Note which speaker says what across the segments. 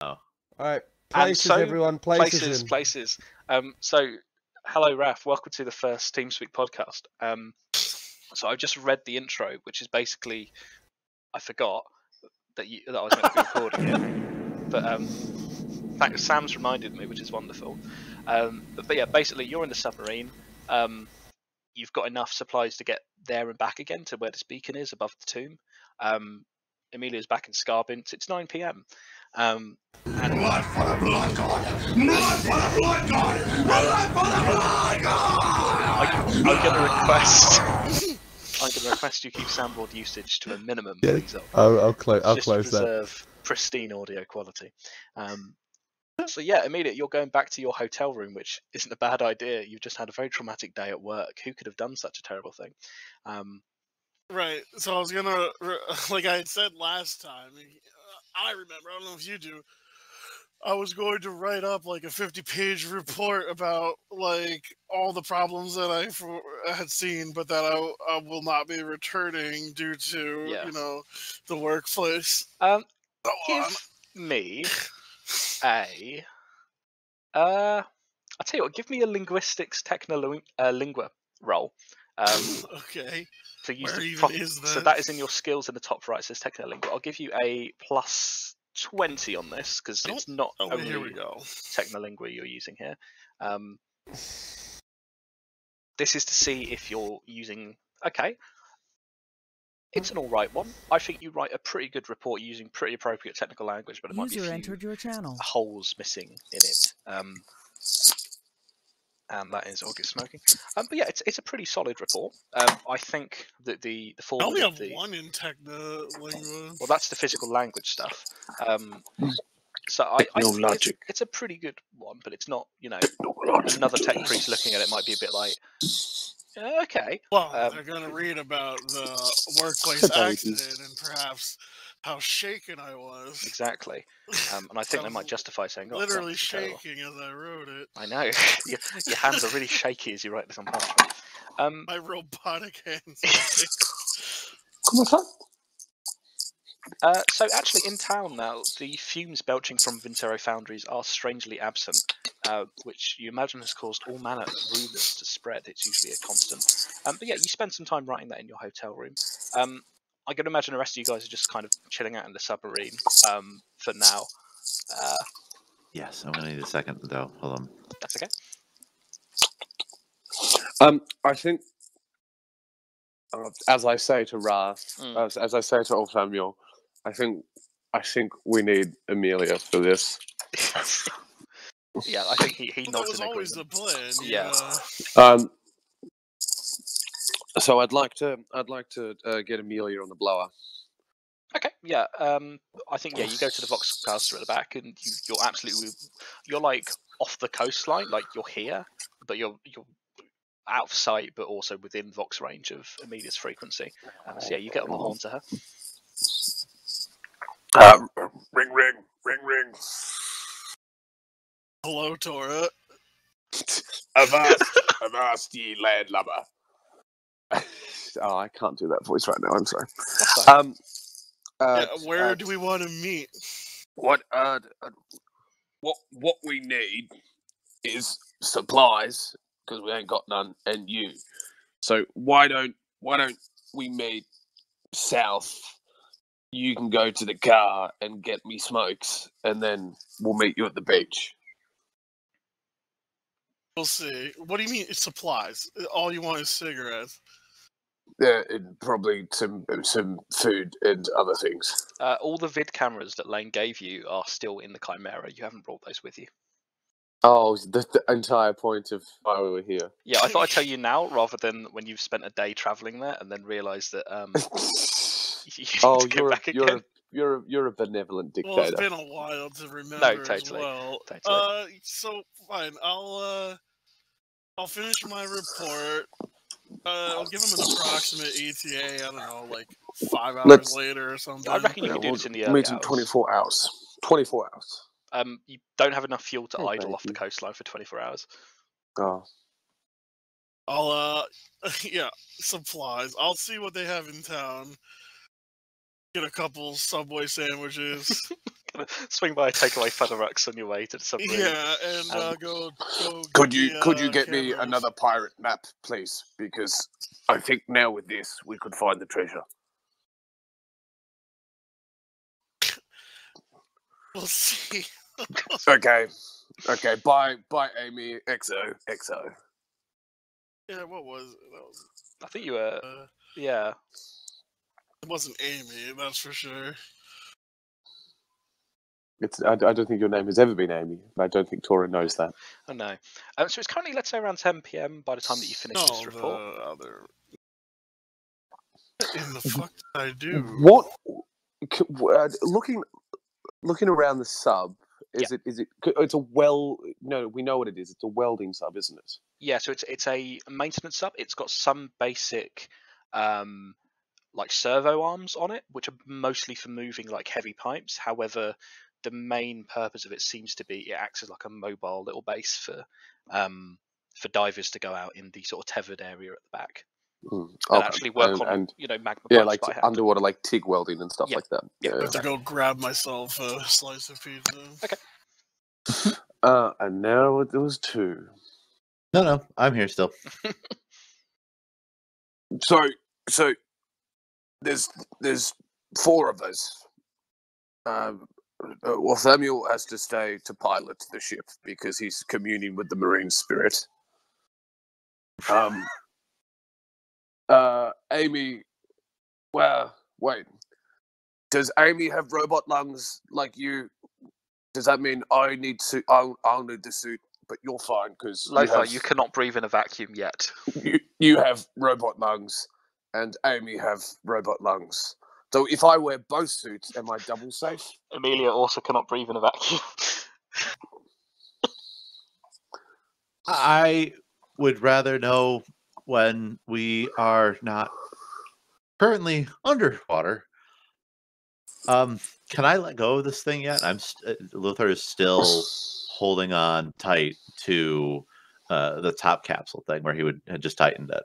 Speaker 1: Oh.
Speaker 2: All right,
Speaker 3: And
Speaker 2: places,
Speaker 3: so-
Speaker 2: everyone, places.
Speaker 3: places,
Speaker 2: in.
Speaker 3: places. Um, so, hello, Raf. Welcome to the first TeamSpeak podcast. Um, so I've just read the intro, which is basically I forgot that you that I was meant to be recording it, but um, thank- Sam's reminded me, which is wonderful. Um, but, but yeah, basically, you're in the submarine. Um, you've got enough supplies to get there and back again to where this beacon is above the tomb. Um, Amelia's back in Scarbins. It's 9 p.m. Um,
Speaker 4: Blood for the blood god! Blood for the blood god! Blood for the blood god!
Speaker 3: I'm gonna request. I'm gonna request you keep soundboard usage to a minimum,
Speaker 2: Yeah,
Speaker 3: please. Elk,
Speaker 2: I'll, Oh, I'll, clo- I'll
Speaker 3: just
Speaker 2: close
Speaker 3: to
Speaker 2: that.
Speaker 3: preserve pristine audio quality. Um, so yeah, immediately you're going back to your hotel room, which isn't a bad idea. You've just had a very traumatic day at work. Who could have done such a terrible thing? Um,
Speaker 5: Right. So I was gonna, re- like I had said last time, uh, I remember. I don't know if you do. I was going to write up like a fifty-page report about like all the problems that I for- had seen, but that I, w- I will not be returning due to
Speaker 3: Yeah.
Speaker 5: you know the workplace.
Speaker 3: um,
Speaker 5: So on.
Speaker 3: give me a. Uh, I'll tell you what. Give me a linguistics techno uh, lingua roll. Um,
Speaker 5: okay.
Speaker 3: So you
Speaker 5: Where
Speaker 3: th-
Speaker 5: even
Speaker 3: prob-
Speaker 5: is
Speaker 3: So
Speaker 5: that?
Speaker 3: that is in your skills in the top right. So it's Technolingua. I'll give you a plus twenty on this because
Speaker 5: Nope.
Speaker 3: it's not
Speaker 5: Oh,
Speaker 3: only
Speaker 5: here we go.
Speaker 3: Technolingua you're using here. Um, this is to see if you're using. Okay. It's an all right one. I think you write a pretty good report using pretty appropriate technical language, but it might be a
Speaker 6: User
Speaker 3: few
Speaker 6: entered your channel.
Speaker 3: holes missing in it. Um, and that is August smoking. Um, but yeah, it's, it's a pretty solid report. Um, I think that the the form
Speaker 5: I only
Speaker 3: of
Speaker 5: have
Speaker 3: the,
Speaker 5: one in Technolingua.
Speaker 3: well, that's the physical language stuff. Um, so I, I
Speaker 7: No
Speaker 3: think
Speaker 7: logic.
Speaker 3: It's, it's a pretty good one, but it's not. You know, another tech priest looking at it might be a bit like, "Uh, okay,
Speaker 5: Well,
Speaker 3: Um,
Speaker 5: they're going to read about the workplace
Speaker 7: About it.
Speaker 5: accident and perhaps how shaken I was.
Speaker 3: exactly. Um, and I think they might
Speaker 5: Sounds
Speaker 3: justify saying, "Oh,
Speaker 5: Literally
Speaker 3: that's terrible."
Speaker 5: shaking as I wrote it.
Speaker 3: I know your, your hands are really shaky as you write this on parchment. Um,
Speaker 5: My robotic hands.
Speaker 7: Comment ça?
Speaker 3: Uh, so actually, in town now, the fumes belching from Vintero foundries are strangely absent, uh, which you imagine has caused all manner of rumours to spread. It's usually a constant. Um, but yeah, you spend some time writing that in your hotel room. Um, I can imagine the rest of you guys are just kind of chilling out in the submarine um, for now. Uh,
Speaker 1: Yes, I'm gonna need a second though. Hold on.
Speaker 3: that's okay.
Speaker 7: Um, I think, uh, as I say to Ra,
Speaker 3: Mm.
Speaker 7: as, as I say to Old Samuel, I think, I think we need Amelia for this.
Speaker 3: yeah, I think he, he
Speaker 5: Well, that
Speaker 3: nods
Speaker 5: was
Speaker 3: in
Speaker 5: always
Speaker 3: agreement.
Speaker 5: the plan.
Speaker 3: Yeah.
Speaker 7: Um, so I'd like to, I'd like to uh, get Amelia on the blower.
Speaker 3: Okay, yeah. Um, I think yeah, you go to the Vox caster at the back, and you, you're absolutely you're like off the coastline, like you're here, but you're you're out of sight, but also within Vox range of Amelia's frequency. Um, so yeah, you get on the horn to her.
Speaker 7: Uh, ring, ring, ring, ring.
Speaker 5: Hello, Torah.
Speaker 4: Avast, avast ye landlubber.
Speaker 7: Oh, I can't do that voice right now. I'm sorry.
Speaker 3: That's fine.
Speaker 7: Um, uh,
Speaker 5: yeah, where
Speaker 7: uh,
Speaker 5: do we want to meet?
Speaker 4: What, uh, uh, what, what we need is supplies, because we ain't got none, and you. So why don't, why don't we meet south? You can go to the car and get me smokes, and then we'll meet you at the beach.
Speaker 5: We'll see. What do you mean it's supplies? Uh, All you want is cigarettes.
Speaker 7: yeah, and probably some some food and other things.
Speaker 3: Uh, all the vid cameras that Lane gave you are still in the Chimera. You haven't brought those with you.
Speaker 7: Oh, the, the entire point of why we were here.
Speaker 3: Yeah, I thought I'd tell you now rather than when you've spent a day traveling there and then realised that um, you need
Speaker 7: oh,
Speaker 3: to get
Speaker 7: you're a,
Speaker 3: back again.
Speaker 7: you're a, you're a, you're a benevolent
Speaker 5: Well, it's
Speaker 7: dictator.
Speaker 5: been a while to remember as
Speaker 3: totally,
Speaker 5: well.
Speaker 3: totally.
Speaker 5: Uh, so fine. I'll uh, I'll finish my report. Uh, I'll give him an approximate ETA. I don't know, like five hours
Speaker 7: Let's-
Speaker 5: later or something.
Speaker 3: I reckon you
Speaker 7: Yeah,
Speaker 3: could do
Speaker 7: we'll
Speaker 3: this in the early
Speaker 7: meet in
Speaker 3: hours.
Speaker 7: 24 hours. 24 hours.
Speaker 3: Um, you don't have enough fuel to
Speaker 7: Oh,
Speaker 3: idle off the
Speaker 7: thank
Speaker 3: coastline for 24 hours.
Speaker 7: Oh,
Speaker 5: I'll uh, yeah, supplies. I'll see what they have in town. Get a couple Subway sandwiches.
Speaker 3: gonna swing by and take away Featherux on your way to the submarine.
Speaker 5: Yeah, and
Speaker 3: Um,
Speaker 5: uh, go, go. get
Speaker 4: Could you
Speaker 5: the,
Speaker 4: could you
Speaker 5: uh,
Speaker 4: get me
Speaker 5: cameras.
Speaker 4: another pirate map, please? Because I think now with this we could find the treasure.
Speaker 5: We'll see.
Speaker 4: Okay. Okay, bye bye Amy. XO XO.
Speaker 5: Yeah, what was it? That was,
Speaker 3: I think you were.
Speaker 5: uh,
Speaker 3: Yeah.
Speaker 5: it wasn't Amy, that's for sure.
Speaker 7: It's, I, I don't think your name has ever been Amy. and I don't think Tora knows that.
Speaker 3: I know. Um, so it's currently, let's say, around 10 p.m. by the time that you finish
Speaker 5: No,
Speaker 3: this
Speaker 5: the
Speaker 3: report.
Speaker 7: uh,
Speaker 5: other. What in the fuck did I do?
Speaker 7: What? c- w- uh, Looking, looking around the sub. Is it? Is it? c- It's a well. No, we know what it is. It's a welding sub, isn't it?
Speaker 3: Yeah, so it's it's a maintenance sub. It's got some basic, um, like servo arms on it, which are mostly for moving like heavy pipes. However, the main purpose of it seems to be it acts as like a mobile little base for, um, for divers to go out in the sort of tethered area at the back
Speaker 7: Mm.
Speaker 3: and
Speaker 7: okay.
Speaker 3: actually work
Speaker 7: and,
Speaker 3: on
Speaker 7: and-
Speaker 3: you know magma
Speaker 7: yeah,
Speaker 3: pipes
Speaker 7: like
Speaker 3: by hand.
Speaker 7: underwater, like TIG welding and stuff
Speaker 3: Yeah.
Speaker 7: like that.
Speaker 3: Yeah.
Speaker 5: I have to go grab myself a slice of pizza.
Speaker 7: Uh, and now it was two.
Speaker 1: No, no, I'm here still.
Speaker 4: So so there's there's four of us. Um uh, well, Samuel has to stay to pilot the ship because he's communing with the marine spirit. Um, uh, Amy, well, wait. Does Amy have robot lungs like you? Does that mean I need to? I'll, I'll need the suit, but you're fine because
Speaker 3: Lothar, you cannot breathe in a vacuum yet.
Speaker 4: you, you have robot lungs and Amy have robot lungs. So if I wear both suits, am I double safe?
Speaker 3: Amelia also cannot breathe in a vacuum.
Speaker 1: I would rather know when we are not currently underwater. Um, can I let go of this thing yet? I'm st- uh, Luther is still holding on tight to uh, the top capsule thing where he would had just tightened it.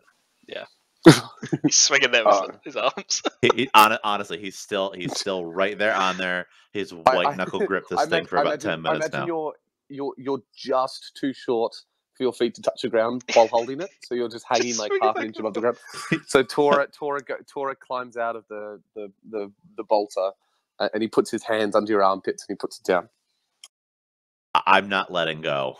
Speaker 3: He's swinging there with
Speaker 4: Oh.
Speaker 3: his arms.
Speaker 1: He, he- hon- honestly, he's still he's still right there on there. His
Speaker 7: I-
Speaker 1: white
Speaker 7: I-
Speaker 1: knuckle grip this
Speaker 7: I
Speaker 1: thing
Speaker 7: imag-
Speaker 1: for
Speaker 7: I
Speaker 1: about
Speaker 7: imagine-
Speaker 1: ten
Speaker 7: I
Speaker 1: minutes
Speaker 7: imagine
Speaker 1: now.
Speaker 7: You're, you're, you're just too short for your feet to touch the ground while holding it, so you're just hanging like
Speaker 3: swing it
Speaker 7: half
Speaker 3: back
Speaker 7: an inch above the ground. So Tora, Tora, go, Tora climbs out of the the the, the bolter, a- and he puts his hands under your armpits and he puts it down.
Speaker 1: I- I'm not letting go.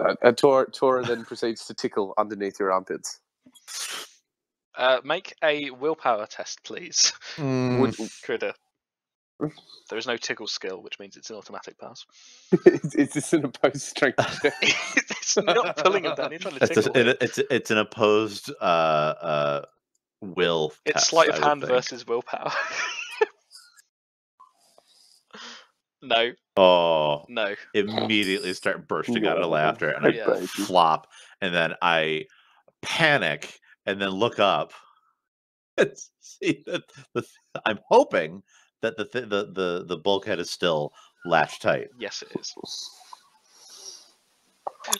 Speaker 7: Uh, And Tora, Tora then proceeds to tickle underneath your armpits.
Speaker 3: Uh, make a willpower test, please,
Speaker 2: Hmm.
Speaker 7: Would,
Speaker 3: Critter. There is no tickle skill, which means it's an automatic pass.
Speaker 7: is, is this an opposed strength check?
Speaker 3: it's not pulling him down. You're trying to
Speaker 1: It's,
Speaker 3: tickle
Speaker 1: a,
Speaker 3: him.
Speaker 1: it, it's it's an opposed uh, uh, will.
Speaker 3: It's
Speaker 1: test,
Speaker 3: sleight
Speaker 1: I
Speaker 3: of
Speaker 1: would
Speaker 3: hand
Speaker 1: think.
Speaker 3: versus willpower. no,
Speaker 1: Oh,
Speaker 3: no.
Speaker 1: immediately start bursting out
Speaker 7: No.
Speaker 1: of laughter, and I
Speaker 3: Yeah.
Speaker 7: Baby.
Speaker 1: flop, and then I panic, and then look up and see that the, I'm hoping that the, thi- the the the bulkhead is still latched tight.
Speaker 3: Yes, it is.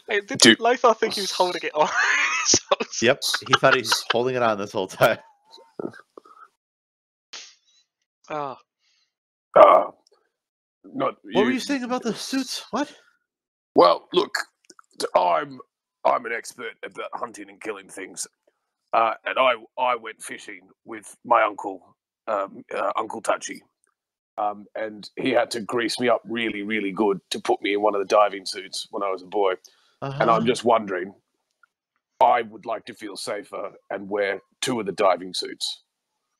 Speaker 3: Hey, did
Speaker 4: Do-
Speaker 3: Lothar think he was holding it on? his arms?
Speaker 1: Yep, he thought he was holding it on this whole time.
Speaker 3: Ah,
Speaker 4: Uh, not
Speaker 1: What were you saying about the suits? What?
Speaker 4: Well, look, t- I'm I'm an expert about hunting and killing things, uh, and I I went fishing with my uncle, um, uh, Uncle Touchy, um, and he had to grease me up really really good to put me in one of the diving suits when I was a boy, and
Speaker 1: Uh-huh.
Speaker 4: I'm just wondering, I would like to feel safer and wear two of the diving suits,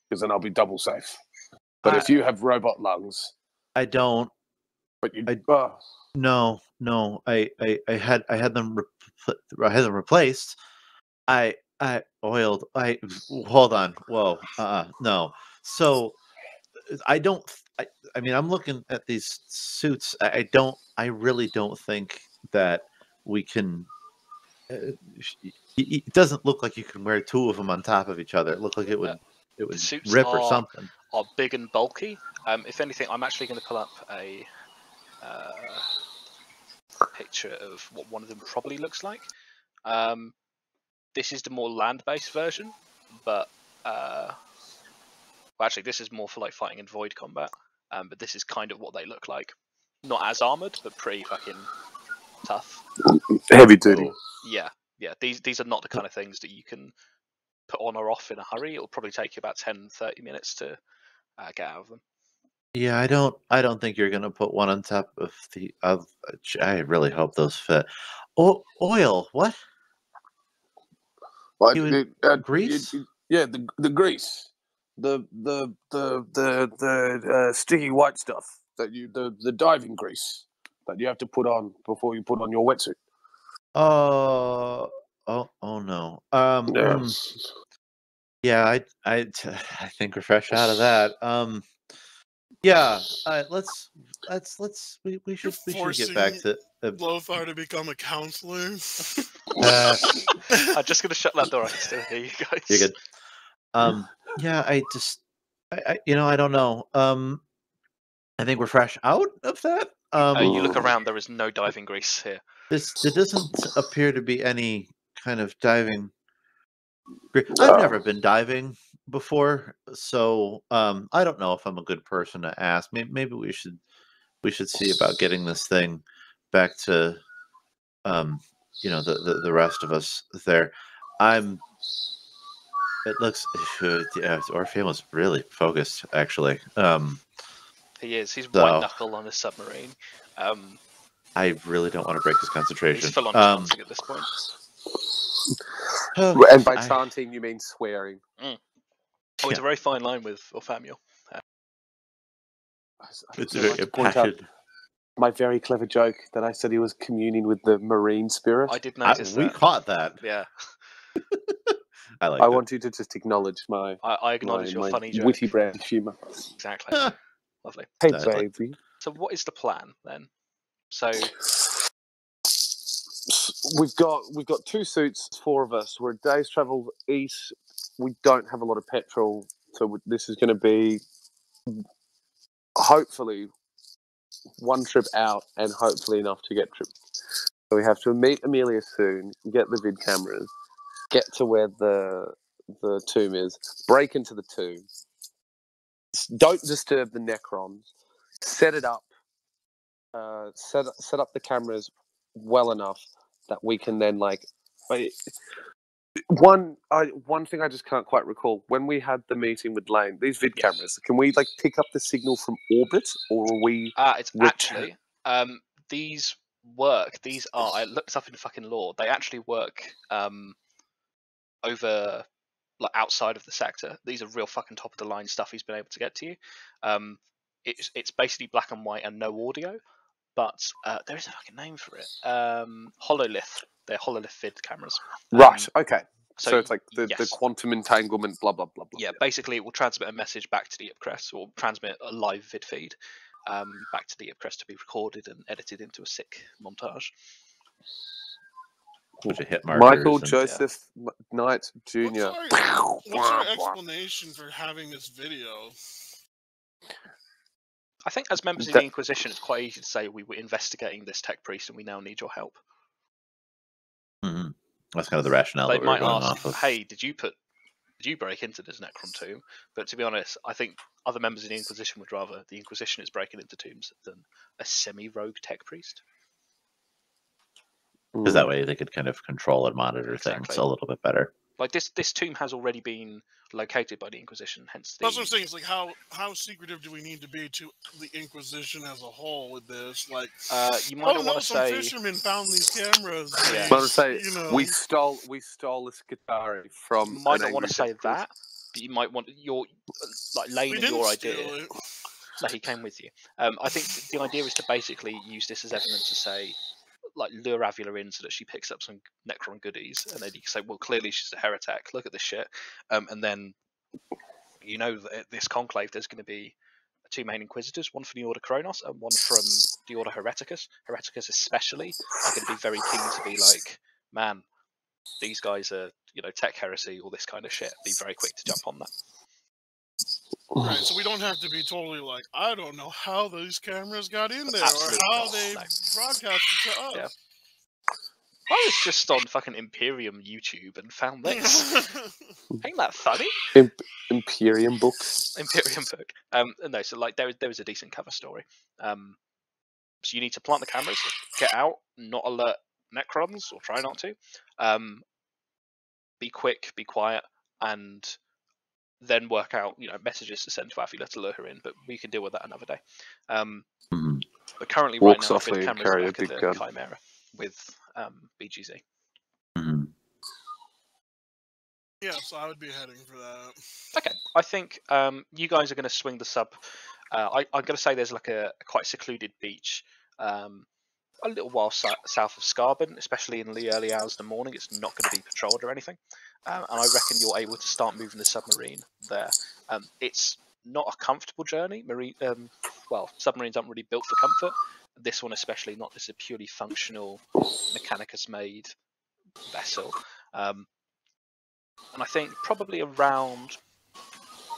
Speaker 4: because then I'll be double safe. But if you have robot lungs,
Speaker 1: I don't
Speaker 4: but you
Speaker 1: I-
Speaker 4: oh,
Speaker 1: No, no. I, I, I had, I had them, repl- I had them replaced. I, I oiled. I hold on. Whoa. Uh, no. So, uh, I don't. I, I mean, I'm looking at these suits. I, I don't. I really don't think that we can. Uh, sh- y- y- it doesn't look like you can wear two of them on top of each other. It looked like it would, it would
Speaker 3: suits
Speaker 1: rip or
Speaker 3: are-
Speaker 1: something.
Speaker 3: are big and bulky. Um, if anything, I'm actually going to pull up a uh, picture of what one of them probably looks like. Um, this is the more land-based version, but uh, well, actually, this is more for like fighting in void combat. Um, but this is kind of what they look like. Not as armored, but pretty fucking tough.
Speaker 7: Heavy duty.
Speaker 3: Yeah, yeah. These these are not the kind of things that you can put on or off in a hurry. It'll probably take you about 10, 30 minutes to uh, get out of them.
Speaker 1: Yeah, I don't. I don't think you're gonna put one on top of the. Of, I really hope those fit. Oh, oil. What?
Speaker 4: Like,
Speaker 1: You would-
Speaker 4: it- uh,
Speaker 1: grease?
Speaker 4: it- it- yeah, the the grease, the the the the the uh, sticky white stuff that you the the diving grease that you have to put on before you put on your wetsuit.
Speaker 1: Oh. Oh. Oh no. Um.
Speaker 4: Yeah.
Speaker 1: mm, Yeah, I I t- I think we're fresh out of that. Um yeah, uh, let's let's let's we, we should we should get back to uh,
Speaker 5: Lothar to become a counselor.
Speaker 1: uh,
Speaker 3: I'm just gonna shut that door. I can still hear you guys.
Speaker 1: you're good. Um yeah, I just I, I you know, I don't know. Um I think we're fresh out of that. Um
Speaker 3: Uh, you look around. There is no diving grease here.
Speaker 1: this there doesn't appear to be any kind of diving gre-
Speaker 7: Oh.
Speaker 1: I've never been diving before, so um I don't know if I'm a good person to ask. Maybe, maybe we should we should see about getting this thing back to um you know the the, the rest of us there. I'm it looks uh, yeah, Orpheum was really focused actually. Um
Speaker 3: He is. He's
Speaker 1: So-
Speaker 3: white knuckle on a submarine. Um,
Speaker 1: I really don't want to break his concentration.
Speaker 3: he's full on
Speaker 1: um,
Speaker 3: chanting at this point.
Speaker 7: And by
Speaker 1: I-
Speaker 7: chanting, you mean swearing.
Speaker 3: Oh, it's
Speaker 1: yeah.
Speaker 3: a very fine line with Orfamiel.
Speaker 7: I s- I
Speaker 1: it's
Speaker 7: would
Speaker 1: very
Speaker 7: like to point out
Speaker 1: impassioned.
Speaker 7: my very clever joke that I said he was communing with the marine spirit.
Speaker 3: I
Speaker 7: I,
Speaker 3: did
Speaker 1: I-
Speaker 3: notice
Speaker 1: Uh, we
Speaker 3: that.
Speaker 1: caught that.
Speaker 3: Yeah,
Speaker 1: I like. that.
Speaker 7: want you to just acknowledge my,
Speaker 3: I, I
Speaker 7: my,
Speaker 3: acknowledge
Speaker 7: my
Speaker 3: your funny joke.
Speaker 7: witty brand of humor.
Speaker 3: Exactly. Lovely.
Speaker 7: Hey,
Speaker 1: No, I'd like
Speaker 7: baby.
Speaker 3: So, what is the plan then? So,
Speaker 7: We've got we've got two suits, four of us. We're a day's travel east. We don't have a lot of petrol, so we- this is going to be hopefully one trip out, and hopefully enough to get trip. So we have to meet Amelia soon, get the vid cameras, get to where the the tomb is, break into the tomb. S- Don't disturb the Necrons. Set it up. Uh, set set up the cameras well enough that we can then like I- one I, one thing I just can't quite recall when we had the meeting with Lane these vid
Speaker 3: Yes.
Speaker 7: cameras can we like pick up the signal from orbit or are we
Speaker 3: ah, it's
Speaker 7: Which-
Speaker 3: actually um, these work. These are. I looked up in fucking law. They actually work um, over like outside of the sector. These are real fucking top of the line stuff he's been able to get to you. Um, it's it's basically black and white and no audio, but uh, there is a fucking name for it. Um, Hololith. They're Hololith vid cameras. Um,
Speaker 7: right okay so,
Speaker 3: so
Speaker 7: it's like the, the
Speaker 3: yes.
Speaker 7: quantum entanglement blah blah blah blah
Speaker 3: yeah, basically it will transmit a message back to the Ipcrest or transmit a live vid feed um, back to the Ipcrest to be recorded and edited into a sick montage.
Speaker 1: bunch of hit markers.
Speaker 7: Michael
Speaker 1: and-
Speaker 7: Joseph M- Knight Jr.
Speaker 5: What's our- What's your explanation for having this video?
Speaker 3: I think as members of
Speaker 7: That-
Speaker 3: the Inquisition, it's quite easy to say we were investigating this tech priest and we now need your help.
Speaker 1: Mhm. That's kind of the rationale.
Speaker 3: they
Speaker 1: that we
Speaker 3: might
Speaker 1: were going
Speaker 3: ask,
Speaker 1: off of.
Speaker 3: "Hey, did you put, did you break into this Necron tomb?" But to be honest, I think other members of the Inquisition would rather the Inquisition is breaking into tombs than a semi-rogue tech priest.
Speaker 1: because that way they could kind of control and monitor things
Speaker 3: Exactly.
Speaker 1: a little bit better.
Speaker 3: Like this, this tomb has already been located by the Inquisition, hence the
Speaker 5: That's what I'm saying. It's like how how secretive do we need to be to the Inquisition as a whole with this? Like,
Speaker 3: Uh, you might
Speaker 5: oh
Speaker 3: not
Speaker 5: no,
Speaker 3: want to
Speaker 5: some
Speaker 3: say
Speaker 5: fishermen found these cameras.
Speaker 3: Yeah.
Speaker 5: they,
Speaker 7: Well, I say
Speaker 5: you know,
Speaker 7: we stole we stole this guitar from.
Speaker 3: you might
Speaker 7: an
Speaker 3: not want
Speaker 7: angry
Speaker 3: to say
Speaker 7: Japanese-
Speaker 3: that, but you might want your like
Speaker 5: we
Speaker 3: Lane and
Speaker 5: didn't
Speaker 3: your idea
Speaker 5: steal it.
Speaker 3: that he came with you. Um, I think th- the idea is to basically use this as evidence to say, like, lure Avila in so that she picks up some Necron goodies, and then you can say, well, clearly she's a heretic. Look at this shit, um, and then you know that at this conclave there's going to be two main inquisitors, one from the Order Kronos and one from the Order Hereticus. Hereticus especially are going to be very keen to be like, man, these guys are you know tech heresy, all this kind of shit. Be very quick to jump on that.
Speaker 5: Right, so we don't have to be totally like, I don't know how these cameras got in there or
Speaker 3: Absolutely
Speaker 5: how
Speaker 3: not,
Speaker 5: they
Speaker 3: no.
Speaker 5: broadcast it to us.
Speaker 3: Yeah. I was just on fucking Imperium YouTube and found this. Ain't that funny?
Speaker 7: Imperium books.
Speaker 3: Imperium book. Um, no, so like there was there was a decent cover story. Um, so you need to plant the cameras, get out, not alert Necrons, or try not to. Um, be quick, be quiet, and then work out you know messages to send to Avila to lure her in. But we can deal with that another day. Um,
Speaker 1: Mhm.
Speaker 3: but currently,
Speaker 7: Walk
Speaker 3: right now, I've
Speaker 7: softly
Speaker 3: got
Speaker 7: and
Speaker 3: cameras
Speaker 7: carry a
Speaker 3: back at
Speaker 7: big
Speaker 3: the
Speaker 7: gun.
Speaker 3: Chimera with um, BGZ.
Speaker 1: Mhm.
Speaker 5: yeah, so I would be heading for that.
Speaker 3: Okay, I think um, you guys are going to swing the sub. Uh, I, I'm going to say there's like a, a quite secluded beach, um, a little while sou- south of Scarborough, especially in the early hours of the morning. It's not going to be patrolled or anything, um, and I reckon you're able to start moving the submarine there. Um, it's not a comfortable journey. Marine, um, well, submarines aren't really built for comfort. This one, especially, not. This is a purely functional, Mechanicus-made vessel, um, and I think probably around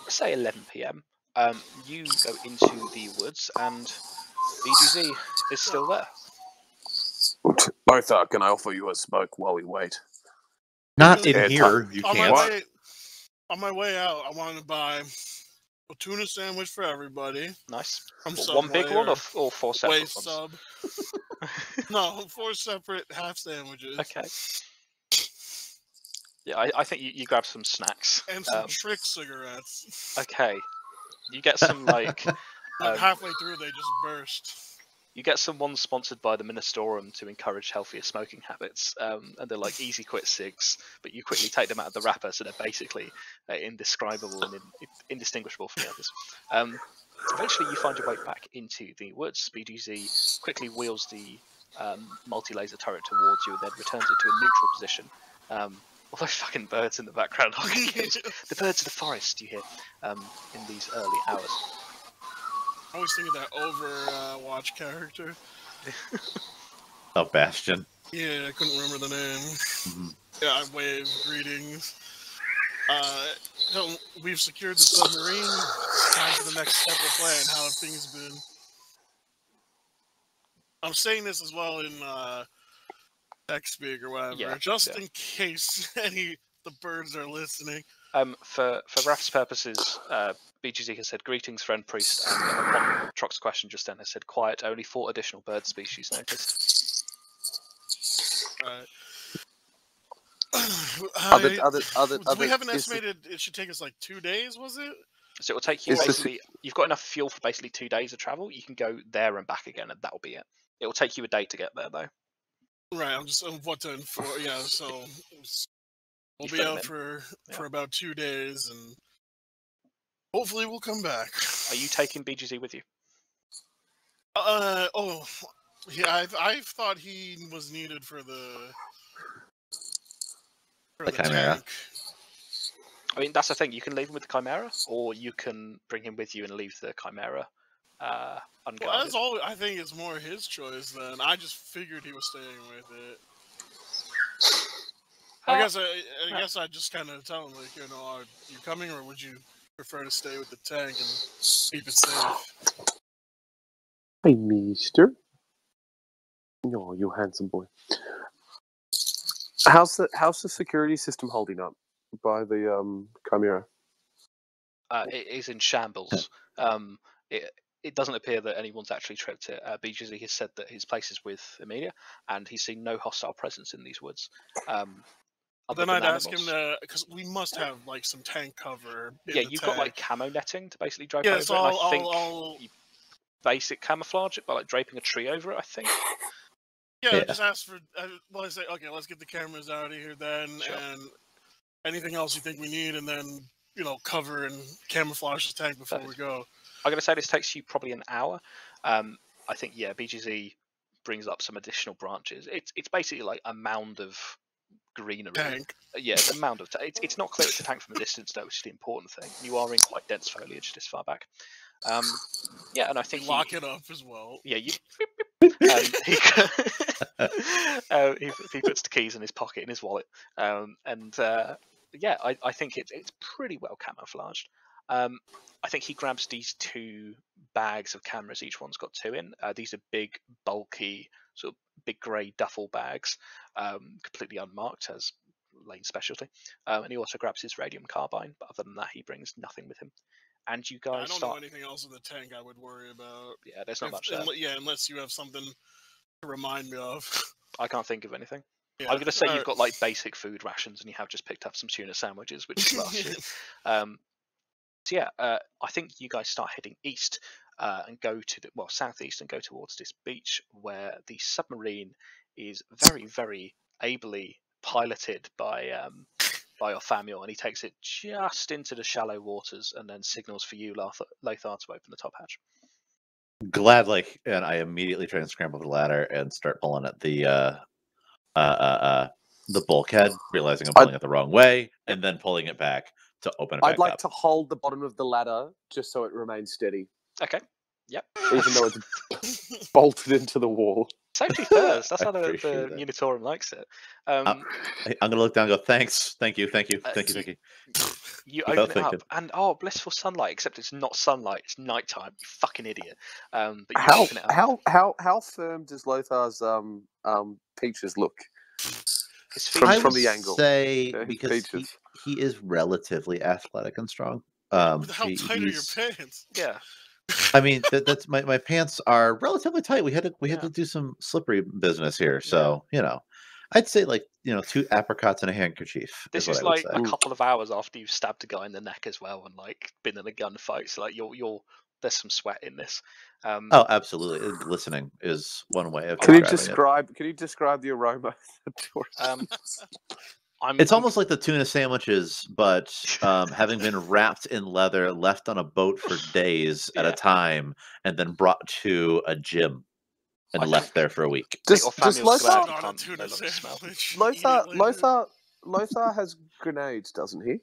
Speaker 3: say 11 p.m. Um, you go into the woods and BGZ is still there.
Speaker 4: Both are. Can I offer you a smoke while we wait?
Speaker 1: Not in
Speaker 4: Yeah, it's
Speaker 1: here. You
Speaker 5: on
Speaker 1: can't.
Speaker 5: my
Speaker 4: What?
Speaker 5: way, on my way out, I want to buy a tuna sandwich for everybody.
Speaker 3: Nice.
Speaker 5: From
Speaker 3: What, one big
Speaker 5: Subway
Speaker 3: one
Speaker 5: or
Speaker 3: or, f- or four separate
Speaker 5: Way
Speaker 3: ones?
Speaker 5: sub. no, four separate half sandwiches
Speaker 3: Okay. Yeah, I, I think you, you grab some snacks.
Speaker 5: and some
Speaker 3: Um,
Speaker 5: trick cigarettes.
Speaker 3: okay. You get some like
Speaker 5: Like,
Speaker 3: um,
Speaker 5: halfway through, they just burst.
Speaker 3: you get some ones sponsored by the Ministorum to encourage healthier smoking habits, um, and they're like easy quit cigs, but you quickly take them out of the wrapper, so they're basically uh, indescribable and in- indistinguishable from the others. Um, eventually, you find your way back into the woods. BDZ quickly wheels the um, multi-laser turret towards you, and then returns it to a neutral position. Um, all those fucking birds in the background. are the birds of the forest you hear um, in these early hours.
Speaker 5: I always think of that Overwatch character.
Speaker 1: Oh, Bastion.
Speaker 5: Yeah, I couldn't remember the name.
Speaker 7: Mm-hmm.
Speaker 1: Mhm.
Speaker 5: Yeah, I wave greetings. Uh, so we've secured the submarine. Time for the next step of the plan. How have things been? I'm saying this as well in uh, text speak or whatever,
Speaker 3: Yeah,
Speaker 5: just
Speaker 3: yeah.
Speaker 5: in case any the birds are listening.
Speaker 3: Um, for for Raf's purposes, uh, BGZ has said greetings, friend priest, and upon Trox's question just then has said quiet. Only four additional bird species noticed.
Speaker 5: Right.
Speaker 7: Other-
Speaker 5: I-
Speaker 7: other- other-
Speaker 5: we
Speaker 7: other-
Speaker 5: have an
Speaker 7: is the-
Speaker 5: estimated it should take us like two days, was it?
Speaker 3: So it will take you
Speaker 7: Is this-
Speaker 3: basically. You've got enough fuel for basically two days of travel. You can go there and back again, and that'll be it. It will take you a day to get there, though.
Speaker 5: Right, I'm just I'm what to infor yeah, so s- we'll
Speaker 3: You
Speaker 5: be
Speaker 3: fit 'em
Speaker 5: out
Speaker 3: in.
Speaker 5: for
Speaker 3: Yeah.
Speaker 5: for about two days and hopefully we'll come back.
Speaker 3: Are you taking BGZ with you?
Speaker 5: Uh oh yeah, I've I've thought he was needed for the for
Speaker 1: The Chimera.
Speaker 5: tank.
Speaker 3: I mean, that's the thing. You can leave him with the Chimera, or you can bring him with you and leave the Chimera uh,
Speaker 5: Well,
Speaker 3: unguarded.
Speaker 5: that's all I think it's more his choice then. I just figured he was staying with it. I
Speaker 3: Uh,
Speaker 5: guess I, I
Speaker 3: uh.
Speaker 5: guess I just kind of tell him like, you know, are you coming or would you prefer to stay with the tank and keep it safe?
Speaker 7: Hi, Mister. No, you handsome boy. How's the how's the security system holding up by the um chimera?
Speaker 3: uh, it is in shambles. Um, it, it doesn't appear that anyone's actually tripped it. Uh, BGZ has said that his place is with Amelia, and he's seen no hostile presence in these woods. Um, other
Speaker 5: Then I'd
Speaker 3: than
Speaker 5: ask him
Speaker 3: animals.
Speaker 5: to, because we must have like some tank cover. in
Speaker 3: Yeah,
Speaker 5: the
Speaker 3: you've got like
Speaker 5: tank.
Speaker 3: camo netting to basically drape
Speaker 5: yeah,
Speaker 3: over
Speaker 5: so
Speaker 3: it.
Speaker 5: I'll,
Speaker 3: And I
Speaker 5: I'll,
Speaker 3: think
Speaker 5: I'll
Speaker 3: you- basic camouflage it by like draping a tree over it. I think.
Speaker 5: yeah,
Speaker 1: Yeah.
Speaker 5: just ask for. Uh, well, I say okay, let's get the cameras out of here then,
Speaker 3: Sure.
Speaker 5: and anything else you think we need, and then you know cover and camouflage the tank before we
Speaker 3: Perfect.
Speaker 5: go.
Speaker 3: I'm going to say this takes you probably an hour. Um, I think yeah, BGZ brings up some additional branches. It's it's basically like a mound of greenery.
Speaker 5: Tank.
Speaker 3: uh, yeah, it's a mound of. Ta- it's, it's not clear it's a tank from a distance though, which is the important thing. You are in quite dense foliage this far back. Um, yeah, and I think he-
Speaker 5: And lock it up as well.
Speaker 3: yeah, you. Um, he, uh, he, he puts the keys in his pocket in his wallet, um, and uh, yeah, I, I think it's it's pretty well camouflaged. Um, I think he grabs these two bags of cameras. Each one's got two in. Uh, these are big, bulky, sort of big grey duffel bags, um, completely unmarked as Lane's specialty. Um, and he also grabs his radium carbine. But other than that, he brings nothing with him. And you
Speaker 5: I
Speaker 3: guys
Speaker 5: don't know
Speaker 3: start.
Speaker 5: anything else in the tank I would worry about.
Speaker 3: Yeah, there's not
Speaker 5: If-
Speaker 3: much there.
Speaker 5: unle- yeah, unless you have something to remind me of.
Speaker 3: I can't think of anything.
Speaker 5: Yeah,
Speaker 3: I'm going to say you've
Speaker 5: alright.
Speaker 3: got like basic food rations and you have just picked up some tuna sandwiches, which is last year. Um, so yeah, uh, I think you guys start heading east uh, and go to the, well southeast and go towards this beach where the submarine is very very ably piloted by um, by Ophamio, and he takes it just into the shallow waters and then signals for you Lothar, Lothar to open the top hatch.
Speaker 1: Gladly, and I immediately try and scramble the ladder and start pulling at the uh, uh, uh, uh the bulkhead, realizing I'm
Speaker 7: I'd-
Speaker 1: pulling it the wrong way, and then pulling it back to open it back
Speaker 7: I'd like
Speaker 1: up.
Speaker 7: to hold the bottom of the ladder just so it remains steady,
Speaker 3: Okay,
Speaker 7: even though it's bolted into the wall.
Speaker 3: safety first. That's
Speaker 1: I
Speaker 3: how the,
Speaker 1: appreciate
Speaker 3: the
Speaker 1: that.
Speaker 3: Unitorum likes it. Um,
Speaker 1: I- I'm gonna look down and go, thanks, thank you, thank you,
Speaker 3: Uh,
Speaker 1: thank you, thank you.
Speaker 3: You
Speaker 1: Without
Speaker 3: open it up,
Speaker 1: thinking.
Speaker 3: and oh, blissful sunlight! Except it's not sunlight; it's nighttime. You fucking idiot! Um, but you
Speaker 7: How
Speaker 3: open it up.
Speaker 7: how how how firm does Lothar's um um peaches look?
Speaker 3: His
Speaker 7: from-
Speaker 3: feet,
Speaker 1: I
Speaker 7: from
Speaker 1: would
Speaker 7: the angle.
Speaker 1: say
Speaker 7: Yeah, his
Speaker 1: because he,
Speaker 7: peaches.
Speaker 1: he is relatively athletic and strong. Um,
Speaker 5: How
Speaker 1: he-
Speaker 5: tight are your
Speaker 1: he's-
Speaker 5: pants?
Speaker 3: yeah,
Speaker 1: I mean, that, that's my, my pants are relatively tight. We had to we had
Speaker 3: Yeah.
Speaker 1: to do some slippery business here, so you know, I'd say like you know two apricots and a handkerchief.
Speaker 3: this
Speaker 1: is,
Speaker 3: is,
Speaker 1: what
Speaker 3: like a
Speaker 1: I would say.
Speaker 7: Mm.
Speaker 3: couple of hours after you've stabbed a guy in the neck as well, and like been in a gunfight. So like you're you're there's some sweat in this. Um,
Speaker 1: Oh, absolutely. uh, Glistening is one way of
Speaker 7: Can you
Speaker 1: describing it.
Speaker 7: describe? Can you describe the aroma?
Speaker 3: um, I'm,
Speaker 1: It's
Speaker 3: I'm-
Speaker 5: Mm-hmm.
Speaker 1: almost like the tuna sandwiches, but um, having been wrapped in leather, left on a boat for days at
Speaker 3: Yeah.
Speaker 1: a time, and then brought to a gym and
Speaker 3: I
Speaker 1: left there for a week.
Speaker 7: Does,
Speaker 3: Or
Speaker 7: does
Speaker 3: Famulus
Speaker 7: Lothar,
Speaker 3: glad-
Speaker 5: Not
Speaker 3: can't
Speaker 5: a tuna
Speaker 3: no longer smell.
Speaker 5: sandwich. Eat
Speaker 7: Lothar,
Speaker 5: it later.
Speaker 7: Lothar, Lothar has grenades, doesn't he?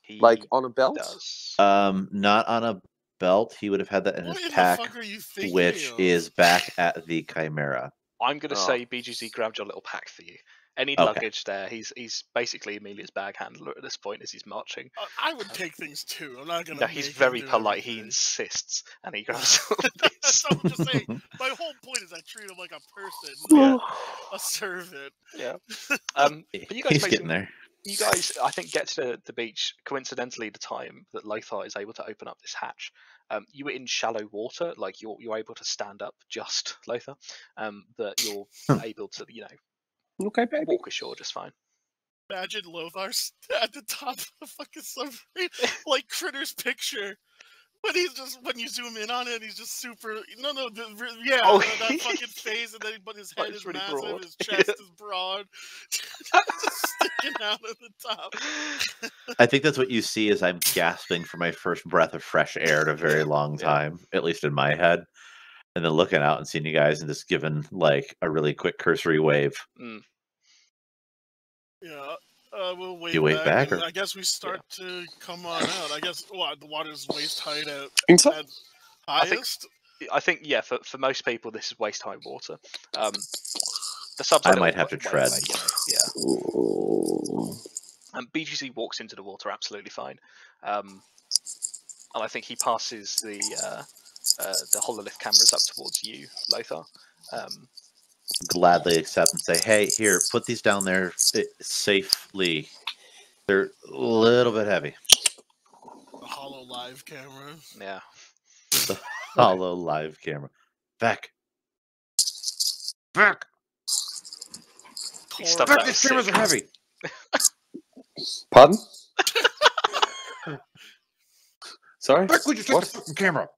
Speaker 3: he
Speaker 7: Like on a belt.
Speaker 3: does.
Speaker 1: Um, not on a belt. He would have had that in
Speaker 5: What
Speaker 1: his
Speaker 5: in
Speaker 1: pack,
Speaker 5: the fuck are you thinking?
Speaker 1: which
Speaker 5: of?
Speaker 1: is back at the Chimera.
Speaker 3: I'm gonna
Speaker 7: Oh.
Speaker 3: say BGZ grabbed your little pack for you. Any
Speaker 1: Okay.
Speaker 3: luggage there? He's he's basically Amelia's bag handler at this point as he's marching.
Speaker 5: I- Uh, I would take things too. I'm not gonna.
Speaker 3: No, he's
Speaker 5: make him
Speaker 3: very
Speaker 5: do
Speaker 3: polite. He
Speaker 5: everything.
Speaker 3: insists, and he grabs all
Speaker 5: That's
Speaker 3: these.
Speaker 5: what I'm just saying. My whole point is I treat him like a person,
Speaker 3: Yeah.
Speaker 5: not a servant.
Speaker 3: Yeah. Um, but you guys,
Speaker 1: He's
Speaker 3: make
Speaker 1: getting
Speaker 3: some-
Speaker 1: there.
Speaker 3: you guys, I think, get to the beach coincidentally the time that Lothar is able to open up this hatch. Um, you were in shallow water, like you're you're able to stand up just Lothar, um, that you're able to you know
Speaker 7: Okay, baby.
Speaker 3: walk ashore just fine.
Speaker 5: Imagine Lothar s- at the top of the fucking submarine, like Critter's picture. But he's just when you zoom in on it, he's just super. No, no, the, re- yeah,
Speaker 3: Oh,
Speaker 5: that- that fucking face, and then but his
Speaker 3: Like,
Speaker 5: head
Speaker 3: it's
Speaker 5: is
Speaker 3: really
Speaker 5: massive,
Speaker 3: broad.
Speaker 5: his chest is broad, just sticking out at the top.
Speaker 1: I think that's what you see is I'm gasping for my first breath of fresh air in a very long
Speaker 3: Yeah.
Speaker 1: time, at least in my head. And then looking out and seeing you guys and just giving like a really quick cursory wave.
Speaker 5: Yeah, uh, we'll wave
Speaker 1: wave
Speaker 5: back.
Speaker 1: back,
Speaker 5: and
Speaker 1: or-
Speaker 5: I guess we start to come on out. I guess what the water's waist height at,
Speaker 7: Into-
Speaker 5: at
Speaker 3: think-
Speaker 5: highest.
Speaker 3: I think yeah, for, for most people this is waist high water. Um, the subs. a
Speaker 1: I
Speaker 3: little
Speaker 1: might have
Speaker 3: wa-
Speaker 1: to
Speaker 3: way away,
Speaker 1: tread.
Speaker 3: you know, yeah. And BGC walks into the water absolutely fine. Um, and I think he passes the uh, uh, the hololith cameras up towards you, Lothar. Um,
Speaker 1: Gladly accept and say, hey, here, put these down there eh, safely. They're a little bit heavy.
Speaker 5: The hollow live camera.
Speaker 3: yeah.
Speaker 1: Hollow live camera. Back. Back.
Speaker 3: He
Speaker 5: Tor-
Speaker 3: stuffed
Speaker 1: Back.
Speaker 3: that
Speaker 1: These
Speaker 3: in
Speaker 1: cameras
Speaker 3: sick.
Speaker 1: are heavy.
Speaker 7: Pardon? Sorry.
Speaker 1: Back. Would you take
Speaker 7: What?
Speaker 1: the fucking camera?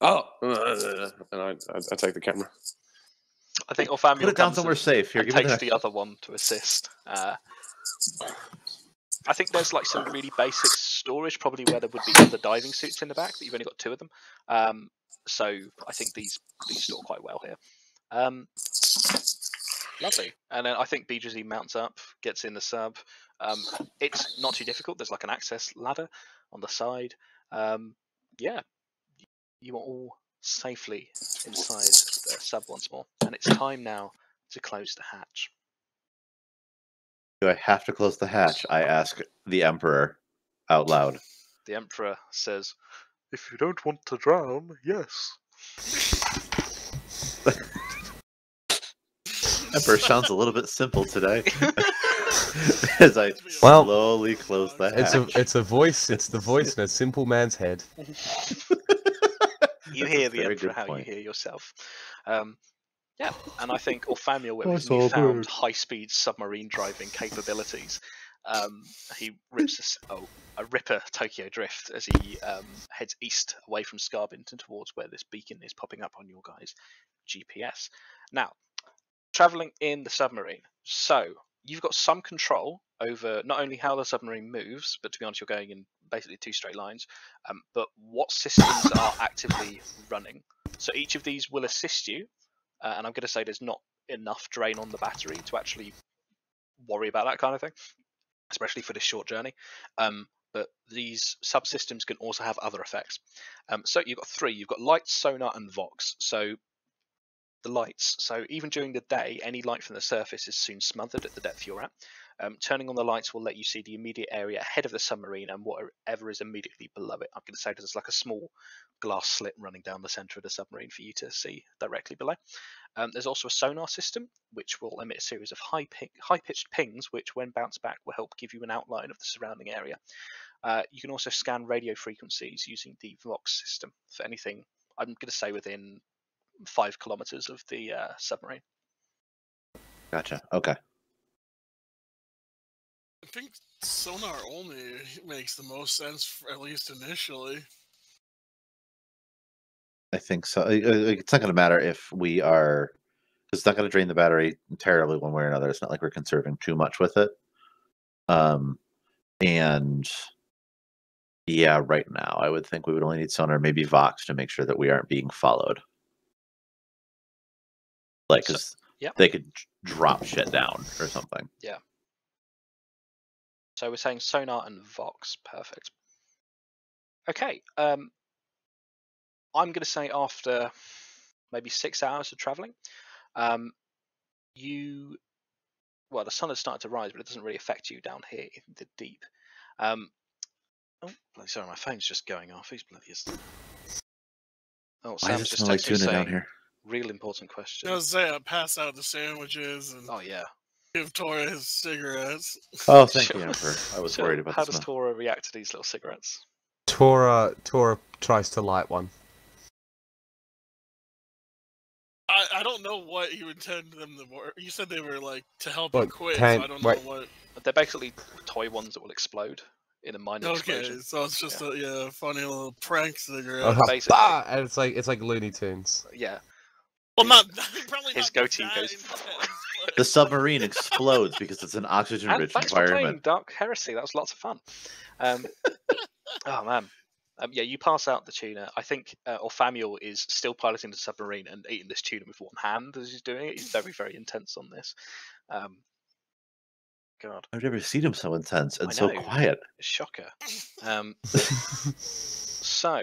Speaker 7: Oh, and I, I, I take the camera.
Speaker 3: I think Orfamiel
Speaker 1: Put it down
Speaker 3: comes
Speaker 1: somewhere
Speaker 3: and,
Speaker 1: safe. Here,
Speaker 3: and
Speaker 1: give me
Speaker 3: takes
Speaker 1: that.
Speaker 3: the other one to assist. Uh, I think there's like some really basic storage, probably where there would be other diving suits in the back, but you've only got two of them. Um, so I think these these store quite well here. Um, lovely. And then I think BGZ mounts up, gets in the sub. Um, it's not too difficult. There's like an access ladder on the side. Um, yeah, you are all safely inside the sub once more, and it's time now to close the hatch.
Speaker 1: Do I have to close the hatch? I ask the Emperor out loud.
Speaker 3: the emperor says, "If you don't want to drown, yes."
Speaker 1: Emperor sounds a little bit simple today. As I
Speaker 5: Well-
Speaker 1: slowly close the
Speaker 5: It's
Speaker 1: hatch.
Speaker 2: It's a it's a voice. It's the voice in a simple man's head.
Speaker 3: You
Speaker 1: That's a
Speaker 3: hear the
Speaker 1: very
Speaker 3: emperor
Speaker 1: good
Speaker 3: how
Speaker 1: point.
Speaker 3: you hear yourself. Um, yeah, and I think Orfamil, with
Speaker 1: That's
Speaker 3: his
Speaker 1: all
Speaker 3: newfound
Speaker 1: good.
Speaker 3: high-speed submarine driving capabilities, um, he rips a, s- oh, a ripper Tokyo drift as he um, heads east away from Scarbinton towards where this beacon is popping up on your guys' GPS. Now, traveling in the submarine, so you've got some control over not only how the submarine moves, but to be honest, you're going in basically two straight lines. Um, but what systems are actively running? So each of these will assist you, uh, and I'm going to say there's not enough drain on the battery to actually worry about that kind of thing, especially for this short journey. Um, but these subsystems can also have other effects. Um, so you've got three. You've got lights, sonar, and vox. So the lights. So even during the day, any light from the surface is soon smothered at the depth you're at. Um, turning on the lights will let you see the immediate area ahead of the submarine and whatever is immediately below it. I'm going to say there's like a small glass slit running down the center of the submarine for you to see directly below. Um, there's also a sonar system, which will emit a series of high pi- high pitched pings, which, when bounced back, will help give you an outline of the surrounding area. Uh, you can also scan radio frequencies using the Vox system for anything, I'm going to say, within five kilometers of the uh, submarine.
Speaker 1: Gotcha. Okay.
Speaker 5: I think sonar only makes the most sense, for, at least initially.
Speaker 1: I think so. Uh, uh, It's not going to matter if we are. It's not going to drain the battery terribly one way or another. It's not like we're conserving too much with it. Um, and yeah, right now I would think we would only need sonar, maybe Vox, to make sure that we aren't being followed. Like,
Speaker 3: So-
Speaker 1: 'cause
Speaker 3: yep.
Speaker 1: they could d- drop shit down or something.
Speaker 3: So we're saying sonar and vox. Perfect. Okay. Um, I'm going to say after maybe six hours of traveling, um, you well the sun has started to rise, but it doesn't really affect you down here in the deep. Um, oh, bloody sorry, my phone's just going off. Who's bloody is? Oh,
Speaker 1: Why
Speaker 3: Sam's
Speaker 1: does it
Speaker 3: just
Speaker 1: smell like
Speaker 3: texted me
Speaker 1: tuna down
Speaker 3: saying
Speaker 1: here?
Speaker 3: real important question.
Speaker 5: I was say I pass out the sandwiches and
Speaker 3: Oh yeah.
Speaker 5: give Tora his cigarettes.
Speaker 2: Uh.
Speaker 1: Oh, thank you,
Speaker 3: Sure.
Speaker 1: Emperor. I was
Speaker 3: So
Speaker 1: worried about
Speaker 3: how
Speaker 1: the
Speaker 3: does
Speaker 1: smell.
Speaker 3: Tora react to these little cigarettes?
Speaker 2: Tora Tora tries to light one.
Speaker 5: I, I don't know what you intend them to work. You said they were like to help you
Speaker 2: Well,
Speaker 5: quit.
Speaker 2: can-
Speaker 5: so I don't
Speaker 2: wait.
Speaker 5: know what.
Speaker 3: They're basically toy ones that will explode in a minor
Speaker 5: Okay,
Speaker 3: explosion.
Speaker 5: so it's just a yeah funny little prank cigarette.
Speaker 2: Uh-huh.
Speaker 3: basically.
Speaker 2: Bah! And it's like it's like Looney Tunes.
Speaker 3: Yeah,
Speaker 5: Well, not probably
Speaker 3: His
Speaker 5: not
Speaker 3: goatee
Speaker 5: that
Speaker 3: goes-
Speaker 5: intense, but-
Speaker 1: The submarine explodes because it's an
Speaker 3: and
Speaker 1: oxygen-rich
Speaker 3: thanks for playing
Speaker 1: environment.
Speaker 3: Dark Heresy. That was lots of fun. Um, oh man, um, yeah, you pass out the tuna. I think uh, Orfamiel is still piloting the submarine and eating this tuna with one hand as he's doing it. He's very, very intense on this. Um, God,
Speaker 1: I've never seen him so intense and
Speaker 3: Oh, I
Speaker 1: so
Speaker 3: know.
Speaker 1: quiet.
Speaker 3: shocker. Um, So,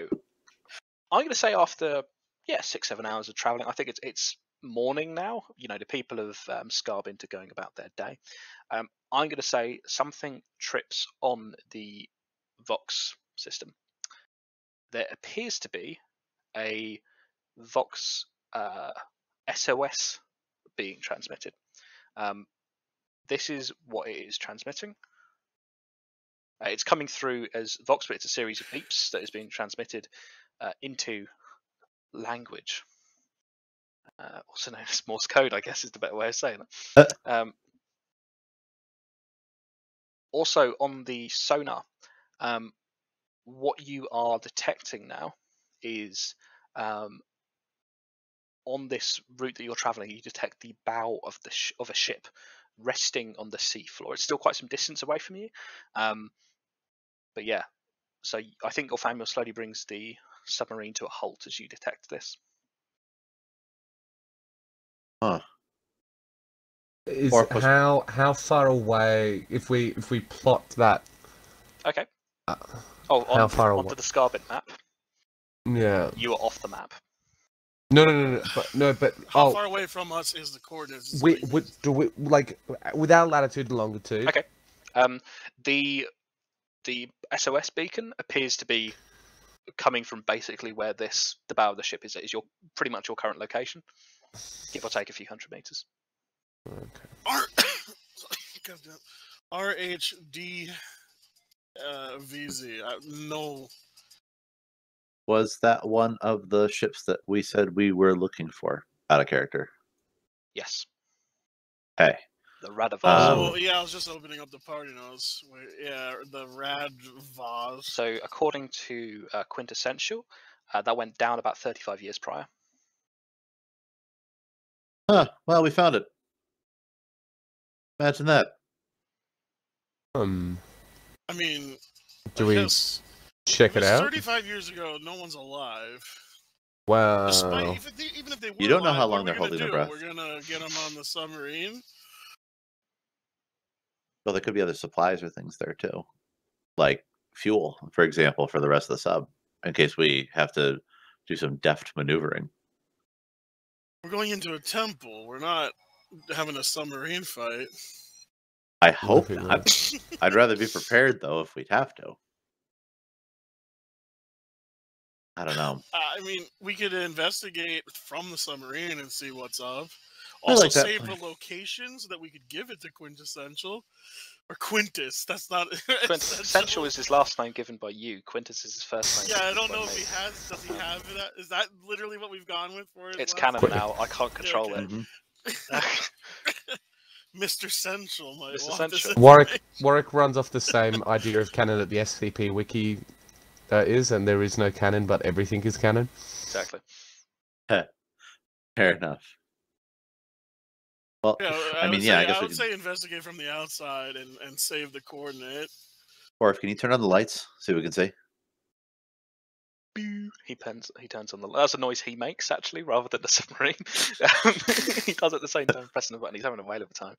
Speaker 3: I'm going to say after yeah six seven hours of traveling, I think it's it's morning now. You know, the people of um, Scarbinter going about their day. Um, I'm going to say something trips on the Vox system. There appears to be a Vox uh, SOS being transmitted. Um, this is what it is transmitting. Uh, it's coming through as Vox, but it's a series of beeps that is being transmitted uh, into language, uh, also known as Morse code, I guess is the better way of saying
Speaker 1: Uh.
Speaker 3: it. Um, also, on the sonar, um, what you are detecting now is um, on this route that you're traveling, you detect the bow of the sh- of a ship resting on the seafloor. It's still quite some distance away from you, um, but yeah. So y- I think Orfamiel slowly brings the submarine to a halt as you detect this.
Speaker 2: Is
Speaker 1: Or pos-
Speaker 2: how how far away if we if we plot that
Speaker 3: Okay.
Speaker 2: Uh,
Speaker 3: Oh,
Speaker 2: how
Speaker 3: on,
Speaker 2: far
Speaker 3: onto
Speaker 2: away?
Speaker 3: the Scarbit map.
Speaker 2: yeah.
Speaker 3: You are off the map.
Speaker 2: No no no no but no but
Speaker 5: How
Speaker 2: oh
Speaker 5: far away from us is the coordinates? is
Speaker 2: we,
Speaker 5: what you
Speaker 2: we
Speaker 5: mean.
Speaker 2: do we like without latitude and longitude.
Speaker 3: Okay. Um, the the SOS beacon appears to be coming from basically where this the bow of the ship is. Is your pretty much your current location, give or take a few hundred meters.
Speaker 5: R Goddamn. RHD uh, VZ. I, no.
Speaker 1: Was that one of the ships that we said we were looking for out of character?
Speaker 3: Yes.
Speaker 1: Okay.
Speaker 3: The Radivars.
Speaker 1: Um,
Speaker 5: oh, yeah, I was just opening up the party notes. Wait, yeah, the Rad Vaz.
Speaker 3: So according to uh, Quintessential, uh, that went down about 35 years prior.
Speaker 1: Huh. Well, we found it. Imagine that.
Speaker 2: Um,
Speaker 5: I mean,
Speaker 2: do
Speaker 5: I
Speaker 2: we
Speaker 5: guess
Speaker 2: check
Speaker 5: if
Speaker 2: it
Speaker 5: it's
Speaker 2: out?
Speaker 5: 35 years ago, no one's alive. Despite,
Speaker 2: Wow.
Speaker 5: even, if they, even if they were
Speaker 1: Oh. You don't know
Speaker 5: alive,
Speaker 1: how
Speaker 5: what
Speaker 1: long
Speaker 5: are we
Speaker 1: they're
Speaker 5: gonna
Speaker 1: holding their
Speaker 5: do?
Speaker 1: breath.
Speaker 5: We're gonna get them on the submarine.
Speaker 1: Well, there could be other supplies or things there too, like fuel, for example, for the rest of the sub, in case we have to do some deft maneuvering.
Speaker 5: We're going into a temple. We're not having a submarine fight.
Speaker 1: I hope
Speaker 2: think
Speaker 1: not. I'd rather be prepared though if we'd have to. I don't know.
Speaker 5: Uh, I mean, we could investigate from the submarine and see what's up.
Speaker 1: I
Speaker 5: Also,
Speaker 1: like that
Speaker 5: save
Speaker 1: plan.
Speaker 5: the location so that we could give it to Quintessential or Quintus. That's not
Speaker 3: Quintessential is his last name given by you. Quintus is his first name.
Speaker 5: Yeah, I
Speaker 3: given
Speaker 5: don't
Speaker 3: by
Speaker 5: know if
Speaker 3: me.
Speaker 5: he has. Does he have that? Is that literally what we've gone with for? his
Speaker 3: It's
Speaker 5: last
Speaker 3: canon
Speaker 5: name?
Speaker 3: now. I can't control
Speaker 5: okay.
Speaker 3: it.
Speaker 1: Mhm.
Speaker 5: Mr. Central might
Speaker 3: Mr.
Speaker 5: want this
Speaker 3: Central.
Speaker 2: Warwick Warwick runs off the same idea of canon that the SCP wiki uh, is, and there is no canon, but everything is canon.
Speaker 3: exactly.
Speaker 1: Fair enough. Well,
Speaker 5: Yeah, I,
Speaker 1: I mean,
Speaker 5: would
Speaker 1: yeah,
Speaker 5: say,
Speaker 1: I guess we
Speaker 5: would
Speaker 1: could.
Speaker 5: say investigate from the outside and, and save the coordinate.
Speaker 1: Or if can you turn on the lights, see what we can see.
Speaker 3: Boo. He pens, he turns on the. That's a noise he makes actually, rather than the submarine. Um, he does it at the same time pressing the button. He's having a whale of a time.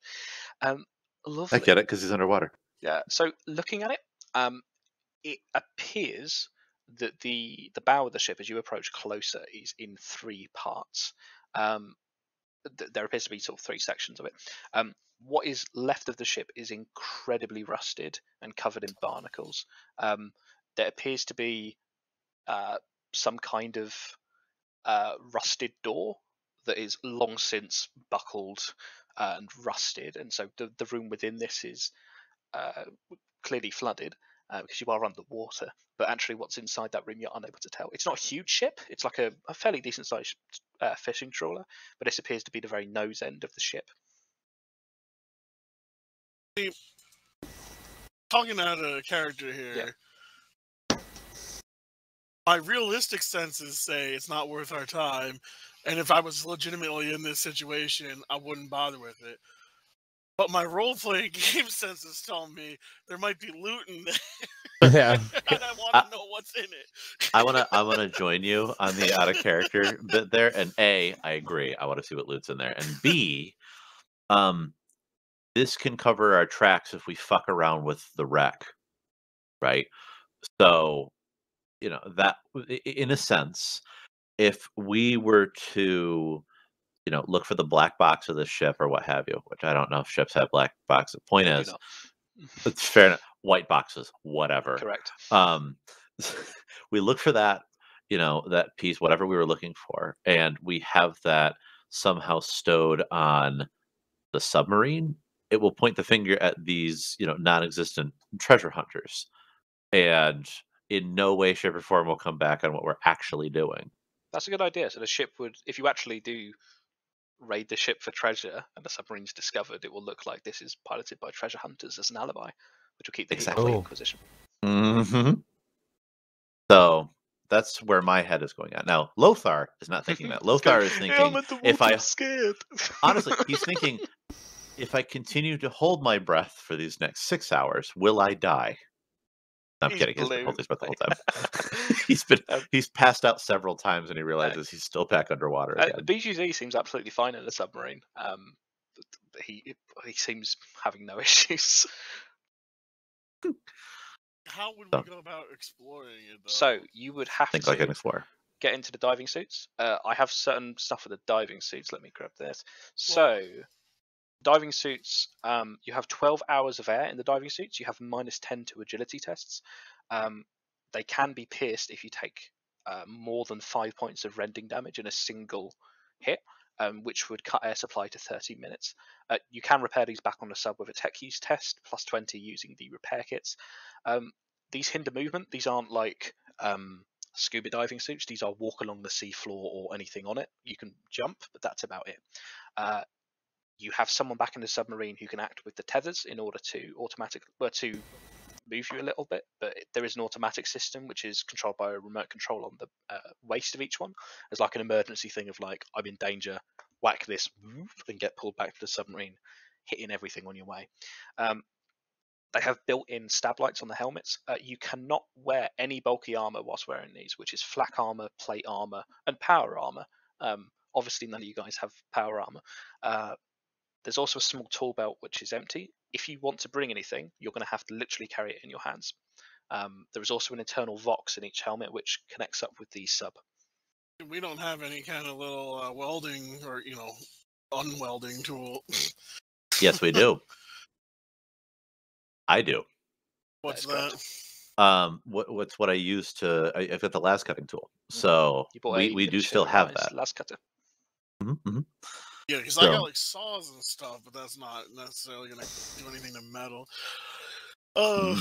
Speaker 3: Um, lovely.
Speaker 1: I get it because he's underwater.
Speaker 3: Yeah. So looking at it, um, it appears that the the bow of the ship, as you approach closer, is in three parts. Um, th- there appears to be sort of three sections of it. Um, what is left of the ship is incredibly rusted and covered in barnacles. Um, there appears to be uh, some kind of uh, rusted door that is long since buckled uh, and rusted, and so the, the room within this is uh, clearly flooded uh, because you are underwater. But actually, what's inside that room, you're unable to tell. It's not a huge ship. It's like a, a fairly decent sized uh, fishing trawler, but this appears to be the very nose end of the ship.
Speaker 5: Talking out of character here.
Speaker 3: Yeah.
Speaker 5: My realistic senses say it's not worth our time, and if I was legitimately in this situation, I wouldn't bother with it. But my role playing game senses tell me there might be loot in there,
Speaker 2: yeah.
Speaker 5: and I want to know what's in it.
Speaker 1: I wanna, I wanna join you on the out of character bit there. And a, I agree. I want to see what loot's in there. And b, um, this can cover our tracks if we fuck around with the wreck, right? So, you know that i- i- in a sense, if we were to, you know, look for the black box of the ship or what have you, which I don't know if ships have black boxes. Point
Speaker 3: Maybe
Speaker 1: is,
Speaker 3: not.
Speaker 1: it's fair enough. White boxes, whatever
Speaker 3: Correct.
Speaker 1: um we look for that you know that piece whatever we were looking for and we have that somehow stowed on the submarine it will point the finger at these you know non-existent treasure hunters and in no way shape or form will come back on what we're actually doing
Speaker 3: That's a good idea. So the ship would, if you actually do raid the ship for treasure and the submarine's discovered, it will look like this is piloted by treasure hunters as an alibi, which will keep the heat off
Speaker 1: Exactly.
Speaker 3: the
Speaker 2: Oh.
Speaker 3: Inquisition.
Speaker 1: mm-hmm. so that's where my head is going at now lothar is not thinking that
Speaker 3: It's going,
Speaker 1: lothar is
Speaker 3: "Hey,
Speaker 1: thinking
Speaker 3: I'm at the
Speaker 1: if
Speaker 3: water,
Speaker 1: I-
Speaker 3: I'm scared.
Speaker 1: honestly, he's thinking, if I continue to hold my breath for these next six hours, will I die? I'm
Speaker 3: He's
Speaker 1: kidding. He's been
Speaker 3: blue.
Speaker 1: holding his breath the whole time. he's been
Speaker 3: Um,
Speaker 1: he's passed out several times, and he realizes he's still back underwater
Speaker 3: Uh,
Speaker 1: again.
Speaker 3: BGZ seems absolutely fine in the submarine. Um, th- th- he he seems having no issues.
Speaker 5: How would
Speaker 1: So-
Speaker 5: we go about exploring it, though?
Speaker 3: So you would have
Speaker 1: Think
Speaker 3: to
Speaker 1: like an explorer.
Speaker 3: get into the diving suits. Uh, I have certain stuff for the diving suits. Let me grab this. So diving suits, um, you have 12 hours of air in the diving suits. You have minus 10 to agility tests. Um, they can be pierced if you take uh, more than five points of rending damage in a single hit, um, which would cut air supply to 30 minutes. Uh, you can repair these back on the sub with a tech use test, plus 20 using the repair kits. Um, these hinder movement. These aren't like um, scuba diving suits. These are walk along the sea floor or anything on it. You can jump, but that's about it. Uh, you have someone back in the submarine who can act with the tethers in order to automatic well, to move you a little bit, but it- there is an automatic system which is controlled by a remote control on the uh, waist of each one. It's like an emergency thing of like I'm in danger, whack this, whoop, and get pulled back to the submarine, hitting everything on your way. Um, they have built-in stab lights on the helmets. Uh, you cannot wear any bulky armor whilst wearing these, which is flak armor, plate armor, and power armor. Um, obviously, none of you guys have power armor. Uh, there's also a small tool belt which is empty. If you want to bring anything, you're going to have to literally carry it in your hands. Um, there is also an internal vox in each helmet which connects up with the sub.
Speaker 5: We don't have any kind of little uh, welding or you know unwelding tool.
Speaker 1: Yes, we do. I do.
Speaker 3: That's
Speaker 5: What's that?
Speaker 3: correct.
Speaker 1: Um, what, what's what I use to? I, I've got the last cutting tool, so
Speaker 3: You bought
Speaker 1: we,
Speaker 3: a
Speaker 1: we do
Speaker 3: miniature
Speaker 1: still have
Speaker 3: mechanized
Speaker 1: that.
Speaker 3: Las cutter.
Speaker 1: Mhm, mhm.
Speaker 5: Yeah, because I
Speaker 1: So-
Speaker 5: got like saws and stuff, but that's not necessarily gonna do anything to metal. Uh,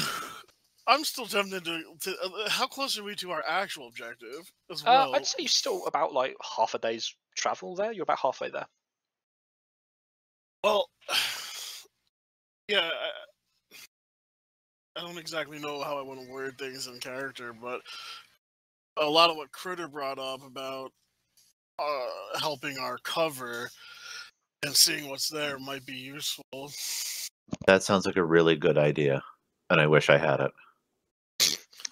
Speaker 5: I'm still tempted to. to uh, how close are we to our actual objective? As
Speaker 3: Uh,
Speaker 5: well,
Speaker 3: I'd say you're still about like half a day's travel there. You're about halfway there.
Speaker 5: Well, yeah, I, I don't exactly know how I want to word things in character, but a lot of what Critter brought up about uh, helping our cover and seeing what's there might be useful.
Speaker 1: That sounds like a really good idea, and I wish I had it.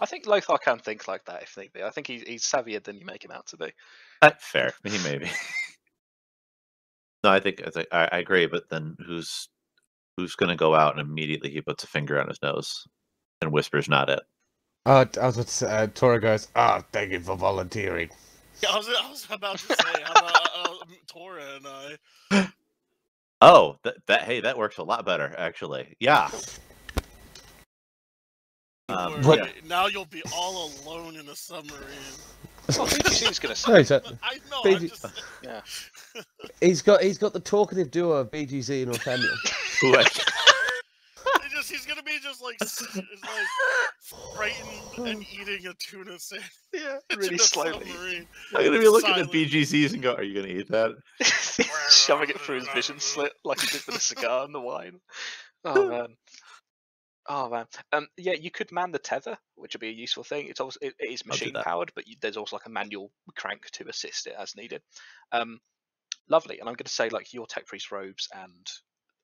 Speaker 3: I think Lothar can think like that if need be. I think he's, he's savvier than you make him out to be.
Speaker 1: Uh, fair, he maybe. no, I think I, think, I, I agree. But then who's who's going to go out and immediately he puts a finger on his nose and whispers, "Not it."
Speaker 2: Uh, I was about to say, uh, Tora goes, ah, thank you for volunteering.
Speaker 5: Yeah, I was, I was about to say, how about uh, um, Tora and I?
Speaker 1: Oh, that, that hey, that works a lot better actually. Yeah. Um,
Speaker 5: were-
Speaker 2: But-
Speaker 1: yeah.
Speaker 5: Now you'll be all alone in a submarine.
Speaker 3: Well, BBC was going to
Speaker 2: Sorry,
Speaker 3: say.
Speaker 2: so
Speaker 5: I know.
Speaker 2: They
Speaker 5: I'm
Speaker 2: ju-
Speaker 5: just saying.
Speaker 2: he's got he's got the talkative duo of BGZ and Nathaniel.
Speaker 1: who I-
Speaker 5: He just, he's gonna be just like, s- like frightened and eating a tuna sandwich.
Speaker 3: Yeah,
Speaker 5: in
Speaker 3: really
Speaker 5: a
Speaker 3: slowly.
Speaker 5: submarine.
Speaker 1: I'm gonna be looking
Speaker 5: Silent.
Speaker 1: at BGCs and go, "Are you gonna eat that?"
Speaker 3: shoving it through his vision slit like he did with the cigar and the wine. Oh man. Oh man. Um, yeah, you could man the tether, which would be a useful thing. It's also it, it is
Speaker 1: I'll do
Speaker 3: machine
Speaker 1: that.
Speaker 3: powered, but you, there's also like a manual crank to assist it as needed. Um, lovely. And I'm going to say like your tech priest robes and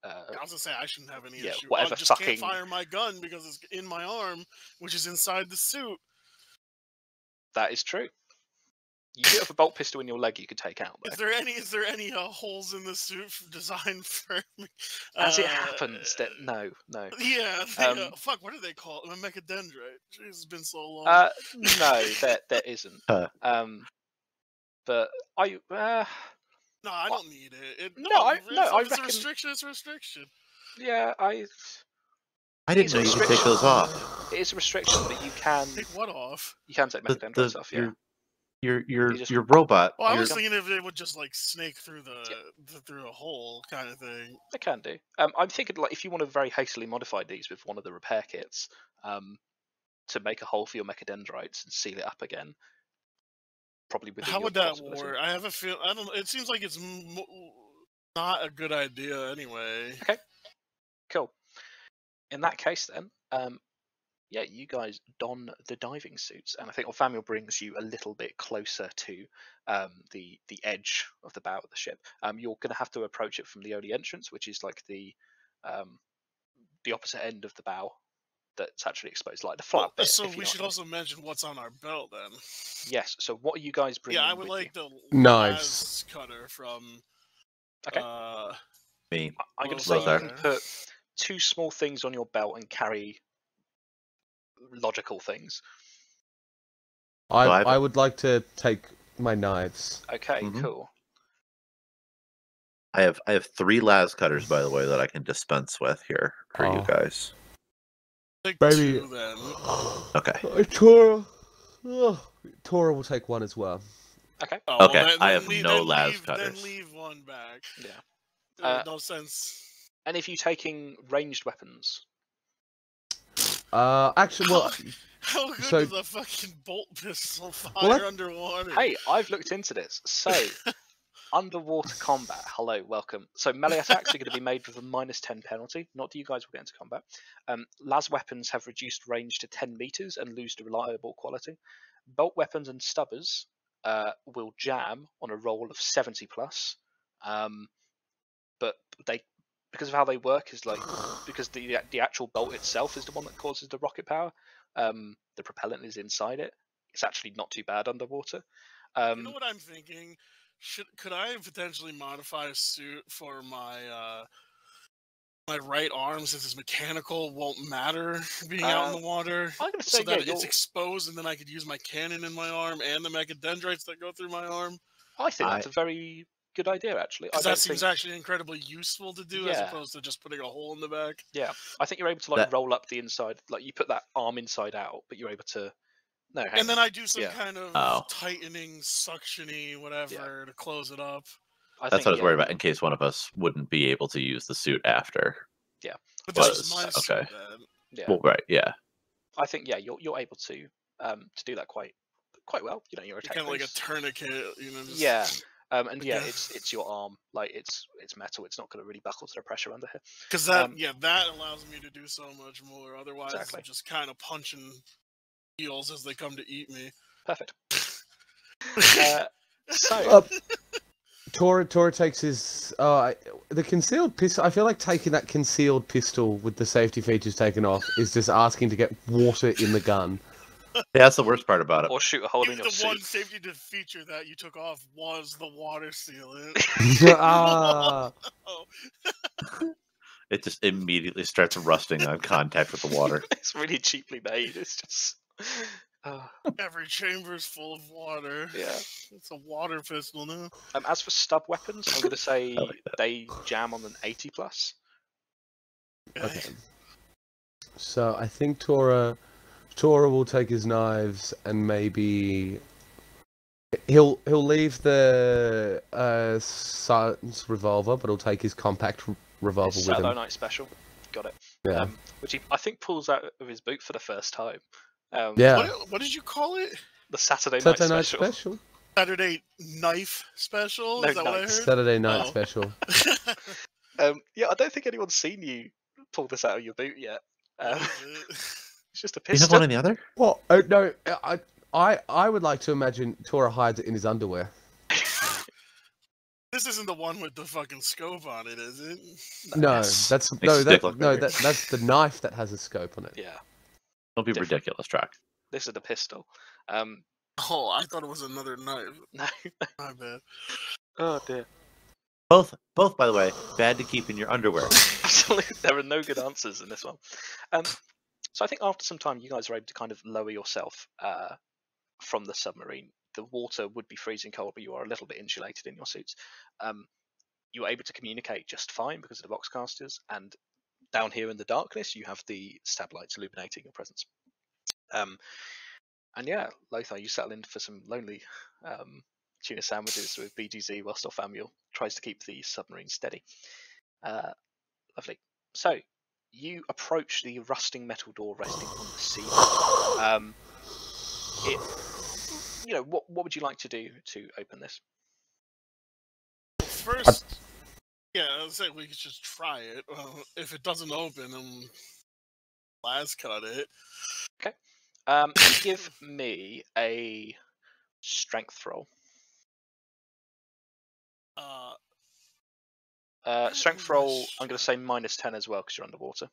Speaker 3: uh,
Speaker 5: I was gonna say I shouldn't have any
Speaker 3: Yeah,
Speaker 5: issue.
Speaker 3: whatever
Speaker 5: I just
Speaker 3: fucking-
Speaker 5: can't fire my gun because it's in my arm, which is inside the suit.
Speaker 3: that is true. You do have a bolt pistol in your leg you could take out. Though.
Speaker 5: Is there any? Is there any uh, holes in the suit f- designed for? me?
Speaker 3: As it
Speaker 5: Uh,
Speaker 3: happens, that no, no.
Speaker 5: Yeah. The,
Speaker 3: Um,
Speaker 5: uh, fuck. What do they call it? A mechadendrite. Jeez, it's been so long.
Speaker 3: Uh, no, there there isn't.
Speaker 1: Uh.
Speaker 3: Um, but I uh,
Speaker 5: no, I
Speaker 3: well,
Speaker 5: don't need it. it
Speaker 3: no, I-
Speaker 5: if
Speaker 3: no,
Speaker 5: it's-
Speaker 3: I
Speaker 5: if it's a
Speaker 3: reckon-
Speaker 5: restriction. It's a restriction.
Speaker 3: yeah, I
Speaker 1: I
Speaker 3: These
Speaker 1: didn't know
Speaker 3: are
Speaker 1: you could take those off.
Speaker 3: it is a restriction, but you can
Speaker 5: Take what off?
Speaker 3: you can take
Speaker 1: The-
Speaker 3: mechadendrite
Speaker 1: the-
Speaker 3: stuff. Yeah,
Speaker 1: your, your your
Speaker 3: You just-
Speaker 1: your robot.
Speaker 5: Well, I
Speaker 1: your-
Speaker 5: was thinking if they would just like snake through the, th- through a hole kind of thing.
Speaker 3: they can do. Um, I'm thinking like if you want to very hastily modify these with one of the repair kits, um, to make a hole for your mechadendrites and seal it up again. Probably with
Speaker 5: How would that work? I have a feel. I don't. It seems like it's m- not a good idea anyway.
Speaker 3: Cool. In that case, then, um, yeah, you guys don the diving suits, and I think Othamiel brings you a little bit closer to um, the the edge of the bow of the ship. Um, you're going to have to approach it from the only entrance, which is like the um, the opposite end of the bow that's actually exposed, like the flat
Speaker 5: Well,
Speaker 3: bit.
Speaker 5: Uh, so
Speaker 3: if you know
Speaker 5: we
Speaker 3: what I
Speaker 5: should
Speaker 3: mean.
Speaker 5: also mention what's on our belt then.
Speaker 3: yes. So what are you guys bringing?
Speaker 5: Yeah, I would
Speaker 3: with
Speaker 5: like the
Speaker 2: Knives.
Speaker 5: knives cutter from.
Speaker 3: Okay.
Speaker 5: Uh,
Speaker 1: me.
Speaker 3: You? I- I'm going to
Speaker 5: Well,
Speaker 3: say you
Speaker 1: Lothar.
Speaker 3: can put two small things on your belt and carry logical things.
Speaker 2: I,
Speaker 1: Well, I've-
Speaker 2: I would like to take my knives.
Speaker 3: Okay,
Speaker 1: Mhm.
Speaker 3: cool.
Speaker 1: I have I have three las cutters by the way that I can dispense with here for you
Speaker 2: Oh.
Speaker 1: guys.
Speaker 5: Take
Speaker 2: Baby.
Speaker 5: two then.
Speaker 1: Okay.
Speaker 2: Uh, Tora. Oh, Tora will take one as well.
Speaker 5: Oh, well,
Speaker 1: Okay,
Speaker 5: then-
Speaker 1: I
Speaker 5: then
Speaker 1: have
Speaker 5: leave-
Speaker 1: no
Speaker 5: then
Speaker 1: las
Speaker 5: leave-
Speaker 1: cutters.
Speaker 5: Then leave one back.
Speaker 3: Yeah.
Speaker 5: It
Speaker 3: Uh,
Speaker 5: made no sense.
Speaker 3: And if you taking ranged weapons,
Speaker 2: Uh, actually, well,
Speaker 5: How good
Speaker 2: so-
Speaker 5: is a fucking bolt pistol fire
Speaker 2: Well, I-
Speaker 5: underwater?
Speaker 3: hey, I've looked into this. So, underwater combat. Hello, welcome. So melee attacks are going to be made with a minus ten penalty. Not that you guys will get into combat. Um, las weapons have reduced range to ten meters and lose the reliable quality. Bolt weapons and stubbers uh, will jam on a roll of seventy plus. Um, but they because of how they work is like because the the actual bolt itself is the one that causes the rocket power. Um, the propellant is inside it. It's actually not too bad underwater. Um,
Speaker 5: you know what I'm thinking? Should could I potentially modify a suit for my uh my right arm since it's mechanical won't matter being
Speaker 3: Uh,
Speaker 5: out in the water?
Speaker 3: I'm gonna
Speaker 5: So
Speaker 3: say yeah.
Speaker 5: that
Speaker 3: you're-
Speaker 5: it's exposed and then I could use my cannon in my arm and the mechadendrites that go through my arm.
Speaker 3: I think that's
Speaker 1: I-
Speaker 3: a very good idea, actually. I
Speaker 5: Because
Speaker 3: don't
Speaker 5: that seems
Speaker 3: think
Speaker 5: actually incredibly useful to do as
Speaker 3: Yeah.
Speaker 5: opposed to just putting a hole in the back.
Speaker 3: I think you're able to like
Speaker 1: That-
Speaker 3: roll up the inside, like you put that arm inside out, but you're able to. No, hang
Speaker 5: and then
Speaker 3: on.
Speaker 5: I do some
Speaker 3: Yeah.
Speaker 5: kind of
Speaker 1: Oh.
Speaker 5: tightening, suctiony, whatever to close it up.
Speaker 3: I
Speaker 1: That's
Speaker 3: think,
Speaker 1: what I was
Speaker 3: yeah.
Speaker 1: worried about in case one of us wouldn't be able to use the suit after.
Speaker 5: But this
Speaker 1: Close,
Speaker 5: is my uh, suit,
Speaker 1: okay.
Speaker 5: then.
Speaker 3: Yeah,
Speaker 1: Well, right, yeah.
Speaker 3: I think yeah, you're you're able to um to do that quite quite well. You know, your attack.
Speaker 5: kind of like a
Speaker 3: boost.
Speaker 5: tourniquet, you know. Just...
Speaker 3: Yeah. Um, and yeah,
Speaker 5: Okay.
Speaker 3: it's it's your arm, like it's it's metal. It's not going to really buckle to the pressure under here.
Speaker 5: Because that,
Speaker 3: Um,
Speaker 5: yeah, that allows me to do so much more. Otherwise,
Speaker 3: Exactly.
Speaker 5: I'm just kind of punching eels as they come to eat me.
Speaker 3: Perfect. Uh, so
Speaker 2: Uh, Tora Tora takes his uh the concealed pistol. I feel like taking that concealed pistol with the safety features taken off is just asking to get water in the gun.
Speaker 1: Yeah, that's the worst part about it.
Speaker 3: or shoot a hole in
Speaker 5: Even
Speaker 3: your
Speaker 5: the one
Speaker 3: suit.
Speaker 5: safety de- feature that you took off was the water sealant.
Speaker 2: ah,
Speaker 1: It just immediately starts rusting on contact with the water.
Speaker 3: it's really cheaply made. It's just. Uh,
Speaker 5: Every chamber's full of water.
Speaker 3: Yeah.
Speaker 5: It's a water pistol now.
Speaker 3: Um, as for stub weapons, I'm going to say
Speaker 1: like
Speaker 3: they jam on an 80 plus.
Speaker 5: Okay.
Speaker 2: okay. So I think Tora Tora will take his knives and maybe he'll he'll leave the uh silence revolver, but he'll take his compact revolver
Speaker 3: It's
Speaker 2: with
Speaker 3: Saturday
Speaker 2: him.
Speaker 3: night special. Got it.
Speaker 2: Yeah.
Speaker 3: Um, which he, I think pulls out of his boot for the first time. Um,
Speaker 2: yeah.
Speaker 5: What, what did you call it?
Speaker 3: The Saturday,
Speaker 2: Saturday
Speaker 3: night
Speaker 2: night
Speaker 3: special.
Speaker 2: special.
Speaker 5: Saturday knife special?
Speaker 3: No,
Speaker 5: Is that what I
Speaker 3: knives.
Speaker 5: heard?
Speaker 2: Saturday night
Speaker 5: Oh.
Speaker 2: special.
Speaker 3: Um, yeah, I don't think anyone's seen you pull this out of your boot yet. Um, it's just a
Speaker 1: Do you have
Speaker 3: pistol.
Speaker 1: one or the other?
Speaker 2: Well, oh, no, I, I, I would like to imagine Tora hides it in his underwear.
Speaker 5: this isn't the one with the fucking scope on it, is it?
Speaker 2: No,
Speaker 1: Yes.
Speaker 2: that's
Speaker 1: Makes
Speaker 2: no,
Speaker 1: his
Speaker 2: that,
Speaker 1: dick look
Speaker 2: no,
Speaker 1: bigger.
Speaker 2: that, that's the knife that has a scope on it.
Speaker 3: Yeah,
Speaker 1: Don't be
Speaker 3: Different.
Speaker 1: ridiculous, Track.
Speaker 3: this is the pistol. Um,
Speaker 5: Oh, I thought it was another knife.
Speaker 3: no.
Speaker 5: My bad.
Speaker 3: Oh dear.
Speaker 1: Both, both, by the way, bad to keep in your underwear.
Speaker 3: Absolutely, there are no good answers in this one. Um, so I think after some time, you guys are able to kind of lower yourself uh, from the submarine. The water would be freezing cold, but you are a little bit insulated in your suits. Um, you are able to communicate just fine because of the box casters, and down here in the darkness, you have the stab lights illuminating your presence. Um, and yeah, Lothar, you settle in for some lonely um, tuna sandwiches with BGZ whilst our Famuel tries to keep the submarine steady. Uh, lovely. So, you approach the rusting metal door resting on the sea. Um, it, you know, what what would you like to do to open this?
Speaker 5: First, yeah, I was saying we could just try it. Well, if it doesn't open, then last cut it.
Speaker 3: Um, give me a strength roll.
Speaker 5: Uh,
Speaker 3: Uh, strength
Speaker 5: Ooh,
Speaker 3: roll. I'm
Speaker 5: strength.
Speaker 3: going to say minus ten as well because you're underwater.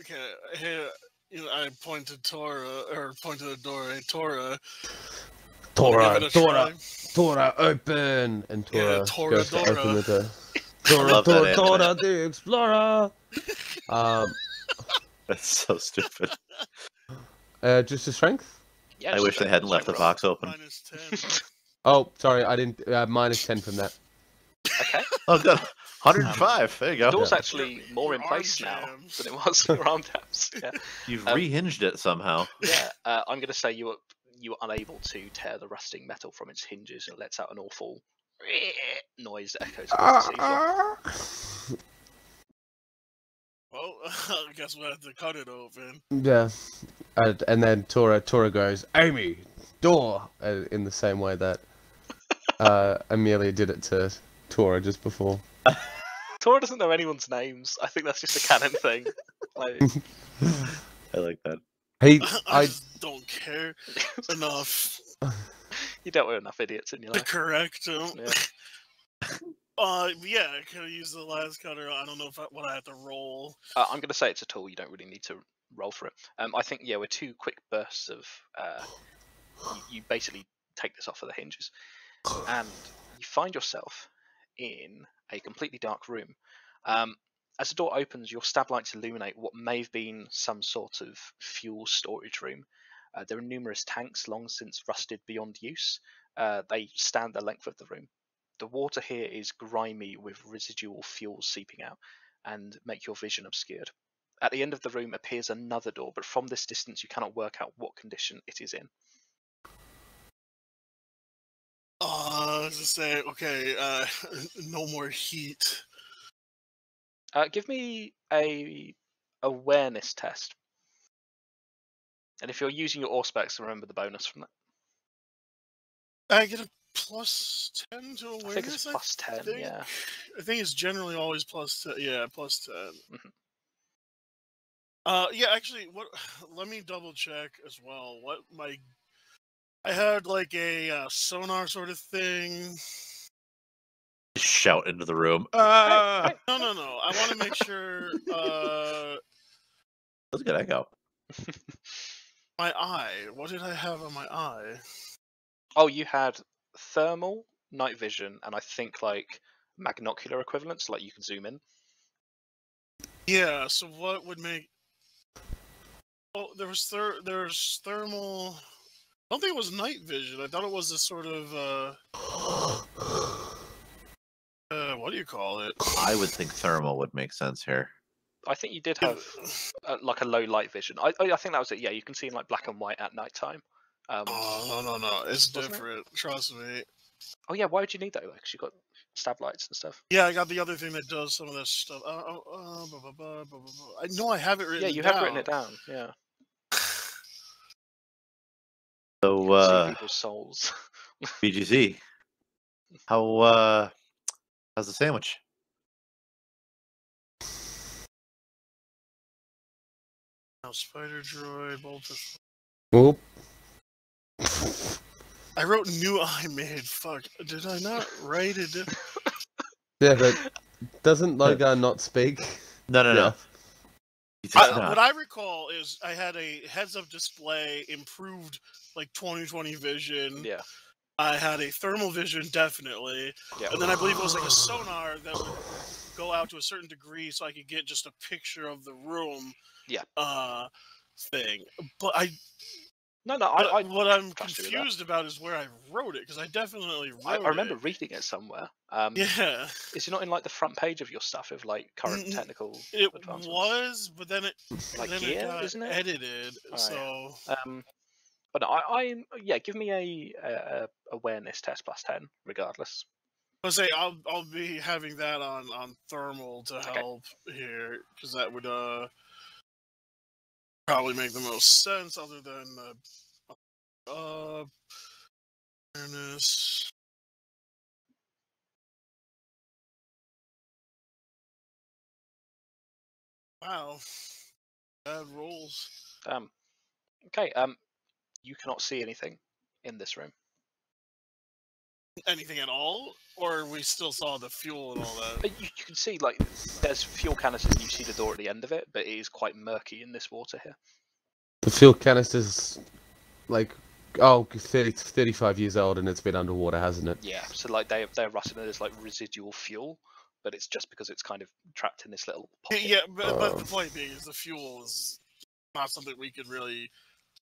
Speaker 5: okay, here, you know, I point to Tora, or point to the door, hey, Tora. give
Speaker 2: Tora,
Speaker 5: it a
Speaker 2: Tora,
Speaker 5: try.
Speaker 2: Tora, open! And
Speaker 5: Yeah,
Speaker 2: Tora
Speaker 5: Tora,
Speaker 2: goes to open
Speaker 5: Dora.
Speaker 2: the door. Tora,
Speaker 1: love that
Speaker 2: Tora, Tora,
Speaker 1: anime.
Speaker 2: the explorer. Um,
Speaker 1: That's so stupid.
Speaker 2: uh, just a strength.
Speaker 3: Yeah,
Speaker 1: I
Speaker 3: just
Speaker 1: wish they
Speaker 3: a
Speaker 1: hadn't left the
Speaker 3: strength
Speaker 1: box open.
Speaker 5: Minus 10.
Speaker 2: Oh, sorry, I didn't. Uh, minus ten from that.
Speaker 3: roll. Okay.
Speaker 1: Oh, good.
Speaker 3: Um,
Speaker 1: 105. There you
Speaker 3: The
Speaker 1: go.
Speaker 3: door's
Speaker 2: Yeah.
Speaker 3: actually more in
Speaker 5: Your
Speaker 3: place
Speaker 5: arm
Speaker 3: now
Speaker 5: jams.
Speaker 3: than it was your arm taps. Yeah,
Speaker 1: You've
Speaker 3: um,
Speaker 1: rehinged it somehow.
Speaker 3: yeah. Uh, I'm going to say you were you were unable to tear the rusting metal from its hinges and it lets out an awful noise that echoes across the
Speaker 2: Ah.
Speaker 3: seafloor.
Speaker 5: Well, I guess we'll have to cut it open.
Speaker 2: Yeah, and, and then Tora Tora goes, Amy, door, uh, in the same way that uh, Amelia did it to Tora just before.
Speaker 3: Tora doesn't know anyone's names. I think that's just a canon thing. Like,
Speaker 1: I like that.
Speaker 2: He,
Speaker 5: I
Speaker 2: I,
Speaker 5: just don't care enough
Speaker 3: you dealt with enough idiots in your
Speaker 5: to
Speaker 3: life.
Speaker 5: correct him.
Speaker 3: Yeah.
Speaker 5: Uh, yeah, I could have used the last cutter. I don't know if I, what I have to roll.
Speaker 3: Uh, I'm going to say it's a tool. You don't really need to roll for it. Um, I think yeah, we're two quick bursts of. Uh, you, you basically take this off of the hinges, and you find yourself in a completely dark room. Um, as the door opens, your stab lights illuminate what may have been some sort of fuel storage room. Uh, there are numerous tanks, long since rusted beyond use. Uh, they stand the length of the room. The water here is grimy with residual fuel seeping out and make your vision obscured. At the end of the room appears another door, but from this distance you cannot work out what condition it is in.
Speaker 5: Uh, I was just say, okay, uh, no more heat.
Speaker 3: Uh, give me a awareness test, and if you're using your awe specs, remember the bonus from that.
Speaker 5: I get a plus 10 to awareness.
Speaker 3: I think it's plus ten.
Speaker 5: think?
Speaker 3: Yeah.
Speaker 5: I think it's generally always plus 10. Yeah, plus 10.
Speaker 3: Mhm.
Speaker 5: Uh, yeah, actually, what? let me double check as well. What my. I had like a uh, sonar sort of thing.
Speaker 1: Shout into the room. Ah!
Speaker 3: Hey,
Speaker 5: No, no, no. I want to make sure uh,
Speaker 1: That's a good echo.
Speaker 3: hey.
Speaker 5: my eye. What did I have on my eye?
Speaker 3: oh, you had thermal, night vision, and I think like magnocular equivalents, like you can zoom in.
Speaker 5: Yeah. So what would make? Oh, there was ther- there's thermal. I don't think it was night vision. I thought it was this sort of uh, uh what do you call it?
Speaker 1: I would think thermal would make sense here.
Speaker 3: I think you did
Speaker 5: Oh,
Speaker 3: have uh, like a low light vision. I, I I think that was it. Yeah, you can see in like black and white at nighttime. Um,
Speaker 5: Oh no no no! It's
Speaker 3: Wasn't it?
Speaker 5: different. Trust me.
Speaker 3: Oh yeah, why would you need that? Because you got stab lights and stuff.
Speaker 5: Yeah, I got the other thing that does some of this stuff. Uh, uh, uh, blah, blah, blah, blah, blah, blah. I know I have it written.
Speaker 3: yeah, you
Speaker 5: down.
Speaker 3: have written it down. Yeah,
Speaker 1: So,
Speaker 3: You can see
Speaker 1: uh,
Speaker 3: people's souls.
Speaker 1: BGC, how, uh, how's the sandwich?
Speaker 5: Now, spider droid, Boltus.
Speaker 2: Oop.
Speaker 5: I wrote new I made. Fuck. Did I not write it? down?
Speaker 2: yeah, but doesn't Logar not speak?
Speaker 1: No, no, no.
Speaker 2: Yeah.
Speaker 1: You think
Speaker 5: I,
Speaker 1: not?
Speaker 5: what I recall is I had a heads-up display, improved like 20/20 vision.
Speaker 3: yeah,
Speaker 5: I had a thermal vision definitely,
Speaker 3: yeah.
Speaker 5: and then I believe it was like a sonar that would go out to a certain degree so I could get just a picture of the room.
Speaker 3: Yeah.
Speaker 5: Uh, thing, but I, uh,
Speaker 3: No, no. I, I,
Speaker 5: what I'm
Speaker 3: trust you with that.
Speaker 5: confused about is where I wrote it because I definitely wrote
Speaker 3: I, I remember
Speaker 5: it.
Speaker 3: reading it somewhere. Um,
Speaker 5: Yeah,
Speaker 3: Is it not in like the front page of your stuff of like current
Speaker 5: Mm,
Speaker 3: technical
Speaker 5: it
Speaker 3: advancements?
Speaker 5: was, but then it
Speaker 3: Like
Speaker 5: then
Speaker 3: here,
Speaker 5: it got
Speaker 3: isn't it?
Speaker 5: edited.
Speaker 3: yeah.
Speaker 5: so
Speaker 3: Um, but no, I, I, yeah. Give me a, a, a awareness test plus ten, regardless.
Speaker 5: Let's say I'll I'll be having that on on thermal to
Speaker 3: Okay.
Speaker 5: help here because that would uh probably make the most sense other than uh, uh awareness. Wow, bad rolls.
Speaker 3: Um, okay. Um, you cannot see anything in this room.
Speaker 5: Anything at all, or we still saw the fuel and all that?
Speaker 3: Uh, You, you can see like there's fuel canisters. and You see the door at the end of it, but it is quite murky in this water here.
Speaker 2: The fuel canister's like, oh, 30, 35 years old and it's been underwater, hasn't it?
Speaker 3: Yeah. So like they they're rusting and there's like residual fuel, but it's just because it's kind of trapped in this little pocket.
Speaker 5: Yeah, but, but the
Speaker 2: Um.
Speaker 5: point being is the fuel is not something we could really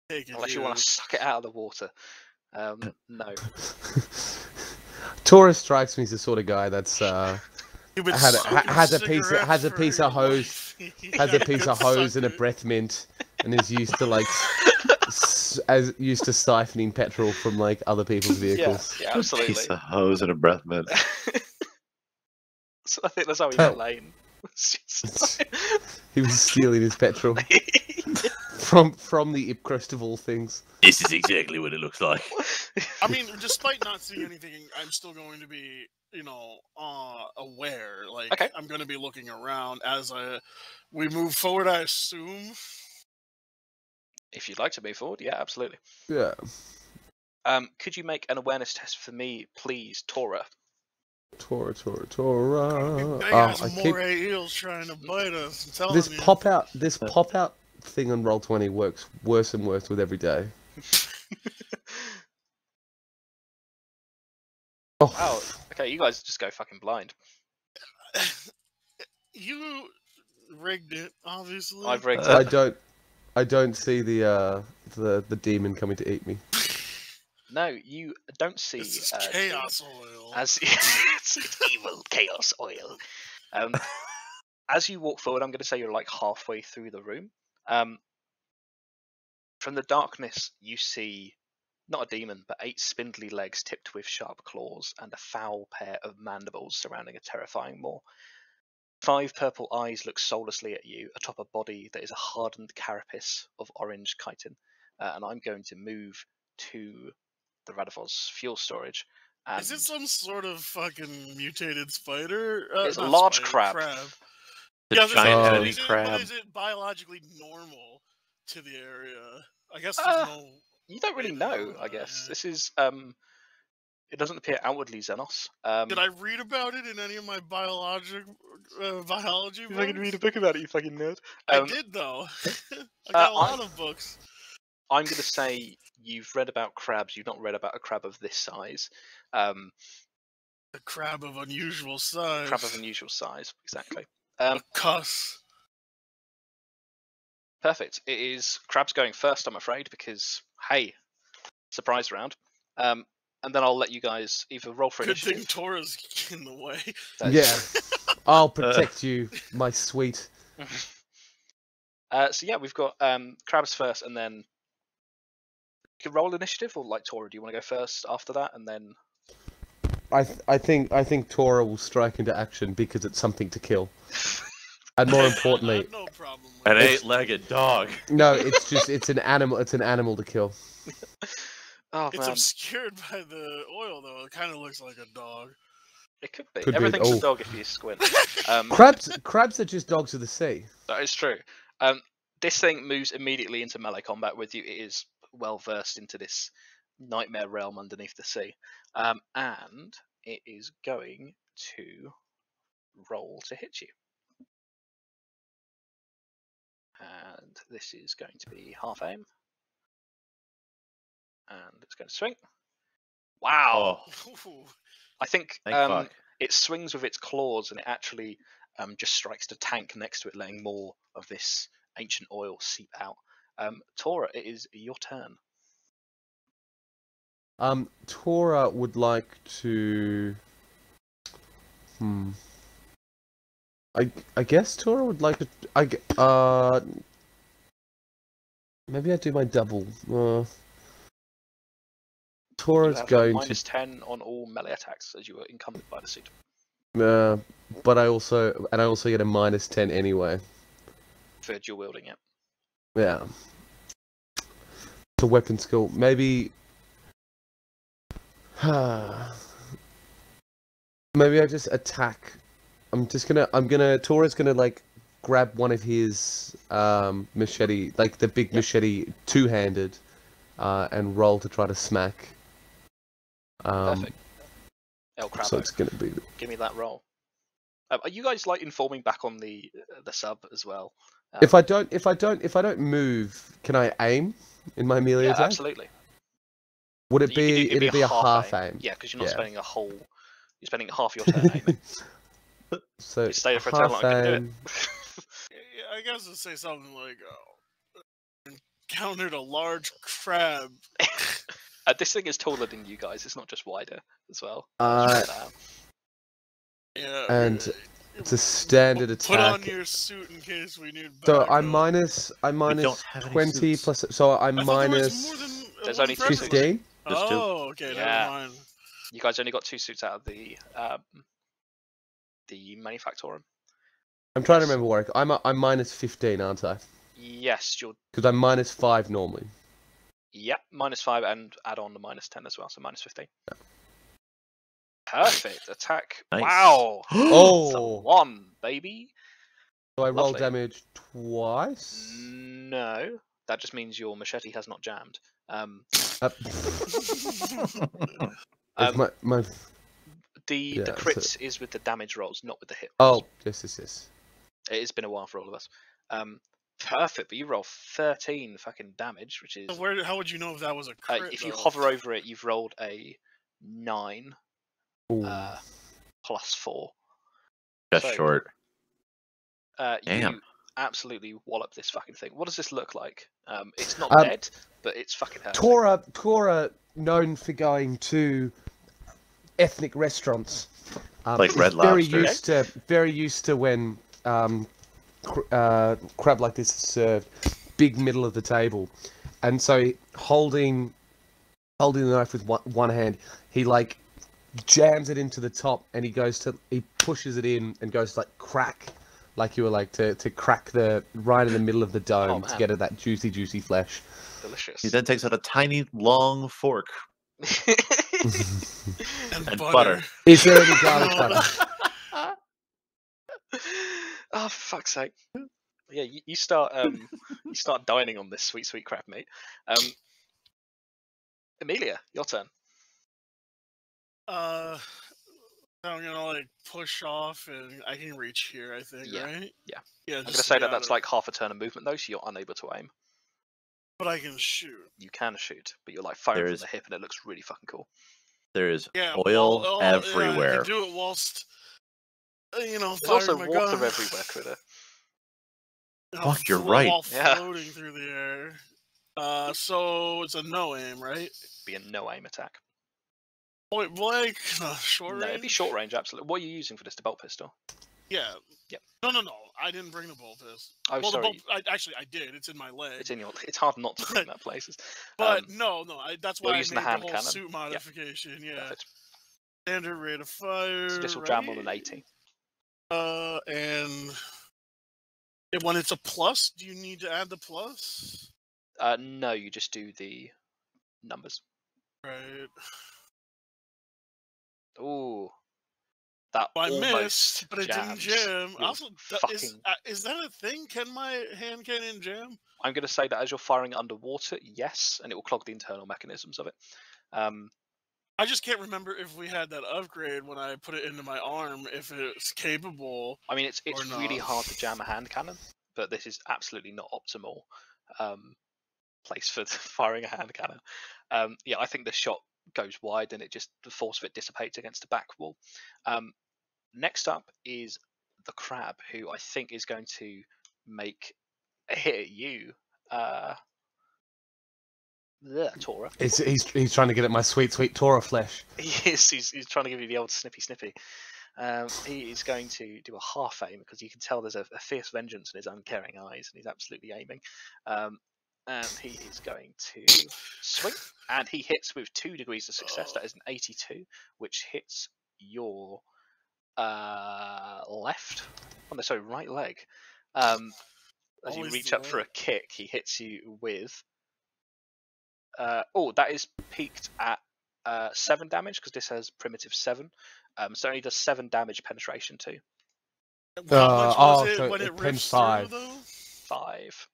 Speaker 5: take. and
Speaker 3: Unless you want to
Speaker 5: use.
Speaker 3: suck it out of the water. Um, no.
Speaker 2: Taurus strikes me as the sort of guy that's uh,
Speaker 5: He would
Speaker 2: Had a-
Speaker 5: smoke
Speaker 2: ha- has a piece of-
Speaker 5: cigarette
Speaker 2: has a
Speaker 5: for
Speaker 2: piece of hose-
Speaker 5: life.
Speaker 2: has
Speaker 5: Yeah,
Speaker 2: a piece
Speaker 5: good
Speaker 2: of hose and a
Speaker 5: sucker.
Speaker 2: breath mint, and is used to like s- as used to siphoning petrol from like other people's
Speaker 3: Yeah,
Speaker 2: vehicles.
Speaker 3: yeah, absolutely.
Speaker 1: Piece of hose and a breath mint.
Speaker 3: so I think that's how he
Speaker 2: Pearl.
Speaker 3: met Lane. It's just like-
Speaker 2: He was stealing his petrol from from the Ipcrest of all things.
Speaker 1: This is exactly what it looks like.
Speaker 5: I mean, despite not seeing anything, I'm still going to be, you know, uh, aware. Like,
Speaker 3: Okay.
Speaker 5: I'm going to be looking around as I, we move forward. I assume.
Speaker 3: if you'd like to move forward, yeah, absolutely.
Speaker 2: Yeah.
Speaker 3: Um, could you make an awareness test for me, please, Tora?
Speaker 2: Tora, Tora, Tora.
Speaker 5: Big
Speaker 2: Oh,
Speaker 5: ass
Speaker 2: I keep
Speaker 5: moray eels trying to bite us. I'm telling
Speaker 2: this
Speaker 5: you.
Speaker 2: pop out. This pop out thing on roll twenty works worse and worse with every day. Oh,
Speaker 3: Wow. Okay, you guys just go fucking blind.
Speaker 5: you rigged it, obviously.
Speaker 3: I've rigged
Speaker 1: Uh,
Speaker 2: I don't. I don't see the uh the the demon coming to eat me.
Speaker 3: No, you don't see.
Speaker 5: This is
Speaker 3: uh,
Speaker 5: chaos oil.
Speaker 3: As it's evil chaos oil. Um, as you walk forward, I'm going to say you're like halfway through the room. Um, from the darkness, you see not a demon, but eight spindly legs tipped with sharp claws and a foul pair of mandibles surrounding a terrifying maw. Five purple eyes look soullessly at you atop a body that is a hardened carapace of orange chitin. Uh, and I'm going to move to the Radivos fuel storage. And
Speaker 5: Is it some sort of fucking mutated spider? Uh,
Speaker 3: It's a
Speaker 5: not
Speaker 3: large
Speaker 5: spider,
Speaker 3: crab.
Speaker 1: The
Speaker 5: Yeah, this is-
Speaker 1: giant
Speaker 2: Oh.
Speaker 5: but
Speaker 1: heavy
Speaker 5: is it-
Speaker 1: crab.
Speaker 5: But is it biologically normal to the area? I guess there's
Speaker 3: Uh,
Speaker 5: no.
Speaker 3: you don't really
Speaker 5: Wait,
Speaker 3: know,
Speaker 5: no,
Speaker 3: I guess.
Speaker 5: yeah.
Speaker 3: This is um it doesn't appear outwardly Xenos. Um
Speaker 5: Did I read about it in any of my biologic uh, biology books?
Speaker 3: book about it, you fucking nerd.
Speaker 5: I
Speaker 3: Um, Uh,
Speaker 5: did though. I got
Speaker 3: I-
Speaker 5: a lot of books.
Speaker 3: I'm gonna say you've read about crabs, you've not read about a crab of this size. Um
Speaker 5: A crab of unusual size.
Speaker 3: crab of unusual size, exactly.
Speaker 5: a
Speaker 3: Um
Speaker 5: cuss.
Speaker 3: perfect. It is crabs going first, I'm afraid, because hey, surprise round. Um and then I'll let you guys either roll for
Speaker 5: Good thing
Speaker 3: initiative.
Speaker 5: Tora's in the way.
Speaker 3: that is-
Speaker 2: Yeah. I'll protect you, my sweet.
Speaker 3: Uh, so yeah, we've got um, crabs first, and then you can roll initiative, or like Tora, do you want to go first after that, and then
Speaker 2: I th- I think I think Tora will strike into action because it's something to kill, and more
Speaker 5: I
Speaker 2: importantly,
Speaker 5: have no problem with
Speaker 1: An
Speaker 5: it.
Speaker 1: eight-legged dog.
Speaker 2: no, it's just it's an animal. It's an animal to kill.
Speaker 3: oh
Speaker 5: It's
Speaker 3: man,
Speaker 5: obscured by the oil though. It kind of looks like a dog.
Speaker 3: it could be
Speaker 2: could be-
Speaker 3: everything's
Speaker 2: oh.
Speaker 3: a dog if you squint. Um,
Speaker 2: Crabs crabs are just dogs of the sea.
Speaker 3: that is true. Um, this thing moves immediately into melee combat with you. It is well versed into this nightmare realm underneath the sea, um, and it is going to roll to hit you. And this is going to be half aim. And it's going to swing. Wow.
Speaker 1: Oh,
Speaker 5: Ooh,
Speaker 3: I think
Speaker 1: thank
Speaker 3: um,
Speaker 1: fuck.
Speaker 3: it swings with its claws and it actually um, just strikes the tank next to it, letting more of this ancient oil seep out. Um, Tora, it is your turn.
Speaker 2: Um, Tora would like to. Hmm. I I guess Tora would like to. I g- uh. Maybe I do my double. Uh,
Speaker 3: You
Speaker 2: Tora's
Speaker 3: have
Speaker 2: going to
Speaker 3: minus 10 on all melee attacks as you were incumbent by the suit.
Speaker 2: Uh, but I also and I also get a minus ten anyway.
Speaker 3: For dual wielding it.
Speaker 2: Yeah. The weapon skill. Maybe Maybe I just attack. I'm just gonna I'm gonna Tora's gonna like grab one of his um machete like the big machete two handed uh and roll to try to smack. Um
Speaker 3: Perfect. El Crabo,
Speaker 2: so it's gonna be
Speaker 3: give me that roll. Um, are you guys like informing back on the uh, the sub as well? Um,
Speaker 2: if I don't if I don't if I don't move, can I aim in my melee
Speaker 3: yeah,
Speaker 2: attack?
Speaker 3: absolutely.
Speaker 2: Would it
Speaker 3: You could do-
Speaker 2: be? It'd be, a half, aim.
Speaker 3: Yeah, because you're not
Speaker 2: Yeah.
Speaker 3: spending a whole. You're spending half your turn aiming.
Speaker 2: So
Speaker 3: You stay there for a turn
Speaker 2: half
Speaker 3: long, I can do
Speaker 2: aim.
Speaker 5: Yeah, I guess it'd say something like, uh, encountered a large crab.
Speaker 3: it. uh, this thing is taller than you guys. It's not just wider as well. Just
Speaker 2: Uh,
Speaker 3: check that out.
Speaker 5: Yeah.
Speaker 2: And
Speaker 5: uh,
Speaker 2: It's a standard
Speaker 5: put
Speaker 2: attack.
Speaker 5: on your suit in case we need.
Speaker 2: So I'm
Speaker 5: backup.
Speaker 2: minus I'm
Speaker 1: don't
Speaker 2: minus
Speaker 1: have any
Speaker 2: twenty
Speaker 1: suits.
Speaker 2: plus. So I'm
Speaker 5: I thought there was more
Speaker 2: minus
Speaker 5: than uh,
Speaker 3: There's
Speaker 5: one
Speaker 3: only three
Speaker 5: person.
Speaker 3: suits.
Speaker 2: fifteen.
Speaker 1: There's two.
Speaker 5: Oh, okay.
Speaker 3: Yeah.
Speaker 5: Never mind.
Speaker 3: You guys only got two suits out of the um, the manufactorum.
Speaker 2: I'm trying to
Speaker 3: Yes.
Speaker 2: remember where I, I'm. I'm minus fifteen, aren't I?
Speaker 3: Yes, you're.
Speaker 2: Because I'm minus five normally.
Speaker 3: Yep, minus five and add on the minus ten as well, so minus fifteen. Perfect attack!
Speaker 1: Nice.
Speaker 3: Wow, It's a
Speaker 2: Oh,
Speaker 3: one baby.
Speaker 2: so I roll
Speaker 3: lovely. Mm.
Speaker 2: damage twice.
Speaker 3: No, that just means your machete has not jammed. Um,
Speaker 2: Uh,
Speaker 3: um,
Speaker 2: my, my,
Speaker 3: the
Speaker 2: yeah,
Speaker 3: the
Speaker 2: so-
Speaker 3: crits is with the damage rolls, not with the hit. rolls.
Speaker 2: oh, yes, yes, yes.
Speaker 3: It has been a while for all of us. Um, perfect, but you roll 13 fucking damage, which is.
Speaker 5: So Where? How would you know if that was a
Speaker 3: Uh,
Speaker 5: crit?
Speaker 3: if you
Speaker 5: though?
Speaker 3: hover over it, you've rolled a 9
Speaker 2: Ooh.
Speaker 3: uh, plus 4.
Speaker 1: Just
Speaker 3: So-
Speaker 1: short.
Speaker 3: Uh,
Speaker 1: Damn.
Speaker 3: You absolutely wallop this fucking thing. What does this look like? Um, it's not
Speaker 2: Um,
Speaker 3: dead, but it's fucking hurting.
Speaker 2: Tora, Tora, known for going to ethnic restaurants. Um,
Speaker 1: Like
Speaker 2: is
Speaker 1: Red
Speaker 2: very
Speaker 1: Lobster. eh?
Speaker 2: Used to, very used to when um, cr- uh, crab like this is served, big middle of the table, and so holding holding the knife with one, one hand, he like jams it into the top, and he goes to he pushes it in and goes to, like crack. Like you were like to, to crack the right in the middle of the dome to
Speaker 3: man.
Speaker 2: get at that juicy juicy flesh.
Speaker 3: Delicious.
Speaker 1: He then takes out a tiny long fork. and butter.
Speaker 2: Is there any garlic butter?
Speaker 3: oh, fuck's sake. Yeah, you, you start um, you start dining on this sweet, sweet crab meat. Um, Amelia, your turn.
Speaker 5: Uh, I'm gonna like push off, and I can reach here. I think,
Speaker 3: Yeah,
Speaker 5: right?
Speaker 3: yeah.
Speaker 5: Yeah.
Speaker 3: I'm going to say that that's like half a turn of movement, though, so you're unable to aim.
Speaker 5: But I can shoot.
Speaker 3: You can shoot, but you're like firing
Speaker 1: There
Speaker 3: from
Speaker 1: is-
Speaker 3: the hip, and it looks really fucking cool.
Speaker 1: There is
Speaker 5: Yeah.
Speaker 1: Oil
Speaker 5: while- Oh, yeah, I
Speaker 1: everywhere.
Speaker 5: can do it whilst. uh, You know,
Speaker 3: There's also
Speaker 5: firing my
Speaker 3: water
Speaker 5: gun.
Speaker 3: everywhere, critter.
Speaker 5: I'll
Speaker 1: Fuck, you're
Speaker 5: flo-
Speaker 1: right.
Speaker 5: While
Speaker 3: Yeah.
Speaker 5: floating through the air. Uh, so it's a no aim, right?
Speaker 3: Be a no aim attack.
Speaker 5: Point blank, uh, short
Speaker 3: no,
Speaker 5: range.
Speaker 3: it'd be short range, absolutely. What are you using for this? The bolt pistol?
Speaker 5: Yeah.
Speaker 3: Yep.
Speaker 5: No, no, no. I didn't bring the bolt pistol.
Speaker 3: Oh,
Speaker 5: well,
Speaker 3: sorry.
Speaker 5: the bolt. I, actually, I did. It's in my leg.
Speaker 3: It's in your. It's hard not to be in that places.
Speaker 5: but
Speaker 3: um,
Speaker 5: no, no. I, that's
Speaker 3: you're
Speaker 5: why I made
Speaker 3: using the
Speaker 5: the,
Speaker 3: hand
Speaker 5: whole
Speaker 3: cannon.
Speaker 5: suit modification. Yeah.
Speaker 3: Perfect.
Speaker 5: Standard rate of fire.
Speaker 3: So this will
Speaker 5: right?
Speaker 3: jam on an 18.
Speaker 5: Uh, and and when it's a plus, do you need to add the plus?
Speaker 3: Uh, no, you just do the numbers.
Speaker 5: Right.
Speaker 3: Ooh, that
Speaker 5: Well, I
Speaker 2: Oh
Speaker 3: almost
Speaker 5: missed, but it
Speaker 3: jams
Speaker 5: didn't jam.
Speaker 3: your
Speaker 5: Also, th- is,
Speaker 3: fucking-
Speaker 5: uh, is that a thing? Can my hand cannon jam?
Speaker 3: I'm going to say that as you're firing it underwater, yes, and it will clog the internal mechanisms of it. Um,
Speaker 5: I just can't remember if we had that upgrade when I put it into my arm, if it's capable.
Speaker 3: I mean, it's it's
Speaker 5: Or
Speaker 3: really
Speaker 5: not.
Speaker 3: hard to jam a hand cannon, but this is absolutely not optimal um, place for firing a hand cannon. Um, yeah, I think the shot goes wide, and it just the force of it dissipates against the back wall. Um, next up is the crab, who I think is going to make a hit at you, uh, the Tora.
Speaker 2: It's, he's, he's trying to get at my sweet, sweet Tora flesh.
Speaker 3: He is. He's, he's trying to give you the old snippy snippy. Um, he is going to do a half aim because you can tell there's a, a fierce vengeance in his uncaring eyes, and he's absolutely aiming. Um, and he is going to swing, and he hits with two degrees of success. That is an 82, which hits your uh, left, oh no, sorry, right leg. Um, as
Speaker 2: Oh,
Speaker 3: you
Speaker 5: Always the
Speaker 3: reach up for a
Speaker 5: leg.
Speaker 3: kick, he hits you with. Uh, oh, that is peaked at uh, seven damage because this has primitive seven. Um, so it only does seven damage penetration to
Speaker 5: How
Speaker 2: Uh,
Speaker 5: much was
Speaker 2: oh,
Speaker 5: it
Speaker 2: so
Speaker 5: when
Speaker 2: it
Speaker 5: it,
Speaker 2: pins
Speaker 5: rips
Speaker 2: five.
Speaker 5: through, though?
Speaker 3: five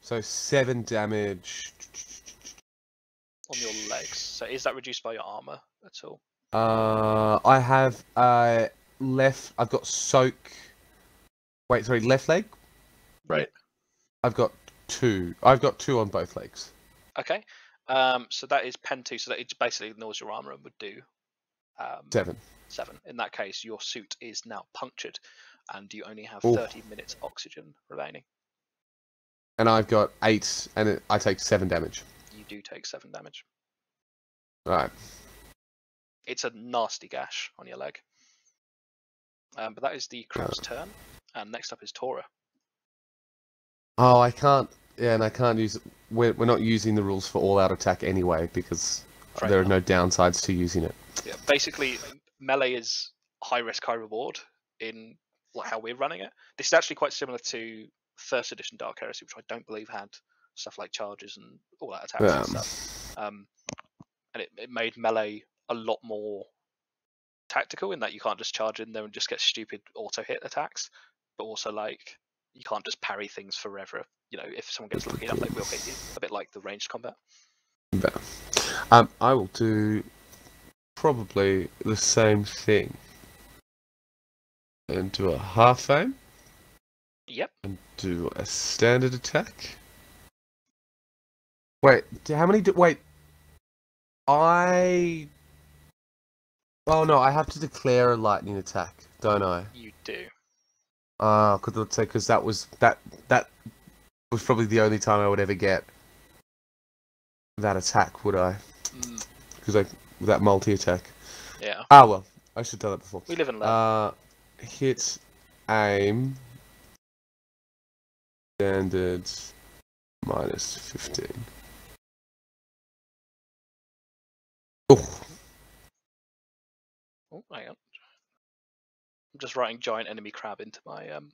Speaker 2: So seven damage.
Speaker 3: on your legs. So is that reduced by your armor at all?
Speaker 2: Uh, I have uh left. I've got soak. Wait, sorry, left leg.
Speaker 1: Right.
Speaker 2: I've got two. I've got two on both legs.
Speaker 3: Okay. Um, so that is pen two. So that it basically ignores your armor and would do um,
Speaker 2: Seven.
Speaker 3: seven. In that case, your suit is now punctured, and you only have
Speaker 2: Oof.
Speaker 3: thirty minutes oxygen remaining.
Speaker 2: And I've got eight, and it, I take seven damage.
Speaker 3: You do take seven damage.
Speaker 2: All right.
Speaker 3: It's a nasty gash on your leg. Um, but that is the crew's turn, and next up is Tora.
Speaker 2: Oh, I can't. Yeah, and I can't use. We're, we're not using the rules for all out attack anyway because
Speaker 3: Fair
Speaker 2: there are no downsides to using it.
Speaker 3: Yeah, basically, melee is high risk, high reward in like how we're running it. This is actually quite similar to first edition Dark Heresy, which I don't believe had stuff like charges and all that attacks and
Speaker 2: Um,
Speaker 3: stuff. um, and it, it made melee a lot more tactical in that you can't just charge in there and just get stupid auto hit attacks, but also like you can't just parry things forever. You know, if someone gets lucky enough, they will hit you. A bit like the ranged combat.
Speaker 2: but- um, I will do probably the same thing and do a half aim.
Speaker 3: Yep.
Speaker 2: and do a standard attack. Wait, d- how many? Do, wait, I. Oh no, I have to declare a lightning attack, don't I?
Speaker 3: You do.
Speaker 2: Ah, uh, could say because that was that that was probably the only time I would ever get that attack, would I?
Speaker 3: Mm,
Speaker 2: Because I that multi attack.
Speaker 3: yeah.
Speaker 2: Ah well, I should have done that before.
Speaker 3: We live and learn.
Speaker 2: Uh, hit, aim, standard, minus 15. Oh,
Speaker 3: oh, hang on. I'm just writing giant enemy crab into my um,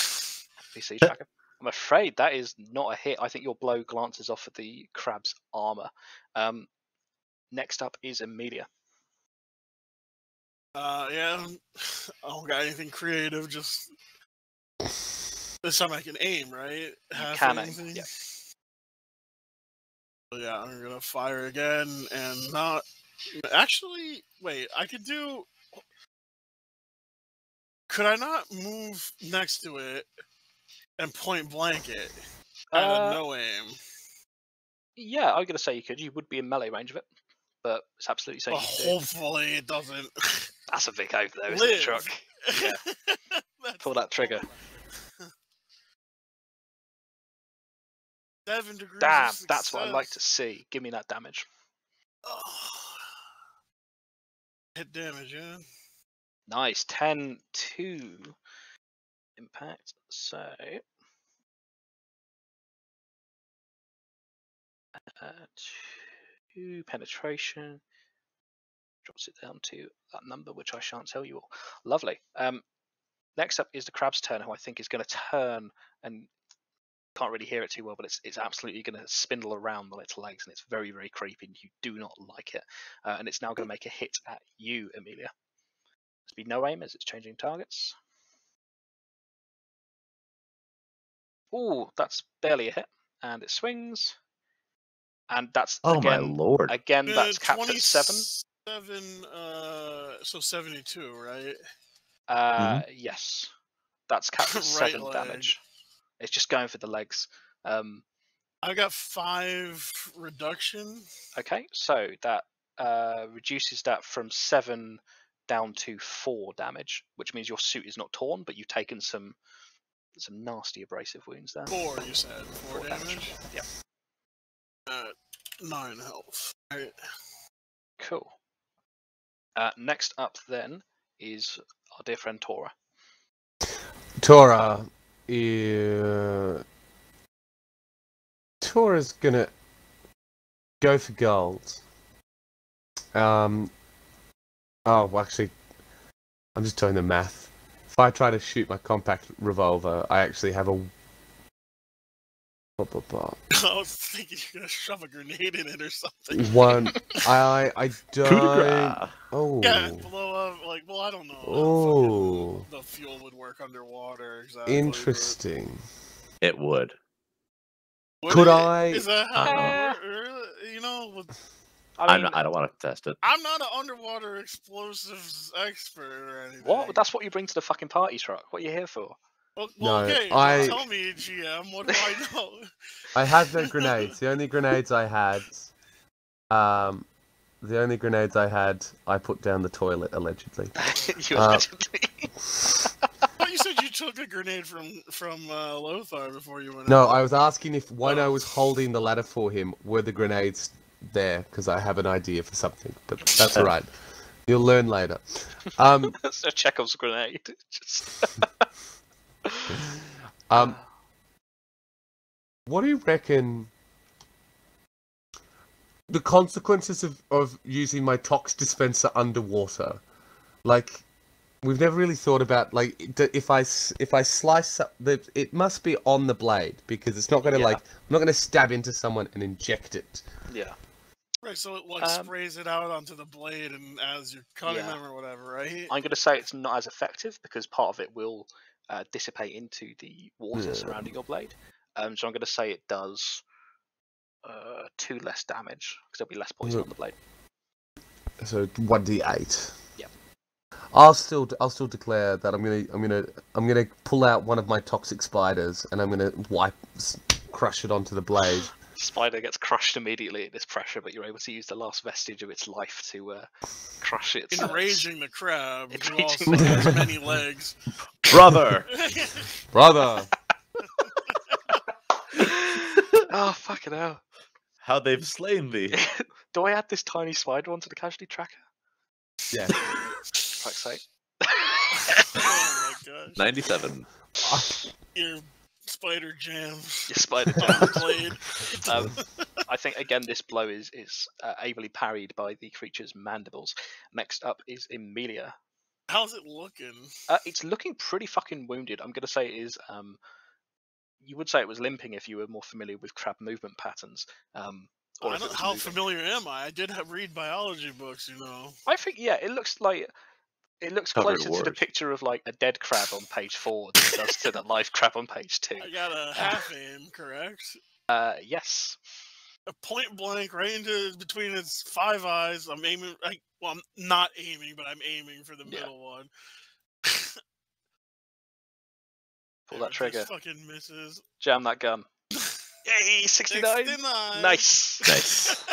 Speaker 3: PC tracker. I'm afraid that is not a hit. I think your blow glances off at the crab's armor. Um, next up is Amelia.
Speaker 5: Uh, yeah. I don't got anything creative. Just this time I can aim, right? Half
Speaker 3: can
Speaker 5: or
Speaker 3: aim,
Speaker 5: anything?
Speaker 3: yeah.
Speaker 5: So, yeah, I'm gonna fire again and not. Actually, wait. I could do. Could I not move next to it and point blank it? at a
Speaker 3: Uh,
Speaker 5: no aim.
Speaker 3: Yeah, I'm gonna say you could. You would be in melee range of it, but it's absolutely safe.
Speaker 5: But
Speaker 3: you to do.
Speaker 5: hopefully it doesn't.
Speaker 3: That's a big hope, though, isn't it,
Speaker 5: Live.
Speaker 3: Truck? Yeah.
Speaker 5: That's
Speaker 3: Pull that trigger.
Speaker 5: Seven degrees.
Speaker 3: Damn,
Speaker 5: of
Speaker 3: that's what I like to
Speaker 5: success.
Speaker 3: see. Give me that damage.
Speaker 5: Hit damage, yeah.
Speaker 3: Nice, 10 2 impact. So. Uh, two penetration drops it down to that number, which I shan't tell you all. Lovely. Um, next up is the crab's turn, who I think is going to turn and can't really hear it too well, but it's it's absolutely going to spindle around on its legs, and it's very very creepy. And you do not like it, uh, and it's now going to make a hit at you, Amelia. Must be no aim as it's changing targets. Ooh, that's barely a hit, and it swings, and that's
Speaker 1: Oh my
Speaker 3: again
Speaker 1: lord!
Speaker 3: again
Speaker 5: Uh,
Speaker 3: that's capped at seven.
Speaker 5: 27, uh, so 72, right?
Speaker 3: Uh, yes, that's capped at
Speaker 5: Right
Speaker 3: seven
Speaker 5: leg.
Speaker 3: damage. It's just going for the legs. Um,
Speaker 5: I got five reduction.
Speaker 3: Okay, so that uh, reduces that from seven down to four damage, which means your suit is not torn, but you've taken some some nasty abrasive wounds there.
Speaker 5: Four, you said. Four,
Speaker 3: Four
Speaker 5: damage.
Speaker 3: damage. Yep.
Speaker 5: Uh, nine health. Right.
Speaker 3: Cool. Uh, next up then is our dear friend Tora.
Speaker 2: Tora. Yeah. Tora's gonna go for gold. Um. Oh, well, actually, I'm just doing the math. If I try to shoot my compact revolver, I actually have a. Ba, ba, ba.
Speaker 5: I was thinking you're gonna shove a grenade in it or something.
Speaker 2: One. I I
Speaker 1: Coup de
Speaker 2: don't.
Speaker 1: grace.
Speaker 2: Oh.
Speaker 5: Yeah, blow up. Like, well, I don't know.
Speaker 2: Oh.
Speaker 5: Fucking- The fuel would work underwater. Exactly. but-
Speaker 2: Interesting.
Speaker 1: It would.
Speaker 5: Would
Speaker 2: Could
Speaker 5: it?
Speaker 2: I-
Speaker 5: Is that
Speaker 1: I don't
Speaker 5: how? it wor- or, You know, with-
Speaker 3: I
Speaker 1: I'm
Speaker 3: mean,
Speaker 1: not, I don't want to test it.
Speaker 5: I'm not an underwater explosives expert or anything.
Speaker 3: what? That's what you bring to the fucking party truck. What are you here for?
Speaker 5: Well, well,
Speaker 2: No,
Speaker 5: okay.
Speaker 2: I-
Speaker 5: Tell me, GM. What do I know?
Speaker 2: I had no grenades. The only grenades I had, um, the only grenades I had, I put down the toilet allegedly.
Speaker 3: you
Speaker 2: Uh,
Speaker 3: allegedly.
Speaker 5: But you said you took a grenade from from uh, Lothar before you went.
Speaker 2: No,
Speaker 5: out.
Speaker 2: I was asking if when I was holding the ladder
Speaker 1: Uh.
Speaker 2: for him, were the grenades there? Because I have an idea for something, but that's all right. You'll learn later. Um,
Speaker 3: That's a Chekhov's grenade. Just...
Speaker 2: um, what do you reckon the consequences of, of using my tox dispenser underwater? Like, we've never really thought about like it- d- if I s- if I slice up the it must be on the blade because it's not going to
Speaker 3: Yeah.
Speaker 2: like I'm not going to stab into someone and inject it.
Speaker 3: Yeah.
Speaker 5: Right, so it like
Speaker 3: Um,
Speaker 5: sprays it out onto the blade and as you're cutting
Speaker 3: Yeah.
Speaker 5: them or whatever, right?
Speaker 3: I'm going to say it's not as effective because part of it will uh, dissipate into the water
Speaker 2: Yeah.
Speaker 3: surrounding your blade. Um, so I'm going to say it does uh, two less damage because there'll be less poison
Speaker 2: Yeah.
Speaker 3: on the blade.
Speaker 2: So one d eight.
Speaker 3: Yep.
Speaker 2: I'll still d- I'll still declare that I'm gonna I'm gonna I'm gonna pull out one of my toxic spiders and I'm gonna wipe s- crush it onto the blade.
Speaker 3: Spider gets crushed immediately at this pressure, but you're able to use the last vestige of its life to uh, crush it.
Speaker 5: Enraging the crab, who
Speaker 3: Enraging
Speaker 5: also
Speaker 3: the
Speaker 5: has
Speaker 2: crab.
Speaker 5: many legs.
Speaker 1: brother.
Speaker 2: Brother.
Speaker 3: oh fucking hell!
Speaker 1: How they've slain thee.
Speaker 3: Do I add this tiny spider onto the casualty tracker?
Speaker 2: Yeah.
Speaker 3: For fuck's sake.
Speaker 5: oh my gosh.
Speaker 1: 97.
Speaker 5: Your spider jams.
Speaker 3: Your spider
Speaker 5: on the
Speaker 3: jam.
Speaker 5: blade.
Speaker 3: Um, I think again this blow is is uh, ably parried by the creature's mandibles. Next up is Emilia.
Speaker 5: How's it looking?
Speaker 3: Uh, it's looking pretty fucking wounded. I'm gonna say it is. Um, you would say it was limping if you were more familiar with crab movement patterns. Um, or
Speaker 5: I
Speaker 3: if it
Speaker 5: don't,
Speaker 3: was
Speaker 5: how
Speaker 3: moving.
Speaker 5: familiar am I? I did have, read biology books, you know.
Speaker 3: I think yeah, it looks like it looks
Speaker 1: Covered
Speaker 3: closer to the
Speaker 1: wars.
Speaker 3: picture of like a dead crab on page four than it does to the live crab on page two.
Speaker 5: I got a half aim, correct?
Speaker 3: Uh, yes,
Speaker 5: A point blank right into between its five eyes. I'm aiming. I, well, I'm not aiming, but I'm aiming for the
Speaker 3: Yeah.
Speaker 5: middle one.
Speaker 3: pull
Speaker 5: It
Speaker 3: that
Speaker 5: just
Speaker 3: trigger,
Speaker 5: Fucking misses.
Speaker 3: jam that gun. Yay, sixty nine.
Speaker 5: 69.
Speaker 3: Nice.
Speaker 1: Nice.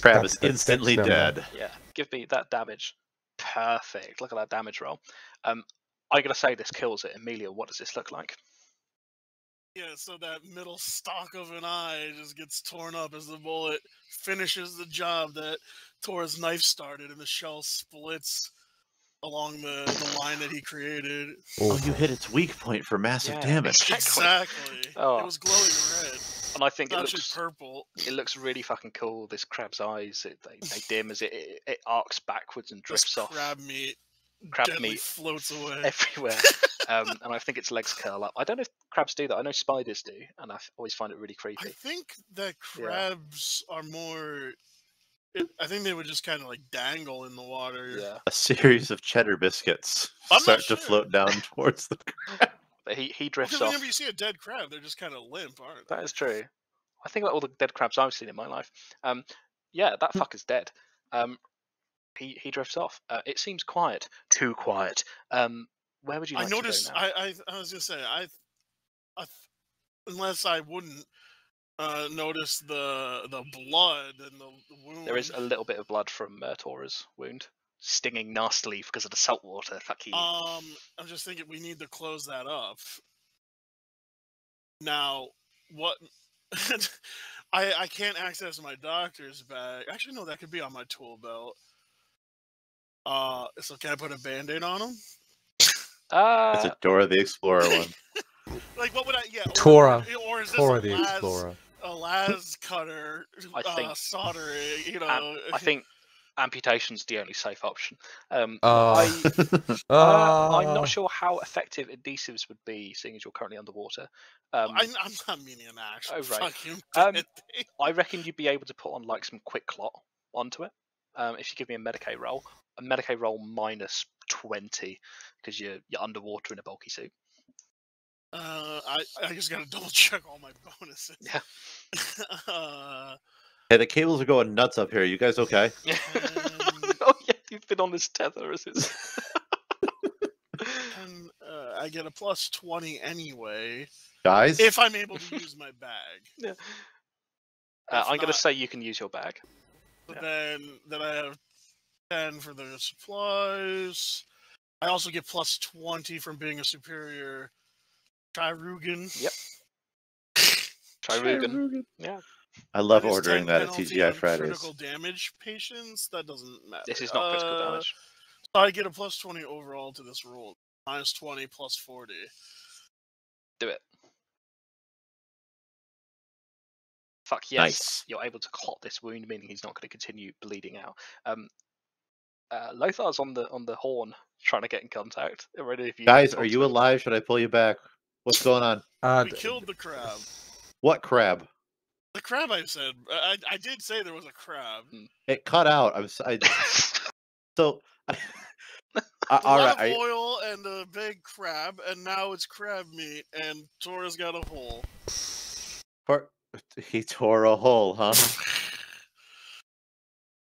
Speaker 1: Crab
Speaker 2: That's the
Speaker 1: is
Speaker 2: fixed
Speaker 1: instantly
Speaker 2: number.
Speaker 1: dead.
Speaker 3: Yeah, give me that damage. Perfect. Look at that damage roll. Um, I'm gonna say this kills it. Amelia, what does this look like?
Speaker 5: Yeah, so that middle stalk of an eye just gets torn up as the bullet finishes the job that Tora's knife started, and the shell splits along the, the line that he created.
Speaker 1: Oh, you hit its weak point for massive
Speaker 3: Yeah,
Speaker 1: damage.
Speaker 3: Exactly.
Speaker 5: Exactly.
Speaker 3: Oh.
Speaker 5: It was glowing red.
Speaker 3: And I think
Speaker 5: It's
Speaker 3: it
Speaker 5: actually
Speaker 3: looks
Speaker 5: purple.
Speaker 3: it looks really fucking cool. This crab's eyes it, they, they dim as it, it it arcs backwards and
Speaker 5: This
Speaker 3: drifts off
Speaker 5: crab meat
Speaker 3: crab
Speaker 5: deadly
Speaker 3: meat
Speaker 5: floats away.
Speaker 3: everywhere. um, and I think its legs curl up. I don't know if crabs do that. I know spiders do, and I f- always find it really
Speaker 5: I
Speaker 3: creepy.
Speaker 5: think that crabs are more. It, I think they would just kind of like dangle in the water.
Speaker 3: Yeah,
Speaker 1: A series of cheddar biscuits
Speaker 5: I'm not
Speaker 1: start
Speaker 5: sure.
Speaker 1: to float down towards the.
Speaker 3: but he he
Speaker 5: Because
Speaker 3: drifts off.
Speaker 5: whenever you see a dead crab, they're just kind of limp, aren't they?
Speaker 3: That is true. I think about all the dead crabs I've seen in my life. Um, yeah, that
Speaker 5: Hmm.
Speaker 3: fucker's dead. Um, he he drifts off. Uh, it seems quiet, too quiet. Um, where would you like
Speaker 5: I
Speaker 3: to go
Speaker 5: noticed.
Speaker 3: now?
Speaker 5: I, I I was gonna say I, I unless I wouldn't uh, notice the the blood and the, the wound.
Speaker 3: There is a little bit of blood from uh, Tora's wound, stinging nastily because of the salt water. Fuck you.
Speaker 5: Um, I'm just thinking we need to close that up. Now, what? I I can't access my doctor's bag. Actually, no, that could be on my tool belt. Uh, so can I put a band-aid on him?
Speaker 1: It's
Speaker 3: uh,
Speaker 1: a Dora the Explorer one.
Speaker 5: Like, what would I? Yeah, or-
Speaker 2: Tora.
Speaker 5: Or is this
Speaker 2: Tora
Speaker 5: a
Speaker 2: the
Speaker 5: las-
Speaker 2: Explorer.
Speaker 5: a las cutter,
Speaker 3: I
Speaker 5: uh,
Speaker 3: think-
Speaker 5: soldering? You know,
Speaker 3: I think amputation's the only safe option. Um,
Speaker 2: Oh.
Speaker 3: I. Uh, I'm not sure how effective adhesives would be, seeing as you're currently underwater. Um,
Speaker 5: I, am not meaning an actual
Speaker 3: Oh, right.
Speaker 5: fucking
Speaker 3: Um,
Speaker 5: band-aid.
Speaker 3: I reckon you'd be able to put on like some quick clot onto it. Um, if you give me a Medicaid roll, a Medicaid roll minus twenty because you're you're underwater in a bulky suit.
Speaker 5: Uh, I I just gotta double check all my bonuses.
Speaker 3: Yeah.
Speaker 5: uh,
Speaker 1: Hey, the cables are going nuts up here. You guys okay?
Speaker 5: Um,
Speaker 3: oh yeah, you've been on this tether, is it?
Speaker 5: and, uh, I get a plus twenty anyway
Speaker 1: Guys?
Speaker 5: if I'm able to use my bag.
Speaker 3: yeah. Uh,
Speaker 5: If
Speaker 3: I'm going to
Speaker 5: not-
Speaker 3: say you can use your bag.
Speaker 5: But
Speaker 3: Yeah.
Speaker 5: Then then I have ten for the supplies. I also get plus twenty from being a superior Chirugan.
Speaker 3: Try Rugen. Yeah.
Speaker 1: I love
Speaker 5: Minus 10
Speaker 1: ordering that at
Speaker 5: penalty
Speaker 1: TGI
Speaker 5: on
Speaker 1: Fridays.
Speaker 5: Critical damage patients. That doesn't matter.
Speaker 3: This is not critical
Speaker 5: Uh,
Speaker 3: damage.
Speaker 5: So I get a plus twenty overall to this roll. Minus twenty, plus forty.
Speaker 3: Do it. Fuck yes.
Speaker 1: Nice.
Speaker 3: You're able to clot this wound, meaning he's not going to continue bleeding out. Um, uh, Lothar's on the on the horn, trying to get in contact. Are any of you
Speaker 1: Guys,
Speaker 3: talk
Speaker 1: are
Speaker 3: to
Speaker 1: you
Speaker 3: him?
Speaker 1: alive? Should I pull you back? What's going on?
Speaker 2: Uh,
Speaker 5: We
Speaker 2: d-
Speaker 5: killed the crab.
Speaker 1: What crab?
Speaker 5: The crab, I said. I, I I did say there was a crab.
Speaker 1: It cut out. I'm s- I, so. I,
Speaker 5: A
Speaker 1: all
Speaker 5: lot
Speaker 1: right.
Speaker 5: of
Speaker 1: I-
Speaker 5: oil and a big crab, and now it's crab meat. And Tora's got a hole.
Speaker 1: for- he tore a hole, huh?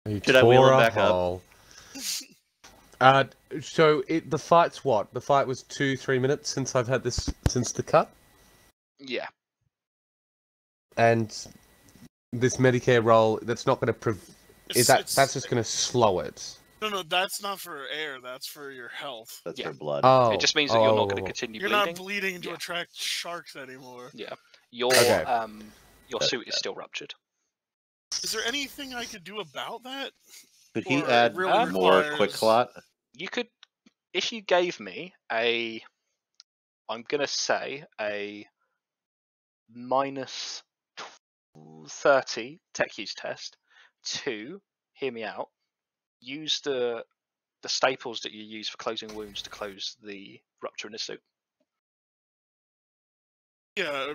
Speaker 2: he
Speaker 1: Should I wheel
Speaker 2: tore
Speaker 1: him
Speaker 2: a
Speaker 1: back up?
Speaker 2: hole. Uh, d- so it, the fight's what? The fight was two, three minutes since I've had this, since the cut,
Speaker 3: Yeah.
Speaker 2: and this Medicare roll. That's not going to prov-
Speaker 5: It's-
Speaker 2: is that
Speaker 5: it's-
Speaker 2: that's just going to slow it.
Speaker 5: No, no, that's not for air. That's for your health.
Speaker 1: That's
Speaker 3: Yeah.
Speaker 1: for blood.
Speaker 2: Oh,
Speaker 3: it just means that
Speaker 2: oh,
Speaker 3: you're
Speaker 2: oh,
Speaker 3: not going
Speaker 2: oh,
Speaker 3: to
Speaker 2: oh.
Speaker 3: continue
Speaker 5: You're
Speaker 3: bleeding.
Speaker 5: not bleeding to
Speaker 3: Yeah.
Speaker 5: attract sharks anymore.
Speaker 3: your
Speaker 2: Okay.
Speaker 3: um your
Speaker 1: Uh,
Speaker 3: suit is still ruptured.
Speaker 5: Is there anything I could do about that?
Speaker 1: Could he
Speaker 5: or it
Speaker 1: add
Speaker 5: really
Speaker 1: more quick
Speaker 5: requires-
Speaker 1: clot?
Speaker 3: You could, if you gave me a, I'm gonna say a minus tw- thirty tech use test to hear me out. Use the the staples that you use for closing wounds to close the rupture in the suit.
Speaker 5: Yeah,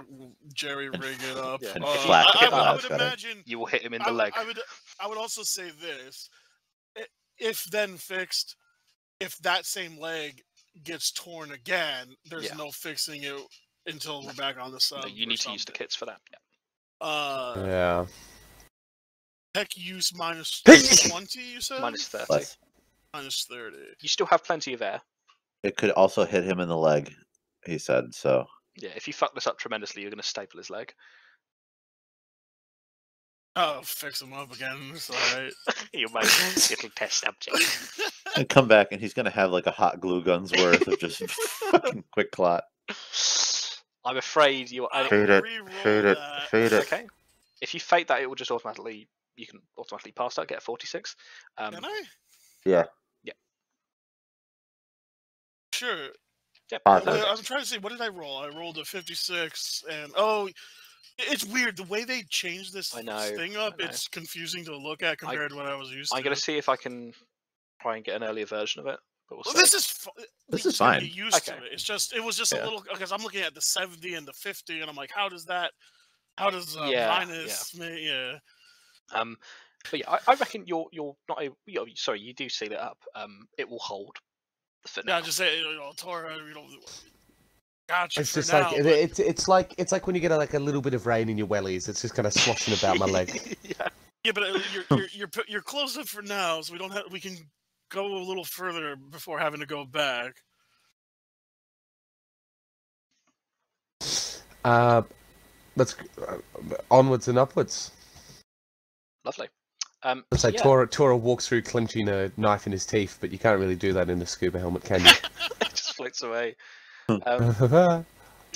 Speaker 5: Jerry
Speaker 1: And
Speaker 5: rig it
Speaker 1: f-
Speaker 5: up.
Speaker 1: and
Speaker 5: Uh,
Speaker 1: flack
Speaker 5: I, I
Speaker 1: it
Speaker 5: would, I
Speaker 1: out
Speaker 5: would
Speaker 1: better.
Speaker 5: imagine.
Speaker 3: You will hit him in the
Speaker 5: I would,
Speaker 3: leg.
Speaker 5: I would. I would also say this: i- if then fixed, if that same leg gets torn again, there's
Speaker 3: Yeah.
Speaker 5: no fixing it until we're back on the sub.
Speaker 3: No, you
Speaker 5: or
Speaker 3: need to use the
Speaker 5: something.
Speaker 3: kits for that. Yeah.
Speaker 5: Uh,
Speaker 2: Yeah.
Speaker 5: tech use minus twenty. You said
Speaker 3: Minus thirty.
Speaker 1: Plus,
Speaker 5: minus thirty.
Speaker 3: You still have plenty of air.
Speaker 1: it could also hit him in the leg. He said so.
Speaker 3: Yeah. If you fuck this up tremendously, you're gonna staple his leg.
Speaker 5: Oh, fix him up again. It's alright.
Speaker 3: you might little test subject.
Speaker 1: And come back, and he's gonna have like a hot glue gun's worth of just fucking quick clot.
Speaker 3: I'm afraid you're
Speaker 5: I
Speaker 3: only-
Speaker 1: Fade it,
Speaker 5: re-roll
Speaker 1: fade it,
Speaker 5: that.
Speaker 1: fade it.
Speaker 3: okay. If you fate that, it will just automatically you can automatically pass that, get a 46. Um,
Speaker 5: Can I?
Speaker 1: Yeah.
Speaker 3: Yeah.
Speaker 5: Sure.
Speaker 3: yeah,
Speaker 1: Pass
Speaker 5: Wait,
Speaker 1: it.
Speaker 5: I'm trying to say, what did I roll? I rolled a 56, and oh, it's weird the way they changed this
Speaker 3: I know,
Speaker 5: thing up.
Speaker 3: I know.
Speaker 5: It's confusing to look at compared to what I was used
Speaker 3: I'm
Speaker 5: to.
Speaker 3: gonna see if I can try and get an earlier version of it. But we'll
Speaker 5: Well,
Speaker 3: see.
Speaker 5: this is fu- uh, we
Speaker 1: is
Speaker 5: just gotta
Speaker 1: fine.
Speaker 5: Get used to
Speaker 3: Okay.
Speaker 5: it. It's just it was just
Speaker 1: Yeah.
Speaker 5: a little because I'm looking at the 70 and the 50, and I'm like, how does that? How does uh,
Speaker 3: Yeah,
Speaker 5: minus? ma- yeah.
Speaker 3: Um, but yeah, I, I reckon you're you're not a, you're, sorry. You do seal it up. Um, it will hold. For
Speaker 5: Yeah,
Speaker 3: now.
Speaker 5: just say, you know, Torah, you know, gotcha.
Speaker 2: It's
Speaker 5: for
Speaker 2: just
Speaker 5: now,
Speaker 2: like it,
Speaker 5: but-
Speaker 2: it's it's like it's like when you get like a little bit of rain in your wellies. It's just kind of sloshing about my leg.
Speaker 3: yeah.
Speaker 5: Yeah, but uh, you're, you're you're p- you're closed up for now, so we don't have we can go a little further before having to go back.
Speaker 2: Uh, let's uh, onwards and upwards.
Speaker 3: Lovely. Um,
Speaker 2: Let's
Speaker 3: so
Speaker 2: say
Speaker 3: yeah,
Speaker 2: Tora Tora walks through clenching a knife in his teeth, but you can't really do that in a scuba helmet, can
Speaker 3: it just floats away.
Speaker 1: Hmm.
Speaker 3: Um,
Speaker 2: you?
Speaker 3: so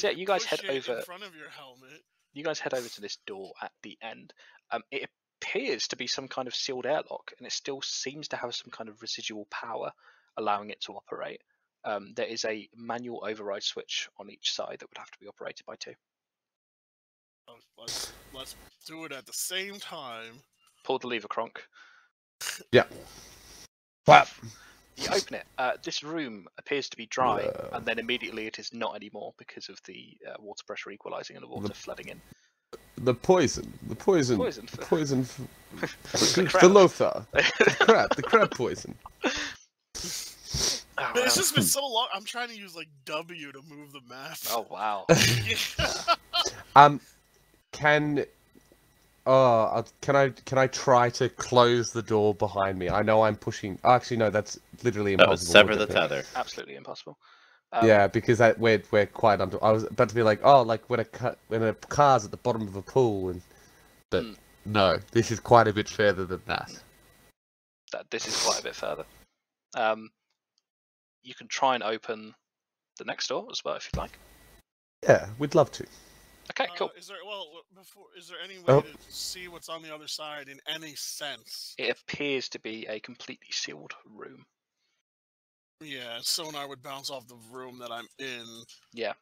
Speaker 3: yeah, you guys head
Speaker 5: Push it
Speaker 3: over.
Speaker 5: in front of your helmet.
Speaker 3: you guys head over to this door at the end. Um, it appears to be some kind of sealed airlock, and it still seems to have some kind of residual power allowing it to operate. Um, there is a manual override switch on each side that would have to be operated by two.
Speaker 5: Oh, Let's, let's do it at the same time.
Speaker 3: Pull the lever, Kronk.
Speaker 2: But
Speaker 3: You open it. Uh, this room appears to be dry,
Speaker 2: Yeah.
Speaker 3: and then immediately it is not anymore because of the uh, water pressure equalizing and the water flooding in.
Speaker 2: the poison, the poison,
Speaker 3: Poison.
Speaker 2: the poison, f-
Speaker 3: The
Speaker 2: the,
Speaker 3: crab.
Speaker 2: Lothar, the
Speaker 3: oh,
Speaker 2: crab, the crab poison.
Speaker 5: Man, it's
Speaker 3: Oh, wow.
Speaker 5: just been so long. I'm trying to use like W to move the map.
Speaker 3: Oh, wow.
Speaker 2: Um, can oh I'll- can I can I try to close the door behind me? I know I'm pushing. Actually, no, that's literally
Speaker 1: That was
Speaker 2: impossible.
Speaker 1: sever
Speaker 2: wouldn't
Speaker 1: the
Speaker 2: it?
Speaker 1: tether.
Speaker 3: Absolutely impossible. Um,
Speaker 2: yeah, because that we're we're quite under. I was about to be like, oh, like when a cut when a car's at the bottom of a pool, and but
Speaker 3: Mm.
Speaker 2: no, this is quite a bit further than that.
Speaker 3: that this is quite a bit further. Um, you can try and open the next door as well if you'd like.
Speaker 2: Yeah, we'd love to.
Speaker 3: Okay, cool.
Speaker 5: Uh, is there well w- before? Is there any way
Speaker 2: Oh.
Speaker 5: to see what's on the other side in any sense?
Speaker 3: It appears to be a completely sealed room.
Speaker 5: Yeah, sonar would bounce off the room that I'm in.
Speaker 3: Yeah.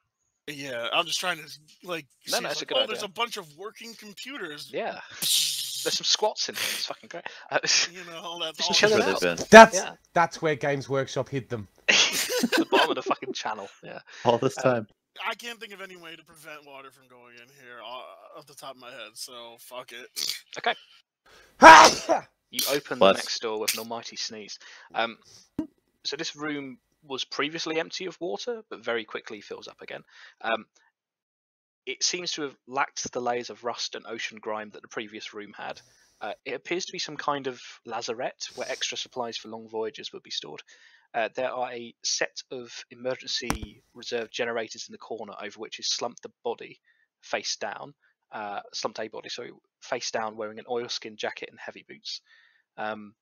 Speaker 5: Yeah, I'm just trying to like.
Speaker 3: No,
Speaker 5: see,
Speaker 3: no,
Speaker 5: it's
Speaker 3: it's a
Speaker 5: like,
Speaker 3: good
Speaker 5: oh, there's
Speaker 3: idea."
Speaker 5: a bunch of working computers.
Speaker 3: Yeah. There's some squats in here. It's fucking great. Uh,
Speaker 5: You know, that's
Speaker 3: Just
Speaker 5: all.
Speaker 3: chill it
Speaker 1: Where
Speaker 5: that-
Speaker 3: out.
Speaker 1: they've been.
Speaker 2: That's
Speaker 3: yeah.
Speaker 2: that's where Games Workshop hid them.
Speaker 3: the bottom of the fucking channel. Yeah.
Speaker 1: all this time.
Speaker 5: I can't think of any way to prevent water from going in here uh, off the top of my head. So fuck it.
Speaker 2: Ah!
Speaker 3: You open
Speaker 1: Bless.
Speaker 3: the next door with an almighty sneeze. Um, so this room was previously empty of water, but very quickly fills up again. Um, it seems to have lacked the layers of rust and ocean grime that the previous room had. Uh, it appears to be some kind of lazarette where extra supplies for long voyages would be stored. Uh, there are a set of emergency reserve generators in the corner over which is slumped the body face down, uh, slumped a body, sorry, face down wearing an oilskin jacket and heavy boots. Um,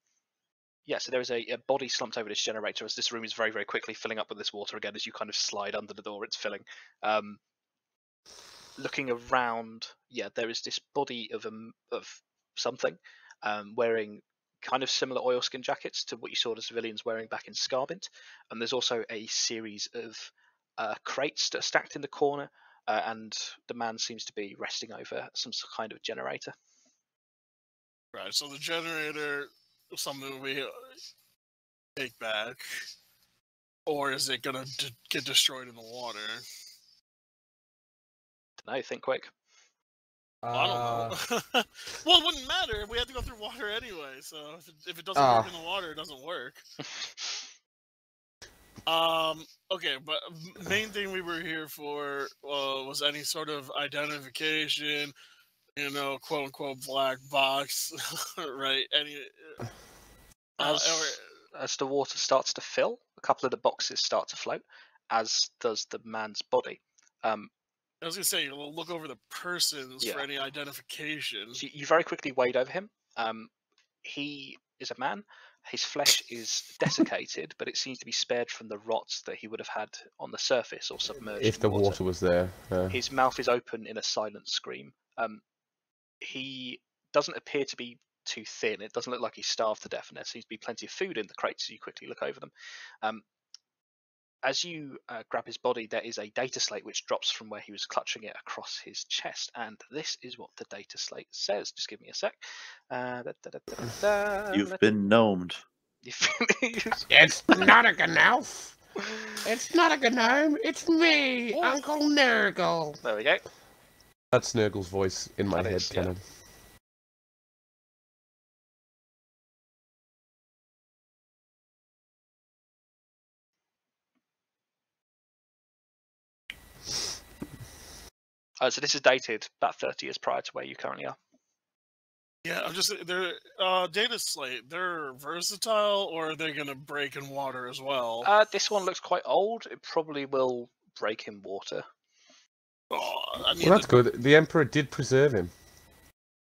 Speaker 3: yeah, so there is a, a body slumped over this generator as this room is very, very quickly filling up with this water again as you kind of slide under the door, it's filling. Um, looking around, yeah, there is this body of a m of something um, wearing kind of similar oilskin jackets to what you saw the civilians wearing back in Scarbint. And there's also a series of uh, crates that are stacked in the corner, uh, and the man seems to be resting over some s- kind of generator.
Speaker 5: Right. So the generator, is something we uh, take back, or is it gonna d- get destroyed in the water?
Speaker 3: Dunno, think quick.
Speaker 2: Uh,
Speaker 5: I don't know. well, it wouldn't matter. We had to go through water anyway, so if it, if it doesn't work
Speaker 2: Ah.
Speaker 5: in the water, it doesn't work. Um. Okay, but m- main thing we were here for uh, was any sort of identification, you know, quote unquote black box, right? Any. uh, Uh,
Speaker 3: As- as the water starts to fill, a couple of the boxes start to float, as does the man's body. Um,
Speaker 5: or, I was gonna say you'll look over the persons for
Speaker 3: Yeah.
Speaker 5: any identification.
Speaker 2: Mm.
Speaker 3: so you very quickly wade over him. Um, he is a man. His flesh is desiccated, but it seems to be spared from the rots that he would have had on the surface or submerged.
Speaker 2: if
Speaker 3: in
Speaker 2: the water was there. uh. yeah.
Speaker 3: His mouth is open in a silent scream. Um, he doesn't appear to be too thin. It doesn't look like he's starved to death, and there seems to be plenty of food in the crates. As you quickly look over them, um, as you uh, grab his body, there is a data slate which drops from where he was clutching it across his chest, and this is what the data slate says. Just give me a sec. Uh, da, da, da, da, da, da,
Speaker 1: You've been gnomed.
Speaker 3: You've-
Speaker 2: It's not a gnouse. It's not a gnome. It's me, Uncle Nurgle.
Speaker 3: there we go.
Speaker 2: That's Nurgle's voice in my
Speaker 3: That
Speaker 2: head
Speaker 3: is, yeah.
Speaker 2: canon.
Speaker 3: Uh, so this is dated about 30 years prior to where you currently are.
Speaker 5: Yeah, I'm just they're uh, data slate. They're versatile, or are they gonna break in water as well?
Speaker 3: Uh, this one looks quite old. It probably will break in water.
Speaker 5: Oh, I mean,
Speaker 2: Well, that's good. The Emperor did preserve him.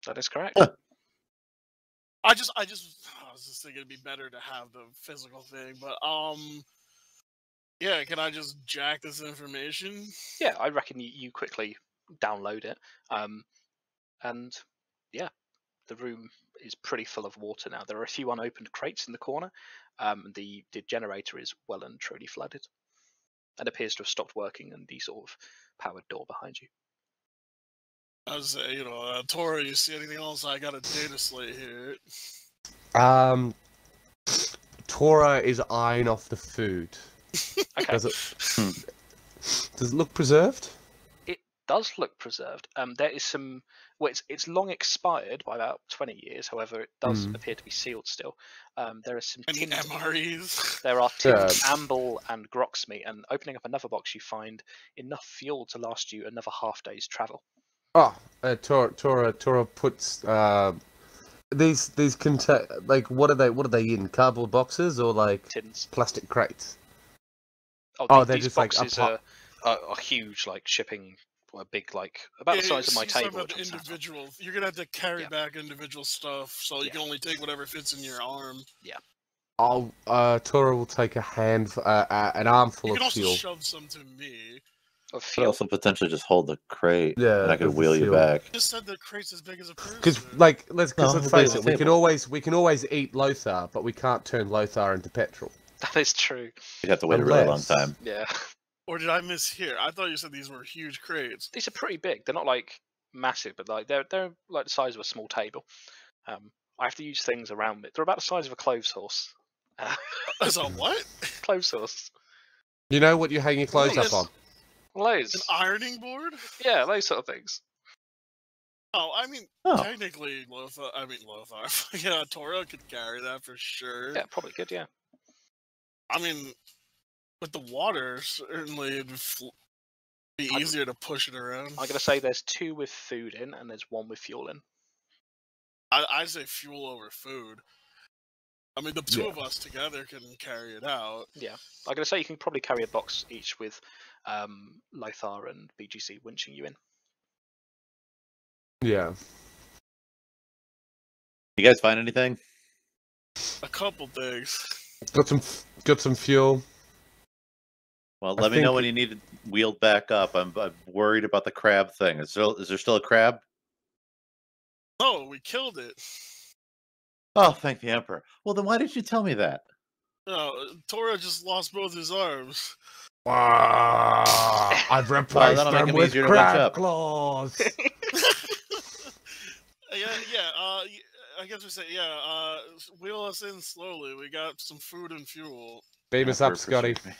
Speaker 3: That is correct.
Speaker 5: I just, I just, I was just thinking it'd be better to have the physical thing, but um, yeah. Can I just jack this information?
Speaker 3: yeah, I reckon you, you quickly download it. Um, and yeah, the room is pretty full of water now. There are a few unopened crates in the corner. Um, and the, the generator is well and truly flooded and appears to have stopped working and the sort of powered door behind you.
Speaker 5: I was, uh, you know, uh, Tora, you see anything else? I got a data slate here.
Speaker 2: Um, Tora is eyeing off the food.
Speaker 3: Okay.
Speaker 2: Does it?
Speaker 1: Hmm.
Speaker 2: Does it look preserved?
Speaker 3: does look preserved. Um, there is some. Well, it's it's long expired by about twenty years. However, it does
Speaker 2: Mm.
Speaker 3: appear to be sealed still. Um, there are some
Speaker 5: Any
Speaker 3: tinned-
Speaker 5: E. MREs?
Speaker 3: There are tinned
Speaker 2: Yeah.
Speaker 3: amble and grox meat, and opening up another box, you find enough fuel to last you another half day's travel.
Speaker 2: Oh, uh, Tora, Tora, Tora puts uh, these these contain like what are they? What are they in? Cardboard boxes or like
Speaker 3: Tins.
Speaker 2: plastic crates?
Speaker 3: Oh,
Speaker 2: Oh,
Speaker 3: these-
Speaker 2: they're
Speaker 3: these
Speaker 2: just, like, a
Speaker 3: boxes
Speaker 2: pla-
Speaker 3: are, are are huge, like shipping, a big like about the
Speaker 5: Yeah,
Speaker 3: size of
Speaker 5: see,
Speaker 3: my
Speaker 5: you said
Speaker 3: table.
Speaker 5: about
Speaker 3: which
Speaker 5: the
Speaker 3: I'm sat on.
Speaker 5: individual. You're gonna have to carry
Speaker 3: Yeah.
Speaker 5: back individual stuff, so you
Speaker 3: Yeah.
Speaker 5: can only take whatever fits in your arm.
Speaker 2: I'll, uh, Tora will take a hand, uh, uh, an armful
Speaker 5: you
Speaker 2: of
Speaker 5: can also
Speaker 2: fuel.
Speaker 5: shove some to me.
Speaker 3: of
Speaker 1: Could
Speaker 3: fuel.
Speaker 1: also potentially just hold the crate.
Speaker 2: Yeah,
Speaker 1: and I could
Speaker 2: with the
Speaker 1: wheel you
Speaker 2: seal.
Speaker 1: back.
Speaker 5: You just said the crate's as big as a person.
Speaker 2: Because like let's cause
Speaker 1: No,
Speaker 2: let's
Speaker 1: we'll
Speaker 2: face
Speaker 1: leave
Speaker 2: it,
Speaker 1: the
Speaker 2: we can
Speaker 1: table.
Speaker 2: always we can always eat Lothar, but we can't turn Lothar into petrol.
Speaker 3: That is true.
Speaker 1: You'd have to wait a really long
Speaker 2: Unless-
Speaker 1: time.
Speaker 3: Yeah.
Speaker 5: or did I mishear? I thought you said these were huge crates.
Speaker 3: These are pretty big. They're not like massive, but like they're they're like the size of a small table. Um, I have to use things around me. They're about the size of a cloves horse. Uh,
Speaker 5: I was like, what?
Speaker 3: cloves horse.
Speaker 2: You know what you hang your clothes
Speaker 5: Yes.
Speaker 2: up on?
Speaker 5: An
Speaker 3: Loads.
Speaker 5: ironing board?
Speaker 3: Yeah, those sort of things.
Speaker 5: Oh, I mean,
Speaker 1: Oh.
Speaker 5: technically, Lothar. I mean, Lothar. yeah, Toro could carry that for sure.
Speaker 3: Yeah, probably good. Yeah.
Speaker 5: I mean, with the water, certainly it'd fl- be
Speaker 3: I-
Speaker 5: easier to push it around.
Speaker 3: I'm gonna say there's two with food in, and there's one with fuel in.
Speaker 5: I, I say fuel over food. I mean, the two
Speaker 2: Yeah.
Speaker 5: of us together can carry it out.
Speaker 3: I'm gonna say you can probably carry a box each with um, Lothar and BGC winching you in.
Speaker 2: Yeah.
Speaker 1: You guys find anything?
Speaker 5: A couple things.
Speaker 2: Got some f- got some fuel.
Speaker 1: Well,
Speaker 2: I
Speaker 1: let me know
Speaker 2: think-
Speaker 1: when you need it wheeled back up. I'm, I'm worried about the crab thing. Is there, is there still a crab?
Speaker 5: No, we killed it.
Speaker 1: Oh, thank the Emperor. Well, then why did you tell me that?
Speaker 5: No, Oh, Toro just lost both his arms.
Speaker 2: I've
Speaker 1: replaced that'll make them it with easier to crab match up.
Speaker 2: claws.
Speaker 5: yeah, yeah. Uh, y- I guess we say, yeah. Uh, s- wheel us in slowly. We got some food and fuel.
Speaker 2: Beam us up,
Speaker 1: Emperor
Speaker 2: Scotty.
Speaker 1: preserve me.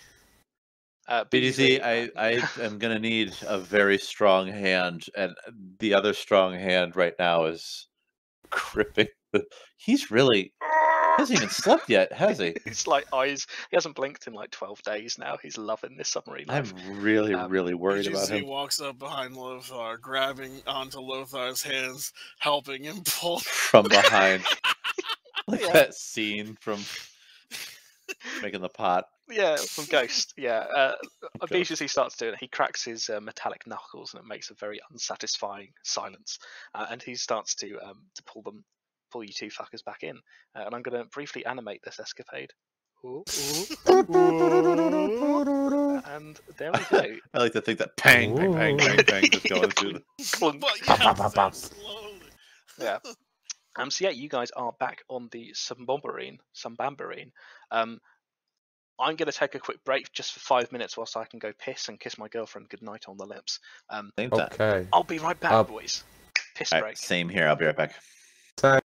Speaker 3: Uh,
Speaker 1: BDC, I, I am going to need a very strong hand, and the other strong hand right now is gripping. the- He's really hasn't even slept yet, has he?
Speaker 3: It's like eyes. He hasn't blinked in like 12 days now. He's loving this submarine
Speaker 1: I'm
Speaker 3: life.
Speaker 1: really,
Speaker 3: Um,
Speaker 1: really worried about
Speaker 5: BGC
Speaker 1: him.
Speaker 5: E walks up behind Lothar, grabbing onto Lothar's hands, helping him pull.
Speaker 1: from behind. like
Speaker 3: Yeah.
Speaker 1: that scene from making the pot.
Speaker 3: Yeah, from Ghost. Yeah. Uh,
Speaker 1: Ghost.
Speaker 3: BGC starts doing it. He cracks his uh, metallic knuckles and it makes a very unsatisfying silence. Uh, and he starts to um, to pull them, pull you two fuckers back in. Uh, and I'm going to briefly animate this escapade. Ooh, ooh. and there we go.
Speaker 1: I like to think that pang, pang, pang, pang, pang, just going through. The...
Speaker 5: but
Speaker 3: Clunk.
Speaker 5: you have to say it slowly.
Speaker 3: Yeah. Um, so yeah, you guys are back on the Sumbomberine, Sumbamberine. Um, I'm going to take a quick break just for five minutes whilst I can go piss and kiss my girlfriend goodnight on the lips. Um,
Speaker 1: Same time.
Speaker 2: Okay.
Speaker 3: I'll be right back,
Speaker 2: Uh,
Speaker 3: boys. Piss
Speaker 1: All
Speaker 3: break.
Speaker 1: right, same here. I'll be right back.
Speaker 2: So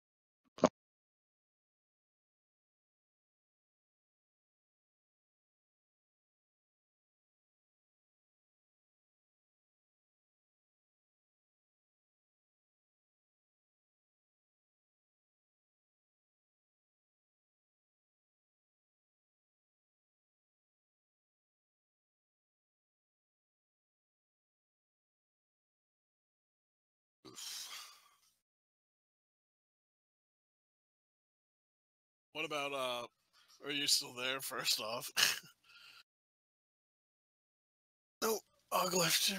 Speaker 5: What about uh? Are you still there? First off. no, Og left you.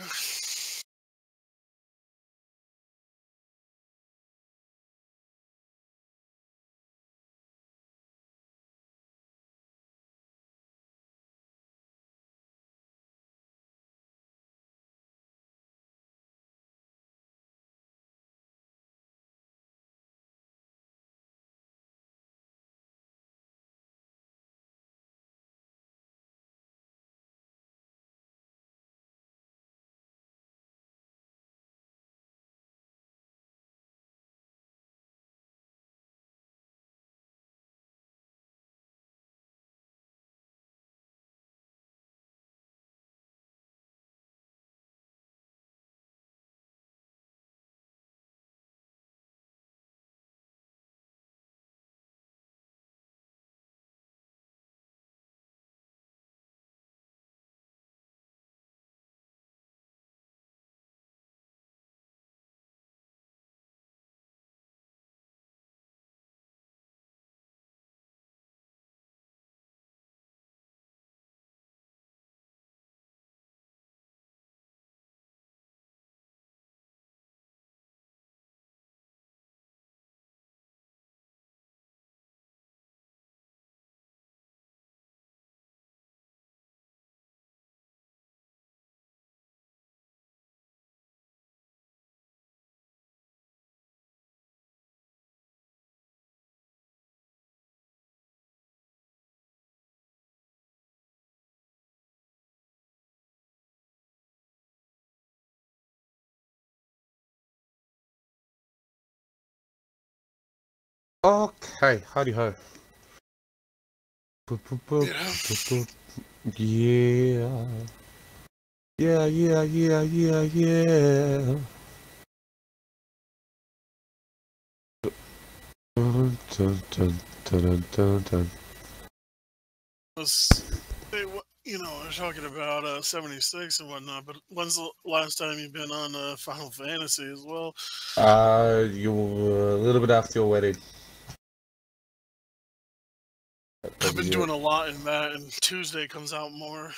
Speaker 2: Okay, howdy ho. Boop, boop, boop,
Speaker 5: Yeah.
Speaker 2: boop, boop. Yeah. Yeah, yeah, yeah, yeah, yeah. Dun, dun, dun, dun, dun, dun.
Speaker 5: was, they wa- you know, we're talking about uh, 76 and whatnot, but when's the last time you've been on uh, Final Fantasy as well?
Speaker 2: Uh, you were a little bit after your wedding.
Speaker 5: I've been doing a lot in that, and Tuesday comes out more.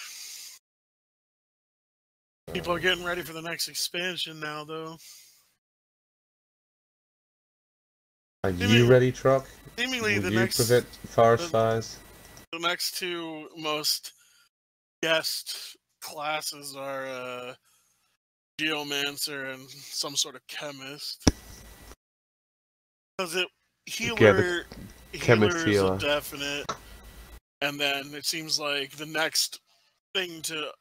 Speaker 5: People are getting ready for the next expansion now, though.
Speaker 2: Are you ready, Truck?
Speaker 5: Seemingly,
Speaker 2: Will
Speaker 5: the
Speaker 2: you
Speaker 5: next
Speaker 2: prevent forest
Speaker 5: the-
Speaker 2: fires?
Speaker 5: the next two most guest classes are uh, geomancer and some sort of chemist. Because it healer,
Speaker 2: chemist
Speaker 5: healer is
Speaker 2: healer.
Speaker 5: a definite, and then it seems like the next thing to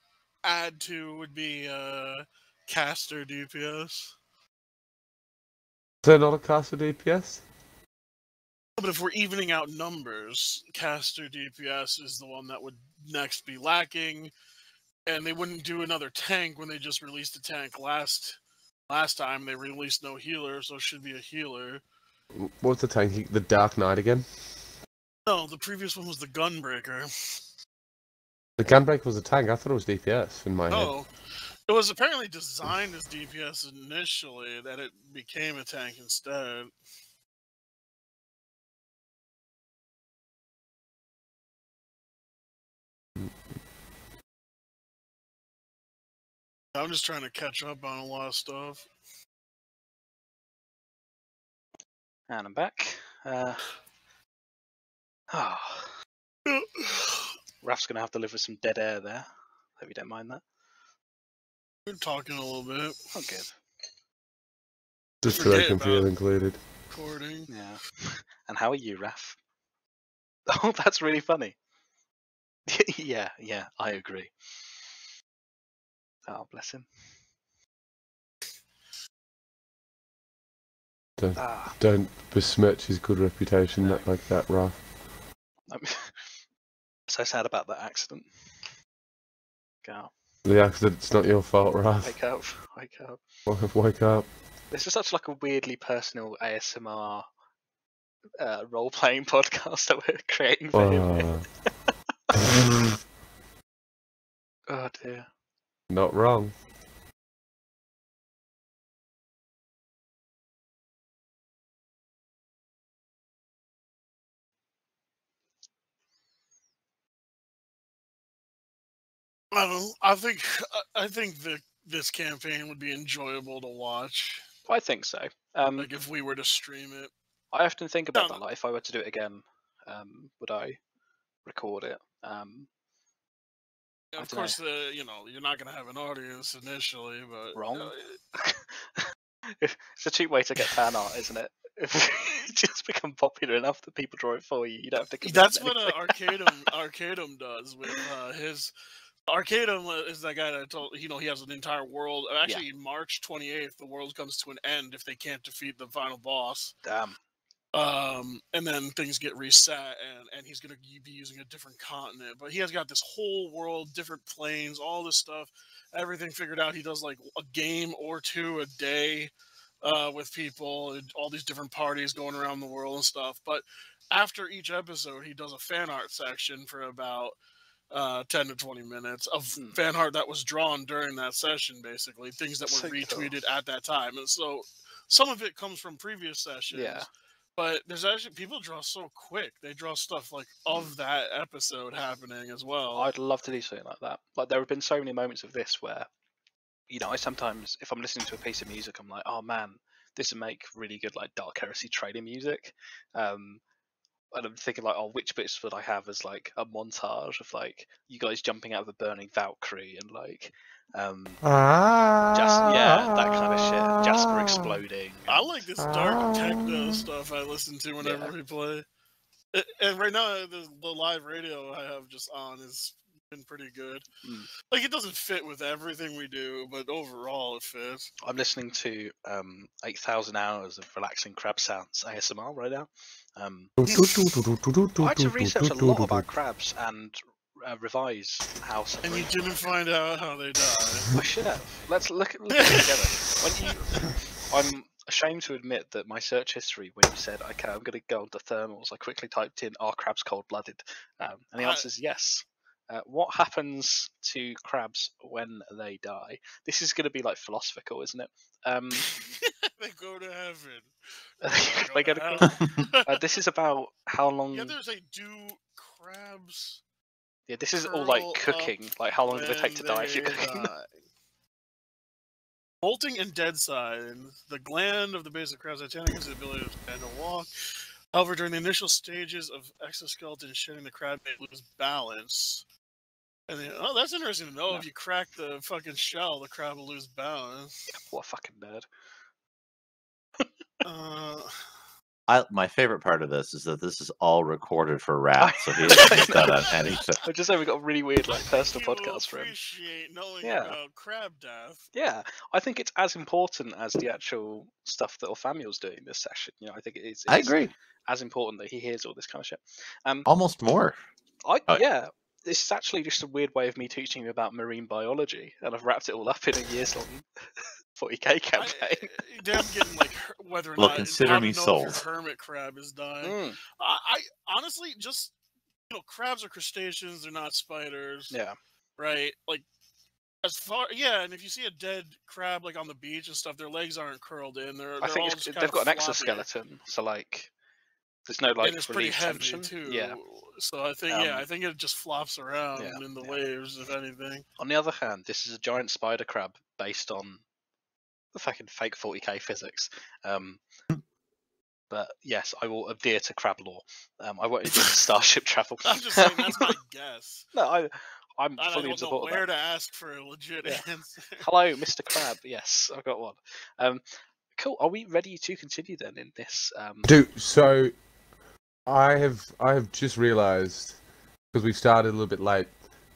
Speaker 5: add to would be uh, caster DPS.
Speaker 2: Is there not a cast of DPS?
Speaker 5: But if we're evening out numbers, caster DPS is the one that would next be lacking, and they wouldn't do another tank when they just released a tank last last time. They released no healer, so it should be a healer.
Speaker 2: What's the tanking? The Dark Knight again?
Speaker 5: No, the previous one was the Gunbreaker.
Speaker 2: The Gunbreaker was a tank. I thought it was DPS in my head.
Speaker 5: Oh, it was apparently designed as DPS initially, that it became a tank instead. I'm just trying to catch up on a lot of stuff.
Speaker 3: And I'm back. Uh, ah,
Speaker 5: We're
Speaker 3: Raf's going to have to live with some dead air there. Hope you don't mind that.
Speaker 5: talking a little bit,
Speaker 3: Oh, good.
Speaker 2: Just so they
Speaker 5: forget
Speaker 2: can feel
Speaker 5: about-
Speaker 2: included.
Speaker 5: recording.
Speaker 3: Yeah. And how are you, Raf? Oh, that's really funny. yeah, yeah, I agree. Oh, bless him.
Speaker 2: Don't,
Speaker 3: Ah,
Speaker 2: don't besmirch his good reputation that, like that, Ralph.
Speaker 3: I'm so sad about that accident. Go,
Speaker 2: The accident's not your fault,
Speaker 3: wake
Speaker 2: Ralph.
Speaker 3: up, wake up.
Speaker 2: Wake, wake up.
Speaker 3: This is such like a weirdly personal ASMR uh, role playing podcast that we're creating for him.
Speaker 2: Ah.
Speaker 3: Oh dear.
Speaker 2: not wrong.
Speaker 5: I don't. I think. I- I think the this campaign would be enjoyable to watch.
Speaker 3: I think so. Um,
Speaker 5: Like if we were to stream it.
Speaker 3: I often think about
Speaker 5: No,
Speaker 3: that. Like, if I were to do it again, um, would I record it? Um, I
Speaker 5: Of
Speaker 3: dunno.
Speaker 5: course, the you know you're not gonna have an audience initially, but
Speaker 3: Wrong.
Speaker 5: uh,
Speaker 3: If- it's a cheap way to get fan art, isn't it? If you just become popular enough that people draw it for you, you don't have to. commit
Speaker 5: That's
Speaker 3: to
Speaker 5: what uh,
Speaker 3: anything.
Speaker 5: Arcadum Arcadum does with uh, his. Arcadum uh, is that guy that I told you know he has an entire world. uh, Actually, March 28th, the world comes to an end if they can't defeat the final boss.
Speaker 3: Damn.
Speaker 5: Um, and then things get reset, and and he's gonna y- be using a different continent. But he has got this whole world, different planes, all this stuff, everything figured out. He does like a game or two a day uh, with people, and all these different parties going around the world and stuff. But after each episode, he does a fan art section for about uh, 10 to 20 minutes of
Speaker 3: Hmm.
Speaker 5: fan art that was drawn during that session, basically, things that
Speaker 3: So
Speaker 5: were
Speaker 3: cool.
Speaker 5: retweeted at that time. And so some of it comes from previous sessions.
Speaker 3: Yeah.
Speaker 5: But there's actually people draw so quick. They draw stuff like of that episode happening as well.
Speaker 3: I'd love to do something like that. Like there have been so many moments of this where, you know, I sometimes if I'm listening to a piece of music, I'm like, oh man, this would make really good like Dark Heresy training music. Um, and I'm thinking like, oh, which bits would I have as like a montage of like you guys jumping out of a burning Valkyrie and like, um, Jas- yeah, that kind of shit, Jasper exploding.
Speaker 5: I
Speaker 3: and-
Speaker 5: like this dark techno
Speaker 2: Ah.
Speaker 5: stuff I listen to whenever we play. A- And right now, the, the live radio I have just on has been pretty good.
Speaker 3: Mm.
Speaker 5: Like, it doesn't fit with everything we do, but overall, it fits.
Speaker 3: I'm listening to um, 8,000 hours of relaxing crab sounds ASMR right now. Um, I had to research a lot about
Speaker 2: That's
Speaker 3: crabs and uh, revise how
Speaker 5: and you
Speaker 3: separate.
Speaker 5: didn't find out how they die.
Speaker 3: I should have. Let's look at look at it together. When you, I'm ashamed to admit that my search history, when you said, "Okay, I'm going to go onto thermals," I quickly typed in, "Are crabs cold-blooded?" Um, and the
Speaker 5: Uh,
Speaker 3: answer is yes. Uh, what happens to crabs when they die? This is going to be like philosophical, isn't it? Um,
Speaker 5: they go to heaven.
Speaker 3: they go to
Speaker 5: hell.
Speaker 3: crab- uh, this is about how long.
Speaker 5: Yeah,
Speaker 3: Yeah,
Speaker 5: there's like do crabs.
Speaker 3: this is all like
Speaker 5: curl up
Speaker 3: cooking. Like how long do they
Speaker 5: uh, when
Speaker 3: take to die if you're
Speaker 5: they
Speaker 3: cooking?
Speaker 5: die. Molting and dead sign. The gland of the base of crabs titanic is the ability of the to walk. However, during the initial stages of exoskeleton shedding, the crab may lose balance. And then, oh, that's interesting to know. If you crack the fucking shell, the crab will lose balance.
Speaker 3: What a fucking nerd.
Speaker 5: Uh,
Speaker 1: I, my favorite part of this is that this is all recorded for rap, so he doesn't miss out on anything.
Speaker 3: I just saying we got a really weird like
Speaker 5: I think
Speaker 3: personal
Speaker 5: you will
Speaker 3: podcast for him.
Speaker 5: Appreciate knowing
Speaker 3: Yeah.
Speaker 5: about crab death.
Speaker 3: Yeah, I think it's as important as the actual stuff that Orfamiel's doing this session. You know, I think it is.
Speaker 1: I
Speaker 3: it's
Speaker 1: agree.
Speaker 3: As important that he hears all this kind of shit. Um,
Speaker 1: Almost more.
Speaker 3: I
Speaker 1: Oh.
Speaker 3: yeah, this is actually just a weird way of me teaching you about marine biology, and I've wrapped it all up in a years long 40k
Speaker 5: I, eh,
Speaker 3: campaign.
Speaker 5: damn getting like her- whether or
Speaker 1: Well,
Speaker 5: not
Speaker 1: consider
Speaker 5: how to
Speaker 1: me
Speaker 5: know if your
Speaker 1: sold.
Speaker 5: hermit crab is dying.
Speaker 3: Mm,
Speaker 5: I, uh, I honestly just you know crabs are crustaceans; they're not spiders,
Speaker 3: yeah,
Speaker 5: right? Like as far yeah, and if you see a dead crab like on the beach and stuff, their legs aren't curled in. They're,
Speaker 3: I
Speaker 5: they're all
Speaker 3: think it's,
Speaker 5: just
Speaker 3: they've
Speaker 5: kinda
Speaker 3: got an
Speaker 5: floppy.
Speaker 3: exoskeleton, so like, there's no like
Speaker 5: and it's pretty
Speaker 3: relief
Speaker 5: heavy
Speaker 3: tension.
Speaker 5: too.
Speaker 3: Yeah.
Speaker 5: So I think yeah,
Speaker 3: Um,
Speaker 5: I think it just flops around
Speaker 3: yeah,
Speaker 5: in the
Speaker 3: yeah.
Speaker 5: waves if anything.
Speaker 3: On the other hand, this is a giant spider crab based on the fucking fake 40k physics. Um, but yes, I will adhere to crab law. Um, I won't adhere to starship travel.
Speaker 5: I'm just saying that's my guess.
Speaker 3: no, I, I'm
Speaker 5: I
Speaker 3: fully in
Speaker 5: don't know
Speaker 3: support of
Speaker 5: where
Speaker 3: that.
Speaker 5: to ask for a legit
Speaker 3: Yeah.
Speaker 5: answer.
Speaker 3: Hello, Mr. Crab. Yes, I've got one. Um, cool. Are we ready to continue then in this? Um,
Speaker 2: Dude, so I have I have just realised because we started a little bit late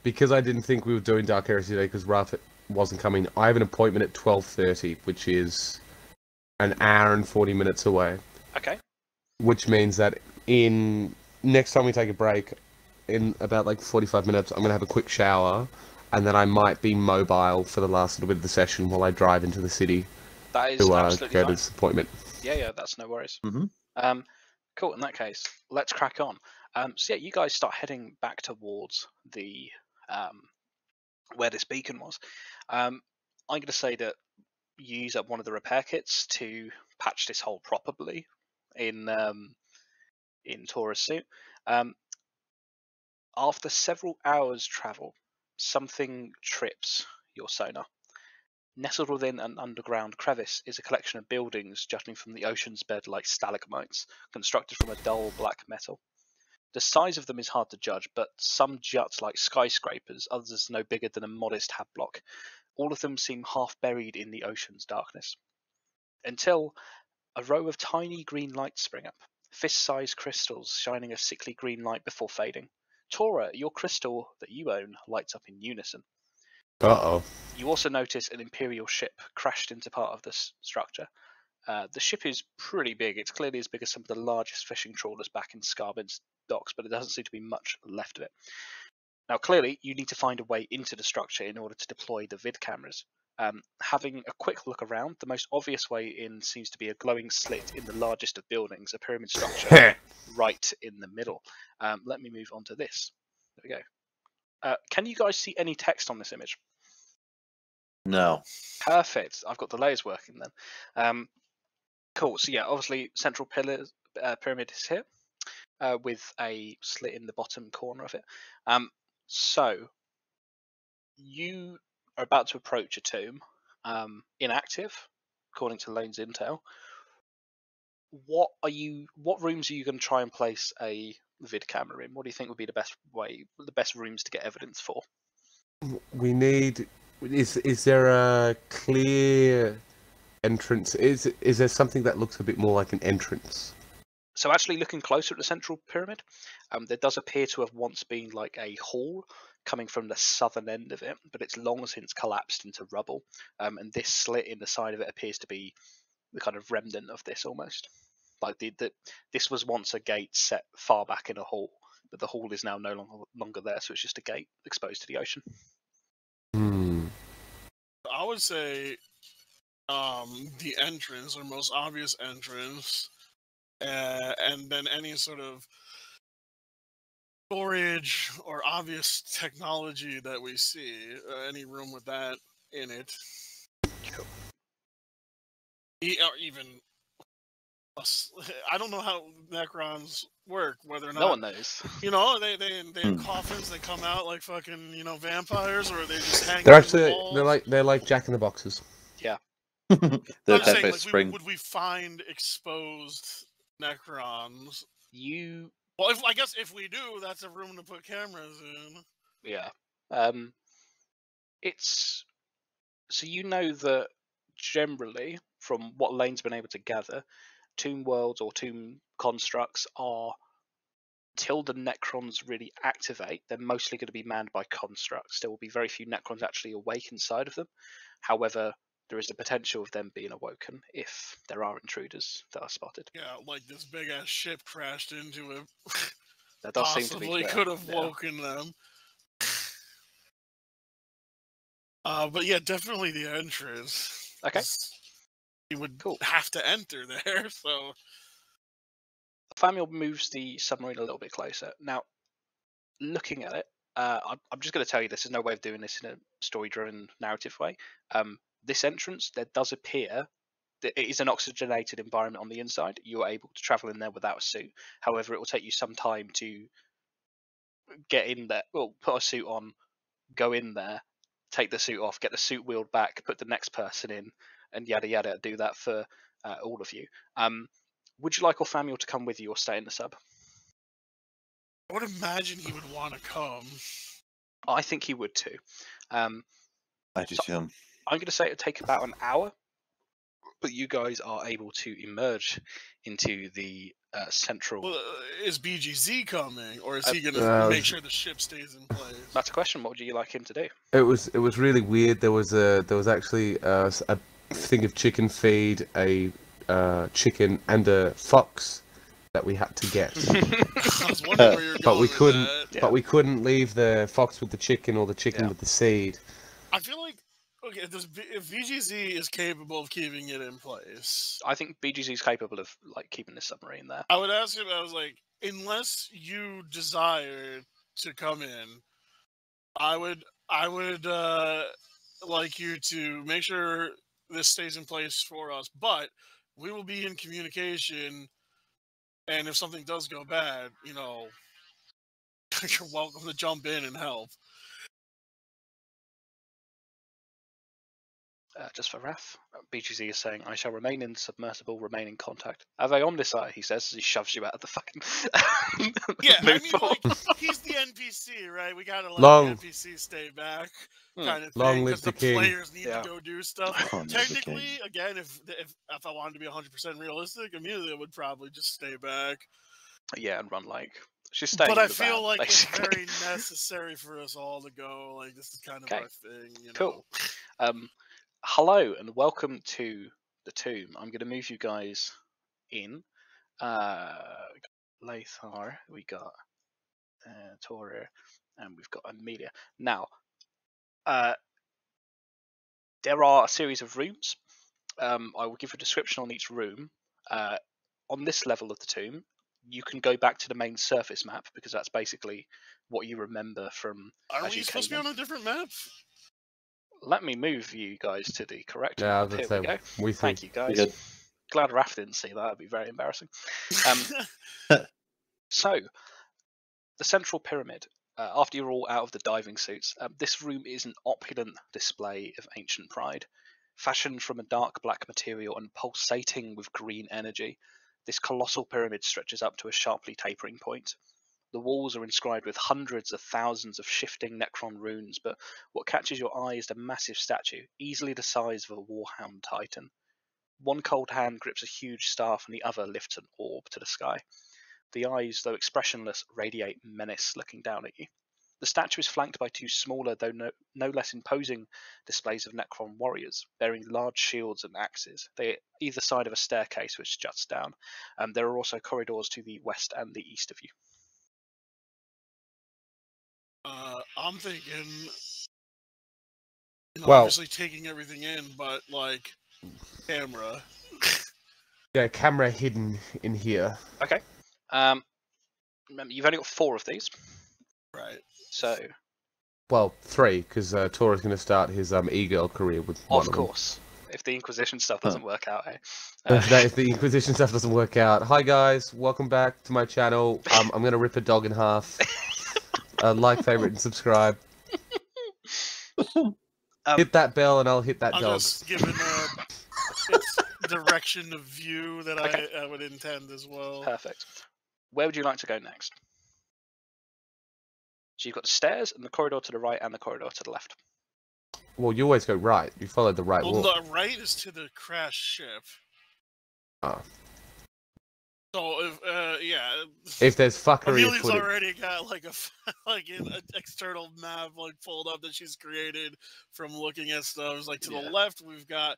Speaker 2: because I didn't think we were doing Dark Heresy today because Raf wasn't coming. I have an appointment at twelve thirty, which is an hour and forty minutes away.
Speaker 3: okay.
Speaker 2: Which means that in next time we take a break, in about like forty five minutes, I'm gonna have a quick shower, and then I might be mobile for the last little bit of the session while I drive into the city
Speaker 3: That is
Speaker 2: to uh,
Speaker 3: absolutely
Speaker 2: go to
Speaker 3: fine.
Speaker 2: this appointment.
Speaker 3: Yeah, yeah, that's no worries.
Speaker 1: Mhm.
Speaker 3: Um, cool. In that case, let's crack on. Um, so yeah, you guys start heading back towards the um, where this beacon was. Um, I'm going to say that you use up one of the repair kits to patch this hole properly in um, in Taurus suit. Um, after several hours travel, something trips your sonar. Nestled within an underground crevice is a collection of buildings jutting from the ocean's bed like stalagmites, constructed from a dull black metal. The size of them is hard to judge, but some jut like skyscrapers, others no bigger than a modest hat block. All of them seem half buried in the ocean's darkness. Until a row of tiny green lights spring up, fist sized crystals shining a sickly green light before fading. Tora, your crystal that you own lights up in unison.
Speaker 2: Uh oh.
Speaker 3: You also notice an Imperial ship crashed into part of this structure. Uh, the ship is pretty big. It's clearly as big as some of the largest fishing trawlers back in Scarbin's docks, but it doesn't seem to be much left of it. Now, clearly, you need to find a way into the structure in order to deploy the vid cameras. Um, having a quick look around, the most obvious way in seems to be a glowing slit in the largest of buildings, a pyramid structure right in the middle. Um, let me move on to this. There we go. Uh, can you guys see any text on this image?
Speaker 1: No.
Speaker 3: Perfect. I've got the layers working then. Um, cool. So yeah, obviously central pillar uh, pyramid is here uh, with a slit in the bottom corner of it. Um, so you are about to approach a tomb, um, inactive, according to Lane's intel. What are you? What rooms are you going to try and place a vid camera in? What do you think would be the best way, the best rooms to get evidence for?
Speaker 2: We need. Is is there a clear entrance? Is is there something that looks a bit more like an entrance?
Speaker 3: So actually, looking closer at the central pyramid, um, there does appear to have once been like a hall coming from the southern end of it, but it's long since collapsed into rubble. Um, and this slit in the side of it appears to be the kind of remnant of this almost. Like the, the this was once a gate set far back in a hall, but the hall is now no longer longer there, so it's just a gate exposed to the ocean.
Speaker 2: Hmm.
Speaker 5: I would say um, the entrance or most obvious entrance, uh, and then any sort of storage or obvious technology that we see, uh, any room with that in it. E- or even us. I don't know how Necrons work, whether or not
Speaker 3: No one knows.
Speaker 5: you know, they they in, they in
Speaker 1: Hmm.
Speaker 5: coffins. They come out like fucking you know vampires, or they just hang.
Speaker 2: They're
Speaker 5: out in the
Speaker 2: actually
Speaker 5: walls?
Speaker 2: they're like they're like Jack in the Boxes.
Speaker 1: They're
Speaker 5: I'm
Speaker 1: attacked
Speaker 5: saying,
Speaker 1: by
Speaker 5: like, we-
Speaker 1: spring.
Speaker 5: would we find exposed Necrons?
Speaker 3: You
Speaker 5: Well, if, I guess if we do, that's a room to put cameras in.
Speaker 3: yeah. Um, it's so you know that generally, from what Lane's been able to gather, tomb worlds or tomb constructs are till the Necrons really activate, they're mostly going to be manned by constructs. There will be very few Necrons actually awake inside of them. However, there is the potential of them being awoken if there are intruders that are spotted.
Speaker 5: Yeah, like this big ass ship crashed into it.
Speaker 3: That does seem to be
Speaker 5: Possibly
Speaker 3: fair,
Speaker 5: could have
Speaker 3: yeah.
Speaker 5: woken them. Uh, but yeah, definitely the entrance.
Speaker 3: Okay.
Speaker 5: 'cause You would
Speaker 3: Cool.
Speaker 5: have to enter there, so
Speaker 3: Famiel moves the submarine a little bit closer. Now, looking at it, uh, I'm- I'm just going to tell you this. There's no way of doing this in a story-driven narrative way. Um, this entrance, there does appear that it is an oxygenated environment on the inside. You are able to travel in there without a suit. However, it will take you some time to get in there. Well, put a suit on, go in there, take the suit off, get the suit wheeled back, put the next person in, and yada yada. Do that for uh, all of you. Um, would you like Orfamiel to come with you or stay in the sub?
Speaker 5: I would imagine he would want to come.
Speaker 3: I think he would too. Um,
Speaker 1: I do
Speaker 3: so-
Speaker 1: too.
Speaker 3: I'm going to say it would take about an hour, but you guys are able to emerge into the uh, central.
Speaker 5: Well, uh, is BGZ coming, or is
Speaker 3: Uh,
Speaker 5: he gonna
Speaker 2: uh,
Speaker 5: make sure the ship stays in place?
Speaker 3: That's a question. What would you like him to do?
Speaker 2: It was it was really weird. There was a there was actually a, s- a thing of chicken feed, a uh, chicken and a fox that we had to get,
Speaker 5: I was wondering where you were
Speaker 2: But
Speaker 5: going
Speaker 2: we
Speaker 5: with
Speaker 2: couldn't-
Speaker 5: that.
Speaker 3: Yeah.
Speaker 2: but we couldn't leave the fox with the chicken or the chicken
Speaker 3: Yeah.
Speaker 2: with the seed.
Speaker 5: I feel like okay, does B- if VGZ is capable of keeping it in place,
Speaker 3: I think BGZ is capable of like keeping this submarine there.
Speaker 5: I would ask him. I was like, unless you desire to come in, I would, I would uh, like you to make sure this stays in place for us. But we will be in communication, and if something does go bad, you know, you're welcome to jump in and help.
Speaker 3: Uh, just for Raf, BGZ is saying, "I shall remain insubmersible, remain in contact." Ave omnisci, he says as he shoves you out of the fucking.
Speaker 5: Yeah, I
Speaker 3: move
Speaker 5: mean,
Speaker 3: forward.
Speaker 5: like, he's the NPC, right? We gotta let
Speaker 2: Long-
Speaker 5: the NPC stay back,
Speaker 3: Hmm.
Speaker 5: kind of
Speaker 2: Long
Speaker 5: thing,
Speaker 2: live
Speaker 5: because the,
Speaker 2: the king.
Speaker 5: players need
Speaker 3: Yeah.
Speaker 5: to go do stuff.
Speaker 1: Long live the
Speaker 5: Technically, again, if, if if I wanted to be 100% realistic, Amelia would probably just stay back.
Speaker 3: yeah, and run like she's staying.
Speaker 5: but
Speaker 3: in
Speaker 5: I
Speaker 3: the
Speaker 5: feel
Speaker 3: van,
Speaker 5: like it's
Speaker 3: basically.
Speaker 5: very necessary for us all to go. Like, this is kind of
Speaker 3: Okay.
Speaker 5: our thing, you know?
Speaker 3: Cool. Um, hello and welcome to the tomb. I'm going to move you guys in. Uh, we got Lothar, we got uh, Tora, and we've got Amelia. Now, uh, there are a series of rooms. Um, I will give a description on each room. Uh, on this level of the tomb, you can go back to the main surface map because that's basically what you remember from.
Speaker 5: Are
Speaker 3: As
Speaker 5: we
Speaker 3: you
Speaker 5: supposed to be
Speaker 3: came
Speaker 5: on a different map?
Speaker 3: Let me move you guys to the correct
Speaker 2: Yeah, I
Speaker 3: map.
Speaker 2: was
Speaker 3: Here
Speaker 2: gonna
Speaker 3: we
Speaker 2: say,
Speaker 3: go.
Speaker 2: we
Speaker 3: Thank
Speaker 2: think
Speaker 3: you guys.
Speaker 1: good.
Speaker 3: Glad Raf didn't see that. That'd be very embarrassing. Um, so, the central pyramid. Uh, after you're all out of the diving suits, um, this room is an opulent display of ancient pride, fashioned from a dark black material and pulsating with green energy. This colossal pyramid stretches up to a sharply tapering point. The walls are inscribed with hundreds of thousands of shifting Necron runes, but what catches your eye is the massive statue, easily the size of a Warhound Titan. One cold hand grips a huge staff, and the other lifts an orb to the sky. The eyes, though expressionless, radiate menace looking down at you. The The statue is flanked by two smaller, though no, no less imposing, displays of Necron warriors, bearing large shields and axes. They are either side of a staircase which juts down. Um, there are also corridors to the west and the east of you.
Speaker 5: Uh, I'm thinking. You know,
Speaker 2: Well-
Speaker 5: obviously taking everything in, but like camera.
Speaker 2: Yeah, camera hidden in here.
Speaker 3: Um, remember, you've only got four of these,
Speaker 5: Right.
Speaker 3: so
Speaker 2: Well, three, because uh, Tora's going to start his um, e-girl career with one
Speaker 3: of
Speaker 2: them.
Speaker 3: course, if the Inquisition stuff
Speaker 1: Huh.
Speaker 3: doesn't work out, eh?
Speaker 2: Uh,
Speaker 3: Uh,
Speaker 2: that if the Inquisition stuff doesn't work out. Hi guys, welcome back to my channel. Um, I'm gonna rip a dog in half. Uh, like, favorite, and subscribe.
Speaker 3: Um,
Speaker 2: hit that bell, and I'll hit that
Speaker 5: I'm
Speaker 2: dog.
Speaker 5: just giving uh its direction of view that
Speaker 3: Okay.
Speaker 5: I, I would intend as well.
Speaker 3: Perfect. Where would you like to go next? So you've got the stairs and the corridor to the right and the corridor to the left.
Speaker 2: Well, you always go right. You follow the right
Speaker 5: well,
Speaker 2: wall.
Speaker 5: the right is to the crash ship.
Speaker 2: Ah.
Speaker 5: So if uh, yeah,
Speaker 2: If there's fuckery
Speaker 5: Amelia's
Speaker 2: afoot,
Speaker 5: already got like a f- like an an external map like pulled up that she's created from looking at stuff. It's like to
Speaker 3: Yeah.
Speaker 5: the left, we've got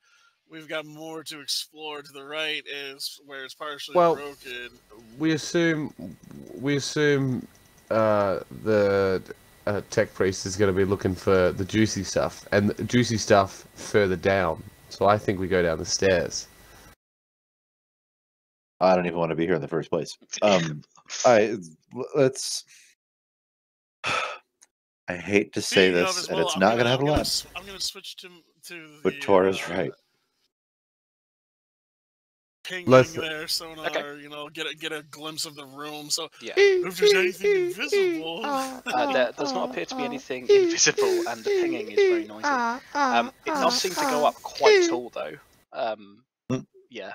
Speaker 5: we've got more to explore. To the right is where it's partially
Speaker 2: Well-
Speaker 5: broken.
Speaker 2: we assume we assume uh, the uh, tech priest is gonna be looking for the juicy stuff, and the juicy stuff further down. So I think we go down the stairs.
Speaker 1: I don't even want to be here in the first place. Um, I let's. I hate to say
Speaker 5: Speaking of
Speaker 1: this,
Speaker 5: as
Speaker 1: and
Speaker 5: well,
Speaker 1: it's
Speaker 5: I'm
Speaker 1: not going to
Speaker 5: I'm
Speaker 1: have a lot,
Speaker 5: s- I'm gonna switch to to
Speaker 1: but
Speaker 5: the,
Speaker 1: Tora's
Speaker 5: uh,
Speaker 1: right.
Speaker 5: ping
Speaker 2: Let's-
Speaker 5: there, sonar. You know, get a get a glimpse of the room. So
Speaker 3: Yeah.
Speaker 5: If there's anything invisible-
Speaker 1: Ah.
Speaker 3: Uh, there does not appear to be anything invisible, and the pinging is very noisy. Um, it does seem to go up quite tall, though. Um,
Speaker 1: Hmm.
Speaker 3: yeah,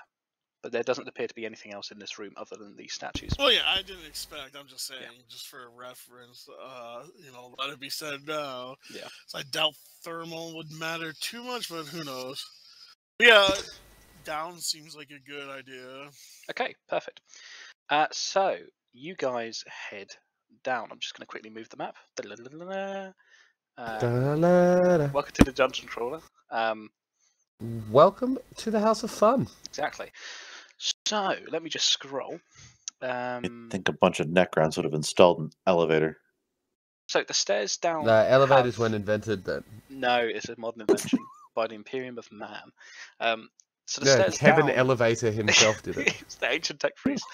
Speaker 3: but there doesn't appear to be anything else in this room other than these statues.
Speaker 5: Well, yeah, I didn't expect. I'm just saying, just for reference, uh, you know, let it be said now.
Speaker 3: Yeah.
Speaker 5: So I doubt thermal would matter too much, but who knows? But yeah, down seems like a good idea.
Speaker 3: Okay, perfect. Uh, so you guys head down. I'm just going to quickly move the map. Uh,
Speaker 2: Da-la-da.
Speaker 3: welcome to the dungeon crawler. Um,
Speaker 2: Welcome to the House of Fun.
Speaker 3: exactly. So let me just scroll.
Speaker 1: I
Speaker 5: Mm.
Speaker 3: Um,
Speaker 1: think a bunch of Necrons would have installed an elevator.
Speaker 3: so the stairs down.
Speaker 2: The elevators
Speaker 3: have-
Speaker 2: weren't invented then.
Speaker 3: No, it's a modern invention by the Imperium of Man. Um, so the
Speaker 2: No,
Speaker 3: stairs
Speaker 2: Kevin
Speaker 3: down...
Speaker 2: Elevator himself did it.
Speaker 3: it's the ancient tech priest.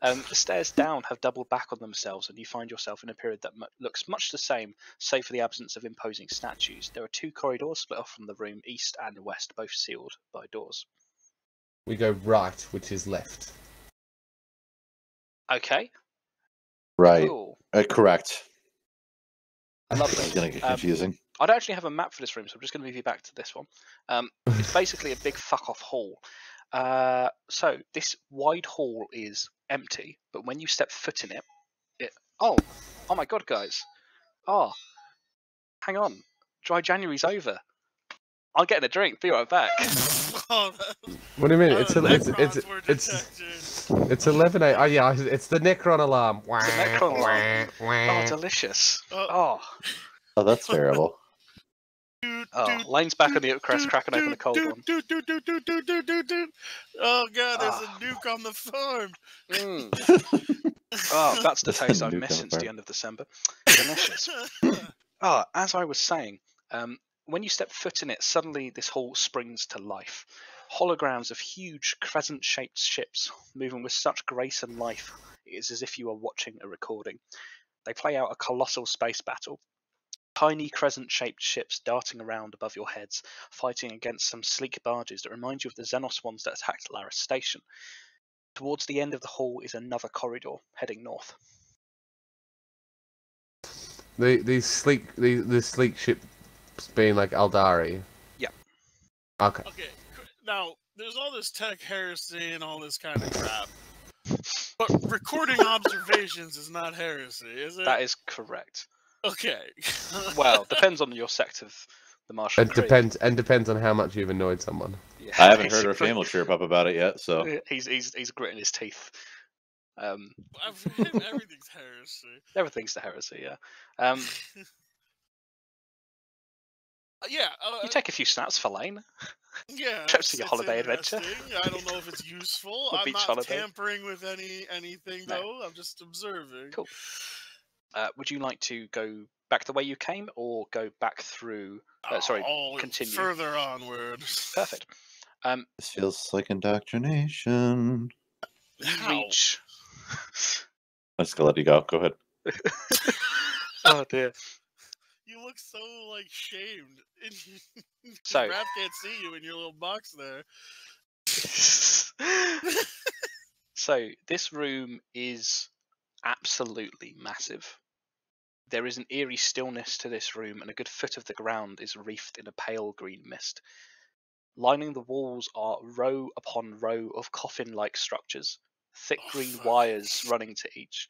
Speaker 3: Um, the stairs down have doubled back on themselves, and you find yourself in a period that mu- looks much the same, save for the absence of imposing statues. There are two corridors split off from the room, east and west, both sealed by doors.
Speaker 2: We go right, which is left.
Speaker 3: Okay,
Speaker 1: Right.
Speaker 3: cool,
Speaker 1: Uh, correct. This is
Speaker 3: lovely.
Speaker 1: going to get
Speaker 3: Um,
Speaker 1: confusing.
Speaker 3: I don't actually have a map for this room, so I'm just going to move you back to this one. Um, it's basically a big fuck off hall. Uh, so this wide hall is empty, but when you step foot in it, it oh, oh my god, guys, oh, hang on, dry January's over. I'm getting a drink. Be right back.
Speaker 5: oh,
Speaker 2: What do you mean?
Speaker 5: Uh,
Speaker 3: Oh,
Speaker 2: It's a, it's it's
Speaker 5: Necrons were
Speaker 2: it's it's eleven eight. Oh yeah, it's the Necron alarm. Wah,
Speaker 3: Necron alarm.
Speaker 2: wah,
Speaker 3: Oh,
Speaker 2: wah.
Speaker 3: delicious.
Speaker 5: uh,
Speaker 3: Oh,
Speaker 1: Oh, that's terrible.
Speaker 5: doot,
Speaker 3: oh,
Speaker 5: doot,
Speaker 3: Lane's back on the
Speaker 5: doot,
Speaker 3: upcrest,
Speaker 5: doot,
Speaker 3: cracking open a
Speaker 5: doot,
Speaker 3: cold
Speaker 5: doot,
Speaker 3: one.
Speaker 5: doot, doot, doot, doot, doot, doot, doot, doot. Oh god, there's
Speaker 3: Ah.
Speaker 5: a nuke on the farm.
Speaker 3: Mm. Oh, that's the
Speaker 1: That's the
Speaker 3: taste
Speaker 1: new
Speaker 3: I've missed since
Speaker 1: Delaware.
Speaker 3: the end of December. Delicious. Ah, as I was saying, um, when you step foot in it, suddenly this hall springs to life. Holograms of huge crescent shaped ships moving with such grace and life, it is as if you are watching a recording. They play out a colossal space battle. Tiny crescent shaped ships darting around above your heads, fighting against some sleek barges that remind you of the Xenos ones that attacked Laris Station. Towards the end of the hall is another corridor heading north.
Speaker 2: The these sleek the the sleek ships being like Aldari.
Speaker 3: Yeah.
Speaker 2: Okay.
Speaker 5: Okay, qu- now there's all this tech heresy and all this kind of crap. But recording observations is not heresy, is it?
Speaker 3: That is correct.
Speaker 5: Okay.
Speaker 3: Well, depends on your sect of the martial
Speaker 2: It
Speaker 3: creed.
Speaker 2: depends and depends on how much you've annoyed someone.
Speaker 3: Yeah,
Speaker 1: I haven't heard her
Speaker 3: basically.
Speaker 1: family chirp up about it yet, so
Speaker 3: He's he's he's gritting his teeth. Um,
Speaker 5: After him, everything's heresy.
Speaker 3: everything's the heresy, yeah. Um,
Speaker 5: Uh, Yeah, uh,
Speaker 3: you take a few snaps for Lane.
Speaker 5: yeah.
Speaker 3: trips to
Speaker 5: it's-
Speaker 3: your
Speaker 5: it's
Speaker 3: holiday adventure.
Speaker 5: interesting. I don't know if it's useful.
Speaker 3: Or
Speaker 5: I'm
Speaker 3: beach
Speaker 5: not
Speaker 3: holiday.
Speaker 5: tampering with any anything
Speaker 3: No.
Speaker 5: though. I'm just observing.
Speaker 3: Cool. Uh, would you like to go back the way you came, or go back through? Uh, sorry,
Speaker 5: Oh,
Speaker 3: continue.
Speaker 5: Further onward.
Speaker 3: Perfect. Um,
Speaker 1: This feels like indoctrination.
Speaker 3: you
Speaker 5: How?
Speaker 3: reach.
Speaker 1: I'm just gonna let you go. Go ahead.
Speaker 3: oh dear.
Speaker 5: You look so like shamed. And
Speaker 3: So-
Speaker 5: Raph can't see you in your little box there.
Speaker 3: so this room is absolutely massive. There is an eerie stillness to this room, and a good foot of the ground is wreathed in a pale green mist. Lining the walls are row upon row of coffin like structures, thick
Speaker 5: Oh,
Speaker 3: green
Speaker 5: fuck.
Speaker 3: wires running to each.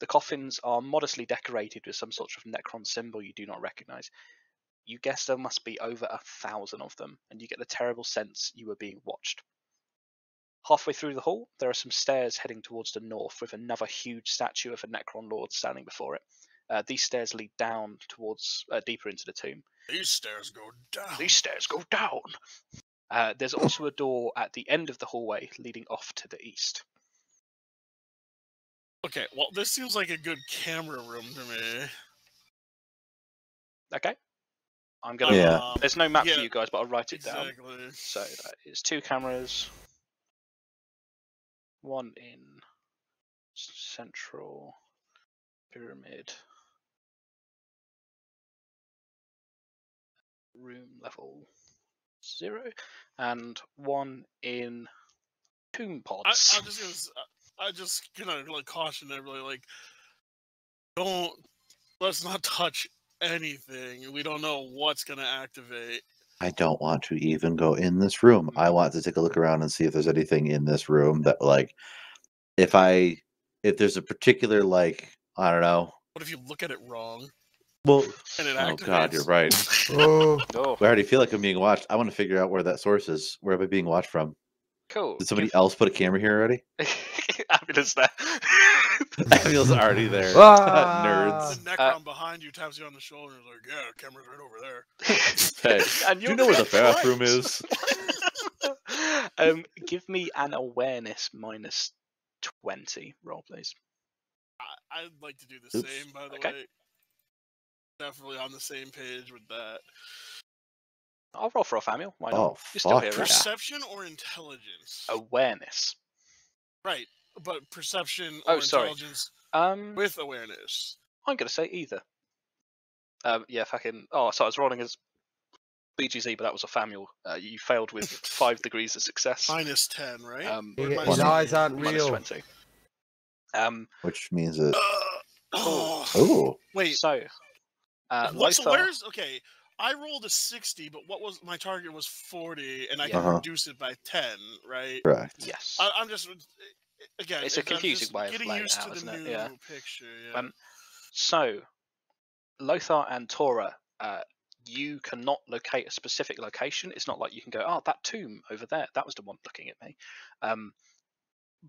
Speaker 3: The coffins are modestly decorated with some sort of Necron symbol you do not recognize. You guess there must be over a thousand of them, and you get the terrible sense you are being watched. Halfway through the hall, there are some stairs heading towards the north, with another huge statue of a Necron lord standing before it. Uh, these stairs lead down towards uh, deeper into the tomb.
Speaker 5: These stairs go down.
Speaker 3: These stairs go down. Uh, there's also a door at the end of the hallway leading off to the east.
Speaker 5: Okay, well, this seems like a good camera room to me.
Speaker 3: Okay, I'm gonna.
Speaker 1: Yeah.
Speaker 5: Um,
Speaker 3: There's no map
Speaker 5: yeah,
Speaker 3: for you guys, but I'll write it down.
Speaker 5: Um, Exactly.
Speaker 3: So that is two cameras, one in s- central pyramid, room level zero, and one in tomb
Speaker 5: I, I'm
Speaker 3: pods.
Speaker 5: just gonna. s- I- I'm just gonna like caution everybody. Like, don't. Let's not touch anything. We don't know what's gonna activate.
Speaker 1: I don't want to even go in this room. I want to take a look around and see if there's anything in this room that like if I if there's a particular like I don't know.
Speaker 5: What if you look at it wrong
Speaker 1: Well,
Speaker 5: and it
Speaker 1: oh
Speaker 5: activates?
Speaker 1: god, you're right.
Speaker 2: Oh,
Speaker 3: Oh,
Speaker 1: I already feel like I'm being watched. I want to figure out where that source is. Where am I being watched from?
Speaker 3: cool.
Speaker 1: Did somebody else put a camera here already?
Speaker 3: Ambulance there.
Speaker 1: Emil's already there. Uh,
Speaker 2: Ah.
Speaker 5: The
Speaker 3: uh,
Speaker 5: Necron behind you taps you on the shoulder and is like, "Yeah, camera's right over there."
Speaker 1: Hey,
Speaker 3: And
Speaker 1: do you
Speaker 3: you're
Speaker 1: know where the
Speaker 3: dead right.
Speaker 1: bathroom is?
Speaker 3: um, give me an awareness minus twenty roll, please.
Speaker 5: I, I'd like to do the
Speaker 1: Oops.
Speaker 5: same, by the
Speaker 3: Okay.
Speaker 5: way. Definitely on the same page with that.
Speaker 3: I'll roll for a Famuel. Why not?
Speaker 1: Oh,
Speaker 3: You're still
Speaker 1: fuck.
Speaker 3: here, right?
Speaker 5: Perception or intelligence?
Speaker 3: Oh.
Speaker 1: Oh.
Speaker 3: Awareness.
Speaker 5: Right, but perception
Speaker 3: Oh,
Speaker 5: or
Speaker 3: sorry.
Speaker 5: intelligence
Speaker 3: Um,
Speaker 5: with awareness.
Speaker 3: I'm gonna say either. Um, yeah, fucking. Oh, so I was rolling as BGZ, but that was a Famuel. Uh, you failed with five degrees of success.
Speaker 5: Minus ten, right?
Speaker 3: Um,
Speaker 5: Or
Speaker 2: his
Speaker 5: minus
Speaker 2: eyes
Speaker 5: 20.
Speaker 2: aren't
Speaker 3: minus
Speaker 2: real.
Speaker 3: twenty. Um,
Speaker 1: Which means that.
Speaker 5: Ugh.
Speaker 3: Oh.
Speaker 5: Oh,
Speaker 1: Oh,
Speaker 5: wait.
Speaker 3: so uh,
Speaker 5: what's
Speaker 3: Lothar-
Speaker 5: where's okay? I rolled a sixty, but what was my target was forty, and I can
Speaker 1: Yeah. Uh-huh.
Speaker 5: reduce it by ten, right?
Speaker 1: correct.
Speaker 3: Yes.
Speaker 5: I, I'm just again.
Speaker 3: It's a
Speaker 5: I'm
Speaker 3: confusing
Speaker 5: just
Speaker 3: way of
Speaker 5: getting
Speaker 3: laying it
Speaker 5: used
Speaker 3: out,
Speaker 5: to the
Speaker 3: isn't it?
Speaker 5: new
Speaker 3: Yeah.
Speaker 5: picture. Yeah.
Speaker 3: Um, So, Lothar and Tora, uh, you cannot locate a specific location. It's not like you can go, oh, that tomb over there, that was the one looking at me. Um,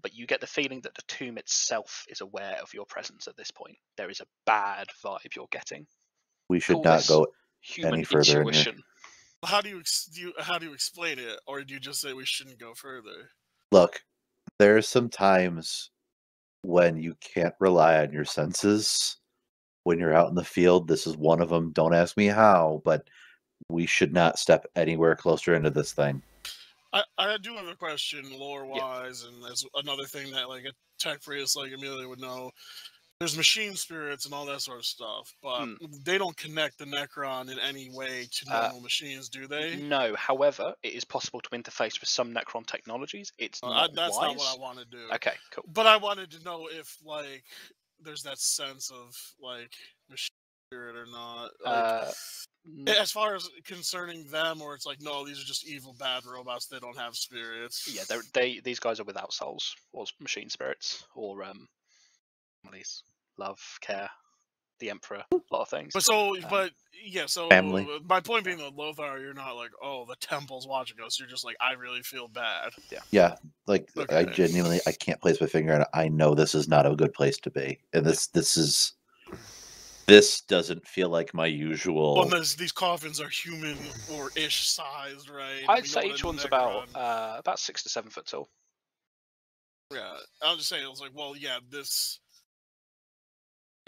Speaker 3: but you get the feeling that the tomb itself is aware of your presence at this point. There is a bad vibe you're getting.
Speaker 1: We should
Speaker 3: Call
Speaker 1: not
Speaker 3: this
Speaker 1: go.
Speaker 3: Human
Speaker 1: further in here.
Speaker 3: intuition.
Speaker 5: how do you, ex- do you how do you explain it, or do you just say we shouldn't go further?
Speaker 1: Look, there are some times when you can't rely on your senses. When you're out in the field, this is one of them. Don't ask me how, but we should not step anywhere closer into this thing.
Speaker 5: I, I do have a question lore wise, and that's another thing that like a tech priest like Amelia would know. There's machine spirits and all that sort of stuff, but they don't connect the Necron in any way to
Speaker 3: Hmm. Uh,
Speaker 5: normal machines, do they?
Speaker 3: No, however, it is possible to interface with some Necron technologies. It's
Speaker 5: Uh, I,
Speaker 3: not
Speaker 5: that's
Speaker 3: wise.
Speaker 5: not what I want to do.
Speaker 3: Okay, cool.
Speaker 5: But I wanted to know if like there's that sense of like machine spirit or not. Like,
Speaker 3: Uh,
Speaker 5: a- as far as concerning them, or it's like no, these are just evil bad robots. They don't have spirits.
Speaker 3: yeah, they're, they these guys are without souls or s- machine spirits or um, what are these love care the emperor, a lot of things.
Speaker 5: But so,
Speaker 3: Um,
Speaker 5: but yeah, so uh,
Speaker 1: Family.
Speaker 5: my point being that Lothar, you're not like, oh, the temple's watching us. You're just like, I really feel bad.
Speaker 1: Yeah, like I
Speaker 5: Okay.
Speaker 1: genuinely I can't place my finger on it. I know this is not a good place to be, and this this is this doesn't feel like my usual.
Speaker 5: Well, those, these coffins are human or ish sized, right? We know
Speaker 3: I'd say
Speaker 5: what
Speaker 3: each
Speaker 5: a
Speaker 3: one's
Speaker 5: Necron-
Speaker 3: about uh, about six to seven foot tall.
Speaker 5: Yeah, I was just saying, I was like, well, yeah, this.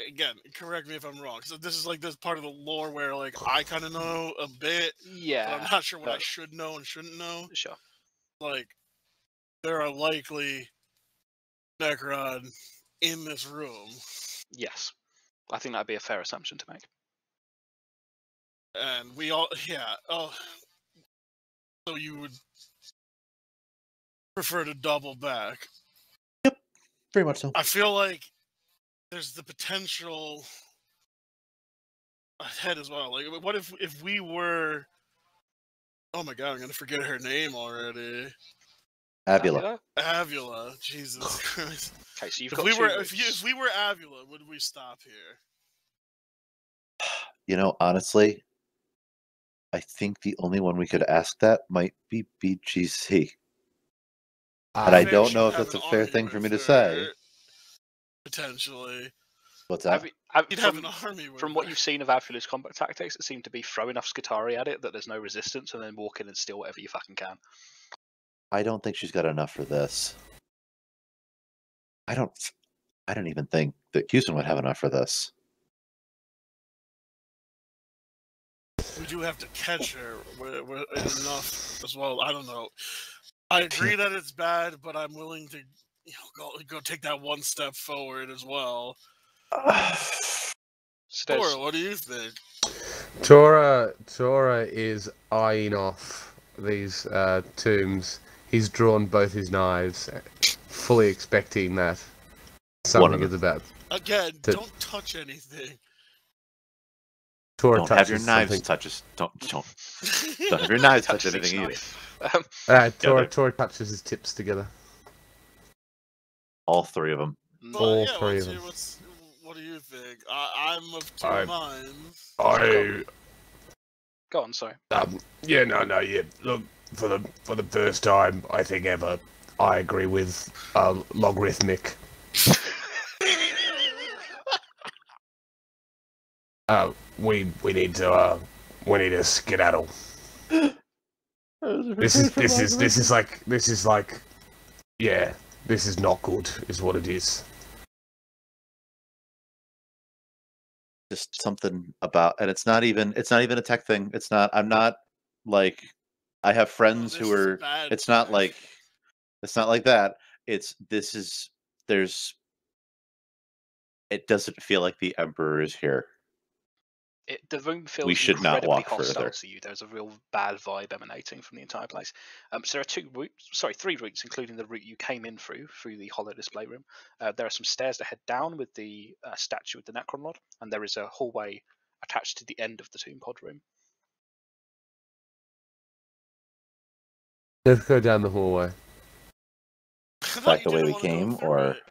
Speaker 5: Again, correct me if I'm wrong. So this is like this part of the lore where like I kind of know a bit, but
Speaker 3: Yeah,
Speaker 5: I'm not sure what I
Speaker 3: but-
Speaker 5: should know and shouldn't know.
Speaker 3: sure.
Speaker 5: Like, there are likely Necron in this room,
Speaker 3: Yes, I think that'd be a fair assumption to make.
Speaker 5: and we all, yeah. Oh, so you would prefer to double back?
Speaker 1: Very much so.
Speaker 5: I feel like there's the potential ahead as well. Like, what if if we were? Oh my god, I'm gonna forget her name already.
Speaker 1: Avila.
Speaker 5: Avula, Jesus Christ!
Speaker 3: Okay, so you've
Speaker 5: If
Speaker 3: got
Speaker 5: we
Speaker 3: two
Speaker 5: were if, you,
Speaker 3: routes.
Speaker 5: if we were Avula, would we stop here?
Speaker 1: You know, honestly, I think the only one we could ask that might be BGC.
Speaker 2: Ah.
Speaker 1: And I
Speaker 5: Maybe
Speaker 1: don't
Speaker 5: she
Speaker 1: know
Speaker 5: would
Speaker 1: if
Speaker 5: have
Speaker 1: that's
Speaker 5: an
Speaker 1: a fair thing
Speaker 5: army
Speaker 1: for me
Speaker 5: with
Speaker 1: to say.
Speaker 5: her, Potentially,
Speaker 1: What's
Speaker 3: I
Speaker 1: that?
Speaker 3: mean- I-
Speaker 5: you'd have
Speaker 3: from,
Speaker 5: an army with
Speaker 3: from what
Speaker 5: her.
Speaker 3: you've seen of Avula's combat tactics, it seemed to be throw enough Scutari at it that there's no resistance, and then walk in and steal whatever you fucking can.
Speaker 1: I don't think she's got enough for this. I don't. I don't even think that Houston would have enough for this.
Speaker 5: We do have to catch her. We're, we're it's enough as well. I don't know. I agree that it's bad, but I'm willing to you know, go go take that one step forward as well.
Speaker 3: So there's-
Speaker 5: Or what do you think?
Speaker 2: Tora Tora is eyeing off these uh, tombs. He's drawn both his knives, fully expecting that
Speaker 1: One of
Speaker 2: something is about.
Speaker 5: Again,
Speaker 2: To-
Speaker 5: don't touch anything.
Speaker 2: Tora
Speaker 1: don't have your
Speaker 2: touches
Speaker 1: knives
Speaker 2: something.
Speaker 1: touch us. Don't don't don't have your knives touch
Speaker 3: touches each
Speaker 1: anything either.
Speaker 3: knife. Um,
Speaker 2: Uh, Tora
Speaker 1: they're-
Speaker 2: Tora touches his tips together.
Speaker 1: All three of them.
Speaker 5: But
Speaker 2: All
Speaker 5: yeah,
Speaker 2: three
Speaker 5: what's,
Speaker 2: of
Speaker 5: your-
Speaker 2: them.
Speaker 5: what's what do you think? I, I'm of 2
Speaker 2: I'm-
Speaker 5: minds.
Speaker 3: I- go on, sorry.
Speaker 6: Um, yeah, no, no, yeah. Look, for the for the first time I think ever, I agree with uh, logarithmic. Uh, we we need to uh, we need to skedaddle. This is this is this is like this is like, yeah, this is not good, is what it is.
Speaker 1: just something about and it's not even it's not even a tech thing it's not i'm not like i have friends
Speaker 5: Oh,
Speaker 1: who
Speaker 5: this is
Speaker 1: are
Speaker 5: bad
Speaker 1: it's not
Speaker 5: stuff.
Speaker 1: like it's not like that it's this is there's it doesn't feel like the emperor is here
Speaker 3: It, the room feels
Speaker 1: should not
Speaker 3: incredibly
Speaker 1: walk
Speaker 3: hostile
Speaker 1: further.
Speaker 3: to you. There's a real bad vibe emanating from the entire place. Um, so there are two routes, sorry, three routes, including the route you came in through, through the hollow display room. Uh, there are some stairs that head down with the uh, statue with the Necron Lord, and there is a hallway attached to the end of the tomb pod room.
Speaker 2: Let's go down the hallway.
Speaker 5: I thought
Speaker 1: Like
Speaker 5: you
Speaker 1: the way
Speaker 5: didn't
Speaker 1: we
Speaker 5: wanna go
Speaker 1: came,
Speaker 5: through
Speaker 1: or-
Speaker 5: it.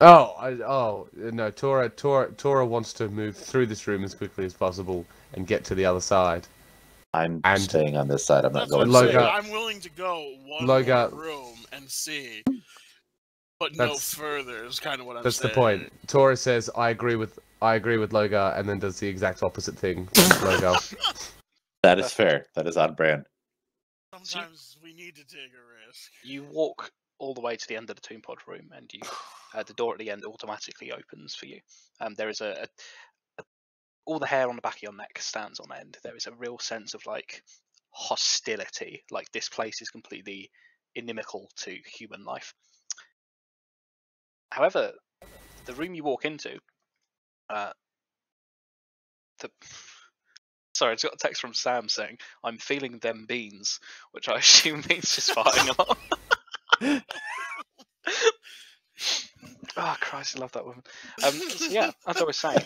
Speaker 2: Oh, I, oh no! Tora, Tora, Tora wants to move through this room as quickly as possible and get to the other side.
Speaker 1: i'm
Speaker 2: And-
Speaker 1: staying on this side i'm not
Speaker 5: That's what I'm,
Speaker 1: going
Speaker 2: Logo-
Speaker 5: saying.
Speaker 1: to
Speaker 5: I'm willing to go one
Speaker 2: Logo-
Speaker 5: more room and see, but no
Speaker 2: That's-
Speaker 5: further is kind of what I'm
Speaker 2: That's the
Speaker 5: saying.
Speaker 2: point. Tora says, "I agree with, I agree with Logar," and then does the exact opposite thing. to Logar.
Speaker 1: that is fair that is on brand
Speaker 5: Sometimes we need to take a risk.
Speaker 3: You walk all the way to the end of the tomb pod room, and you, uh, the door at the end automatically opens for you. Um, there is a, a, a- all the hair on the back of your neck stands on end. There is a real sense of like hostility, like this place is completely inimical to human life. However, the room you walk into, uh, the sorry, I just got a text from Sam saying I'm feeling them beans, which I assume means she's farting a lot. oh Christ, I love that woman. Um, so yeah, as I was saying,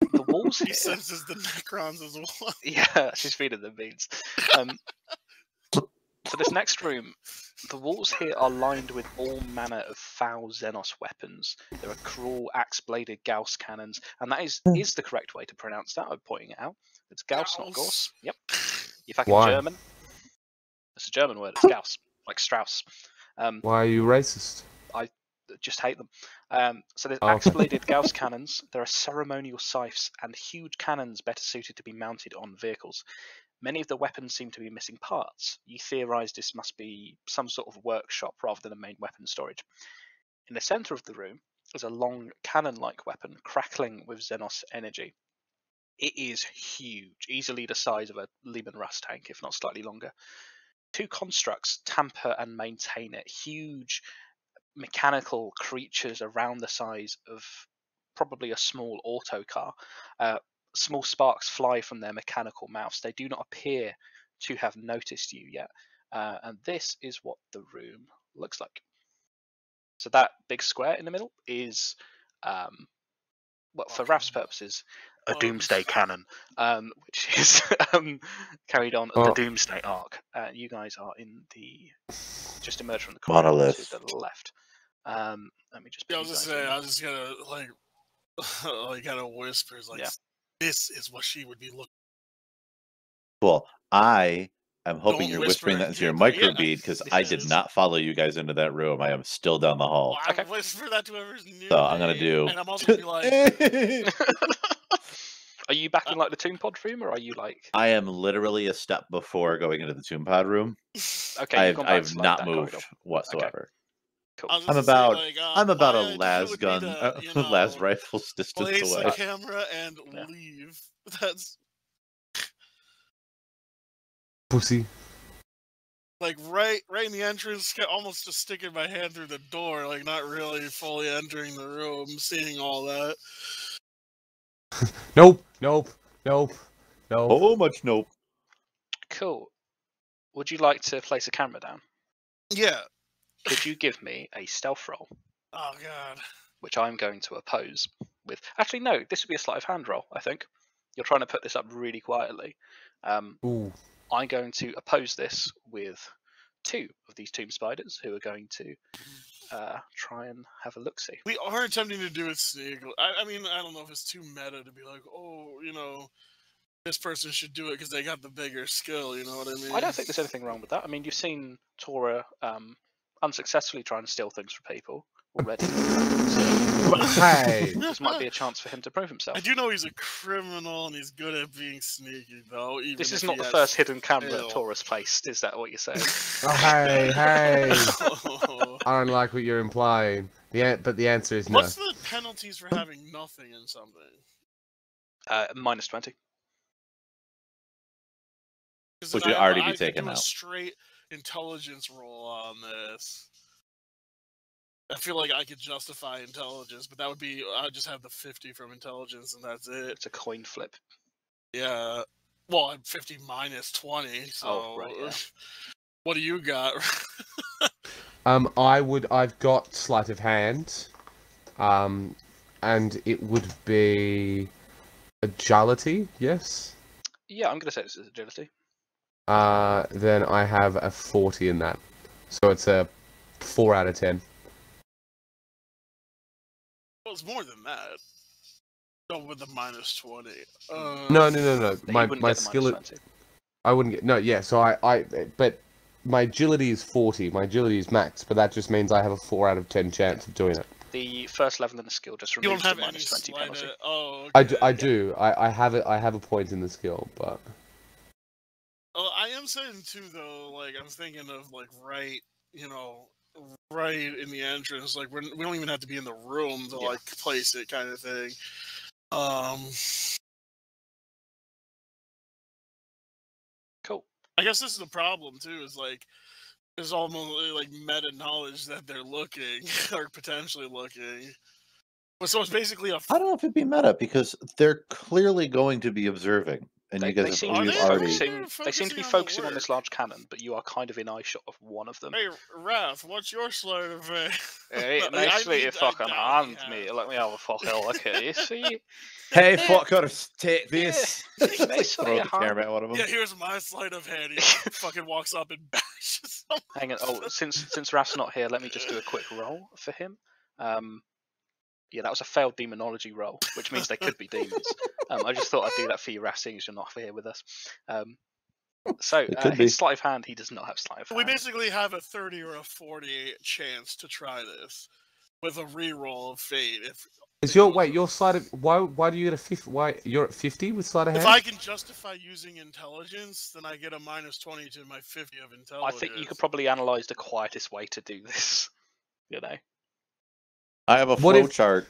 Speaker 3: the walls
Speaker 5: He
Speaker 3: here,
Speaker 5: senses the Necrons as well.
Speaker 3: yeah, she's feeding them beans. Um, so this next room, the walls here are lined with all manner of foul Xenos weapons. There are cruel axe-bladed Gauss cannons, and that is is the correct way to pronounce that. I'm pointing it out. It's Gauss, not Gauss. Yep. You fucking
Speaker 2: Why?
Speaker 3: German. It's a German word. It's Gauss, like Strauss. Um,
Speaker 2: Why are you racist?
Speaker 3: just hate them. Um, so there's
Speaker 2: Oh.
Speaker 3: axe-bladed Gauss cannons. There are ceremonial scythes and huge cannons better suited to be mounted on vehicles. Many of the weapons seem to be missing parts. You theorise this must be some sort of workshop rather than a main weapon storage. In the centre of the room is a long cannon-like weapon crackling with Xenos energy. It is huge, easily the size of a Lehman Russ tank, if not slightly longer. Two constructs tamper and maintain it. Huge mechanical creatures around the size of probably a small auto car. Uh, small sparks fly from their mechanical mouths. They do not appear to have noticed you yet. Uh, and this is what the room looks like. So that big square in the middle is, um, well, for
Speaker 5: Fucking-
Speaker 3: Raf's purposes, a
Speaker 5: Oh.
Speaker 3: doomsday cannon, um, which is um, carried on at the
Speaker 2: Oh.
Speaker 3: doomsday arc. Uh, you guys are in the just emerge from the corridor to the left. Um, let me just. put
Speaker 5: Yeah, I
Speaker 3: you
Speaker 5: was just
Speaker 3: guys in.
Speaker 5: saying, I was just gonna like, like kind of whispers, like,
Speaker 3: Yeah.
Speaker 5: this is what she would be looking.
Speaker 1: Cool. I am hoping
Speaker 5: Don't
Speaker 1: you're
Speaker 5: whisper
Speaker 1: whispering
Speaker 5: in
Speaker 1: that into your
Speaker 5: Jake's ear.
Speaker 1: microbead because I did
Speaker 5: Yes.
Speaker 1: not follow you guys into that room. I am still down the hall.
Speaker 5: I
Speaker 3: Okay.
Speaker 5: would whisper that to whoever's near.
Speaker 1: Oh, So I'm gonna
Speaker 5: me,
Speaker 1: do-
Speaker 5: And I'm also gonna be like,
Speaker 3: are you back in like the tomb pod room, or are you like?
Speaker 1: I am literally a step before going into the tomb pod room.
Speaker 3: Okay,
Speaker 1: I
Speaker 3: you've
Speaker 1: have,
Speaker 3: gone
Speaker 1: I
Speaker 3: back to,
Speaker 1: have
Speaker 3: like,
Speaker 1: not
Speaker 3: that
Speaker 1: moved
Speaker 3: corridor.
Speaker 1: whatsoever.
Speaker 5: I was
Speaker 1: I'm
Speaker 5: just gonna say,
Speaker 1: about-
Speaker 5: like, uh,
Speaker 1: I'm about
Speaker 5: my
Speaker 1: a
Speaker 5: idea
Speaker 1: las
Speaker 5: would be
Speaker 1: gun,
Speaker 5: to,
Speaker 1: uh,
Speaker 5: you
Speaker 1: las
Speaker 5: know,
Speaker 1: rifle's distance
Speaker 5: Place
Speaker 1: away.
Speaker 5: the camera and
Speaker 3: Yeah.
Speaker 5: leave. That's
Speaker 2: Pussy.
Speaker 5: like right, right in the entrance. ca- Almost just sticking my hand through the door, like not really fully entering the room, seeing all that.
Speaker 2: Nope. Nope. Nope. Nope.
Speaker 1: Oh, much nope.
Speaker 3: Cool. Would you like to place a camera down?
Speaker 5: Yeah.
Speaker 3: Could you give me a stealth roll,
Speaker 5: Oh god.
Speaker 3: which I'm going to oppose with? Actually, no. This would be a sleight of hand roll. I think you're trying to put this up really quietly. Um,
Speaker 2: Ooh.
Speaker 3: I'm going to oppose this with two of these tomb spiders who are going to uh, try and have a look see.
Speaker 5: We are attempting to do it sneak. I, I mean, I don't know if it's too meta to be like, oh, you know, this person should do it because they got the bigger skill. You know what I mean?
Speaker 3: I don't think there's anything wrong with that. I mean, you've seen Tora um, unsuccessfully try and steal things from people already. so
Speaker 2: hey.
Speaker 3: this might be a chance for him to prove himself.
Speaker 5: I do know he's a criminal and he's good at being sneaky, though. Even
Speaker 3: This is
Speaker 5: if
Speaker 3: not
Speaker 5: he
Speaker 3: the
Speaker 5: has-
Speaker 3: first hidden camera
Speaker 5: fail.
Speaker 3: Tora's placed. Is that what you're saying?
Speaker 2: Oh, hey. Hey.
Speaker 5: Oh.
Speaker 2: I don't like what you're implying. The an- but the answer is no.
Speaker 5: What's the penalties for having nothing in something?
Speaker 3: uh, minus twenty.
Speaker 5: 'Cause
Speaker 1: Which
Speaker 5: then
Speaker 1: would
Speaker 5: I have-
Speaker 1: already be
Speaker 5: I could
Speaker 1: taken
Speaker 5: do a
Speaker 1: out.
Speaker 5: straight intelligence roll on this. I feel like I could justify intelligence, but that would be I would just have the fifty from intelligence and that's it.
Speaker 3: It's a coin flip.
Speaker 5: Yeah. Well, I'm 50 minus 20, so
Speaker 3: Oh, right, yeah.
Speaker 5: what do you got?
Speaker 2: Um, I would. I've got sleight of hand. Um, and it would be agility. Yes.
Speaker 3: Yeah, I'm going to say this is agility.
Speaker 2: Uh, then I have a forty in that, so it's a four out of ten.
Speaker 5: well, it's more than that. So with the minus 20. Uh,
Speaker 2: No, no, no, no.
Speaker 3: That you
Speaker 2: My
Speaker 3: wouldn't
Speaker 2: my
Speaker 3: get the
Speaker 2: skill.
Speaker 3: minus 20.
Speaker 2: I wouldn't get no, yeah. So I, I, but my agility is forty. My agility is max, but that just means I have a four out of ten chance of doing it.
Speaker 3: The first level in the skill just
Speaker 5: You don't
Speaker 3: removes the
Speaker 5: have any
Speaker 3: minus twenty
Speaker 5: slight
Speaker 3: penalty.
Speaker 5: uh, Oh,
Speaker 2: I do,
Speaker 5: okay.
Speaker 2: I do. I, I have it. I have a point in the skill, but
Speaker 5: Oh, I am saying too, though. Like I'm thinking of like right, you know, right in the entrance. Like we're, we don't even have to be in the room to
Speaker 3: Yeah.
Speaker 5: like place it, kind of thing. Um,
Speaker 3: Cool.
Speaker 5: I guess this is the problem too. Is like there's almost like meta knowledge that they're looking or potentially looking. But so it's basically a. f-
Speaker 1: I don't know if it'd be meta because they're clearly going to be observing and
Speaker 3: They,
Speaker 1: you guys
Speaker 3: they seem
Speaker 1: have-
Speaker 3: to
Speaker 5: Are
Speaker 3: be
Speaker 1: you've
Speaker 5: they
Speaker 1: already.
Speaker 5: focusing-
Speaker 3: focusing. They seem to be
Speaker 5: focusing on the
Speaker 3: focusing on this
Speaker 5: work?
Speaker 3: large cannon, but you are kind of in eyeshot of one of them.
Speaker 5: Hey, Raph, what's your sleight of hand?
Speaker 3: Hey,
Speaker 5: I
Speaker 3: nice way
Speaker 5: need-
Speaker 3: to
Speaker 5: I
Speaker 3: fucking
Speaker 5: doubt he
Speaker 3: hand me.
Speaker 5: has.
Speaker 3: Let me have a fucking look at you. See,
Speaker 1: Hey, fuckers, take
Speaker 3: Yeah.
Speaker 1: this.
Speaker 3: Nice little
Speaker 1: Throw the
Speaker 3: hand.
Speaker 1: camera at one of them.
Speaker 5: Yeah, here's my sleight of hand. He fucking walks up and bashes him.
Speaker 3: hang on. Oh, since since Raf's not here, let me just do a quick roll for him. Um, yeah, that was a failed demonology roll, which means they could be demons. Um, I just thought I'd do that for you, Raf, seeing as you're not here with us. Um, so uh,
Speaker 1: could be.
Speaker 3: his sleight of hand, he does not have sleight of
Speaker 5: We
Speaker 3: hand.
Speaker 5: basically have a 30 or a 40 chance to try this with a reroll of fate. If
Speaker 2: Is your wait your side of why why do you get a fifth? Why you're at fifty with sleight of hand?
Speaker 5: if I can justify using intelligence, then I get a minus 20 to my 50 of
Speaker 3: Oh, I
Speaker 5: intelligence.
Speaker 3: think you could probably analyze the quietest way to do this. You know,
Speaker 1: I have a
Speaker 2: What
Speaker 1: flow
Speaker 2: if-
Speaker 1: chart.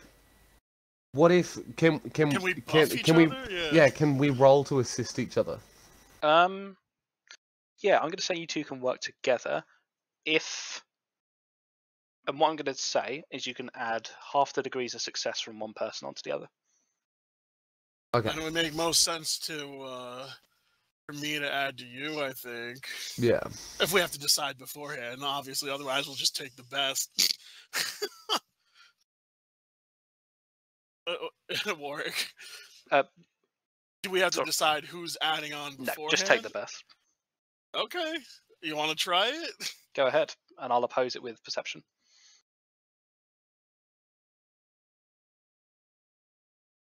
Speaker 2: What if can can
Speaker 5: Can we buff
Speaker 2: can,
Speaker 5: each
Speaker 2: can we
Speaker 5: other? Yeah.
Speaker 2: yeah can we roll to assist each other?
Speaker 3: Um, yeah, I'm going to say you two can work together. If and what I'm going to say is you can add half the degrees of success from one person onto the other.
Speaker 2: Okay,
Speaker 5: And it would make most sense to uh, for me to add to you, I think.
Speaker 2: yeah.
Speaker 5: If we have to decide beforehand, obviously. Otherwise, we'll just take the best. Uh, uh, Warwick.
Speaker 3: Uh,
Speaker 5: Do we have to
Speaker 3: sorry.
Speaker 5: decide who's adding on
Speaker 3: No,
Speaker 5: beforehand?
Speaker 3: just take the best.
Speaker 5: Okay. You want to try it?
Speaker 3: Go ahead, and I'll oppose it with perception.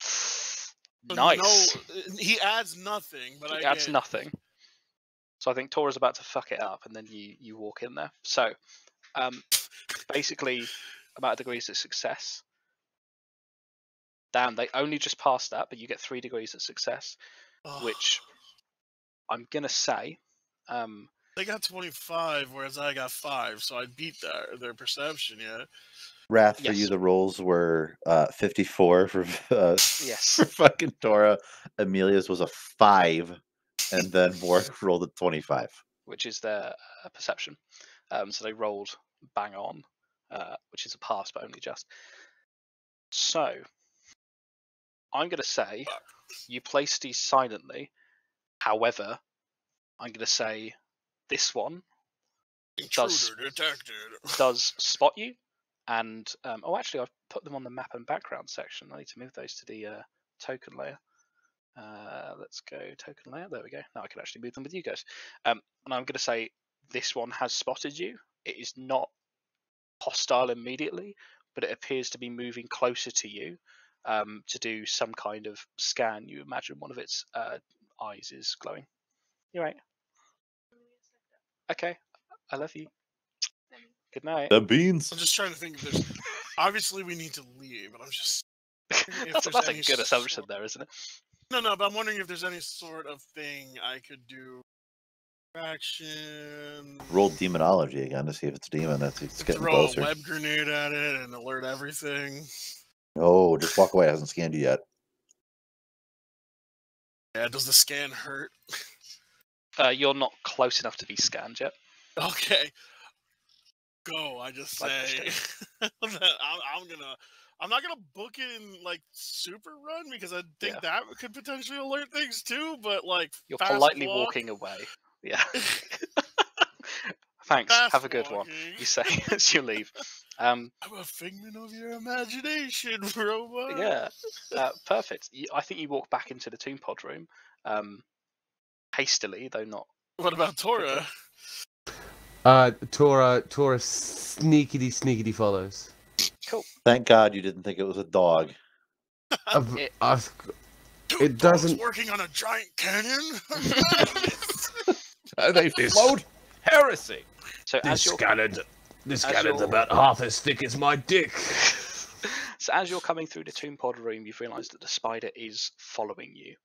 Speaker 5: So
Speaker 3: nice.
Speaker 5: No, he adds nothing, but I
Speaker 3: That's
Speaker 5: get-
Speaker 3: nothing. So I think Tora's about to fuck it up, and then you you walk in there. So, um, basically, about degrees of success. Damn, they only just passed that, but you get three degrees of success,
Speaker 5: Ugh,
Speaker 3: which I'm gonna say, um,
Speaker 5: they got 25, whereas I got five, so I beat their their perception. Yeah.
Speaker 1: Raph, for you,
Speaker 3: Yes.
Speaker 1: the rolls were uh, 54 for, uh,
Speaker 3: yes,
Speaker 1: for fucking Dora. Amelia's was a 5, and then Warwick rolled a 25.
Speaker 3: which is their uh, perception. Um, so they rolled bang on, uh, which is a pass, but only just. So I'm going to say you place these silently. However, I'm going to say this one does-
Speaker 5: Intruder detected.
Speaker 3: does spot you, and um, oh, actually, I've put them on the map and background section. I need to move those to the uh, token layer. Uh, let's go token layer. There we go. Now I can actually move them with you guys. Um, and I'm going to say this one has spotted you. It is not hostile immediately, but it appears to be moving closer to you um, to do some kind of scan. You imagine one of its uh, eyes is glowing. You're right. Okay. I love you. Good night.
Speaker 1: The beans.
Speaker 5: I'm just trying to think if there's. Obviously, we need to leave, but I'm just. wondering if
Speaker 3: that's
Speaker 5: there's
Speaker 3: that's a
Speaker 5: any
Speaker 3: good assumption
Speaker 5: sort-
Speaker 3: there, isn't it?
Speaker 5: No, no, but I'm wondering if there's any sort of thing I could do. Action.
Speaker 1: Roll demonology again to see if it's demon. That's it's getting
Speaker 5: Throw
Speaker 1: closer.
Speaker 5: a web grenade at it and alert everything.
Speaker 1: No, just walk away. It hasn't scanned you yet.
Speaker 5: Yeah, does the scan hurt?
Speaker 3: Uh, you're not close enough to be scanned yet.
Speaker 5: Okay. Go, I just
Speaker 3: Like
Speaker 5: say.
Speaker 3: the
Speaker 5: that I'm, I'm gonna. I'm not gonna book it in like super run because I think
Speaker 3: Yeah.
Speaker 5: that could potentially alert things too. But like,
Speaker 3: You're
Speaker 5: fast
Speaker 3: politely
Speaker 5: walk-
Speaker 3: walking away. Yeah. Thanks.
Speaker 5: fast
Speaker 3: Have a good one.
Speaker 5: walking.
Speaker 3: You say as you leave. Um,
Speaker 5: I'm a figment of your imagination, robot.
Speaker 3: yeah. Uh, perfect. You, I think you walk back into the tomb pod room um, hastily, though not.
Speaker 5: What about Tora?
Speaker 2: Uh, Tora Tora sneakity sneakity follows.
Speaker 1: Thank God you didn't think it was a dog.
Speaker 2: I've,
Speaker 3: It-
Speaker 2: I've,
Speaker 5: Dude,
Speaker 2: It
Speaker 5: Tora's
Speaker 2: doesn't-
Speaker 5: working on a giant cannon.
Speaker 6: they float.
Speaker 1: Heresy.
Speaker 3: So as
Speaker 6: This
Speaker 3: you're
Speaker 6: cannon's, this
Speaker 3: as
Speaker 6: cannon's
Speaker 3: you're-
Speaker 6: about half as thick as my dick.
Speaker 3: so as you're coming through the tomb pod room, you've realised that the spider is following you.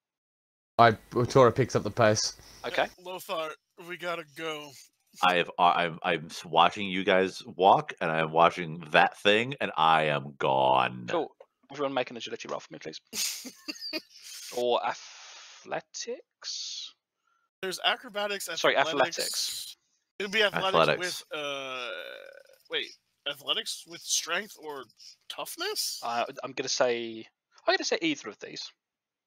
Speaker 2: I Tora picks up the pace.
Speaker 3: Okay.
Speaker 5: Lothar, we gotta go.
Speaker 1: I have. I'm. I'm s- watching you guys walk, and I'm watching that thing, and I am gone.
Speaker 3: Cool. Everyone make an agility roll for me, please. or athletics.
Speaker 5: There's acrobatics.
Speaker 3: Sorry,
Speaker 5: athletics.
Speaker 3: athletics.
Speaker 5: It'd be athletics,
Speaker 1: Athletics.
Speaker 5: with uh. Wait, athletics with strength or toughness?
Speaker 3: I, Uh, I'm gonna say I'm gonna say either of these.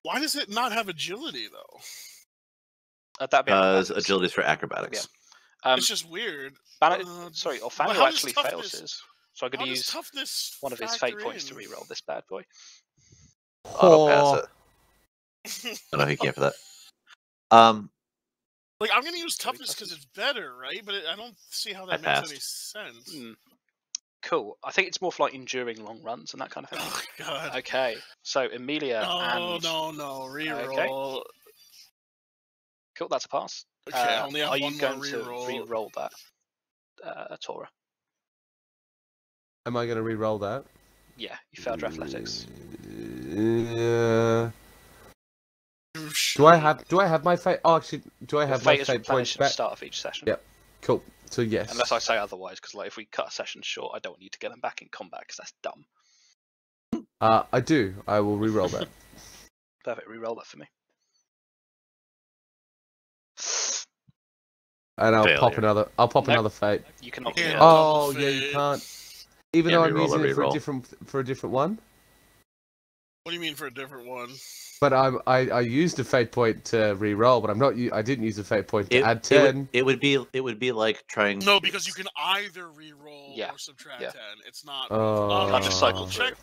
Speaker 5: Why does it not have agility though?
Speaker 3: Uh, that'd be
Speaker 1: Uh,
Speaker 3: acrobatics.
Speaker 1: agility's for acrobatics.
Speaker 3: Um,
Speaker 5: it's just weird.
Speaker 3: Bana-
Speaker 5: uh,
Speaker 3: sorry,
Speaker 5: well,
Speaker 3: Orfano
Speaker 5: how does
Speaker 3: actually
Speaker 5: toughness-
Speaker 3: fails his, so I'm
Speaker 5: How
Speaker 3: gonna
Speaker 5: does
Speaker 3: use
Speaker 5: toughness
Speaker 3: one of his
Speaker 5: factor
Speaker 3: fate points to
Speaker 5: in?
Speaker 3: reroll this bad boy.
Speaker 1: Auto pass
Speaker 2: Whore.
Speaker 1: it. I don't know who came for that. Um,
Speaker 5: Like I'm gonna use
Speaker 3: Very
Speaker 5: toughness because
Speaker 3: toughness.
Speaker 5: it's better, right? But it, I don't see how
Speaker 1: I
Speaker 5: that makes any
Speaker 1: passed.
Speaker 5: sense.
Speaker 3: Hmm. Cool. I think it's more for like enduring long runs and that kind of thing.
Speaker 5: Oh god.
Speaker 3: okay, so Emilia
Speaker 5: No,
Speaker 3: and
Speaker 5: no, no. Reroll.
Speaker 3: cool, that's a pass.
Speaker 5: Okay, I
Speaker 3: Uh,
Speaker 5: only have
Speaker 3: are
Speaker 5: one
Speaker 3: you
Speaker 5: more
Speaker 3: going
Speaker 5: reroll.
Speaker 3: to re-roll that, uh, Tora?
Speaker 2: Am I gonna re-roll that?
Speaker 3: Yeah, you failed your athletics.
Speaker 2: Uh,
Speaker 5: You
Speaker 2: do I
Speaker 5: should.
Speaker 2: have do I have my fate? Oh, actually, do I
Speaker 3: Your
Speaker 2: have
Speaker 3: fate
Speaker 2: my
Speaker 3: is
Speaker 2: fate points
Speaker 3: replenished at the
Speaker 2: back?
Speaker 3: start of each session.
Speaker 2: Yep. Cool. So yes.
Speaker 3: Unless I say otherwise, because like if we cut a session short, I don't want you to get them back in combat because that's dumb.
Speaker 2: Uh, I do. I will re-roll that.
Speaker 3: Perfect. Reroll that for me.
Speaker 2: and I'll pop
Speaker 1: Failure.
Speaker 2: another. I'll pop
Speaker 3: Nope.
Speaker 2: another fate.
Speaker 3: You cannot.
Speaker 5: Can't
Speaker 1: Yeah.
Speaker 3: reroll.
Speaker 2: Oh
Speaker 5: double
Speaker 2: yeah, you
Speaker 5: fate.
Speaker 2: can't. Even
Speaker 1: Yeah,
Speaker 2: though I'm
Speaker 1: re-roll
Speaker 2: using
Speaker 1: or
Speaker 2: it for a
Speaker 1: re-roll.
Speaker 2: different for a different one,
Speaker 5: What do you mean for a different one?
Speaker 2: but I'm, I I used a fate point to re-roll, but I'm not. u- I didn't use a fate point to
Speaker 1: it,
Speaker 2: add
Speaker 1: it would-
Speaker 2: ten.
Speaker 1: It would, be. It would be like
Speaker 2: Mm.
Speaker 1: trying.
Speaker 5: No, because you can either reroll
Speaker 3: Yeah,
Speaker 5: or subtract
Speaker 3: yeah.
Speaker 5: ten. It's not.
Speaker 2: Oh.
Speaker 3: Can't just cycle
Speaker 5: double
Speaker 3: through.
Speaker 5: check.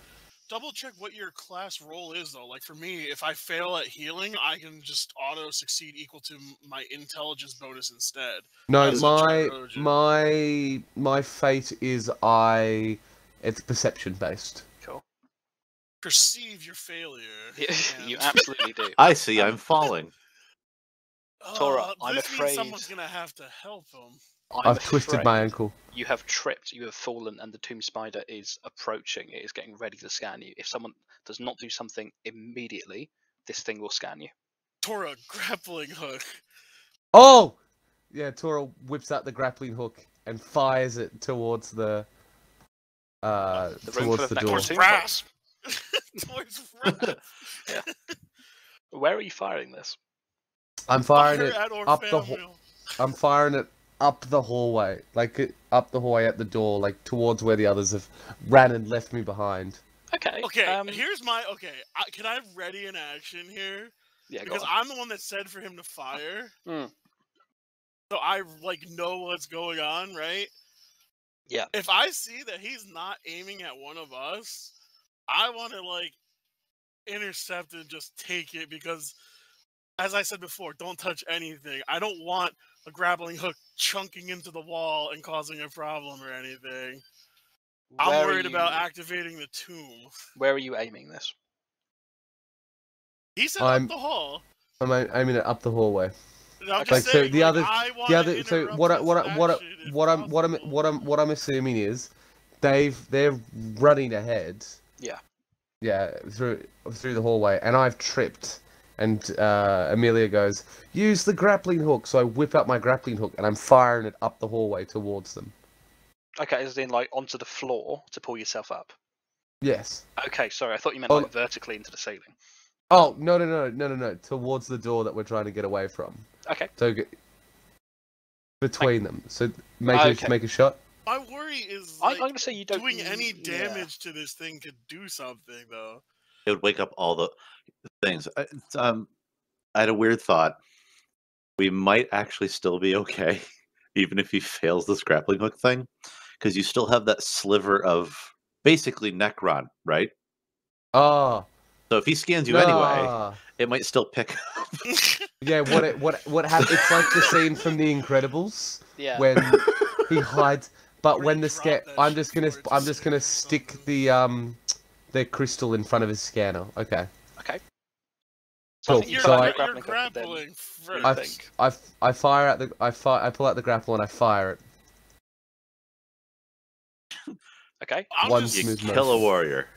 Speaker 5: Double check what your class role is though. Like for me, if I fail at healing, I can just auto succeed equal to m- my intelligence bonus instead.
Speaker 2: No,
Speaker 5: That's not
Speaker 2: my
Speaker 5: true, Roger.
Speaker 2: my my fate is I. It's perception based.
Speaker 3: Cool.
Speaker 5: Perceive your failure.
Speaker 3: Yeah, you
Speaker 5: and-
Speaker 3: absolutely do.
Speaker 1: I see.
Speaker 3: Um,
Speaker 1: I'm falling.
Speaker 3: Tora,
Speaker 5: Uh,
Speaker 3: I'm
Speaker 5: this
Speaker 3: afraid-
Speaker 5: means someone's gonna have to help him.
Speaker 3: I'm
Speaker 2: I've twisted my
Speaker 3: afraid
Speaker 2: ankle.
Speaker 3: You have tripped. You have fallen, and the tomb spider is approaching. It is getting ready to scan you. If someone does not do something immediately, this thing will scan you.
Speaker 5: Tora grappling hook.
Speaker 2: Oh, yeah. Tora whips out the grappling hook and fires it towards the uh
Speaker 3: The room full
Speaker 2: towards
Speaker 3: of
Speaker 2: the
Speaker 3: nectar
Speaker 2: door.
Speaker 5: Towards
Speaker 3: tomb
Speaker 5: Raph.
Speaker 3: bots.
Speaker 5: Towards Raph.
Speaker 3: Where are you firing this?
Speaker 2: I'm firing
Speaker 5: Fire
Speaker 2: it
Speaker 5: at
Speaker 2: up the ho-
Speaker 5: Orphanville.
Speaker 2: I'm firing it up the hallway, like uh, up the hallway at the door, like towards where the others have ran and left me behind.
Speaker 3: Okay.
Speaker 5: Okay,
Speaker 3: Um,
Speaker 5: here's my okay. I, can I ready an action here?
Speaker 3: yeah, go
Speaker 5: because
Speaker 3: on.
Speaker 5: I'm the one that said for him to fire.
Speaker 3: Mm.
Speaker 5: So I like know what's going on, right?
Speaker 3: Yeah.
Speaker 5: If I see that he's not aiming at one of us, I want to like intercept and just take it because, as I said before, don't touch anything. I don't want a grappling hook chunking into the wall and causing a problem or anything.
Speaker 3: Where
Speaker 5: I'm
Speaker 3: are
Speaker 5: worried about
Speaker 3: you-
Speaker 5: activating the tomb.
Speaker 3: Where are you aiming this?
Speaker 5: He said
Speaker 2: I'm-
Speaker 5: up the hall.
Speaker 2: I'm aim- aiming it up the hallway.
Speaker 5: And
Speaker 3: Okay.
Speaker 5: I'm just
Speaker 2: Like, so
Speaker 5: saying,
Speaker 2: the
Speaker 5: like,
Speaker 2: other-
Speaker 5: I wanna
Speaker 2: The other, so
Speaker 5: interrupt
Speaker 2: what I,
Speaker 5: his
Speaker 2: what I, what I,
Speaker 5: action if
Speaker 2: what I'm what I'm
Speaker 5: possible.
Speaker 2: what I'm what I'm assuming is they've they're running ahead.
Speaker 3: Yeah.
Speaker 2: Yeah, through through the hallway, and I've tripped. And uh, Amelia goes, "Use the grappling hook." So I whip out my grappling hook and I'm firing it up the hallway towards them.
Speaker 3: Okay, as in like onto the floor to pull yourself up.
Speaker 2: Yes.
Speaker 3: Okay, sorry, I thought you meant
Speaker 2: Oh,
Speaker 3: like vertically into the ceiling.
Speaker 2: Oh no no no no no no! Towards the door that we're trying to get away from.
Speaker 3: Okay.
Speaker 2: So g- between them. So make a
Speaker 3: Okay.
Speaker 2: make a shot.
Speaker 5: My worry is
Speaker 3: I, I'm
Speaker 5: like,
Speaker 3: going to say you don't
Speaker 5: doing any
Speaker 3: yeah.
Speaker 5: damage to this thing could do something though.
Speaker 1: It would wake up all the things. I, it's, um, I had a weird thought. We might actually still be okay, even if he fails this grappling hook thing, because you still have that sliver of basically Necron, right?
Speaker 2: Ah.
Speaker 1: So if he scans you anyway,
Speaker 2: nah.
Speaker 1: it might still pick.
Speaker 2: Yeah. What it what what happened? It's like the scene from The Incredibles
Speaker 3: Yeah.
Speaker 2: when he hides. But
Speaker 5: Where
Speaker 2: when
Speaker 5: you
Speaker 2: the scan,
Speaker 5: drop that
Speaker 2: I'm
Speaker 5: shit
Speaker 2: just gonna
Speaker 5: before it
Speaker 2: I'm just gonna
Speaker 5: disintegrates or
Speaker 2: stick
Speaker 5: something.
Speaker 2: the um the crystal in front of his scanner. Okay.
Speaker 3: So I
Speaker 2: Cool,
Speaker 3: think you
Speaker 5: You're,
Speaker 2: so
Speaker 3: felt
Speaker 2: I-
Speaker 3: the
Speaker 5: gra- you're
Speaker 3: grappling hook, but then-
Speaker 5: grappling
Speaker 3: I
Speaker 2: I
Speaker 5: first.
Speaker 3: think.
Speaker 2: I I fire at the I fire I pull out the grapple and I fire it.
Speaker 3: Okay.
Speaker 5: I'm
Speaker 2: one
Speaker 5: just,
Speaker 1: you
Speaker 2: smooth
Speaker 1: kill a
Speaker 2: motion.
Speaker 1: warrior.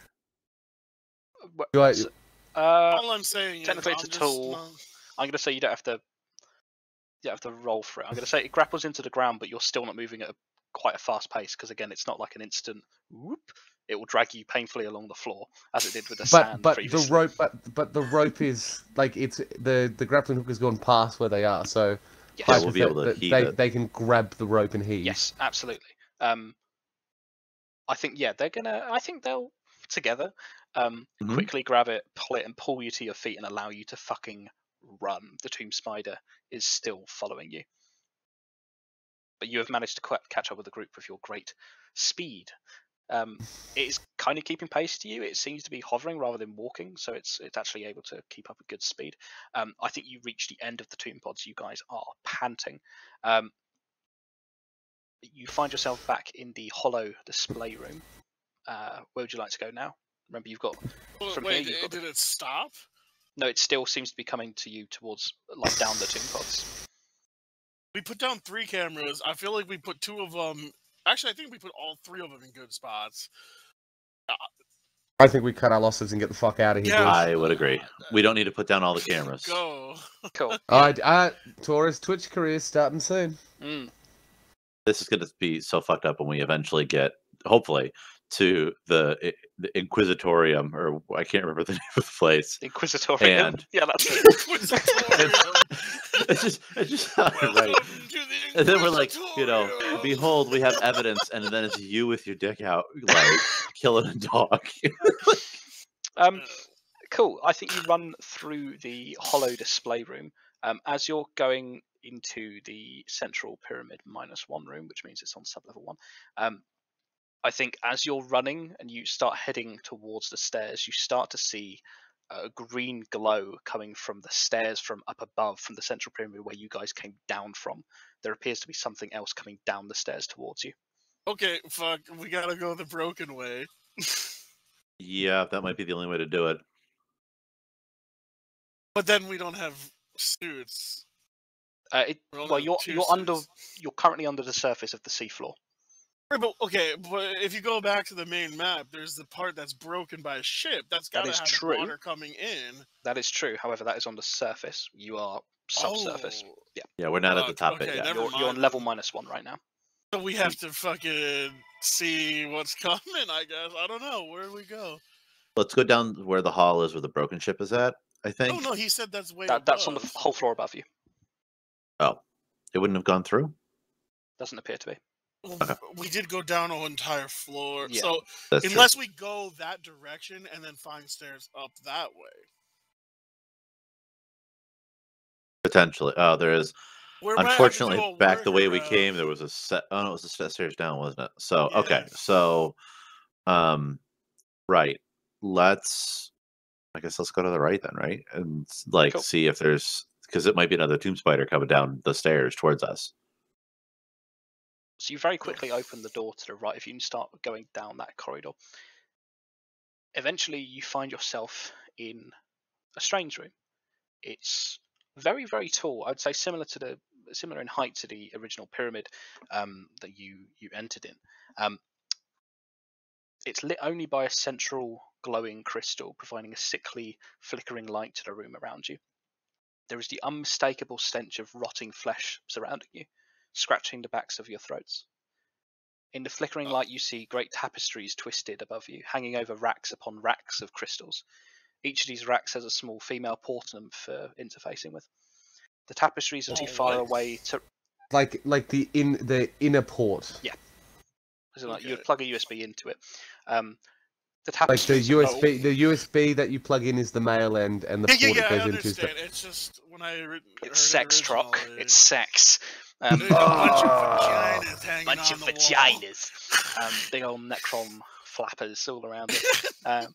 Speaker 3: Wh-
Speaker 2: Do I,
Speaker 3: so- Uh,
Speaker 5: all I'm saying is
Speaker 3: technically it's
Speaker 5: I'm
Speaker 3: a
Speaker 5: just
Speaker 3: tool.
Speaker 5: not-
Speaker 3: I'm going to say you don't have to. You don't have to roll for it. I'm going to say it grapples into the ground, but you're still not moving at a, quite a fast pace because again, it's not like an instant whoop. It will drag you painfully along the floor as it did with the
Speaker 2: but
Speaker 3: sand
Speaker 2: but the
Speaker 3: previously.
Speaker 2: rope but but the rope is like it's the the grappling hook has gone past where they are, so
Speaker 3: Yes.
Speaker 1: Yeah, we'll be able to
Speaker 2: hypothet-
Speaker 1: heave
Speaker 2: they
Speaker 1: it.
Speaker 2: they can grab the rope and heave.
Speaker 3: Yes, absolutely. Um, I think yeah, they're gonna. I think they'll together um,
Speaker 1: Mhm.
Speaker 3: quickly grab it, pull it, and pull you to your feet and allow you to fucking run. The tomb spider is still following you, but you have managed to qu- catch up with the group with your great speed. Um, it is kind of keeping pace to you. It seems to be hovering rather than walking, so it's it's actually able to keep up a good speed. Um, I think you reach the end of the tomb pods. You guys are panting. Um, you find yourself back in the hollow display room. Uh, where would you like to go now? Remember, you've got
Speaker 5: Well,
Speaker 3: From
Speaker 5: wait,
Speaker 3: here you've
Speaker 5: it-
Speaker 3: got the-
Speaker 5: did it stop?
Speaker 3: no. It still seems to be coming to you towards like down the tomb pods.
Speaker 5: We put down three cameras. I feel like we put two of them. Actually, I think we put all three of them in good spots.
Speaker 2: I think we cut our losses and get the fuck out of here.
Speaker 5: Yeah.
Speaker 2: boys.
Speaker 1: I would agree. We don't need to put down all the cameras.
Speaker 5: Go.
Speaker 3: Cool.
Speaker 2: All right, uh, Taurus Twitch career starting soon.
Speaker 3: Mm,
Speaker 1: This is going to be so fucked up when we eventually get, hopefully, to the, i- the Inquisitorium, or I can't remember the name of the place.
Speaker 3: Inquisitorial.
Speaker 1: And-
Speaker 3: Yeah, that's it.
Speaker 5: What's the
Speaker 1: It's just, it's just not
Speaker 5: Welcome to
Speaker 1: right.
Speaker 5: the
Speaker 1: And then we're like, you know,
Speaker 5: Inquisitorium.
Speaker 1: behold, we have evidence, and then it's you with your dick out, like killing a dog.
Speaker 3: Um, cool. I think you run through the hollow display room. Um, as you're going into the central pyramid minus one room, which means it's on sublevel one. Um, I think as you're running and you start heading towards the stairs, you start to see a green glow coming from the stairs from up above, from the central pyramid where you guys came down from. There appears to be something else coming down the stairs towards you.
Speaker 5: okay, fuck. We gotta go the broken way.
Speaker 1: yeah, that might be the only way to do it.
Speaker 5: But then we don't have suits.
Speaker 3: Uh, it,
Speaker 5: We only
Speaker 3: well,
Speaker 5: have
Speaker 3: you're
Speaker 5: two
Speaker 3: you're under
Speaker 5: suits.
Speaker 3: you're currently under the surface of the seafloor.
Speaker 5: Right, but okay, but if you go back to the main map, there's the part that's broken by a ship. That's
Speaker 3: That
Speaker 5: gotta
Speaker 3: is
Speaker 5: have
Speaker 3: true.
Speaker 5: water coming in.
Speaker 3: That is true. However, that is on the surface. You are subsurface.
Speaker 5: Oh,
Speaker 1: Yeah, we're not at the
Speaker 5: Fuck,
Speaker 1: top
Speaker 5: okay,
Speaker 1: bit yet.
Speaker 5: never
Speaker 3: You're, you're on
Speaker 5: mind.
Speaker 3: level minus one right now.
Speaker 5: So we have to fucking see what's coming, I guess. I don't know. Where do we go?
Speaker 1: Let's go down where the hall is, where the broken ship is at. I think
Speaker 5: Oh no, he said that's way
Speaker 3: That, that's on the
Speaker 5: above.
Speaker 3: whole floor above you.
Speaker 1: Oh, it wouldn't have gone through.
Speaker 3: Doesn't appear to be.
Speaker 5: Well,
Speaker 1: Okay.
Speaker 5: We did go down an entire floor.
Speaker 3: Yeah.
Speaker 5: So
Speaker 1: That's true.
Speaker 5: unless we go that direction and then find stairs up that way.
Speaker 1: potentially. Oh, there is.
Speaker 5: We're
Speaker 1: Unfortunately, back the way we came, there was a set. Oh no, it was a set stairs down, wasn't it? So okay,
Speaker 5: Yeah.
Speaker 1: so, um, right. Let's. I guess let's go to the right then, right, and s- like
Speaker 3: Cool.
Speaker 1: see if there's because it might be another tomb spider coming down the stairs towards us.
Speaker 3: So you very quickly open the door to the right. If you can start going down that corridor, eventually you find yourself in a strange room. It's very, very tall. I'd say similar to the similar in height to the original pyramid um, that you you entered in. Um, it's lit only by a central glowing crystal, providing a sickly, flickering light to the room around you. There is the unmistakable stench of rotting flesh surrounding you, scratching the backs of your throats. In the flickering light, you see great tapestries twisted above you, hanging over racks upon racks of crystals. Each of these racks has a small female portmanteau for interfacing with. The tapestries are too
Speaker 5: Oh,
Speaker 3: far
Speaker 5: what?
Speaker 3: away to.
Speaker 2: Like, like the in the inner port,
Speaker 3: as in, like, You would
Speaker 5: Okay.
Speaker 3: plug a USB into it. Um, the
Speaker 2: like the
Speaker 3: tapestries. are-
Speaker 2: USB. The USB that you plug in is the male end, and the
Speaker 5: Oh. Yeah, yeah,
Speaker 2: port it
Speaker 5: yeah, I
Speaker 2: goes into. Is the...
Speaker 5: understand. It's just when I writ- heard it
Speaker 3: It's sex, Troc.
Speaker 5: originally,
Speaker 3: It's sex. Um,
Speaker 5: there's a bunch of vaginas hanging
Speaker 3: bunch
Speaker 5: on
Speaker 3: of
Speaker 5: the wall.
Speaker 3: vaginas. Um, big old Necron flappers all around it. Um,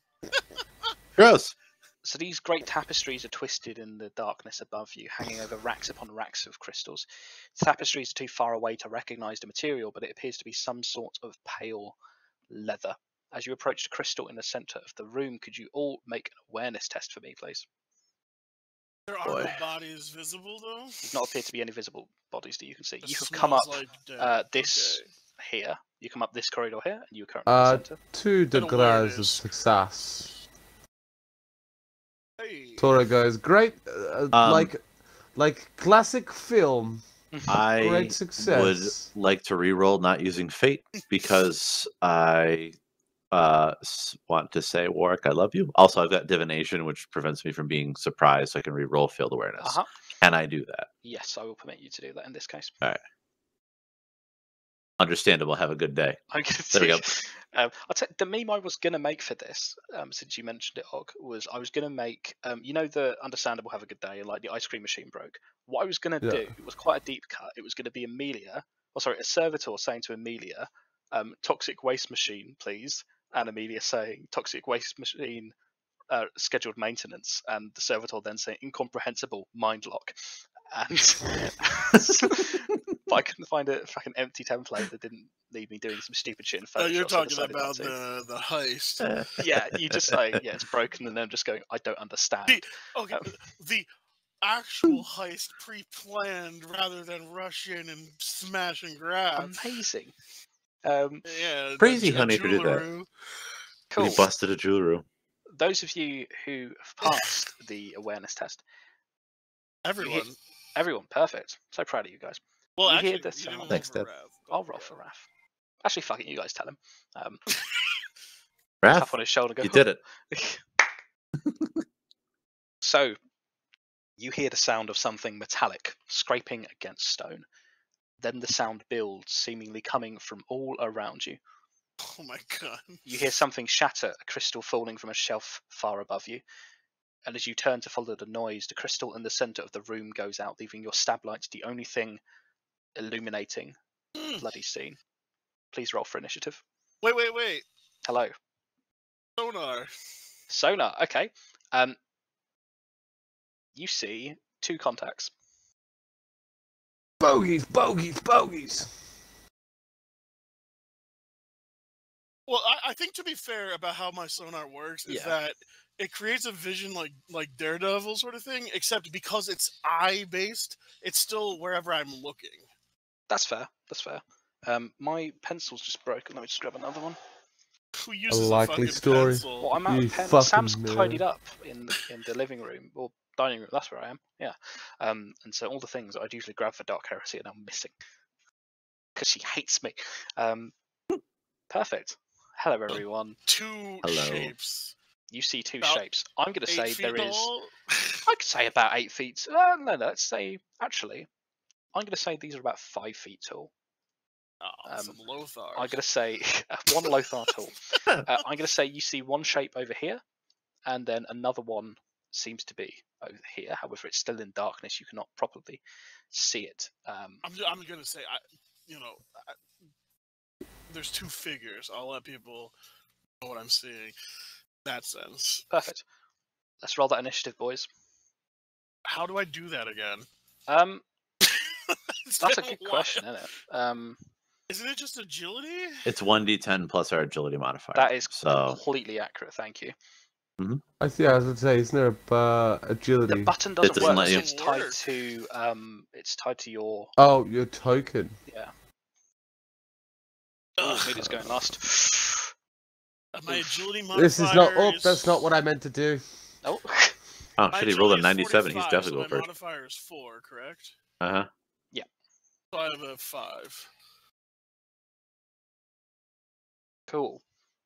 Speaker 1: Gross.
Speaker 3: so these great tapestries are twisted in the darkness above you, hanging over racks upon racks of crystals. The tapestries are too far away to recognize the material, but it appears to be some sort of pale leather. As you approach the crystal in the center of the room, could you all make an awareness test for me, please?
Speaker 5: There are
Speaker 1: Boy.
Speaker 5: no bodies visible though.
Speaker 3: There's not appear to be any visible bodies that you can see.
Speaker 5: It
Speaker 3: You have come up
Speaker 5: smells like death.
Speaker 3: uh, this
Speaker 5: Okay.
Speaker 3: here. You come up this corridor here, and you're currently in
Speaker 2: Uh,
Speaker 3: the center.
Speaker 2: Two
Speaker 5: Don't know where it
Speaker 2: degrees of
Speaker 5: is.
Speaker 2: success.
Speaker 5: Hey.
Speaker 2: Tora goes great, uh,
Speaker 1: Um,
Speaker 2: like, like classic film.
Speaker 1: I
Speaker 2: Great success.
Speaker 1: would like to re-roll not using fate because I uh s- want to say Warwick, I love you. Also, I've got divination, which prevents me from being surprised, so I can re-roll field awareness.
Speaker 3: Uh-huh.
Speaker 1: Can I do that?
Speaker 3: Yes, I will permit you to do that in this case.
Speaker 1: Uh, Understandable. Have a good day.
Speaker 3: I'm gonna
Speaker 1: There we go.
Speaker 3: take- Um, I'll tell the meme I was gonna make for this, um, since you mentioned it, Og, was I was gonna make, um, you know, the understandable have a good day, like the ice cream machine broke. What I was gonna
Speaker 2: Yeah.
Speaker 3: do was quite a deep cut. It was gonna be Amelia, or sorry, a servitor saying to Amelia, um, "Toxic waste machine, please," and Amelia saying, "Toxic waste machine." Uh, scheduled maintenance, and the servitor then saying incomprehensible mind lock, and but I couldn't find a fucking empty template that didn't leave me doing some stupid shit in Photoshop.
Speaker 5: Oh, you're
Speaker 3: so I
Speaker 5: talking
Speaker 3: decided not
Speaker 5: about
Speaker 3: to.
Speaker 5: the, the heist.
Speaker 3: Yeah, you just say, yeah, it's broken, and then just going, I don't understand.
Speaker 5: The- Okay,
Speaker 3: Um,
Speaker 5: the actual heist pre-planned rather than rush in and smash and grab.
Speaker 3: Amazing. Um,
Speaker 5: Yeah, the
Speaker 1: Crazy
Speaker 5: ju-
Speaker 1: how nature did that.
Speaker 5: jewelry.
Speaker 1: He
Speaker 3: cool.
Speaker 1: busted a jewelry.
Speaker 3: Those of you who have passed the awareness test,
Speaker 5: Everyone.
Speaker 3: everyone, perfect. So proud of you guys.
Speaker 5: Well,
Speaker 3: You
Speaker 5: actually,
Speaker 3: hear this
Speaker 5: you didn't
Speaker 3: sound?
Speaker 5: roll
Speaker 1: Thanks,
Speaker 5: for
Speaker 1: Dad.
Speaker 5: Rav, but
Speaker 3: I'll roll for Raph. Actually, fuck it, you guys tell him. Um,
Speaker 1: Raph,
Speaker 3: tap on his shoulder. Go,
Speaker 1: you did it.
Speaker 3: So, you hear the sound of something metallic scraping against stone. Then the sound builds, seemingly coming from all around you.
Speaker 5: yeah. Oh my god.
Speaker 3: You hear something shatter, a crystal falling from a shelf far above you. And as you turn to follow the noise, the crystal in the center of the room goes out, leaving your stab lights the only thing illuminating
Speaker 1: Hmm.
Speaker 3: the bloody scene. Please roll for initiative.
Speaker 5: Hmm. Wait, wait, wait.
Speaker 3: Hello.
Speaker 5: Sonar.
Speaker 3: Sonar, okay. Um, you see two contacts.
Speaker 6: Bogies, bogies, bogies.
Speaker 5: Well, I, I think to be fair about how my sonar works is
Speaker 3: Yeah.
Speaker 5: that it creates a vision like like Daredevil sort of thing, except because it's eye based, it's still wherever I'm looking.
Speaker 3: That's fair. That's fair. Um, my pencil's just broken. Let me just grab another one.
Speaker 5: Who uses
Speaker 2: likely
Speaker 5: fucking
Speaker 2: story.
Speaker 5: pencil?
Speaker 3: Well, I'm out
Speaker 2: You
Speaker 3: of pen.
Speaker 2: fucking
Speaker 3: Sam's
Speaker 2: nerd.
Speaker 3: tidied up in the, in the living room or dining room. That's where I am. Yeah. Um, and so all the things I'd usually grab for Dark Heresy are now missing because she hates me. Um, perfect. Hello, everyone.
Speaker 5: Two
Speaker 1: Hello.
Speaker 5: shapes.
Speaker 3: You see two
Speaker 5: About
Speaker 3: shapes. I'm going to say
Speaker 5: Eight feet
Speaker 3: there is.
Speaker 5: tall.
Speaker 3: I could say about eight feet. Uh, no, no, let's say actually, I'm going to say these are about five feet tall.
Speaker 5: Oh,
Speaker 3: Um,
Speaker 5: some Lothar.
Speaker 3: I'm going to say one Lothar tool. Uh, I'm going to say you see one shape over here, and then another one seems to be over here. However, it's still in darkness. You cannot properly see it. Um,
Speaker 5: I'm, ju- I'm gonna say, I, you know, I, there's two figures. I'll let people know what I'm seeing. In that sense,
Speaker 3: perfect. Let's roll that initiative, boys.
Speaker 5: how do I do that again?
Speaker 3: Um,
Speaker 5: It's
Speaker 3: that's a
Speaker 5: been
Speaker 3: good
Speaker 5: while.
Speaker 3: question, isn't it? Um,
Speaker 5: Isn't it just agility?
Speaker 1: It's one d10 plus our agility modifier.
Speaker 3: that is
Speaker 1: so.
Speaker 3: completely accurate. Thank you.
Speaker 2: I see. I was gonna say, isn't there a uh, agility?
Speaker 3: The button doesn't,
Speaker 1: doesn't
Speaker 3: work.
Speaker 1: let you-
Speaker 3: It's tied
Speaker 5: Work.
Speaker 3: to um, it's tied to your.
Speaker 2: oh, your token.
Speaker 3: Yeah.
Speaker 5: Ugh.
Speaker 3: Oh, Nita's going last.
Speaker 5: My agility modifier.
Speaker 2: This is not up.
Speaker 5: is-
Speaker 2: That's not what I meant to do.
Speaker 3: Oh,
Speaker 1: Oh,
Speaker 5: my
Speaker 1: shit, he rolled a
Speaker 5: agility is
Speaker 1: 97. He's
Speaker 5: 45,
Speaker 1: definitely
Speaker 5: so my
Speaker 1: going first.
Speaker 5: modifier is four, correct?
Speaker 1: Uh huh.
Speaker 5: So I have a five.
Speaker 3: cool.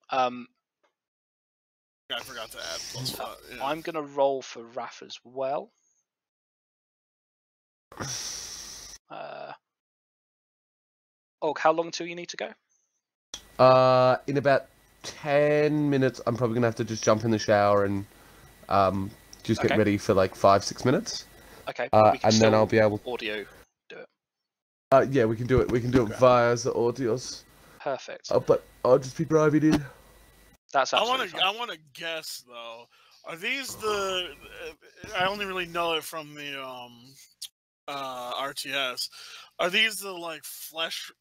Speaker 3: Um,
Speaker 5: I forgot to add plus
Speaker 3: Uh,
Speaker 5: five. yeah.
Speaker 3: I'm gonna roll for Raf as well. Uh, oh, how long till you need to go?
Speaker 2: Uh, in about ten minutes, I'm probably gonna have to just jump in the shower and um just get
Speaker 3: Okay.
Speaker 2: ready for like five six minutes.
Speaker 3: Okay,
Speaker 2: Uh,
Speaker 3: we can
Speaker 2: and then I'll
Speaker 3: still
Speaker 2: be able.
Speaker 3: audio.
Speaker 2: Uh, yeah, we can do it. We can do it via the audios.
Speaker 3: Perfect.
Speaker 2: Uh, but I'll just be private in.
Speaker 3: That's
Speaker 5: I
Speaker 3: absolutely
Speaker 5: want to.
Speaker 3: fine.
Speaker 5: I want to guess though. Are these the? uh, I only really know it from the um, uh, RTS. Are these the like flesh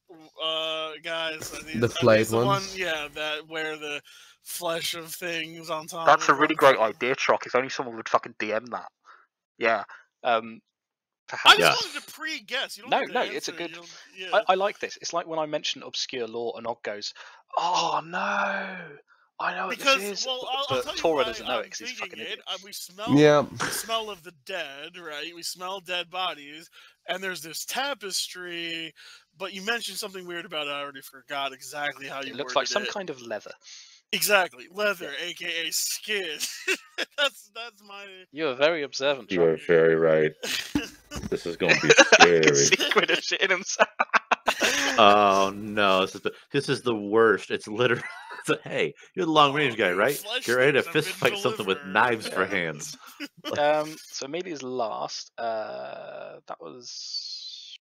Speaker 5: uh guys? Are these,
Speaker 2: The
Speaker 5: are
Speaker 2: flayed
Speaker 5: these the one-
Speaker 2: ones?
Speaker 5: yeah, that wear the flesh of things on top.
Speaker 3: That's a
Speaker 5: of
Speaker 3: really
Speaker 5: one-
Speaker 3: great idea, Trock. If only someone would fucking DM that. Yeah. Um,
Speaker 5: I
Speaker 3: perhaps.
Speaker 5: just
Speaker 1: Yeah.
Speaker 5: wanted to pre-guess. You don't
Speaker 3: No,
Speaker 5: have to
Speaker 3: no, it's a
Speaker 5: answer,
Speaker 3: good-
Speaker 5: you don't- Yeah.
Speaker 3: I, I like this. It's like when I mention obscure law and Og goes, "Oh no, I know what
Speaker 5: because
Speaker 3: this is."
Speaker 5: well, I'll, I'll
Speaker 3: but
Speaker 5: tell you
Speaker 3: Tora
Speaker 5: why
Speaker 3: doesn't know
Speaker 5: I'm
Speaker 3: it because he's a
Speaker 5: thinking
Speaker 3: fucking
Speaker 5: it.
Speaker 3: idiot.
Speaker 5: Uh, we smell
Speaker 3: Oh.
Speaker 2: Yeah.
Speaker 5: the smell of the dead, right? We smell dead bodies, and there's this tapestry. But you mentioned something weird about it. I already forgot exactly how you
Speaker 3: It looks like
Speaker 5: worded
Speaker 3: some
Speaker 5: it.
Speaker 3: kind of leather.
Speaker 5: Exactly, leather, aka skin. that's that's my.
Speaker 3: You are very observant, Trock.
Speaker 5: are very
Speaker 1: right. This is going to be
Speaker 3: Secret of shitting himself.
Speaker 1: Oh no, this is the, this is the worst. It's literally hey, you're the
Speaker 5: Oh,
Speaker 1: long range guy, right?
Speaker 5: Flesh
Speaker 1: Get ready to
Speaker 5: sticks have
Speaker 1: fist
Speaker 5: been
Speaker 1: fight something with
Speaker 5: delivered.
Speaker 1: knives for hands.
Speaker 3: Um, so Amelia's last. Uh, that was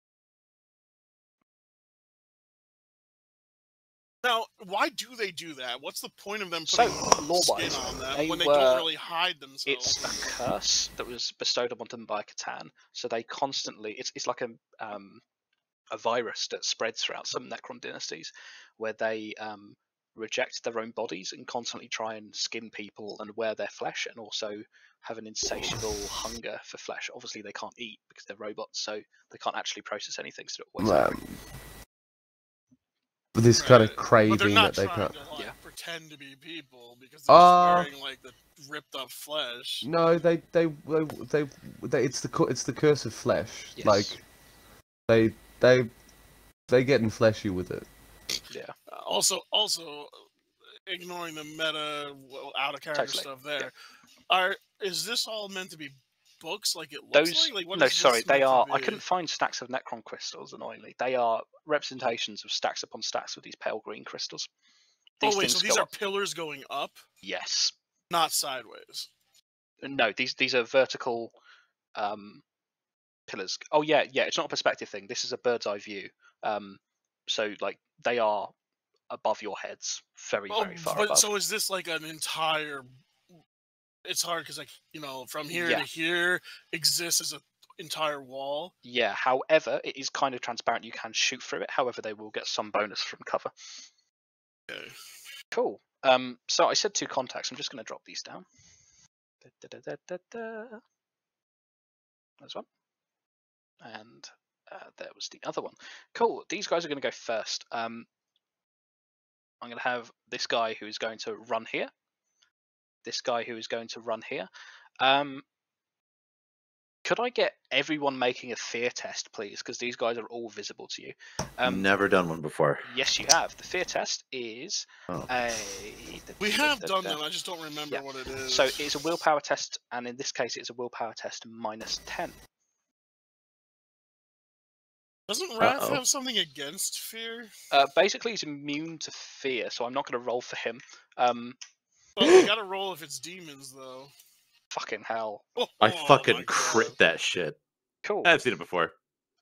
Speaker 5: Now, why do they do that? What's the point of them
Speaker 3: So,
Speaker 5: putting skin
Speaker 3: law-wise,
Speaker 5: on them
Speaker 3: they
Speaker 5: when they
Speaker 3: were-
Speaker 5: don't really hide themselves?
Speaker 3: it's a curse that was bestowed upon them by Catan. So they constantly it's it's like a um a virus that spreads throughout some Necron dynasties, where they um reject their own bodies and constantly try and skin people and wear their flesh, and also have an insatiable hunger for flesh. Obviously, they can't eat because they're robots, so they can't actually process anything. So they're always
Speaker 2: Um, this kind
Speaker 5: Right.
Speaker 2: of
Speaker 5: but they're
Speaker 2: craving
Speaker 5: not
Speaker 2: that they
Speaker 5: trying
Speaker 2: can't.
Speaker 5: to like,
Speaker 3: Yeah.
Speaker 5: pretend to be people because they're
Speaker 2: Uh,
Speaker 5: just wearing like the ripped up flesh.
Speaker 2: No, they, they, they, they, they it's the cu- it's the curse of flesh.
Speaker 3: Yes.
Speaker 2: Like they they they getting fleshy with it.
Speaker 5: Uh, also, also uh, ignoring the meta out of character
Speaker 3: Totally,
Speaker 5: stuff there,
Speaker 3: yeah.
Speaker 5: are is this all meant to be books like it looks
Speaker 3: Those
Speaker 5: like? Like, what
Speaker 3: no,
Speaker 5: is this
Speaker 3: sorry,
Speaker 5: meant
Speaker 3: they
Speaker 5: to
Speaker 3: are. I
Speaker 5: be?
Speaker 3: couldn't find stacks of Necron crystals. Annoyingly, they are representations of stacks upon stacks of these pale green crystals.
Speaker 5: oh wait, so these
Speaker 3: go
Speaker 5: are
Speaker 3: up-
Speaker 5: pillars going up,
Speaker 3: yes,
Speaker 5: not sideways.
Speaker 3: no, these these are vertical um, pillars. Oh yeah, yeah, it's not a perspective thing. This is a bird's eye view. Um, so like they are above your heads, very
Speaker 5: Oh,
Speaker 3: very far
Speaker 5: but
Speaker 3: above.
Speaker 5: so is this like an entire? It's hard because like you know from here
Speaker 3: Yeah.
Speaker 5: to here exists as an entire wall.
Speaker 3: Yeah. However, it is kind of transparent. You can shoot through it. However, they will get some bonus from cover.
Speaker 5: Okay.
Speaker 3: Cool. Um, so I said two contacts. I'm just going to drop these down. Da-da-da-da-da. There's one. And uh, there was the other one. Cool. These guys are going to go first. Um, I'm going to have this guy who is going to run here. This guy who is going to run here. Um, could I get everyone making a fear test, please? Because these guys are all visible to you. Um,
Speaker 1: Never done one before.
Speaker 3: Yes, you have. The fear test is
Speaker 1: Oh.
Speaker 3: a.
Speaker 5: We have done
Speaker 3: that.
Speaker 5: them. I just don't remember
Speaker 3: Yeah.
Speaker 5: what it is.
Speaker 3: So it's a willpower test, and in this case, it's a willpower test minus 10.
Speaker 5: doesn't Wrath
Speaker 1: Uh-oh.
Speaker 5: have something against fear?
Speaker 3: Uh, basically, he's immune to fear, so I'm not going to roll for him. Um,
Speaker 5: Well, we gotta roll if it's demons though.
Speaker 3: fucking hell.
Speaker 5: Oh,
Speaker 1: I
Speaker 5: my
Speaker 1: fucking
Speaker 5: God.
Speaker 1: crit that shit.
Speaker 3: Cool.
Speaker 1: I've seen it before.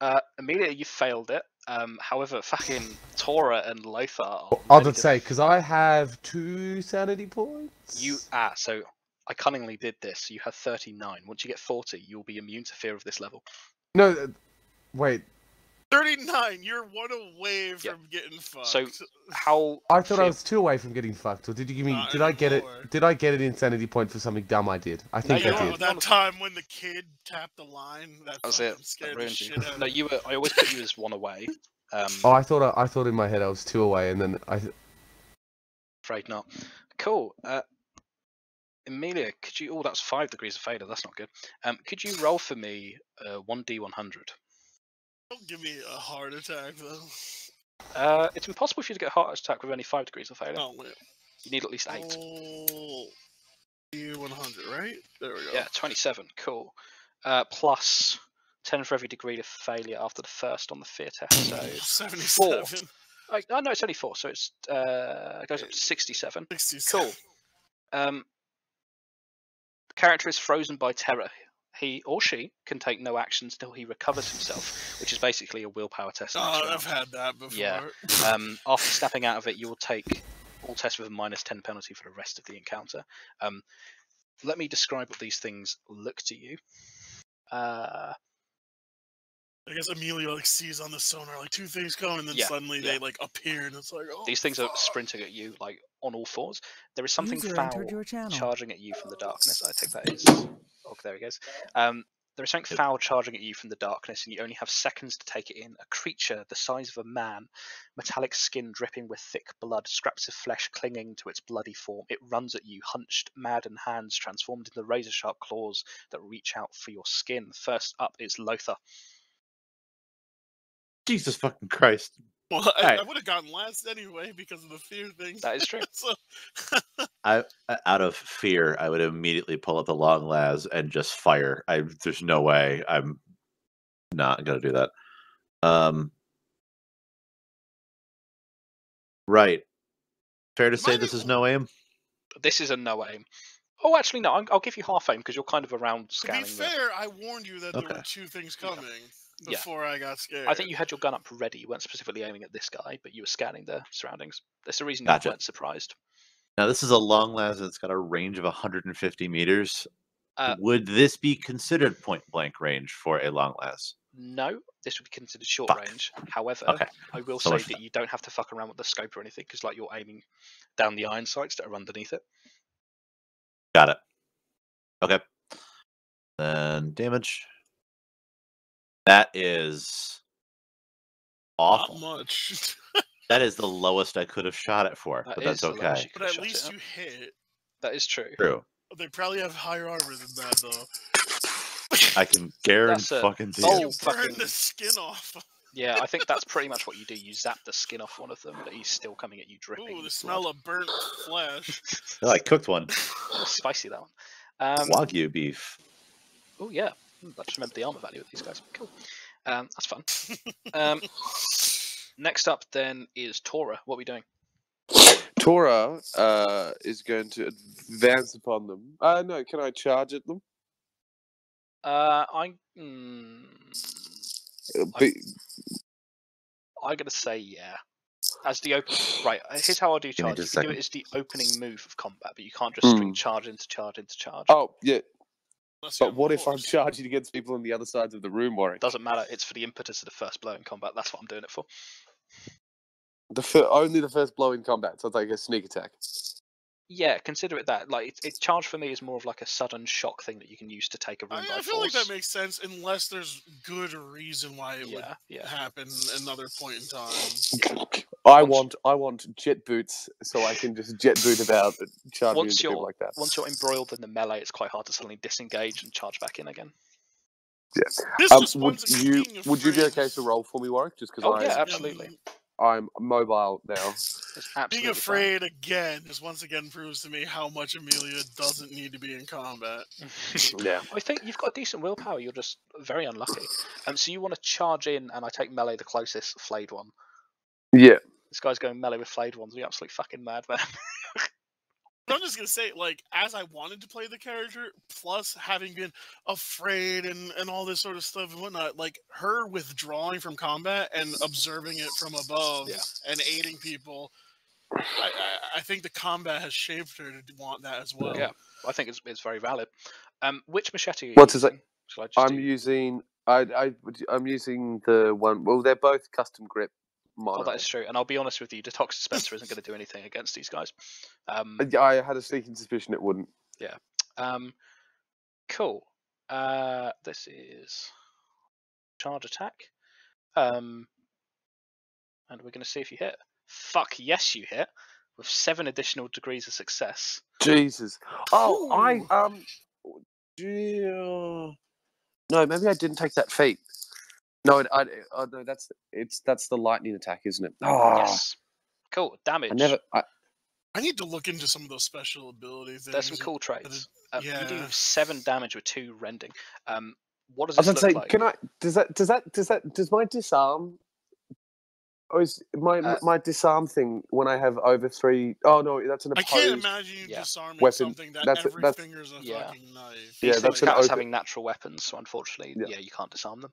Speaker 3: Uh, Amelia, you failed it. Um, however, fucking Tora and Lothar are.
Speaker 2: I
Speaker 3: really
Speaker 2: would
Speaker 3: good-
Speaker 2: say because I have two sanity points.
Speaker 3: You ah, so I cunningly did this. You have 39. Once you get 40, you'll be immune to fear of this level.
Speaker 2: no, uh, wait.
Speaker 5: Thirty-nine. You're one away
Speaker 3: Yeah.
Speaker 5: from getting fucked.
Speaker 3: So how.
Speaker 2: I thought I
Speaker 3: fear-
Speaker 2: was two away from getting fucked. Or did you give me?
Speaker 5: Nah,
Speaker 2: did I
Speaker 5: it's
Speaker 2: get it?
Speaker 5: lower.
Speaker 2: Did I get an insanity point for something dumb I did? I
Speaker 5: Now
Speaker 2: think
Speaker 3: I
Speaker 5: you know
Speaker 2: I
Speaker 5: what,
Speaker 2: did.
Speaker 5: that time when the kid tapped the line. That
Speaker 3: That was
Speaker 5: fucking
Speaker 3: it. That
Speaker 5: Scared the
Speaker 3: ruined you.
Speaker 5: shit out of
Speaker 3: No,
Speaker 5: me.
Speaker 3: you were. I always put you as one away. Um,
Speaker 2: Oh, I thought I, I thought in my head I was two away, and then I
Speaker 3: Afraid not. Cool. Uh, Amelia, could you? Oh, that's five degrees of failure. That's not good. Um, could you roll for me uh, one d one hundred?
Speaker 5: Don't give me a heart attack though.
Speaker 3: Uh, it's impossible for you to get a heart attack with only five degrees of failure.
Speaker 5: Oh wait.
Speaker 3: You need at least eight.
Speaker 5: Oh, one hundred, right? There we go.
Speaker 3: Yeah, twenty-seven. Cool. Uh, plus ten for every degree of failure after the first on the fear test. So
Speaker 5: Seventy-seven.
Speaker 3: I, oh, no, it's only four. So it's uh, it goes up to sixty-seven.
Speaker 5: Sixty-seven.
Speaker 3: Cool. Um, the character is frozen by terror. He or she can take no actions till he recovers himself, which is basically a willpower test. and
Speaker 5: Oh,
Speaker 3: extra
Speaker 5: I've had that before.
Speaker 3: Yeah. um, after snapping out of it, you will take all tests with a minus 10 penalty for the rest of the encounter. Um, let me describe what these things look to you. Uh,
Speaker 5: I guess Amelia like sees on the sonar like two things coming, and then
Speaker 3: Yeah,
Speaker 5: suddenly
Speaker 3: yeah.
Speaker 5: they like appear, and it's like oh.
Speaker 3: these things are
Speaker 5: fuck.
Speaker 3: sprinting at you, like on all fours. There is something
Speaker 8: User
Speaker 3: foul
Speaker 8: entered your channel.
Speaker 3: charging at you from the darkness. I think that is. Oh, there he goes. Um, there is something foul charging at you from the darkness, and you only have seconds to take it in. A creature the size of a man, metallic skin dripping with thick blood, scraps of flesh clinging to its bloody form. It runs at you, hunched, mad, and hands transformed into razor sharp claws that reach out for your skin. First up is Lothar.
Speaker 1: Jesus fucking Christ.
Speaker 5: Well, I,
Speaker 1: Alright.
Speaker 5: I would have gotten last anyway because of the fear thing.
Speaker 3: That is true.
Speaker 5: so,
Speaker 1: I uh, out of fear, I would immediately pull up the long las and just fire. I there's no way I'm not gonna do that. Um Right. Fair to say
Speaker 5: Might
Speaker 1: this
Speaker 5: be-
Speaker 1: is no aim.
Speaker 3: This is a no aim. Oh, actually, no. I'm, I'll give you half aim because you're kind of around
Speaker 5: To be
Speaker 3: scanning. the-
Speaker 5: fair, I warned you that there
Speaker 1: Okay.
Speaker 5: were two things
Speaker 3: Yeah.
Speaker 5: coming
Speaker 3: Yeah.
Speaker 5: before I got scared.
Speaker 3: I think you had your gun up ready. You weren't specifically aiming at this guy, but you were scanning the surroundings. That's the reason
Speaker 1: Gotcha.
Speaker 3: you weren't surprised.
Speaker 1: Now this is a long lance that's got a range of 150 meters.
Speaker 3: Uh,
Speaker 1: Would this be considered point blank range for a long lance?
Speaker 3: No, this would be considered short
Speaker 1: Fuck.
Speaker 3: range. However,
Speaker 1: Okay.
Speaker 3: I will
Speaker 1: So
Speaker 3: say
Speaker 1: much
Speaker 3: that you don't have to fuck around with the scope or anything because, like, you're aiming down the iron sights that are underneath it.
Speaker 1: Got it. Okay. And damage. That is
Speaker 5: not
Speaker 1: awful.
Speaker 5: much,
Speaker 1: That is the lowest I could have shot it for,
Speaker 3: That
Speaker 1: but that's
Speaker 3: is the lowest
Speaker 1: okay.
Speaker 3: you could
Speaker 5: but at
Speaker 3: shot it
Speaker 5: least
Speaker 3: at.
Speaker 5: you hit.
Speaker 3: That is true.
Speaker 1: True.
Speaker 5: They probably have higher armor than that though.
Speaker 1: I can guarantee
Speaker 3: a-
Speaker 1: fucking do
Speaker 3: Oh,
Speaker 5: you burn
Speaker 3: fucking-
Speaker 5: the skin off.
Speaker 3: Yeah, I think that's pretty much what you do. You zap the skin off one of them, but he's still coming at you dripping.
Speaker 5: Ooh, the
Speaker 3: with
Speaker 5: smell
Speaker 3: blood.
Speaker 5: of burnt flesh.
Speaker 1: Oh, I cooked one.
Speaker 3: spicy that one. Um,
Speaker 1: Wagyu beef.
Speaker 3: Oh yeah, Hmm, I just remembered the armor value of these guys. Cool, um, that's fun. Um, next up then is Tora. What are we doing?
Speaker 7: Tora uh, is going to advance upon them. Uh, no, can I charge at them?
Speaker 3: Uh, I mm,
Speaker 7: It'll
Speaker 3: I-
Speaker 7: Uh, be-
Speaker 3: I'm gonna say yeah. As the open right, uh, here's how I do
Speaker 1: me
Speaker 3: charge. You
Speaker 1: just a
Speaker 3: can do
Speaker 1: second.
Speaker 3: it as the opening move of combat, but you can't just straight
Speaker 7: Hmm.
Speaker 3: charge into charge into charge.
Speaker 7: Oh, yeah.
Speaker 5: Unless you
Speaker 7: But
Speaker 5: have
Speaker 7: what if I'm
Speaker 5: force.
Speaker 7: charging against people on the other sides of the room, Warwick?
Speaker 3: Doesn't matter. It's for the impetus of the first blow in combat. That's what I'm doing it for.
Speaker 7: The fir- only the first blow in combat, so it's like a sneak attack.
Speaker 3: Yeah, consider it that. Like, it, it charge for me is more of like a sudden shock thing that you can use to take a room
Speaker 5: I,
Speaker 3: by
Speaker 5: I feel like
Speaker 3: force.
Speaker 5: that makes sense unless there's good reason why it
Speaker 3: yeah,
Speaker 5: would
Speaker 3: yeah.
Speaker 5: happen another point in time.
Speaker 7: I
Speaker 3: Once-
Speaker 7: want I want jet boots so I can just jet boot about and charge
Speaker 3: Once
Speaker 7: into people
Speaker 3: you're-
Speaker 7: like that.
Speaker 3: once you're embroiled in the melee, it's quite hard to suddenly disengage and charge back in again.
Speaker 5: This
Speaker 7: Um,
Speaker 5: just
Speaker 7: would
Speaker 5: once again
Speaker 7: you
Speaker 5: being
Speaker 7: would you be
Speaker 5: afraid-
Speaker 7: okay to roll for me, Warwick? Just because
Speaker 3: Oh,
Speaker 7: I
Speaker 3: yeah,
Speaker 5: Yeah,
Speaker 3: absolutely.
Speaker 7: I'm mobile now.
Speaker 3: It's
Speaker 5: Being
Speaker 3: absolutely fine.
Speaker 5: afraid again is once again proves to me how much Amelia doesn't need to be in combat.
Speaker 7: Yeah.
Speaker 3: I think you've got decent willpower. You're just very unlucky. Um, so you want to charge in, and I take melee the closest flayed one.
Speaker 7: Yeah.
Speaker 3: This guy's going melee with flayed ones. You absolute fucking madman.
Speaker 5: But I'm just gonna say, like, as I wanted to play the character, plus having been afraid and and all this sort of stuff and whatnot, like her withdrawing from combat and observing it from above
Speaker 3: Yeah.
Speaker 5: and aiding people, I, I I think the combat has shaped her to want that as well.
Speaker 3: Yeah, I think it's, it's very valid. Um, which machete? Are you
Speaker 7: What is it?
Speaker 3: using? Shall I just
Speaker 7: I'm
Speaker 3: do-
Speaker 7: using I I I'm using the one. Well, they're both custom grip. Mono.
Speaker 3: Oh, that is true. And I'll be honest with you, detox dispenser isn't going to do anything against these guys. Um,
Speaker 7: I Uh, I had a sneaking suspicion it wouldn't.
Speaker 3: Um, cool. Uh, this is charge attack. Um, and we're going to see if you hit. Fuck yes, you hit with seven additional degrees of success.
Speaker 7: Jesus. Oh,
Speaker 5: Ooh.
Speaker 7: I um. dear- No, maybe I didn't take that feat. No, I, I, oh, no, that's it's that's the lightning attack, isn't it? Oh,
Speaker 3: Yes. Cool damage.
Speaker 7: I never. I,
Speaker 5: I need to look into some of those special ability things.
Speaker 3: There's some cool
Speaker 5: is-
Speaker 3: traits. Uh, You do
Speaker 5: yeah.
Speaker 3: seven damage with two rending. Um, what does
Speaker 7: I was
Speaker 3: this look
Speaker 7: gonna say,
Speaker 3: like?
Speaker 7: can I? Does that? Does that? Does that? Does my disarm? Or is my
Speaker 3: Uh,
Speaker 7: my disarm thing when I have over three oh no, that's an
Speaker 5: I can't
Speaker 7: opposed.
Speaker 5: imagine you
Speaker 3: yeah.
Speaker 5: disarming
Speaker 7: Weapon-
Speaker 5: something that
Speaker 7: that's-
Speaker 5: every
Speaker 7: that's-
Speaker 5: finger's a
Speaker 3: yeah.
Speaker 5: fucking knife.
Speaker 7: Yeah,
Speaker 3: These things
Speaker 7: that's an
Speaker 3: count as
Speaker 7: open-
Speaker 3: having natural weapons, so unfortunately,
Speaker 7: Yeah.
Speaker 3: yeah, you can't disarm them.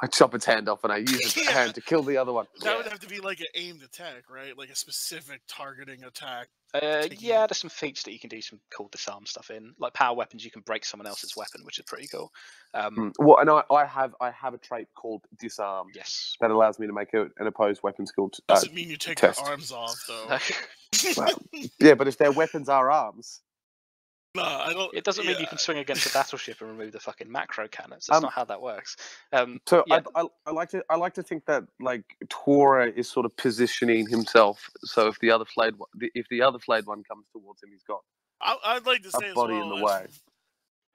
Speaker 7: I chop its hand off and I use its
Speaker 5: Yeah.
Speaker 7: hand to kill the other one.
Speaker 5: That would
Speaker 3: Yeah.
Speaker 5: have to be like an aimed attack, right? Like a specific targeting attack.
Speaker 3: Uh,
Speaker 5: taking-
Speaker 3: yeah, there's some feats that you can do some cool disarm stuff in. Like power weapons, you can break someone else's weapon, which is pretty cool. Um,
Speaker 7: Mm. Well, and I, I have I have a trait called disarm
Speaker 3: Yes.
Speaker 7: that allows me to make a, an opposed weapon skill. T- uh,
Speaker 5: Doesn't mean you take your
Speaker 7: test.
Speaker 5: arms off, though.
Speaker 3: No,
Speaker 7: yeah, but if their weapons are arms,
Speaker 5: no, I don't.
Speaker 3: it doesn't mean
Speaker 5: yeah.
Speaker 3: you can swing against a battleship and remove the fucking macro cannons. That's
Speaker 7: Um,
Speaker 3: not how that works. Um,
Speaker 7: So
Speaker 3: Yeah.
Speaker 7: I, I, I like to I like to think that like Tora is sort of positioning himself. So if the other flayed one, if the other flayed one comes towards him, he's got
Speaker 5: I, I'd like to
Speaker 7: a
Speaker 5: say as
Speaker 7: body in
Speaker 5: well,
Speaker 7: the
Speaker 5: if-
Speaker 7: way.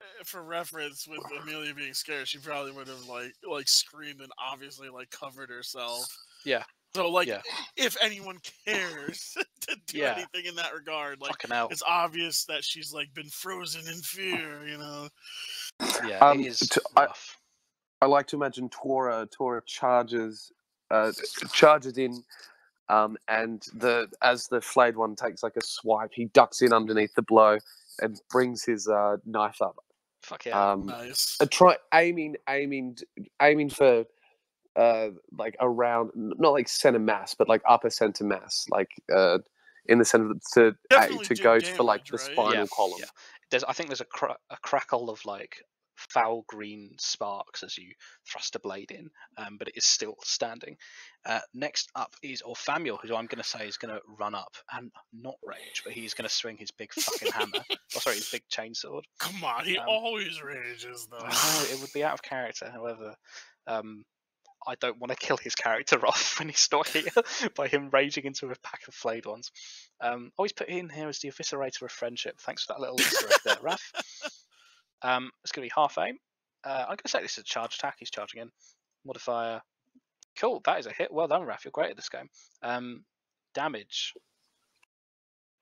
Speaker 5: uh, for reference, with Amelia being scared, she probably would have like like screamed and obviously like covered herself.
Speaker 3: Yeah.
Speaker 5: So like,
Speaker 3: Yeah.
Speaker 5: if anyone cares to do
Speaker 3: Yeah.
Speaker 5: anything in that regard, like
Speaker 3: fucking hell.
Speaker 5: it's obvious that she's like been frozen in fear. You know.
Speaker 3: Yeah,
Speaker 7: Um,
Speaker 3: it is
Speaker 7: to- I-
Speaker 3: rough.
Speaker 7: I like to imagine Tora Tora charges uh, charges in Um, and the as the flayed one takes like a swipe, he ducks in underneath the blow and brings his uh, knife up.
Speaker 3: Fuck yeah.
Speaker 7: Um,
Speaker 5: Nice.
Speaker 7: uh, try aiming, aiming, d- aiming for uh, like around, n- not like center mass, but like upper center mass, like uh, in the center of the, to, uh,
Speaker 5: Definitely
Speaker 7: to
Speaker 5: do
Speaker 7: go for like the
Speaker 5: damage, right?
Speaker 7: spinal
Speaker 3: Yeah,
Speaker 7: column.
Speaker 3: yeah. There's, I think there's a, cra- a crackle of like foul green sparks as you thrust a blade in, um, but it is still standing. Uh, next up is Orfamuel, who I'm going to say is going to run up and not rage, but he's going to swing his big fucking hammer. Oh, sorry, his big chainsword.
Speaker 5: Come on, he
Speaker 3: Um,
Speaker 5: always rages though.
Speaker 3: I know it would be out of character. However, um, I don't want to kill his character off when he's not here by him raging into a pack of flayed ones. Um, always put in here as the eviscerator of friendship. Thanks for that little Easter egg there, Raph. Um, it's going to be half aim. Uh, I'm going to say this is a charge attack. He's charging in. Modifier. Cool. That is a hit. Well done, Raph. You're great at this game. Um, damage.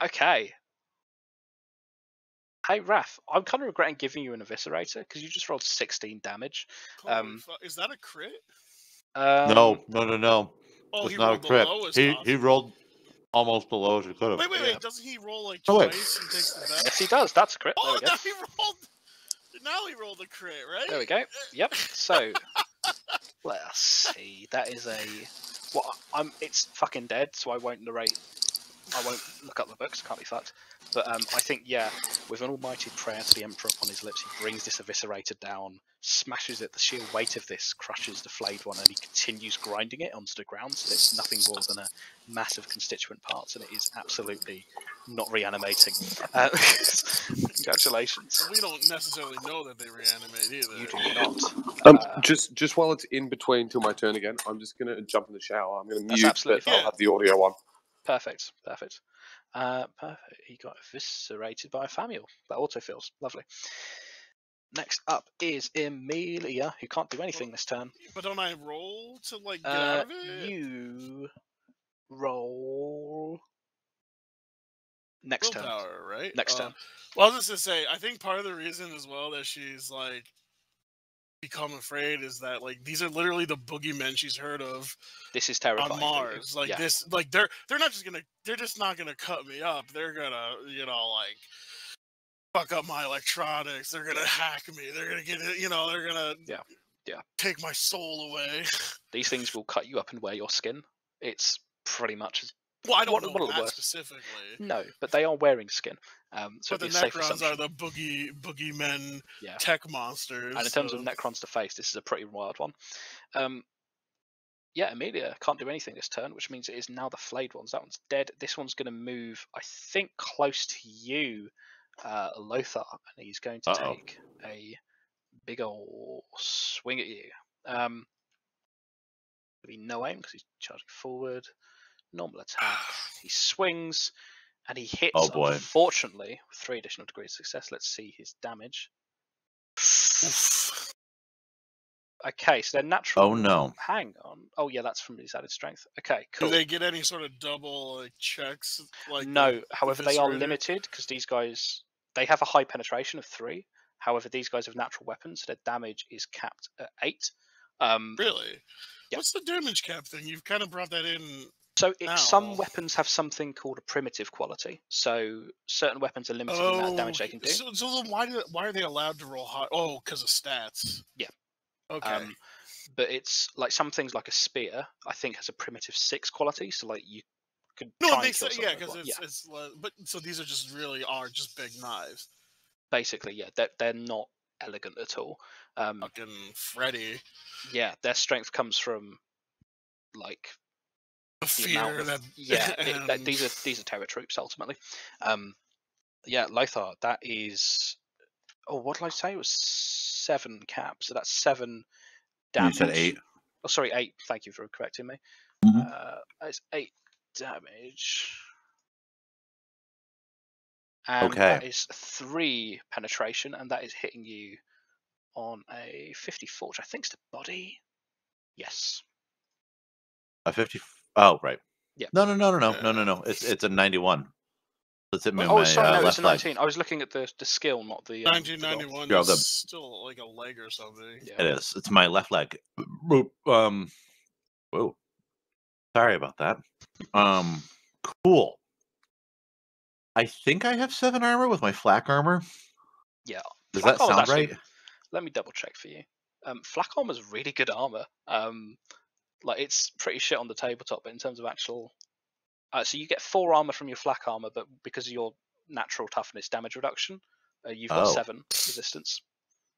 Speaker 3: Okay. Hey, Raph, I'm kind of regretting giving you an eviscerator because you just rolled 16 damage.
Speaker 5: Holy
Speaker 3: um,
Speaker 5: fu- is that a crit?
Speaker 3: Um,
Speaker 1: no, no, no, no.
Speaker 5: Oh,
Speaker 1: It's
Speaker 5: he
Speaker 1: not a
Speaker 5: rolled
Speaker 1: crit.
Speaker 5: the lowest.
Speaker 1: He
Speaker 5: possible.
Speaker 1: he rolled almost the lowest he could have.
Speaker 5: Wait, wait,
Speaker 3: Yeah.
Speaker 5: wait! Doesn't he roll like
Speaker 1: Oh, wait.
Speaker 5: twice and takes the
Speaker 3: Yes,
Speaker 5: best?
Speaker 3: he does. That's a crit. There
Speaker 5: Oh,
Speaker 3: we go.
Speaker 5: now he rolled. Now he rolled a crit, right? Eh,
Speaker 3: There we go. Yep. So let us see. That is a. Well, I'm. It's fucking dead, so I won't narrate. I won't look up the books. Can't be fucked. But um, I think yeah, with an almighty prayer to the emperor upon his lips, he brings this eviscerator down, smashes it. The sheer weight of this crushes the flayed one, and he continues grinding it onto the ground. So it's nothing more than a mass of constituent parts, and it is absolutely not reanimating. Uh, congratulations.
Speaker 5: We don't necessarily know that they reanimate either.
Speaker 3: You do not.
Speaker 7: Um,
Speaker 3: Uh,
Speaker 7: just just while it's in between till my turn again, I'm just gonna jump in the shower. I'm gonna
Speaker 3: That's
Speaker 7: mute,
Speaker 3: absolutely
Speaker 7: but
Speaker 5: fine.
Speaker 7: I'll have the audio on.
Speaker 3: Perfect, perfect. Uh, perfect. He got eviscerated by Famuel. That autofills. Lovely. Next up is Emilia, who can't do anything this turn.
Speaker 5: But don't I roll to like get
Speaker 3: Uh,
Speaker 5: out of it?
Speaker 3: you roll next turn.
Speaker 5: Willpower, right?
Speaker 3: Next
Speaker 5: Uh,
Speaker 3: turn.
Speaker 5: Well, I was just gonna say, I think part of the reason as well that she's like become afraid is that like these are literally the boogeymen she's heard of
Speaker 3: This is terrifying.
Speaker 5: on
Speaker 3: for you.
Speaker 5: Mars. Like
Speaker 3: yeah.
Speaker 5: this, like they're they're not just gonna they're just not gonna cut me up. They're gonna you know like fuck up my electronics. They're gonna hack me. They're gonna get it. You know they're gonna
Speaker 3: Yeah. Yeah.
Speaker 5: take my soul away.
Speaker 3: These things will cut you up and wear your skin. It's pretty much as
Speaker 5: Well, I don't
Speaker 3: What-
Speaker 5: know
Speaker 3: what are the
Speaker 5: that
Speaker 3: worst?
Speaker 5: specifically.
Speaker 3: no, but they are wearing skin. Um, so
Speaker 5: but the
Speaker 3: it'd be a safe
Speaker 5: Necrons
Speaker 3: assumption.
Speaker 5: are the boogie boogeymen
Speaker 3: Yeah.
Speaker 5: tech monsters.
Speaker 3: And in terms of
Speaker 5: so-
Speaker 3: Necrons to face, this is a pretty wild one. Um, yeah, Amelia can't do anything this turn, which means it is now the flayed ones. That one's dead. This one's going to move, I think, close to you, uh, Lothar, and he's going to
Speaker 1: Uh-oh.
Speaker 3: take a big ol' swing at you. Um, there'll be no aim because he's charging forward. Normal attack. he swings and he hits.
Speaker 1: Oh, boy.
Speaker 3: Unfortunately, with three additional degrees of success. Let's see his damage.
Speaker 5: Oof.
Speaker 3: Okay, so they're natural.
Speaker 1: Oh no.
Speaker 3: Hang on. Oh yeah, that's from his added strength. Okay,
Speaker 5: Do
Speaker 3: cool.
Speaker 5: they get any sort of double like checks? Like
Speaker 3: no, however, they are
Speaker 5: eviscerator?
Speaker 3: limited because these guys they have a high penetration of three. However, these guys have natural weapons, so their damage is capped at eight. Um,
Speaker 5: Really?
Speaker 3: Yeah.
Speaker 5: What's the damage cap thing? You've kind of brought that in.
Speaker 3: so it,
Speaker 5: Ow.
Speaker 3: some weapons have something called a primitive quality. So certain weapons are limited in the amount of damage they can do.
Speaker 5: Oh, So, so then why do, why are they allowed to roll high? Oh, because of stats.
Speaker 3: Yeah.
Speaker 5: Okay.
Speaker 3: Um, but it's like some things like a spear, I think, has a primitive six quality. So like you could
Speaker 5: no,
Speaker 3: try
Speaker 5: it
Speaker 3: and
Speaker 5: makes
Speaker 3: kill
Speaker 5: sense. Yeah,
Speaker 3: someone with
Speaker 5: because
Speaker 3: one.
Speaker 5: it's it's le- but so these are just really are just big knives.
Speaker 3: basically yeah, they're, they're not elegant at all. Um,
Speaker 5: Fucking Freddy.
Speaker 3: yeah, their strength comes from like
Speaker 5: The
Speaker 3: the amount
Speaker 5: fear
Speaker 3: of-
Speaker 5: that
Speaker 3: yeah, it- that-
Speaker 5: and-
Speaker 3: these are these are terror troops ultimately. Um, yeah, Lothar, that is. Oh, what did I say? It was seven cap, so that's seven
Speaker 1: You
Speaker 3: damage.
Speaker 1: said eight.
Speaker 3: Oh, sorry, eight. Thank you for correcting me.
Speaker 1: Mhm.
Speaker 3: Uh, it's eight damage. And
Speaker 1: Okay.
Speaker 3: that is three penetration, and that is hitting you on a 54, which I think is the body. Yes.
Speaker 1: A fifty. Oh right.
Speaker 3: Yeah.
Speaker 1: No, no, no, no, no, no, no, no. It's it's a ninety-one. Let's hit me
Speaker 3: Wait,
Speaker 1: in
Speaker 3: oh,
Speaker 1: my
Speaker 3: sorry,
Speaker 1: uh,
Speaker 3: no, it's
Speaker 1: left
Speaker 3: a
Speaker 1: leg.
Speaker 3: 19. I was looking at the, the skill, not the. um, the goal.
Speaker 5: 1991
Speaker 1: Yeah,
Speaker 5: is
Speaker 1: the-
Speaker 5: still like a leg or something.
Speaker 3: Yeah.
Speaker 1: It is. It's my left leg. Boop. Um. Whoa. Sorry about that. Um, cool. I think I have seven armor with my flak armor.
Speaker 3: Yeah,
Speaker 1: Does
Speaker 3: flak
Speaker 1: that
Speaker 3: armor's
Speaker 1: sound
Speaker 3: actually-
Speaker 1: right?
Speaker 3: Let me double check for you. Um, flak armor's really good armor. Um, like it's pretty shit on the tabletop, but in terms of actual, uh, so you get four armor from your flak armor, but because of your natural toughness damage reduction, uh, you've got
Speaker 1: Oh.
Speaker 3: seven resistance.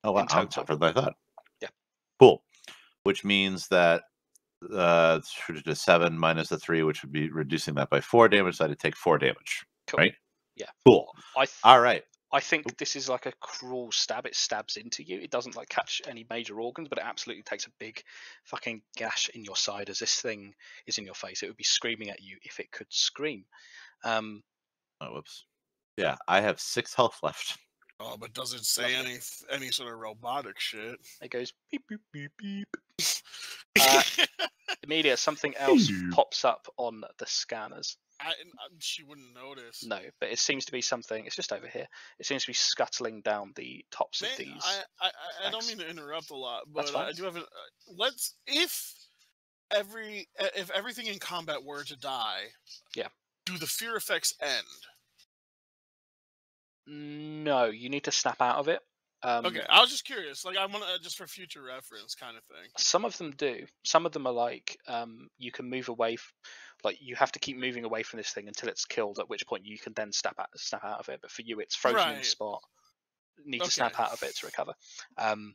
Speaker 1: Oh, wow,
Speaker 3: in
Speaker 1: I'm
Speaker 3: total.
Speaker 1: tougher than I thought.
Speaker 3: Yeah.
Speaker 1: Cool. Which means that uh should do seven minus the three, which would be reducing that by four damage. So I'd take four damage.
Speaker 3: Cool.
Speaker 1: Right.
Speaker 3: Yeah.
Speaker 1: Cool.
Speaker 3: I th-
Speaker 1: All right.
Speaker 3: I think this is like a cruel stab. It stabs into you. It doesn't like catch any major organs, but it absolutely takes a big fucking gash in your side as this thing is in your face. It would be screaming at you if it could scream. Um,
Speaker 1: Oh, whoops. Yeah, I have six health left.
Speaker 5: Oh, but does it say any any sort of robotic shit?
Speaker 3: it goes beep beep beep beep. Uh, Amelia, something else pops up on the scanners.
Speaker 5: I, and she wouldn't notice.
Speaker 3: No, but it seems to be something. It's just over here. It seems to be scuttling down the tops of
Speaker 5: Man,
Speaker 3: these.
Speaker 5: I, I, I- I don't
Speaker 3: Thanks.
Speaker 5: mean to interrupt a lot,
Speaker 3: That's
Speaker 5: but I
Speaker 3: fine.
Speaker 5: do have a. uh, Let's if every e, if everything in combat were to die.
Speaker 3: Yeah.
Speaker 5: Do the fear effects end?
Speaker 3: No, you need to snap out of it. Um,
Speaker 5: Okay, I was just curious. Like, I want to just for future reference, kind of thing.
Speaker 3: some of them do some of them are like um, you can move away f- like you have to keep moving away from this thing until it's killed at which point you can then snap out, snap out of it but for you it's frozen in the
Speaker 5: Right.
Speaker 3: spot need
Speaker 5: Okay.
Speaker 3: to snap out of it to recover um,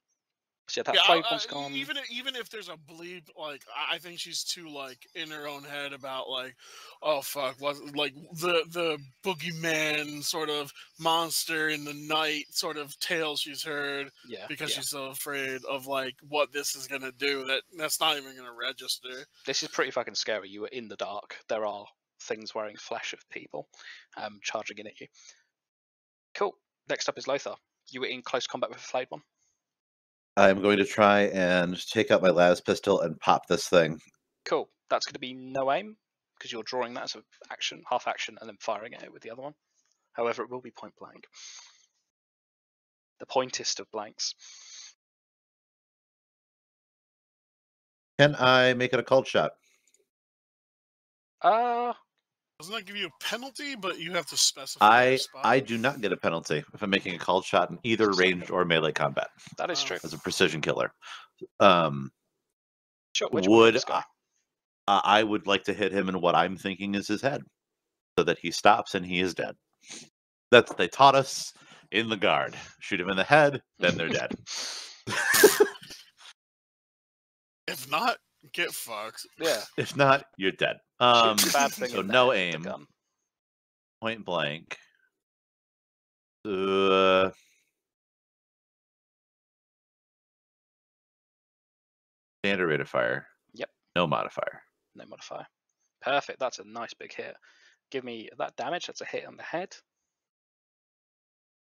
Speaker 3: so yeah, that
Speaker 5: Yeah, I-
Speaker 3: flame
Speaker 5: I- e,
Speaker 3: one's gone
Speaker 5: Even if, even if there's a bleep, like I I think she's too like in her own head about like, oh fuck, what like the the boogeyman sort of monster in the night sort of tale she's heard
Speaker 3: yeah
Speaker 5: because
Speaker 3: yeah.
Speaker 5: she's so afraid of like what this is gonna do that that's not even gonna register.
Speaker 3: this is pretty fucking scary you were in the dark there are things wearing flesh of people um, charging in at you cool next up is lothar you were in close combat with a flayed one
Speaker 1: I'm going to try and take out my las pistol and pop this thing.
Speaker 3: Cool. That's going to be no aim because you're drawing that as an action, half action, and then firing at it with the other one. However, it will be point blank. The pointist of blanks.
Speaker 1: Can I make it a cold shot?
Speaker 3: Uh,
Speaker 5: Doesn't that give you a penalty? But you have to specify. your
Speaker 1: I
Speaker 5: spot.
Speaker 1: I do not get a penalty if I'm making a cold shot in either ranged or melee combat
Speaker 3: that is
Speaker 5: Wow.
Speaker 3: true.
Speaker 1: as a precision killer. Um,
Speaker 3: Sure, which one
Speaker 1: would
Speaker 3: is this guy?
Speaker 1: I, I would like to hit him in what I'm thinking is his head, so that he stops and he is dead. That's what they taught us in the guard. Shoot him in the head, then they're dead.
Speaker 5: If not, get fucked.
Speaker 3: Yeah.
Speaker 1: if not, you're dead. Um,
Speaker 3: shoot the bad thing
Speaker 1: so
Speaker 3: in the
Speaker 1: no
Speaker 3: head, the
Speaker 1: aim.
Speaker 3: gun.
Speaker 1: point blank. Uh, standard rate of fire.
Speaker 3: Yep.
Speaker 1: No modifier.
Speaker 3: No modifier. Perfect. That's a nice big hit. Give me that damage. That's a hit on the head.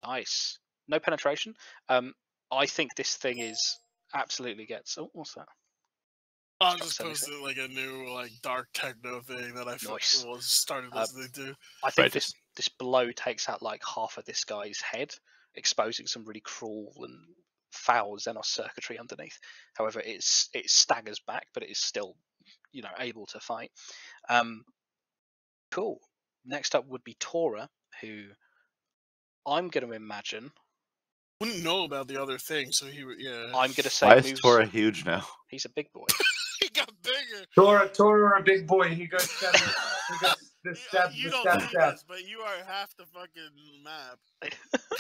Speaker 3: Nice. No penetration. Um, I think this thing is absolutely gets. Oh, what's that?
Speaker 5: I will
Speaker 3: That's
Speaker 5: just
Speaker 3: amazing.
Speaker 5: posted like a new like dark techno thing that I
Speaker 3: Nice.
Speaker 5: nice. well, started
Speaker 3: Uh,
Speaker 5: listening to.
Speaker 3: I think
Speaker 1: Right.
Speaker 3: this this blow takes out like half of this guy's head, exposing some really cruel and foul Xenos circuitry underneath. However, it's it staggers back, but it is still, you know, able to fight. Um, cool. Next up would be Tora, who I'm going to imagine.
Speaker 5: wouldn't know about the other thing, so he would. Yeah,
Speaker 3: I'm going to say
Speaker 1: Why is
Speaker 3: moves-
Speaker 1: Tora huge now?
Speaker 3: He's a big boy.
Speaker 5: he got bigger.
Speaker 6: Tora, Tora, a big boy. He goes stabbing. he goes the
Speaker 5: You-
Speaker 6: stab,
Speaker 5: you
Speaker 6: the
Speaker 5: don't
Speaker 6: stab,
Speaker 5: see
Speaker 6: stab.
Speaker 5: this, but you are half the fucking map.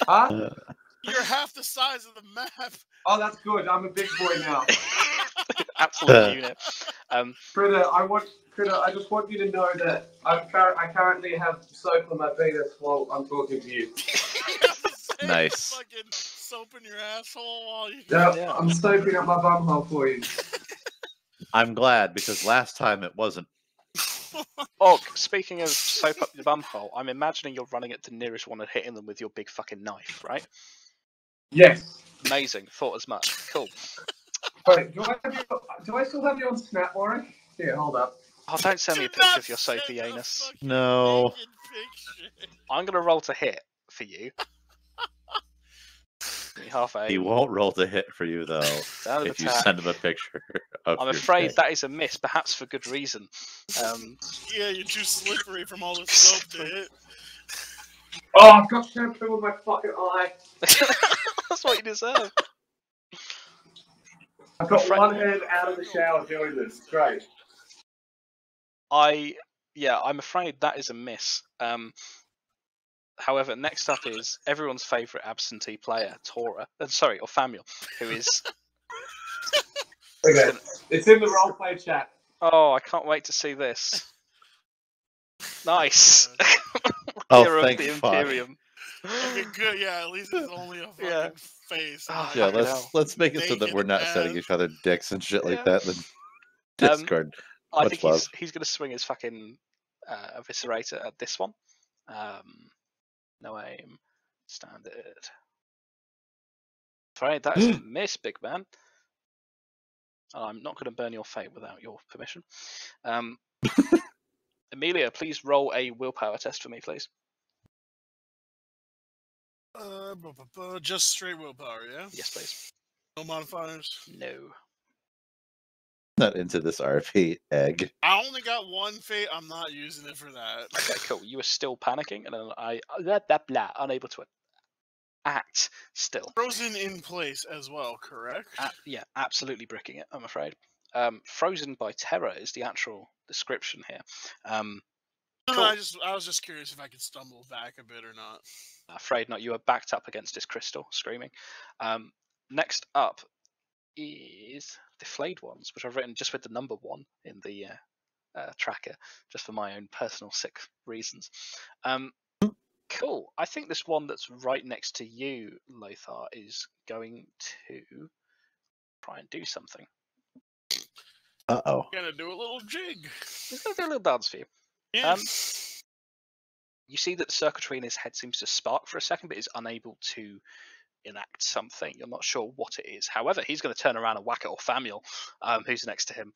Speaker 6: Huh?
Speaker 5: You're half the size of the map.
Speaker 6: Oh, that's good. I'm a big boy now.
Speaker 1: Uh.
Speaker 3: Absolute unit. Um,
Speaker 6: Critter, I want Critter. I just want you to know that I'm cur- I currently have soap on my penis while I'm talking to you.
Speaker 5: You have the same
Speaker 1: Nice.
Speaker 5: Fucking soap in your asshole while you.
Speaker 6: Yeah,
Speaker 3: Yeah.
Speaker 6: I'm soaping up my bumhole for you.
Speaker 1: I'm glad because last time it wasn't.
Speaker 3: Og, speaking of soap up your bumhole, I'm imagining you're running at the nearest one and hitting them with your big fucking knife, right?
Speaker 6: Yes.
Speaker 3: Amazing. Thought as much. Cool.
Speaker 6: Wait, do I, have you, do I still have you on Snap, Warren? Here, hold up.
Speaker 3: Oh, don't send
Speaker 5: Do
Speaker 3: me a
Speaker 5: not
Speaker 3: picture of your
Speaker 5: send
Speaker 3: soapy
Speaker 5: a
Speaker 3: anus.
Speaker 5: fucking
Speaker 1: No.
Speaker 5: naked picture.
Speaker 3: I'm going to roll to hit for you. Give me half
Speaker 1: He
Speaker 3: aim.
Speaker 1: won't roll to hit for you though
Speaker 3: Down of
Speaker 1: if you
Speaker 3: attack.
Speaker 1: send him a picture. of
Speaker 3: I'm
Speaker 1: your
Speaker 3: afraid
Speaker 1: day.
Speaker 3: that is a miss, perhaps for good reason. Um,
Speaker 5: Yeah, you're too slippery from all the soap to hit.
Speaker 8: Oh, I've got shampoo in my fucking eye.
Speaker 3: that's what you deserve.
Speaker 8: I've got
Speaker 3: Fred-
Speaker 8: one hand out of the shower doing this. Great.
Speaker 3: I yeah, I'm afraid that is a miss. Um, however, next up is everyone's favourite absentee player, Tora. Uh, sorry, or Famuel, who is
Speaker 8: Okay. It's in the roleplay chat.
Speaker 3: oh, I can't wait to see this. Nice. Hero
Speaker 1: Oh,
Speaker 3: of
Speaker 1: thank
Speaker 3: the
Speaker 1: fuck.
Speaker 3: Imperium.
Speaker 5: Okay, good. Yeah, at least it's only a fucking
Speaker 3: Yeah.
Speaker 5: face.
Speaker 3: Ah,
Speaker 1: Yeah,
Speaker 5: not-
Speaker 3: fucking
Speaker 1: let's
Speaker 3: hell.
Speaker 1: let's make it so that
Speaker 5: Naked
Speaker 1: we're not sending
Speaker 5: ass.
Speaker 1: each other dicks and shit
Speaker 3: Yeah.
Speaker 1: like that. Then
Speaker 3: Um,
Speaker 1: Discord.
Speaker 3: I
Speaker 1: Much
Speaker 3: think he's
Speaker 1: love.
Speaker 3: he's going to swing his fucking uh, eviscerator at this one. Um, no aim, standard. Afraid that is a miss, big man. And I'm not going to burn your fate without your permission. Um, Amelia, please roll a willpower test for me, please.
Speaker 5: Uh, bu- bu- bu- just straight willpower, yeah?
Speaker 3: Yes, please.
Speaker 5: No modifiers.
Speaker 3: No.
Speaker 1: not into this RP egg.
Speaker 5: I only got one fate. I'm not using it for that.
Speaker 3: Okay, cool. You are still panicking, and then I blah blah blah, unable to act still.
Speaker 5: Frozen in place as well, correct?
Speaker 3: A- Uh, yeah, absolutely bricking it, I'm afraid. Um, Frozen by Terror is the actual description here. Um,
Speaker 5: No, no, I
Speaker 3: cool.
Speaker 5: just I was just curious if I could stumble back a bit or not.
Speaker 3: afraid not, you are backed up against this crystal, screaming. Um, next up is the Flayed Ones, which I've written just with the number one in the uh, uh, tracker, just for my own personal sick reasons. Um, cool. I think this one that's right next to you, Lothar, is going to try and do something.
Speaker 1: Uh oh.
Speaker 5: Gonna do a little jig.
Speaker 3: He's going to do a little dance for you.
Speaker 5: Yeah.
Speaker 3: Um, you see that the circuitry in his head seems to spark for a second, but is unable to enact something. You're not sure what it is. However, he's going to turn around and whack at Orfamiel, um, who's next to him.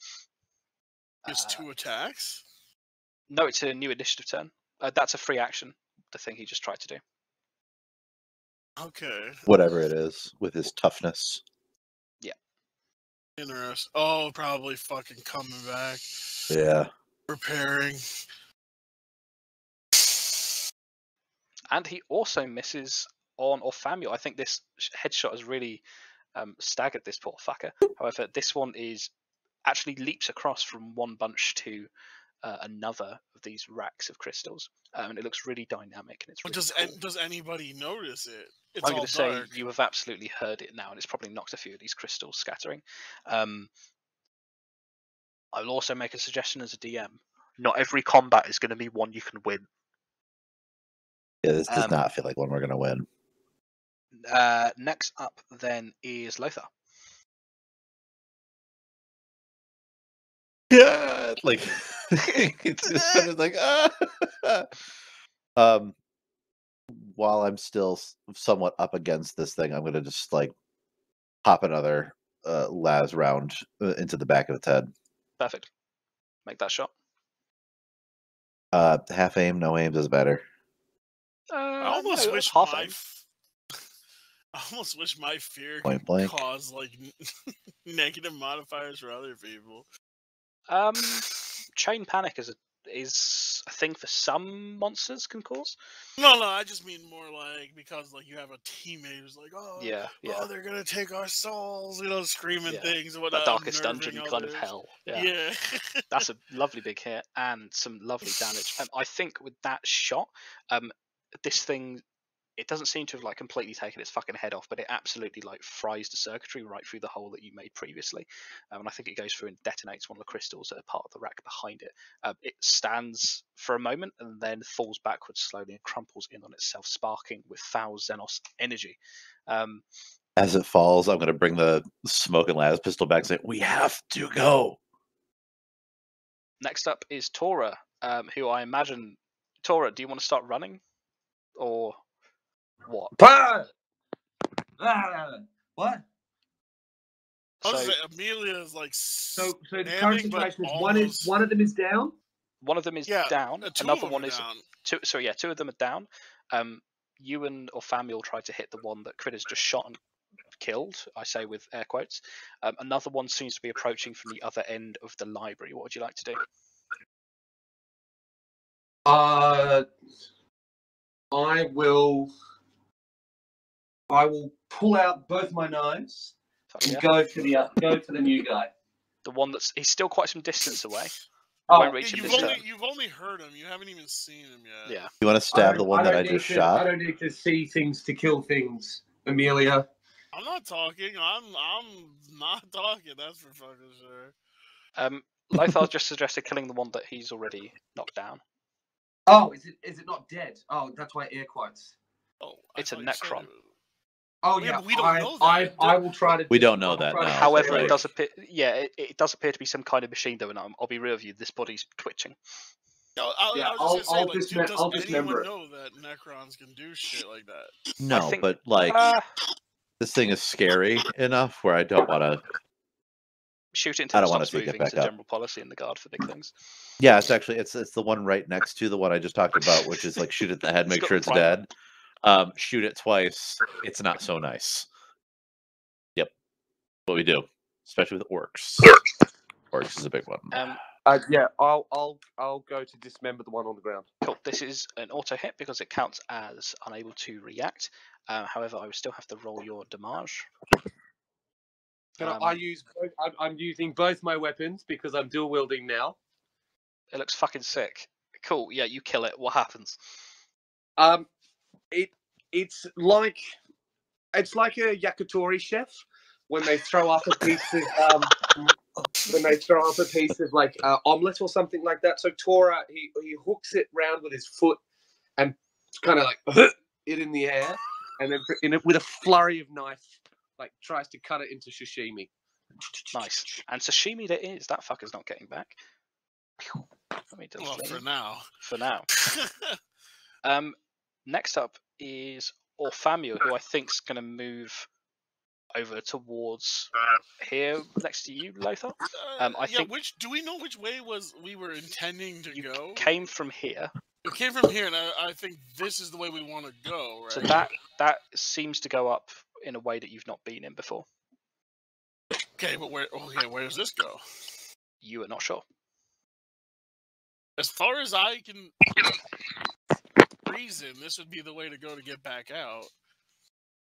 Speaker 5: Just
Speaker 3: Uh,
Speaker 5: two attacks.
Speaker 3: No, it's a new initiative turn. Uh, that's a free action, the thing he just tried to do.
Speaker 5: Okay.
Speaker 1: Whatever it is with his toughness.
Speaker 5: Interesting. Oh, probably fucking coming back.
Speaker 1: Yeah.
Speaker 5: Repairing.
Speaker 3: And he also misses on Orfamiel. I think this sh- headshot has really um, staggered this poor fucker. However, this one is actually leaps across from one bunch to uh, another of these racks of crystals, um, and it looks really dynamic and it's.
Speaker 5: But
Speaker 3: Really
Speaker 5: does
Speaker 3: cool.
Speaker 5: an- does anybody notice it? It's
Speaker 3: I'm
Speaker 5: all
Speaker 3: going to say
Speaker 5: dark.
Speaker 3: you have absolutely heard it now, and it's probably knocked a few of these crystals scattering. Um, I will also make a suggestion as a DM. Not every combat is going to be one you can win.
Speaker 1: Yeah, this does
Speaker 3: Um,
Speaker 1: not feel like one we're gonna win.
Speaker 3: Uh, next up then is Lothar.
Speaker 1: Yeah. Like it just sounded like ah. um while I'm still s- somewhat up against this thing, I'm gonna just like pop another uh las round uh, into the back of its head.
Speaker 3: Perfect. Make that shot.
Speaker 1: Uh half aim, no aim doesn't matter.
Speaker 3: Uh,
Speaker 5: I almost
Speaker 3: no,
Speaker 5: wish
Speaker 3: half
Speaker 5: my
Speaker 3: aim.
Speaker 5: f- I almost wish my fear
Speaker 1: Point
Speaker 5: could
Speaker 1: blank.
Speaker 5: cause like negative modifiers for other people.
Speaker 3: Um, chain panic is a is a thing for some monsters can cause.
Speaker 5: No, no, I just mean more like because like you have a teammate who's like, oh,
Speaker 3: Yeah, yeah.
Speaker 5: oh, they're gonna take our souls, you know, screaming
Speaker 3: Yeah.
Speaker 5: things and whatnot.
Speaker 3: that darkest dungeon
Speaker 5: unnerving
Speaker 3: kind of
Speaker 5: others.
Speaker 3: hell.
Speaker 5: Yeah.
Speaker 3: that's a lovely big hit and some lovely damage. Um, I think with that shot, um, this thing it doesn't seem to have like completely taken its fucking head off, but it absolutely like fries the circuitry right through the hole that you made previously, um, and I think it goes through and detonates one of the crystals that are part of the rack behind it. Um, it stands for a moment and then falls backwards slowly and crumples in on itself, sparking with foul Xenos energy. Um,
Speaker 1: As it falls, I'm gonna bring the smoking las pistol back and say, We have to go.
Speaker 3: next up is Tora, um, who I imagine Tora. Do you want to start running or what?
Speaker 8: Pause! Ah, what?
Speaker 5: I was
Speaker 3: So-
Speaker 5: gonna say, Amelia is like
Speaker 8: So, so the
Speaker 5: Standing,
Speaker 8: current
Speaker 5: but
Speaker 8: situation is one is
Speaker 5: almost-
Speaker 8: one of them is down.
Speaker 3: one of them is
Speaker 5: Yeah,
Speaker 3: down.
Speaker 5: uh, two
Speaker 3: Another
Speaker 5: of 'em
Speaker 3: one
Speaker 5: are
Speaker 3: is
Speaker 5: down.
Speaker 3: two. So yeah, two of them are down. Um, Ewan or Famuel tried to hit the one that Critter's just shot and killed. I say with air quotes. Um, another one seems to be approaching from the other end of the library. What would you like to do?
Speaker 8: Uh, I will. I will pull out both my knives
Speaker 3: Fuck
Speaker 8: and
Speaker 3: yeah.
Speaker 8: go for the uh, go for the new guy.
Speaker 3: The one that's he's still quite some distance away.
Speaker 8: Oh,
Speaker 3: won't reach him
Speaker 5: You've
Speaker 3: this
Speaker 5: only,
Speaker 3: turn.
Speaker 5: you've only heard him. You haven't even seen him yet.
Speaker 3: Yeah.
Speaker 1: You want to
Speaker 8: I
Speaker 1: stab
Speaker 8: don't-
Speaker 1: the one that
Speaker 8: don't
Speaker 1: I
Speaker 8: need
Speaker 1: just
Speaker 8: to-
Speaker 1: shot?
Speaker 8: I don't need to see things to kill things, Amelia.
Speaker 5: I'm not talking. I'm I'm not talking. That's for fucking sure.
Speaker 3: Um, Lothar just suggested killing the one that he's already knocked down.
Speaker 8: Oh, is it is it not dead? Oh, that's why air quotes.
Speaker 5: Oh, I
Speaker 3: It's a
Speaker 5: thought you said it
Speaker 3: Necron.
Speaker 5: was-
Speaker 8: Oh
Speaker 5: Yeah,
Speaker 8: yeah,
Speaker 5: but we don't
Speaker 8: I,
Speaker 5: know that.
Speaker 8: I, I will try to.
Speaker 1: We don't know
Speaker 8: I'll
Speaker 1: that
Speaker 8: try to
Speaker 1: now,
Speaker 8: figure
Speaker 3: However,
Speaker 8: out-
Speaker 1: right.
Speaker 3: it does appear. Yeah, it, it does appear to be some kind of machine, though, and I'm, I'll be real with you. This body's twitching.
Speaker 5: No, oh, I,
Speaker 8: Yeah,
Speaker 5: I was just
Speaker 8: I'll-
Speaker 5: gonna say,
Speaker 8: I'll
Speaker 5: like,
Speaker 8: dismem-
Speaker 5: dude, does
Speaker 8: I'll
Speaker 5: anyone
Speaker 8: dismember it.
Speaker 5: know that Necrons can do shit like that?
Speaker 1: No,
Speaker 3: think-
Speaker 1: but like
Speaker 3: Uh,
Speaker 1: this thing is scary enough where I don't want to.
Speaker 3: shoot it until
Speaker 1: I
Speaker 3: it
Speaker 1: don't wanna
Speaker 3: stops
Speaker 1: take it
Speaker 3: moving.
Speaker 1: back
Speaker 3: It's a
Speaker 1: up.
Speaker 3: general policy in the guard for big things.
Speaker 1: Yeah, it's actually it's it's the one right next to the one I just talked about, which is like shoot it in the head,
Speaker 3: It's
Speaker 1: make
Speaker 3: got
Speaker 1: sure
Speaker 3: the
Speaker 1: it's
Speaker 3: primer.
Speaker 1: dead. Um, shoot it twice. It's not so nice. Yep, what we do, especially with orcs. Orcs is a big one.
Speaker 3: Um,
Speaker 7: Uh, yeah, I'll I'll I'll go to dismember the one on the ground.
Speaker 3: Cool. This is an auto hit because it counts as unable to react. Uh, however, I would still have to roll your damage.
Speaker 7: Can
Speaker 3: Um,
Speaker 7: I, I use both, I'm, I'm using both my weapons because I'm dual wielding now.
Speaker 3: It looks fucking sick. Cool. Yeah, you kill it. What happens?
Speaker 7: Um, it it's like it's like a yakitori chef when they throw up a piece of um, when they throw up a piece of like uh, omelette or something like that. So Tora he he hooks it round with his foot and kind of like it in the air, and then in it with a flurry of knife, like tries to cut it into sashimi.
Speaker 3: Nice. And sashimi that is. That fucker's not getting back. Phew. Let me just
Speaker 5: Well,
Speaker 3: let
Speaker 5: for
Speaker 3: him-
Speaker 5: now.
Speaker 3: for now. Um, next up is Orfamio, who I think's going to move over towards here next to you, Lothar. Um, I
Speaker 5: yeah,
Speaker 3: think-
Speaker 5: which do we know which way was we were intending to
Speaker 3: You
Speaker 5: go?
Speaker 3: came from here.
Speaker 5: We came from here, and I, I think this is the way we want to go, right?
Speaker 3: So that that seems to go up in a way that you've not been in before.
Speaker 5: Okay, but where? Okay, where does this go?
Speaker 3: You are not sure.
Speaker 5: As far as I can reason, this would be the way to go to get back out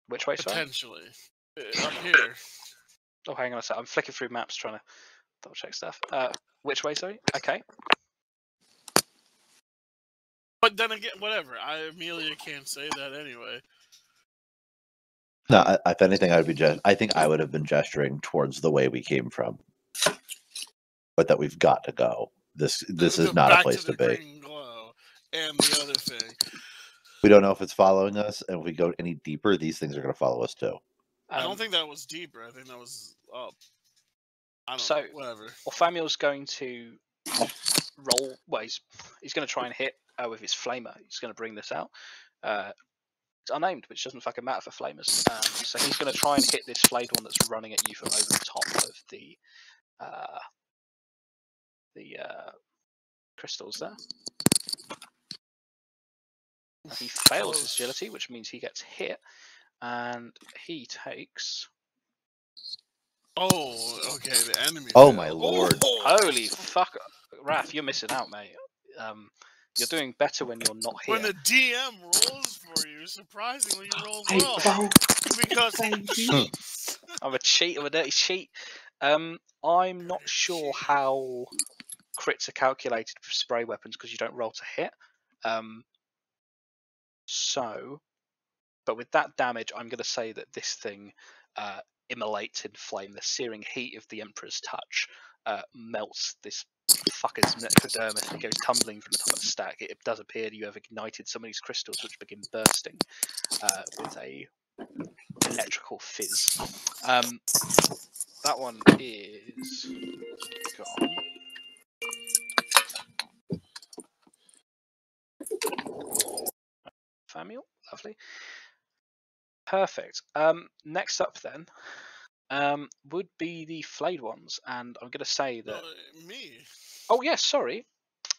Speaker 3: Which way? Sorry.
Speaker 5: potentially. Uh, Up here.
Speaker 3: Oh, hang on a sec. I'm flicking through maps trying to double check stuff. Uh, which way? Sorry. Okay.
Speaker 5: But then again, whatever. I Amelia can't say that anyway.
Speaker 1: No, I- if anything, I would be just. I think I would have been gesturing towards the way we came from, but that we've got to go. This this
Speaker 5: The-
Speaker 1: is
Speaker 5: the
Speaker 1: not
Speaker 5: back
Speaker 1: a place to
Speaker 5: the
Speaker 1: be.
Speaker 5: Green glow and the other thing.
Speaker 1: We don't know if it's following us, and if we go any deeper, these things are going to follow us too.
Speaker 5: I
Speaker 3: Um,
Speaker 5: don't think that was deeper. I think that was up. I don't
Speaker 3: So-
Speaker 5: know. Whatever.
Speaker 3: Orfamiel's going to roll. Well, he's, he's going to try and hit uh, with his flamer. He's going to bring this out. Uh, it's unnamed, which doesn't fucking matter for flamers. Um, so he's going to try and hit this flayed one that's running at you from over the top of the uh, the uh, crystals there. He fails his
Speaker 5: Close.
Speaker 3: agility, which means he gets hit, and he takes.
Speaker 5: Oh, okay. The enemy.
Speaker 1: Oh my
Speaker 5: failed.
Speaker 1: lord.
Speaker 5: Oh,
Speaker 3: Holy fuck, Raph, you're missing out, mate. Um, you're doing better when you're not here.
Speaker 5: When the DM rolls for you, surprisingly, you rolls
Speaker 8: Hey,
Speaker 5: well
Speaker 8: oh,
Speaker 5: because he cheats.
Speaker 3: I'm a cheat. I'm a dirty cheat. Um, I'm not sure how crits are calculated for spray weapons because you don't roll to hit. Um, so, but with that damage, I'm going to say that this thing uh, immolates in flame. The searing heat of the Emperor's touch uh, melts this fucker's necrodermis and goes tumbling from the top of the stack. It does appear that you have ignited some of these crystals, which begin bursting uh, with a electrical fizz. Um, that one is gone. Famiel, lovely. Perfect. Um, next up then um, would be the flayed ones, and I'm going to say that.
Speaker 5: Uh, me.
Speaker 3: Oh yes, sorry.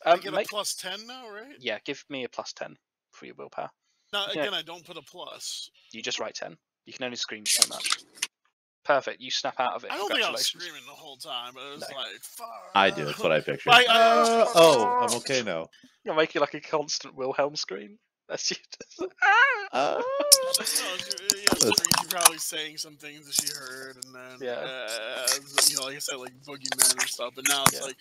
Speaker 5: I
Speaker 3: Um,
Speaker 5: get
Speaker 3: make-
Speaker 5: a plus ten now, right?
Speaker 3: yeah, give me a plus ten for your willpower.
Speaker 5: Now
Speaker 3: Yeah.
Speaker 5: again, I don't put a plus.
Speaker 3: You just write ten. You can only scream so much. Perfect. You snap out of it.
Speaker 5: I don't think I was
Speaker 3: Congratulations.
Speaker 5: screaming the whole time, but it was like, fuck.
Speaker 1: I do. That's what I pictured.
Speaker 5: Like,
Speaker 1: Uh,
Speaker 5: uh,
Speaker 1: oh, I'm okay now.
Speaker 3: You're making like a constant Wilhelm scream. That's you.
Speaker 5: Ah!
Speaker 1: Uh,
Speaker 5: No, she, yeah, she, she probably sang some things that she heard, and then
Speaker 3: Yeah.
Speaker 5: uh, you know, like I said, like boogeyman and stuff. But now it's
Speaker 3: Yeah.
Speaker 5: like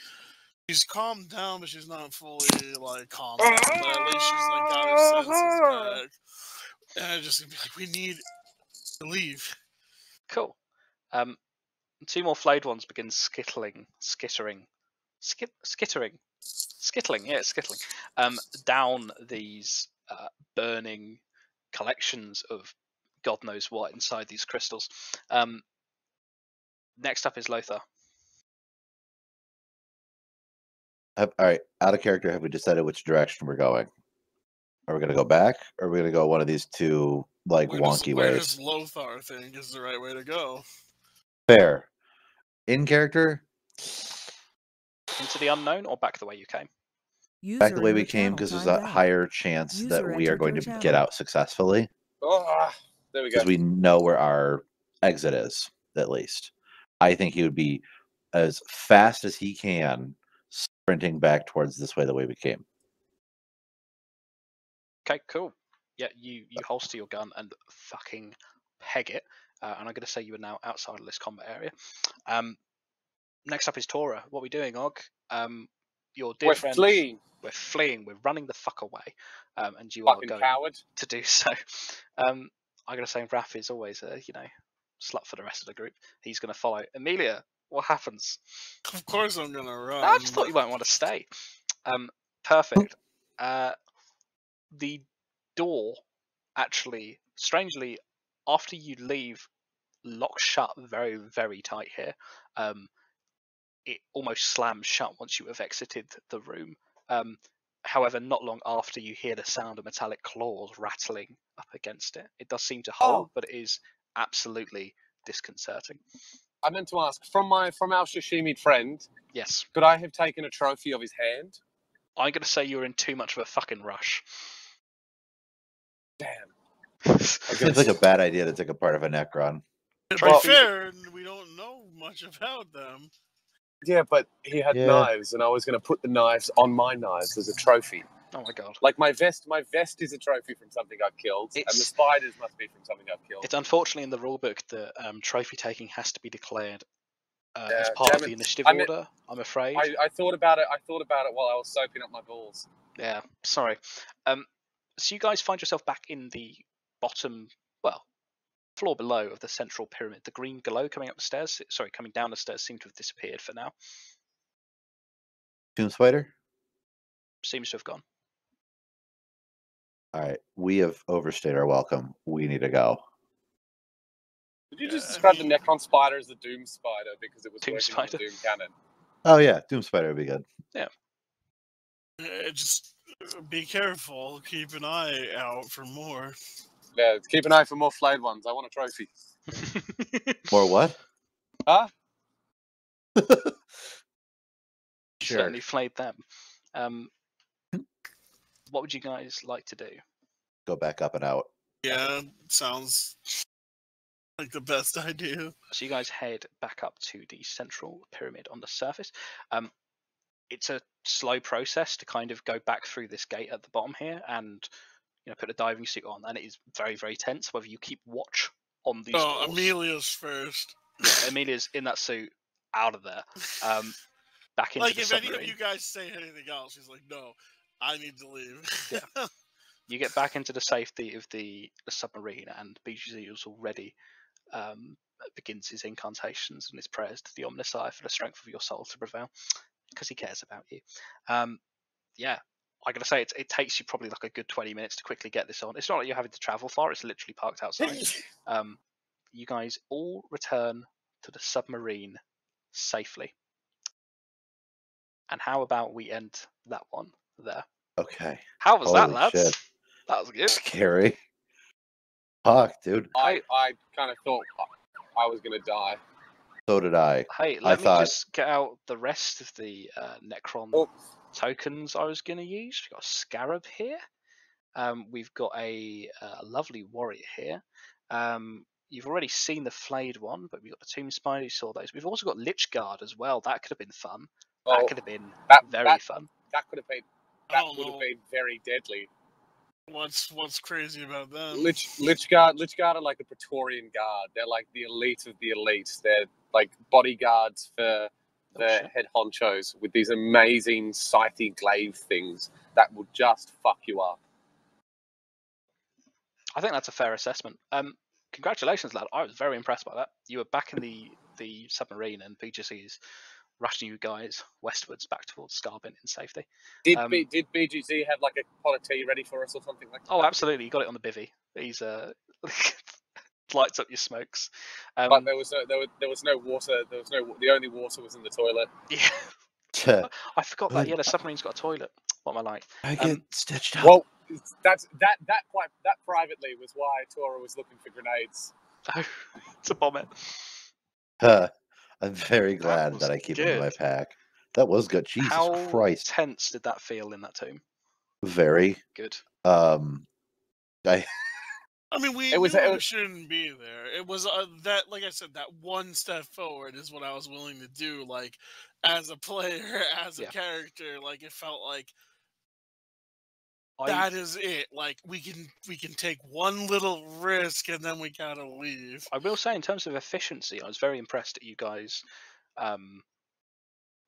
Speaker 5: she's calmed down, but she's not fully like calm. Down, but at least she's like got her senses back. And I just gonna be like, we need to leave.
Speaker 3: Cool. Um, two more flayed ones begin skittling, skittering, skit, skittering, skittling. Yeah, it's skittling. Um, down these uh, burning collections of God knows what inside these crystals. Um, next up is Lothar.
Speaker 1: have- all right, out of character. Have we decided which direction we're going? Are we going to go back? Or are we going to go one of these two like
Speaker 5: Where does-
Speaker 1: wonky
Speaker 5: where
Speaker 1: ways?
Speaker 5: does Lothar think is the right way to go?
Speaker 1: Fair. In character,
Speaker 3: Into the unknown or back the way you came?
Speaker 1: back the way we came because there's a higher chance that
Speaker 9: User
Speaker 1: we are
Speaker 9: entered
Speaker 1: going
Speaker 9: your
Speaker 1: to get
Speaker 9: channel.
Speaker 1: out successfully.
Speaker 4: Oh, there we go.
Speaker 1: because we know where our exit is at least i think he would be as fast as he can sprinting back towards this way the way we came
Speaker 3: Okay, cool. Yeah, you you holster your gun and fucking peg it. Uh, and I'm going to say you are now outside of this combat area. Um, next up is Tora. What are we doing, Og? Um, your dear
Speaker 4: We're
Speaker 3: friends-
Speaker 4: fleeing,
Speaker 3: We're fleeing. We're running the fuck away. Um, and you are
Speaker 4: fucking
Speaker 3: going
Speaker 4: coward.
Speaker 3: to do so. Um, I'm going to say Raph is always a you know slut for the rest of the group. He's going to follow Amelia. What happens?
Speaker 5: Of course, I'm gonna run.
Speaker 3: I just thought you might want to stay. Um, perfect. Uh, the door actually, strangely, after you leave, locks shut very, very tight here. Um, it almost slams shut once you have exited the room. Um, however, not long after, you hear the sound of metallic claws rattling up against it. It does seem to hold, but it is absolutely disconcerting.
Speaker 4: I meant to ask from my from our Shishimi friend.
Speaker 3: Yes,
Speaker 4: Could I have taken a trophy of his hand?
Speaker 3: I'm going to say you're in too much of a fucking rush.
Speaker 4: Damn.
Speaker 1: it seems like a bad idea to take a part of a necron
Speaker 5: To
Speaker 3: Well-
Speaker 5: be fair, we don't know much about them.
Speaker 4: Yeah, but he had
Speaker 1: Yeah.
Speaker 4: knives, and I was going to put the knives on my knives as a trophy.
Speaker 3: Oh my god.
Speaker 4: Like my vest, my vest is a trophy from something I've killed, and the
Speaker 3: It's-
Speaker 4: spiders must be from something I've killed.
Speaker 3: It's unfortunately in the rulebook that um, trophy taking has to be declared uh, as
Speaker 4: Yeah,
Speaker 3: part of
Speaker 4: damn
Speaker 3: the
Speaker 4: it.
Speaker 3: initiative
Speaker 4: I meant-
Speaker 3: order. I'm afraid.
Speaker 4: I, I thought about it. I thought about it while I was soaping up my balls.
Speaker 3: Yeah, sorry. Um, so you guys find yourself back in the bottom, well, floor below of the central pyramid. The green glow coming up the stairs, sorry, coming down the stairs, seemed to have disappeared for now.
Speaker 1: tomb spider
Speaker 3: Seems to have gone.
Speaker 1: all right we have overstayed our welcome we need to go
Speaker 4: Did you just
Speaker 5: Yeah, I
Speaker 4: describe
Speaker 5: mean-
Speaker 4: the Necron spider as the Doom Spider because it was
Speaker 3: Uh, Doom
Speaker 4: working on
Speaker 3: Spider.
Speaker 4: the Doom cannon?
Speaker 1: oh yeah doom spider would be good
Speaker 5: Uh, Just uh, be careful. Keep an eye out for more.
Speaker 4: Yeah, keep an eye for more flayed ones. I want a trophy.
Speaker 1: more what
Speaker 4: Huh?
Speaker 1: sure
Speaker 3: Certainly flayed them. Um, what would you guys like to do?
Speaker 1: go back up and out
Speaker 5: Yeah, sounds like the best idea.
Speaker 3: So you guys head back up to the central pyramid on the surface. Um, it's a slow process to kind of go back through this gate at the bottom here and you know put a diving suit on, and it is very very tense whether you keep watch on these.
Speaker 5: Oh,
Speaker 3: doors.
Speaker 5: Amelia's first.
Speaker 3: Yeah, Amelia's in that suit, out of there, um, back into
Speaker 5: like,
Speaker 3: the
Speaker 5: if
Speaker 3: submarine.
Speaker 5: any of you guys say anything else, she's like, no, I need to leave.
Speaker 3: you get back into the safety of the, the submarine, and BGZ is already um, begins his incantations and his prayers to the Omnis Eye for the strength of your soul to prevail, because he cares about you. Um, yeah, I'm gonna say it, it takes you probably like a good 20 minutes to quickly get this on. It's not like you're having to travel far; it's literally parked outside. um, you guys all return to the submarine safely. And how about we end that one there?
Speaker 1: okay
Speaker 3: How was that,
Speaker 1: Holy
Speaker 3: lads?
Speaker 1: shit.
Speaker 3: That was good.
Speaker 1: scary fuck dude
Speaker 3: Oh.
Speaker 4: I, I kind of thought I was going to die.
Speaker 1: so did i
Speaker 3: Hey, let me
Speaker 1: thought-
Speaker 3: just get out the rest of the uh, Necron
Speaker 4: Oh.
Speaker 3: tokens I was going to use. We've got a Scarab here. Um, we've got a, uh lovely warrior here. Um, You've already seen the flayed one, but we've got the tomb spider. You saw those. We've also got lich guard as well. That could have been fun. That
Speaker 7: Oh,
Speaker 3: could have been
Speaker 7: that-
Speaker 3: very
Speaker 7: that-
Speaker 3: fun.
Speaker 7: that could have been
Speaker 5: I
Speaker 7: that
Speaker 5: don't
Speaker 7: would
Speaker 5: know
Speaker 7: have been very deadly.
Speaker 5: what's what's crazy about them.
Speaker 7: Lich Lich Guard Lich Guard are like the Praetorian Guard. They're like the elite of the elite. They're like bodyguards for
Speaker 3: Oh,
Speaker 7: the
Speaker 3: shit.
Speaker 7: head honchos with these amazing scythe glaive things that will just fuck you up.
Speaker 3: I think that's a fair assessment. Um, congratulations, lad. I was very impressed by that. You were back in the, the submarine, and PGC's rushing you guys westwards back towards Scarbin in safety.
Speaker 7: Did
Speaker 3: Um,
Speaker 7: B, did BGC have like a pot of tea ready for us or something like that?
Speaker 3: Oh, absolutely. You got it on the bivvy. He's uh, lights up your smokes. Um,
Speaker 7: But there was no there was, there was no water. There was no wa- the only water was in the toilet.
Speaker 3: yeah,
Speaker 1: Tch,
Speaker 3: I forgot that.
Speaker 1: Good.
Speaker 3: Yeah, the submarine's got a toilet. What am I like?
Speaker 1: I
Speaker 3: Um,
Speaker 1: get stitched up.
Speaker 7: Well, that's that that quite that privately was why Tora was looking for grenades.
Speaker 3: it's a bomb it.
Speaker 1: Huh. I'm very glad that,
Speaker 3: was
Speaker 1: I keep them in my
Speaker 3: good.
Speaker 1: pack. That was good. Jesus
Speaker 3: How
Speaker 1: Christ.
Speaker 3: tense did that feel in that tomb?
Speaker 1: Very.
Speaker 3: Good.
Speaker 1: Um, I
Speaker 5: I mean, we
Speaker 7: It was-
Speaker 5: knew
Speaker 7: it
Speaker 5: we
Speaker 7: was-
Speaker 5: shouldn't be there. It was uh, that, like I said, that one step forward is what I was willing to do. Like, as a player, as a
Speaker 3: Yeah.
Speaker 5: character, like it felt like
Speaker 3: I,
Speaker 5: that is it. Like we can we can take one little risk and then we gotta leave.
Speaker 3: I will say, in terms of efficiency, I was very impressed that you guys um,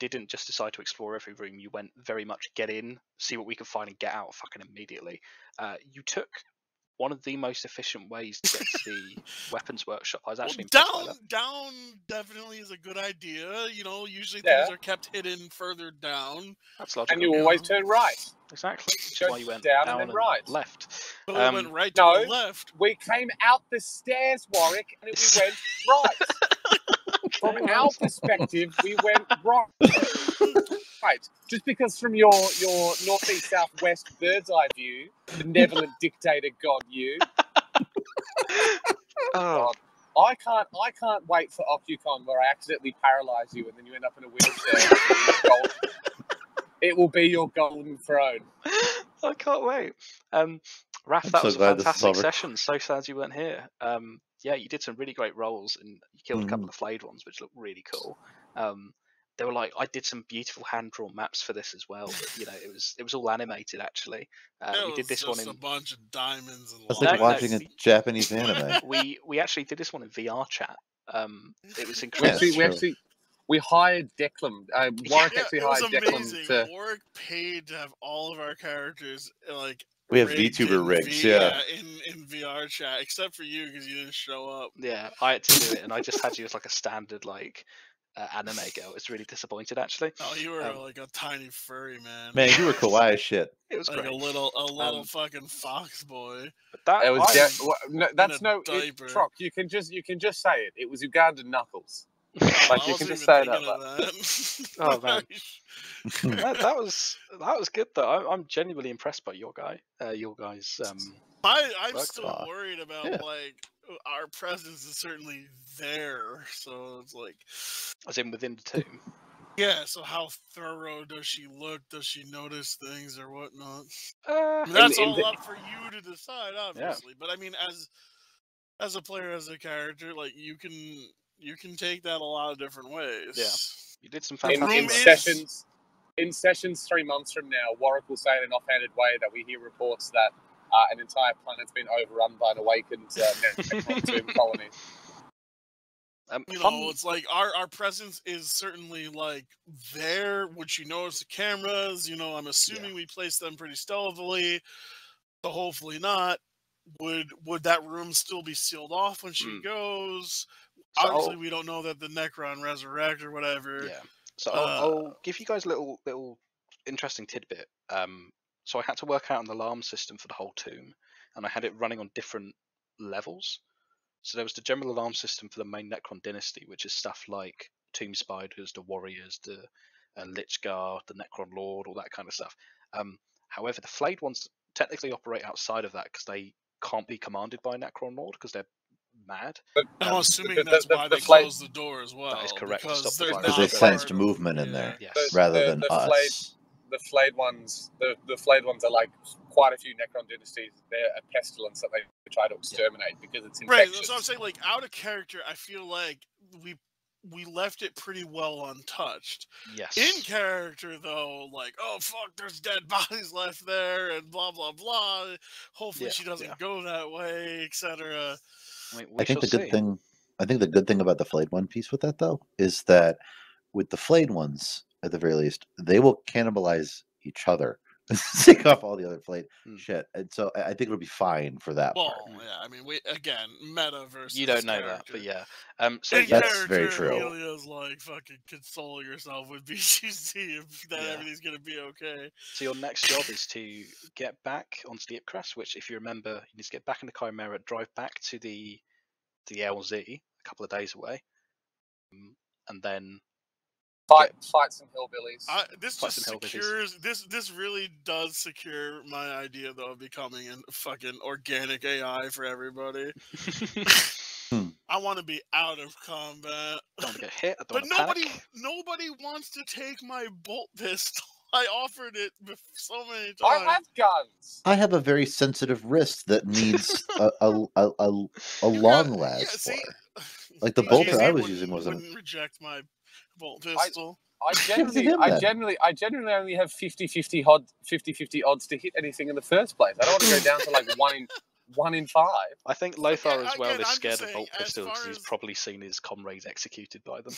Speaker 3: didn't just decide to explore every room. You went very much get in, see what we can find, and get out fucking immediately. Uh, you took one of the most efficient ways to get to the weapons workshop. I was
Speaker 5: Well,
Speaker 3: actually impressed by
Speaker 5: down
Speaker 3: that.
Speaker 5: down definitely is a good idea. You know, usually things
Speaker 7: Yeah.
Speaker 5: are kept hidden further down.
Speaker 3: That's
Speaker 7: And
Speaker 3: logical.
Speaker 7: you
Speaker 5: Yeah.
Speaker 7: always turn right.
Speaker 3: Exactly. Which
Speaker 7: Go
Speaker 3: is why you went
Speaker 7: down
Speaker 3: down,
Speaker 7: and then
Speaker 3: and
Speaker 7: right.
Speaker 3: left.
Speaker 5: But
Speaker 3: Um,
Speaker 5: we went right to
Speaker 7: no.
Speaker 5: the left.
Speaker 7: We came out the stairs, Warwick, and we went right. From our perspective, we went right. Right. Just because from your your northeast southwest bird's eye view, benevolent dictator God you,
Speaker 3: oh,
Speaker 7: I can't I can't wait for OcuCon where I accidentally paralyze you and then you end up in a wheelchair. it will be your golden throne.
Speaker 3: I can't wait. Um, Raf,
Speaker 1: I'm
Speaker 3: that
Speaker 1: so
Speaker 3: was a
Speaker 1: glad this is
Speaker 3: fantastic
Speaker 1: over.
Speaker 3: session. So sad you weren't here. Um, yeah, you did some really great rolls, and you killed a couple
Speaker 1: Mhm.
Speaker 3: of flayed ones, which looked really cool. Um, they were like I did some beautiful hand drawn maps for this as well. But, you know, it was it was all animated actually. Uh,
Speaker 5: It
Speaker 3: we did
Speaker 5: was
Speaker 3: this one
Speaker 5: just a
Speaker 3: in
Speaker 5: bunch of diamonds and
Speaker 1: That's
Speaker 3: No,
Speaker 1: like
Speaker 3: no,
Speaker 5: lines.
Speaker 1: watching a
Speaker 3: we-
Speaker 1: Japanese anime.
Speaker 3: we we actually did this one in VR chat. Um, it was
Speaker 5: Yeah,
Speaker 7: We
Speaker 3: incredible.
Speaker 7: actually, we
Speaker 1: true.
Speaker 7: actually, we hired Declan. Uh, Warwick
Speaker 5: Yeah,
Speaker 7: actually
Speaker 5: it was
Speaker 7: hired
Speaker 5: amazing.
Speaker 7: Declan to.
Speaker 5: Warwick paid to have all of our characters uh, like
Speaker 1: We have
Speaker 5: rigged
Speaker 1: VTuber
Speaker 5: in
Speaker 1: rigs,
Speaker 5: V-
Speaker 1: yeah.
Speaker 5: in in VR chat, except for you because you didn't show up.
Speaker 3: Yeah, I had to do it, and I just had you as like a standard like uh, anime girl. It's really disappointed actually.
Speaker 5: Oh, you were
Speaker 3: Um,
Speaker 5: like a tiny furry man,
Speaker 1: Man, you were kawaii as shit.
Speaker 3: It was
Speaker 5: like
Speaker 3: great.
Speaker 5: a little a little
Speaker 3: Um,
Speaker 5: fucking fox boy.
Speaker 3: But that
Speaker 7: It was
Speaker 3: I-
Speaker 7: De- wha- no, that's
Speaker 5: a
Speaker 7: no it,
Speaker 5: diaper.
Speaker 7: Troc. You can just you can just say it. It was Ugandan knuckles.
Speaker 5: Oh,
Speaker 7: Like,
Speaker 5: I
Speaker 7: you can
Speaker 5: wasn't
Speaker 7: just
Speaker 5: even
Speaker 7: say it
Speaker 5: thinking
Speaker 7: out
Speaker 5: of that.
Speaker 3: Oh, man. that, that was that was good though. I, I'm genuinely impressed by your guy, uh, your guys. Um,
Speaker 5: I, I'm
Speaker 3: Work
Speaker 5: still
Speaker 1: off.
Speaker 5: worried about
Speaker 1: Yeah.
Speaker 5: like our presence is certainly there, so it's like,
Speaker 3: as in within the tomb.
Speaker 5: yeah. So how thorough does she look? Does she notice things or whatnot?
Speaker 3: Uh,
Speaker 5: I mean, that's
Speaker 7: in
Speaker 5: all
Speaker 7: the-
Speaker 5: up for you to decide, obviously. But I mean, as as a player, as a character, like you can you can take that a lot of different ways.
Speaker 3: you did some
Speaker 5: The
Speaker 3: fantastic.
Speaker 7: In,
Speaker 5: room
Speaker 7: in
Speaker 3: work.
Speaker 5: is-
Speaker 7: sessions, in sessions three months from now, Warwick will say in an offhanded way that we hear reports that uh, an entire planet's been overrun by an awakened uh, necron tomb colony.
Speaker 3: Um,
Speaker 5: You
Speaker 3: fun-
Speaker 5: know, it's like our our presence is certainly like there. Which you notice the cameras. You know, I'm assuming we place them pretty stealthily, but hopefully not. Would would that room still be sealed off when she
Speaker 3: Mm.
Speaker 5: goes?
Speaker 3: so I'll-
Speaker 5: Obviously, we don't know that the Necron resurrect or whatever.
Speaker 3: Yeah. So I'll,
Speaker 5: Uh,
Speaker 3: I'll give you guys a little little interesting tidbit. Um, so I had to work out an alarm system for the whole tomb, and I had it running on different levels. So there was the general alarm system for the main Necron dynasty, which is stuff like tomb spiders, the warriors, the uh, Lich Guard, the Necron Lord, all that kind of stuff. Um, however, the flayed ones technically operate outside of that because they can't be commanded by a Necron Lord because they're mad.
Speaker 7: But
Speaker 5: I'm
Speaker 3: Um,
Speaker 5: Oh, assuming
Speaker 7: the- the-
Speaker 5: that's
Speaker 7: the-
Speaker 5: why
Speaker 7: the
Speaker 5: they
Speaker 7: flight-
Speaker 5: closed the door as well.
Speaker 3: correct, to
Speaker 5: Because
Speaker 3: stop the
Speaker 5: they're
Speaker 3: virus.
Speaker 1: Because
Speaker 5: not
Speaker 1: they
Speaker 3: Not
Speaker 1: sensed
Speaker 5: part of-
Speaker 1: movement in
Speaker 5: yeah.
Speaker 1: there
Speaker 3: yes.
Speaker 7: the,
Speaker 1: rather
Speaker 7: the,
Speaker 1: than
Speaker 7: the flayed
Speaker 1: us.
Speaker 7: the flayed ones the, the flayed ones are like quite a few Necron dynasties, they're a pestilence that they try to exterminate because it's
Speaker 5: Right,
Speaker 7: infectious.
Speaker 5: that's what I'm saying. Like out of character, I feel like we we left it pretty well untouched.
Speaker 3: Yes.
Speaker 5: In character, though, like oh fuck, there's dead bodies left there, and blah blah blah. Hopefully,
Speaker 3: Yeah,
Speaker 5: she doesn't
Speaker 3: yeah.
Speaker 5: go that way, etc.
Speaker 3: We- we
Speaker 1: I think the
Speaker 3: shall
Speaker 1: good
Speaker 3: see.
Speaker 1: thing I think the good thing about the flayed one piece with that though is that with the flayed ones at the very least they will cannibalize each other take off all the other flayed
Speaker 3: Mm.
Speaker 1: shit and so I I think it'll be fine for that part.
Speaker 5: Hmm. Well, yeah, I mean, we again meta versus
Speaker 3: You don't know that, but yeah. Um, so
Speaker 5: In
Speaker 3: yeah,
Speaker 1: That's very
Speaker 5: character,
Speaker 1: true.
Speaker 5: Amelia's like fucking consoling herself with BGC if that
Speaker 3: Yeah.
Speaker 5: everything's gonna be okay.
Speaker 3: So your next job is to get back onto the Ipcrest, which, if you remember, you need to get back in the Chimera, drive back to the to the LZ, a couple of days away, um, and then
Speaker 7: Fight, fight some hillbillies.
Speaker 5: I, this
Speaker 3: Plus
Speaker 5: just
Speaker 3: some health issues.
Speaker 5: secures this. This really does secure my idea though of becoming a fucking organic AI for everybody.
Speaker 1: Hmm.
Speaker 5: I want to be out of combat,
Speaker 3: don't want to get hit. I don't
Speaker 5: but
Speaker 3: want to
Speaker 5: nobody
Speaker 3: panic.
Speaker 5: nobody wants to take my bolt pistol. I offered it bef- so many
Speaker 7: I
Speaker 5: times.
Speaker 7: have guns.
Speaker 1: I have a very sensitive wrist that needs a, a, a, a, a
Speaker 5: You got-
Speaker 1: long last.
Speaker 5: yeah, see,
Speaker 1: Like, the
Speaker 5: BGC
Speaker 1: bolter I was
Speaker 5: wouldn't-
Speaker 1: using wasn't-
Speaker 5: wouldn't reject my bolt pistol.
Speaker 7: I
Speaker 1: Give it to
Speaker 7: generally,
Speaker 1: him
Speaker 7: I
Speaker 1: then.
Speaker 7: generally, I generally only have 50-50 odd, 50-50 odds to hit anything in the first place. I don't want to go down to like one in one in five.
Speaker 3: I think Lothar as well
Speaker 5: again,
Speaker 3: is
Speaker 5: I'm
Speaker 3: scared
Speaker 5: just saying,
Speaker 3: of bolt
Speaker 5: as
Speaker 3: pistols because
Speaker 5: far
Speaker 3: he's
Speaker 5: as-
Speaker 3: probably seen his comrades executed by them.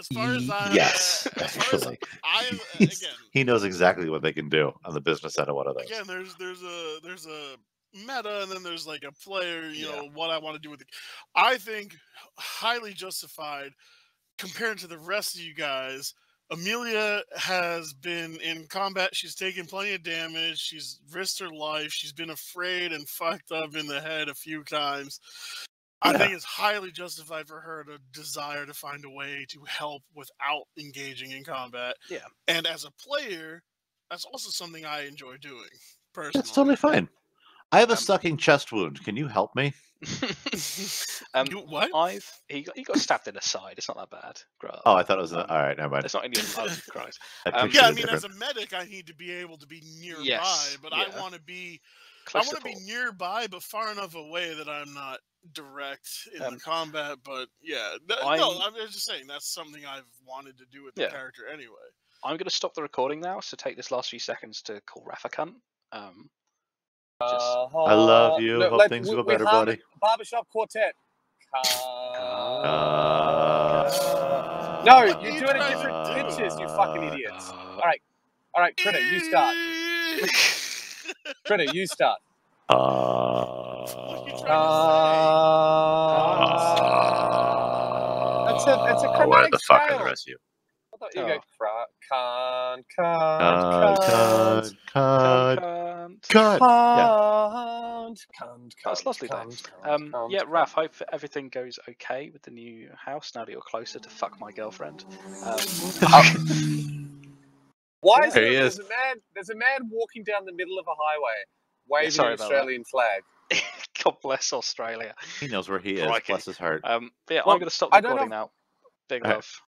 Speaker 5: As far as I,
Speaker 1: yes,
Speaker 5: uh, as far as
Speaker 1: actually.
Speaker 5: I uh, again,
Speaker 1: He's- he knows exactly what they can do on the business end of one of those.
Speaker 5: again there's there's a there's a meta and then there's like a player you
Speaker 3: Yeah.
Speaker 5: know what i want to do with it i think highly justified compared to the rest of you guys amelia has been in combat she's taken plenty of damage she's risked her life she's been afraid and fucked up in the head a few times I think it's highly justified for her to desire to find a way to help without engaging in combat.
Speaker 3: Yeah.
Speaker 5: And as a player, that's also something I enjoy doing personally.
Speaker 1: That's totally fine. I have a
Speaker 3: Um,
Speaker 1: sucking chest wound. Can you help me?
Speaker 3: um,
Speaker 5: You- what?
Speaker 3: I've he got, he got stabbed in the side. It's not that bad. Grow
Speaker 1: Oh,
Speaker 3: up.
Speaker 1: I thought it was. An,
Speaker 5: Uh,
Speaker 3: Um,
Speaker 1: all right, never mind.
Speaker 3: it's not any. Oh, Christ.
Speaker 1: I
Speaker 3: um,
Speaker 1: pictured
Speaker 5: yeah, I
Speaker 1: a
Speaker 5: mean, as
Speaker 1: different-
Speaker 5: a medic, I need to be able to be nearby,
Speaker 3: Yes,
Speaker 5: but
Speaker 3: yeah.
Speaker 5: I want to be
Speaker 3: Close
Speaker 5: I want to
Speaker 3: support.
Speaker 5: be nearby, but far enough away that I'm not direct in
Speaker 3: Um,
Speaker 5: the combat. But yeah, th- no,
Speaker 3: I-
Speaker 5: I'm just saying that's something I've wanted to do with
Speaker 3: Yeah.
Speaker 5: the character anyway.
Speaker 3: I'm going to stop the recording now, so take this last few seconds to call Raf a cunt. Um,
Speaker 7: Uh,
Speaker 1: I love you. Hope
Speaker 7: let-
Speaker 1: things
Speaker 7: oh, we-
Speaker 1: go
Speaker 7: we
Speaker 1: better,
Speaker 7: harm-
Speaker 1: buddy.
Speaker 7: Barbershop quartet. Cunt.
Speaker 1: Uh,
Speaker 7: No,
Speaker 5: What
Speaker 7: you
Speaker 5: you
Speaker 7: do it in
Speaker 5: trying to
Speaker 7: different
Speaker 5: do?
Speaker 7: pitches, you fucking idiots.
Speaker 3: uh,
Speaker 7: Alright. All right, Critter, you start. Critter, you start.
Speaker 5: What you
Speaker 1: Uh,
Speaker 5: trying to say?
Speaker 7: That's a- that's a
Speaker 1: uh,
Speaker 7: chromatic
Speaker 1: where the fuck are
Speaker 7: scale.
Speaker 1: the rest of you?
Speaker 7: I thought you
Speaker 3: Oh.
Speaker 7: go cra- cunt,
Speaker 1: Uh, Cunt,
Speaker 7: cunt, cunt,
Speaker 3: cunt.
Speaker 1: cunt, Uh, cunt.
Speaker 7: cunt, cunt,
Speaker 3: That's
Speaker 7: cunt,
Speaker 3: lovely, though.
Speaker 7: cunt, cunt,
Speaker 3: Um,
Speaker 7: cunt,
Speaker 3: yeah,
Speaker 7: cunt.
Speaker 3: Raf, hope everything goes okay with the new house now that you're closer to fuck my girlfriend. Um,
Speaker 7: Why
Speaker 3: Yeah.
Speaker 7: is it
Speaker 1: There he
Speaker 7: there's a man there's a man walking down the middle of a highway waving
Speaker 3: sorry
Speaker 7: an
Speaker 3: about that.
Speaker 7: Australian flag.
Speaker 3: God bless Australia.
Speaker 1: He knows where he is.
Speaker 5: Oh,
Speaker 3: Crikey.
Speaker 1: Bless his heart.
Speaker 3: Um, but yeah,
Speaker 7: Well,
Speaker 3: I'm going to stop the
Speaker 7: I don't
Speaker 3: recording now. Big
Speaker 1: Alright.
Speaker 3: love.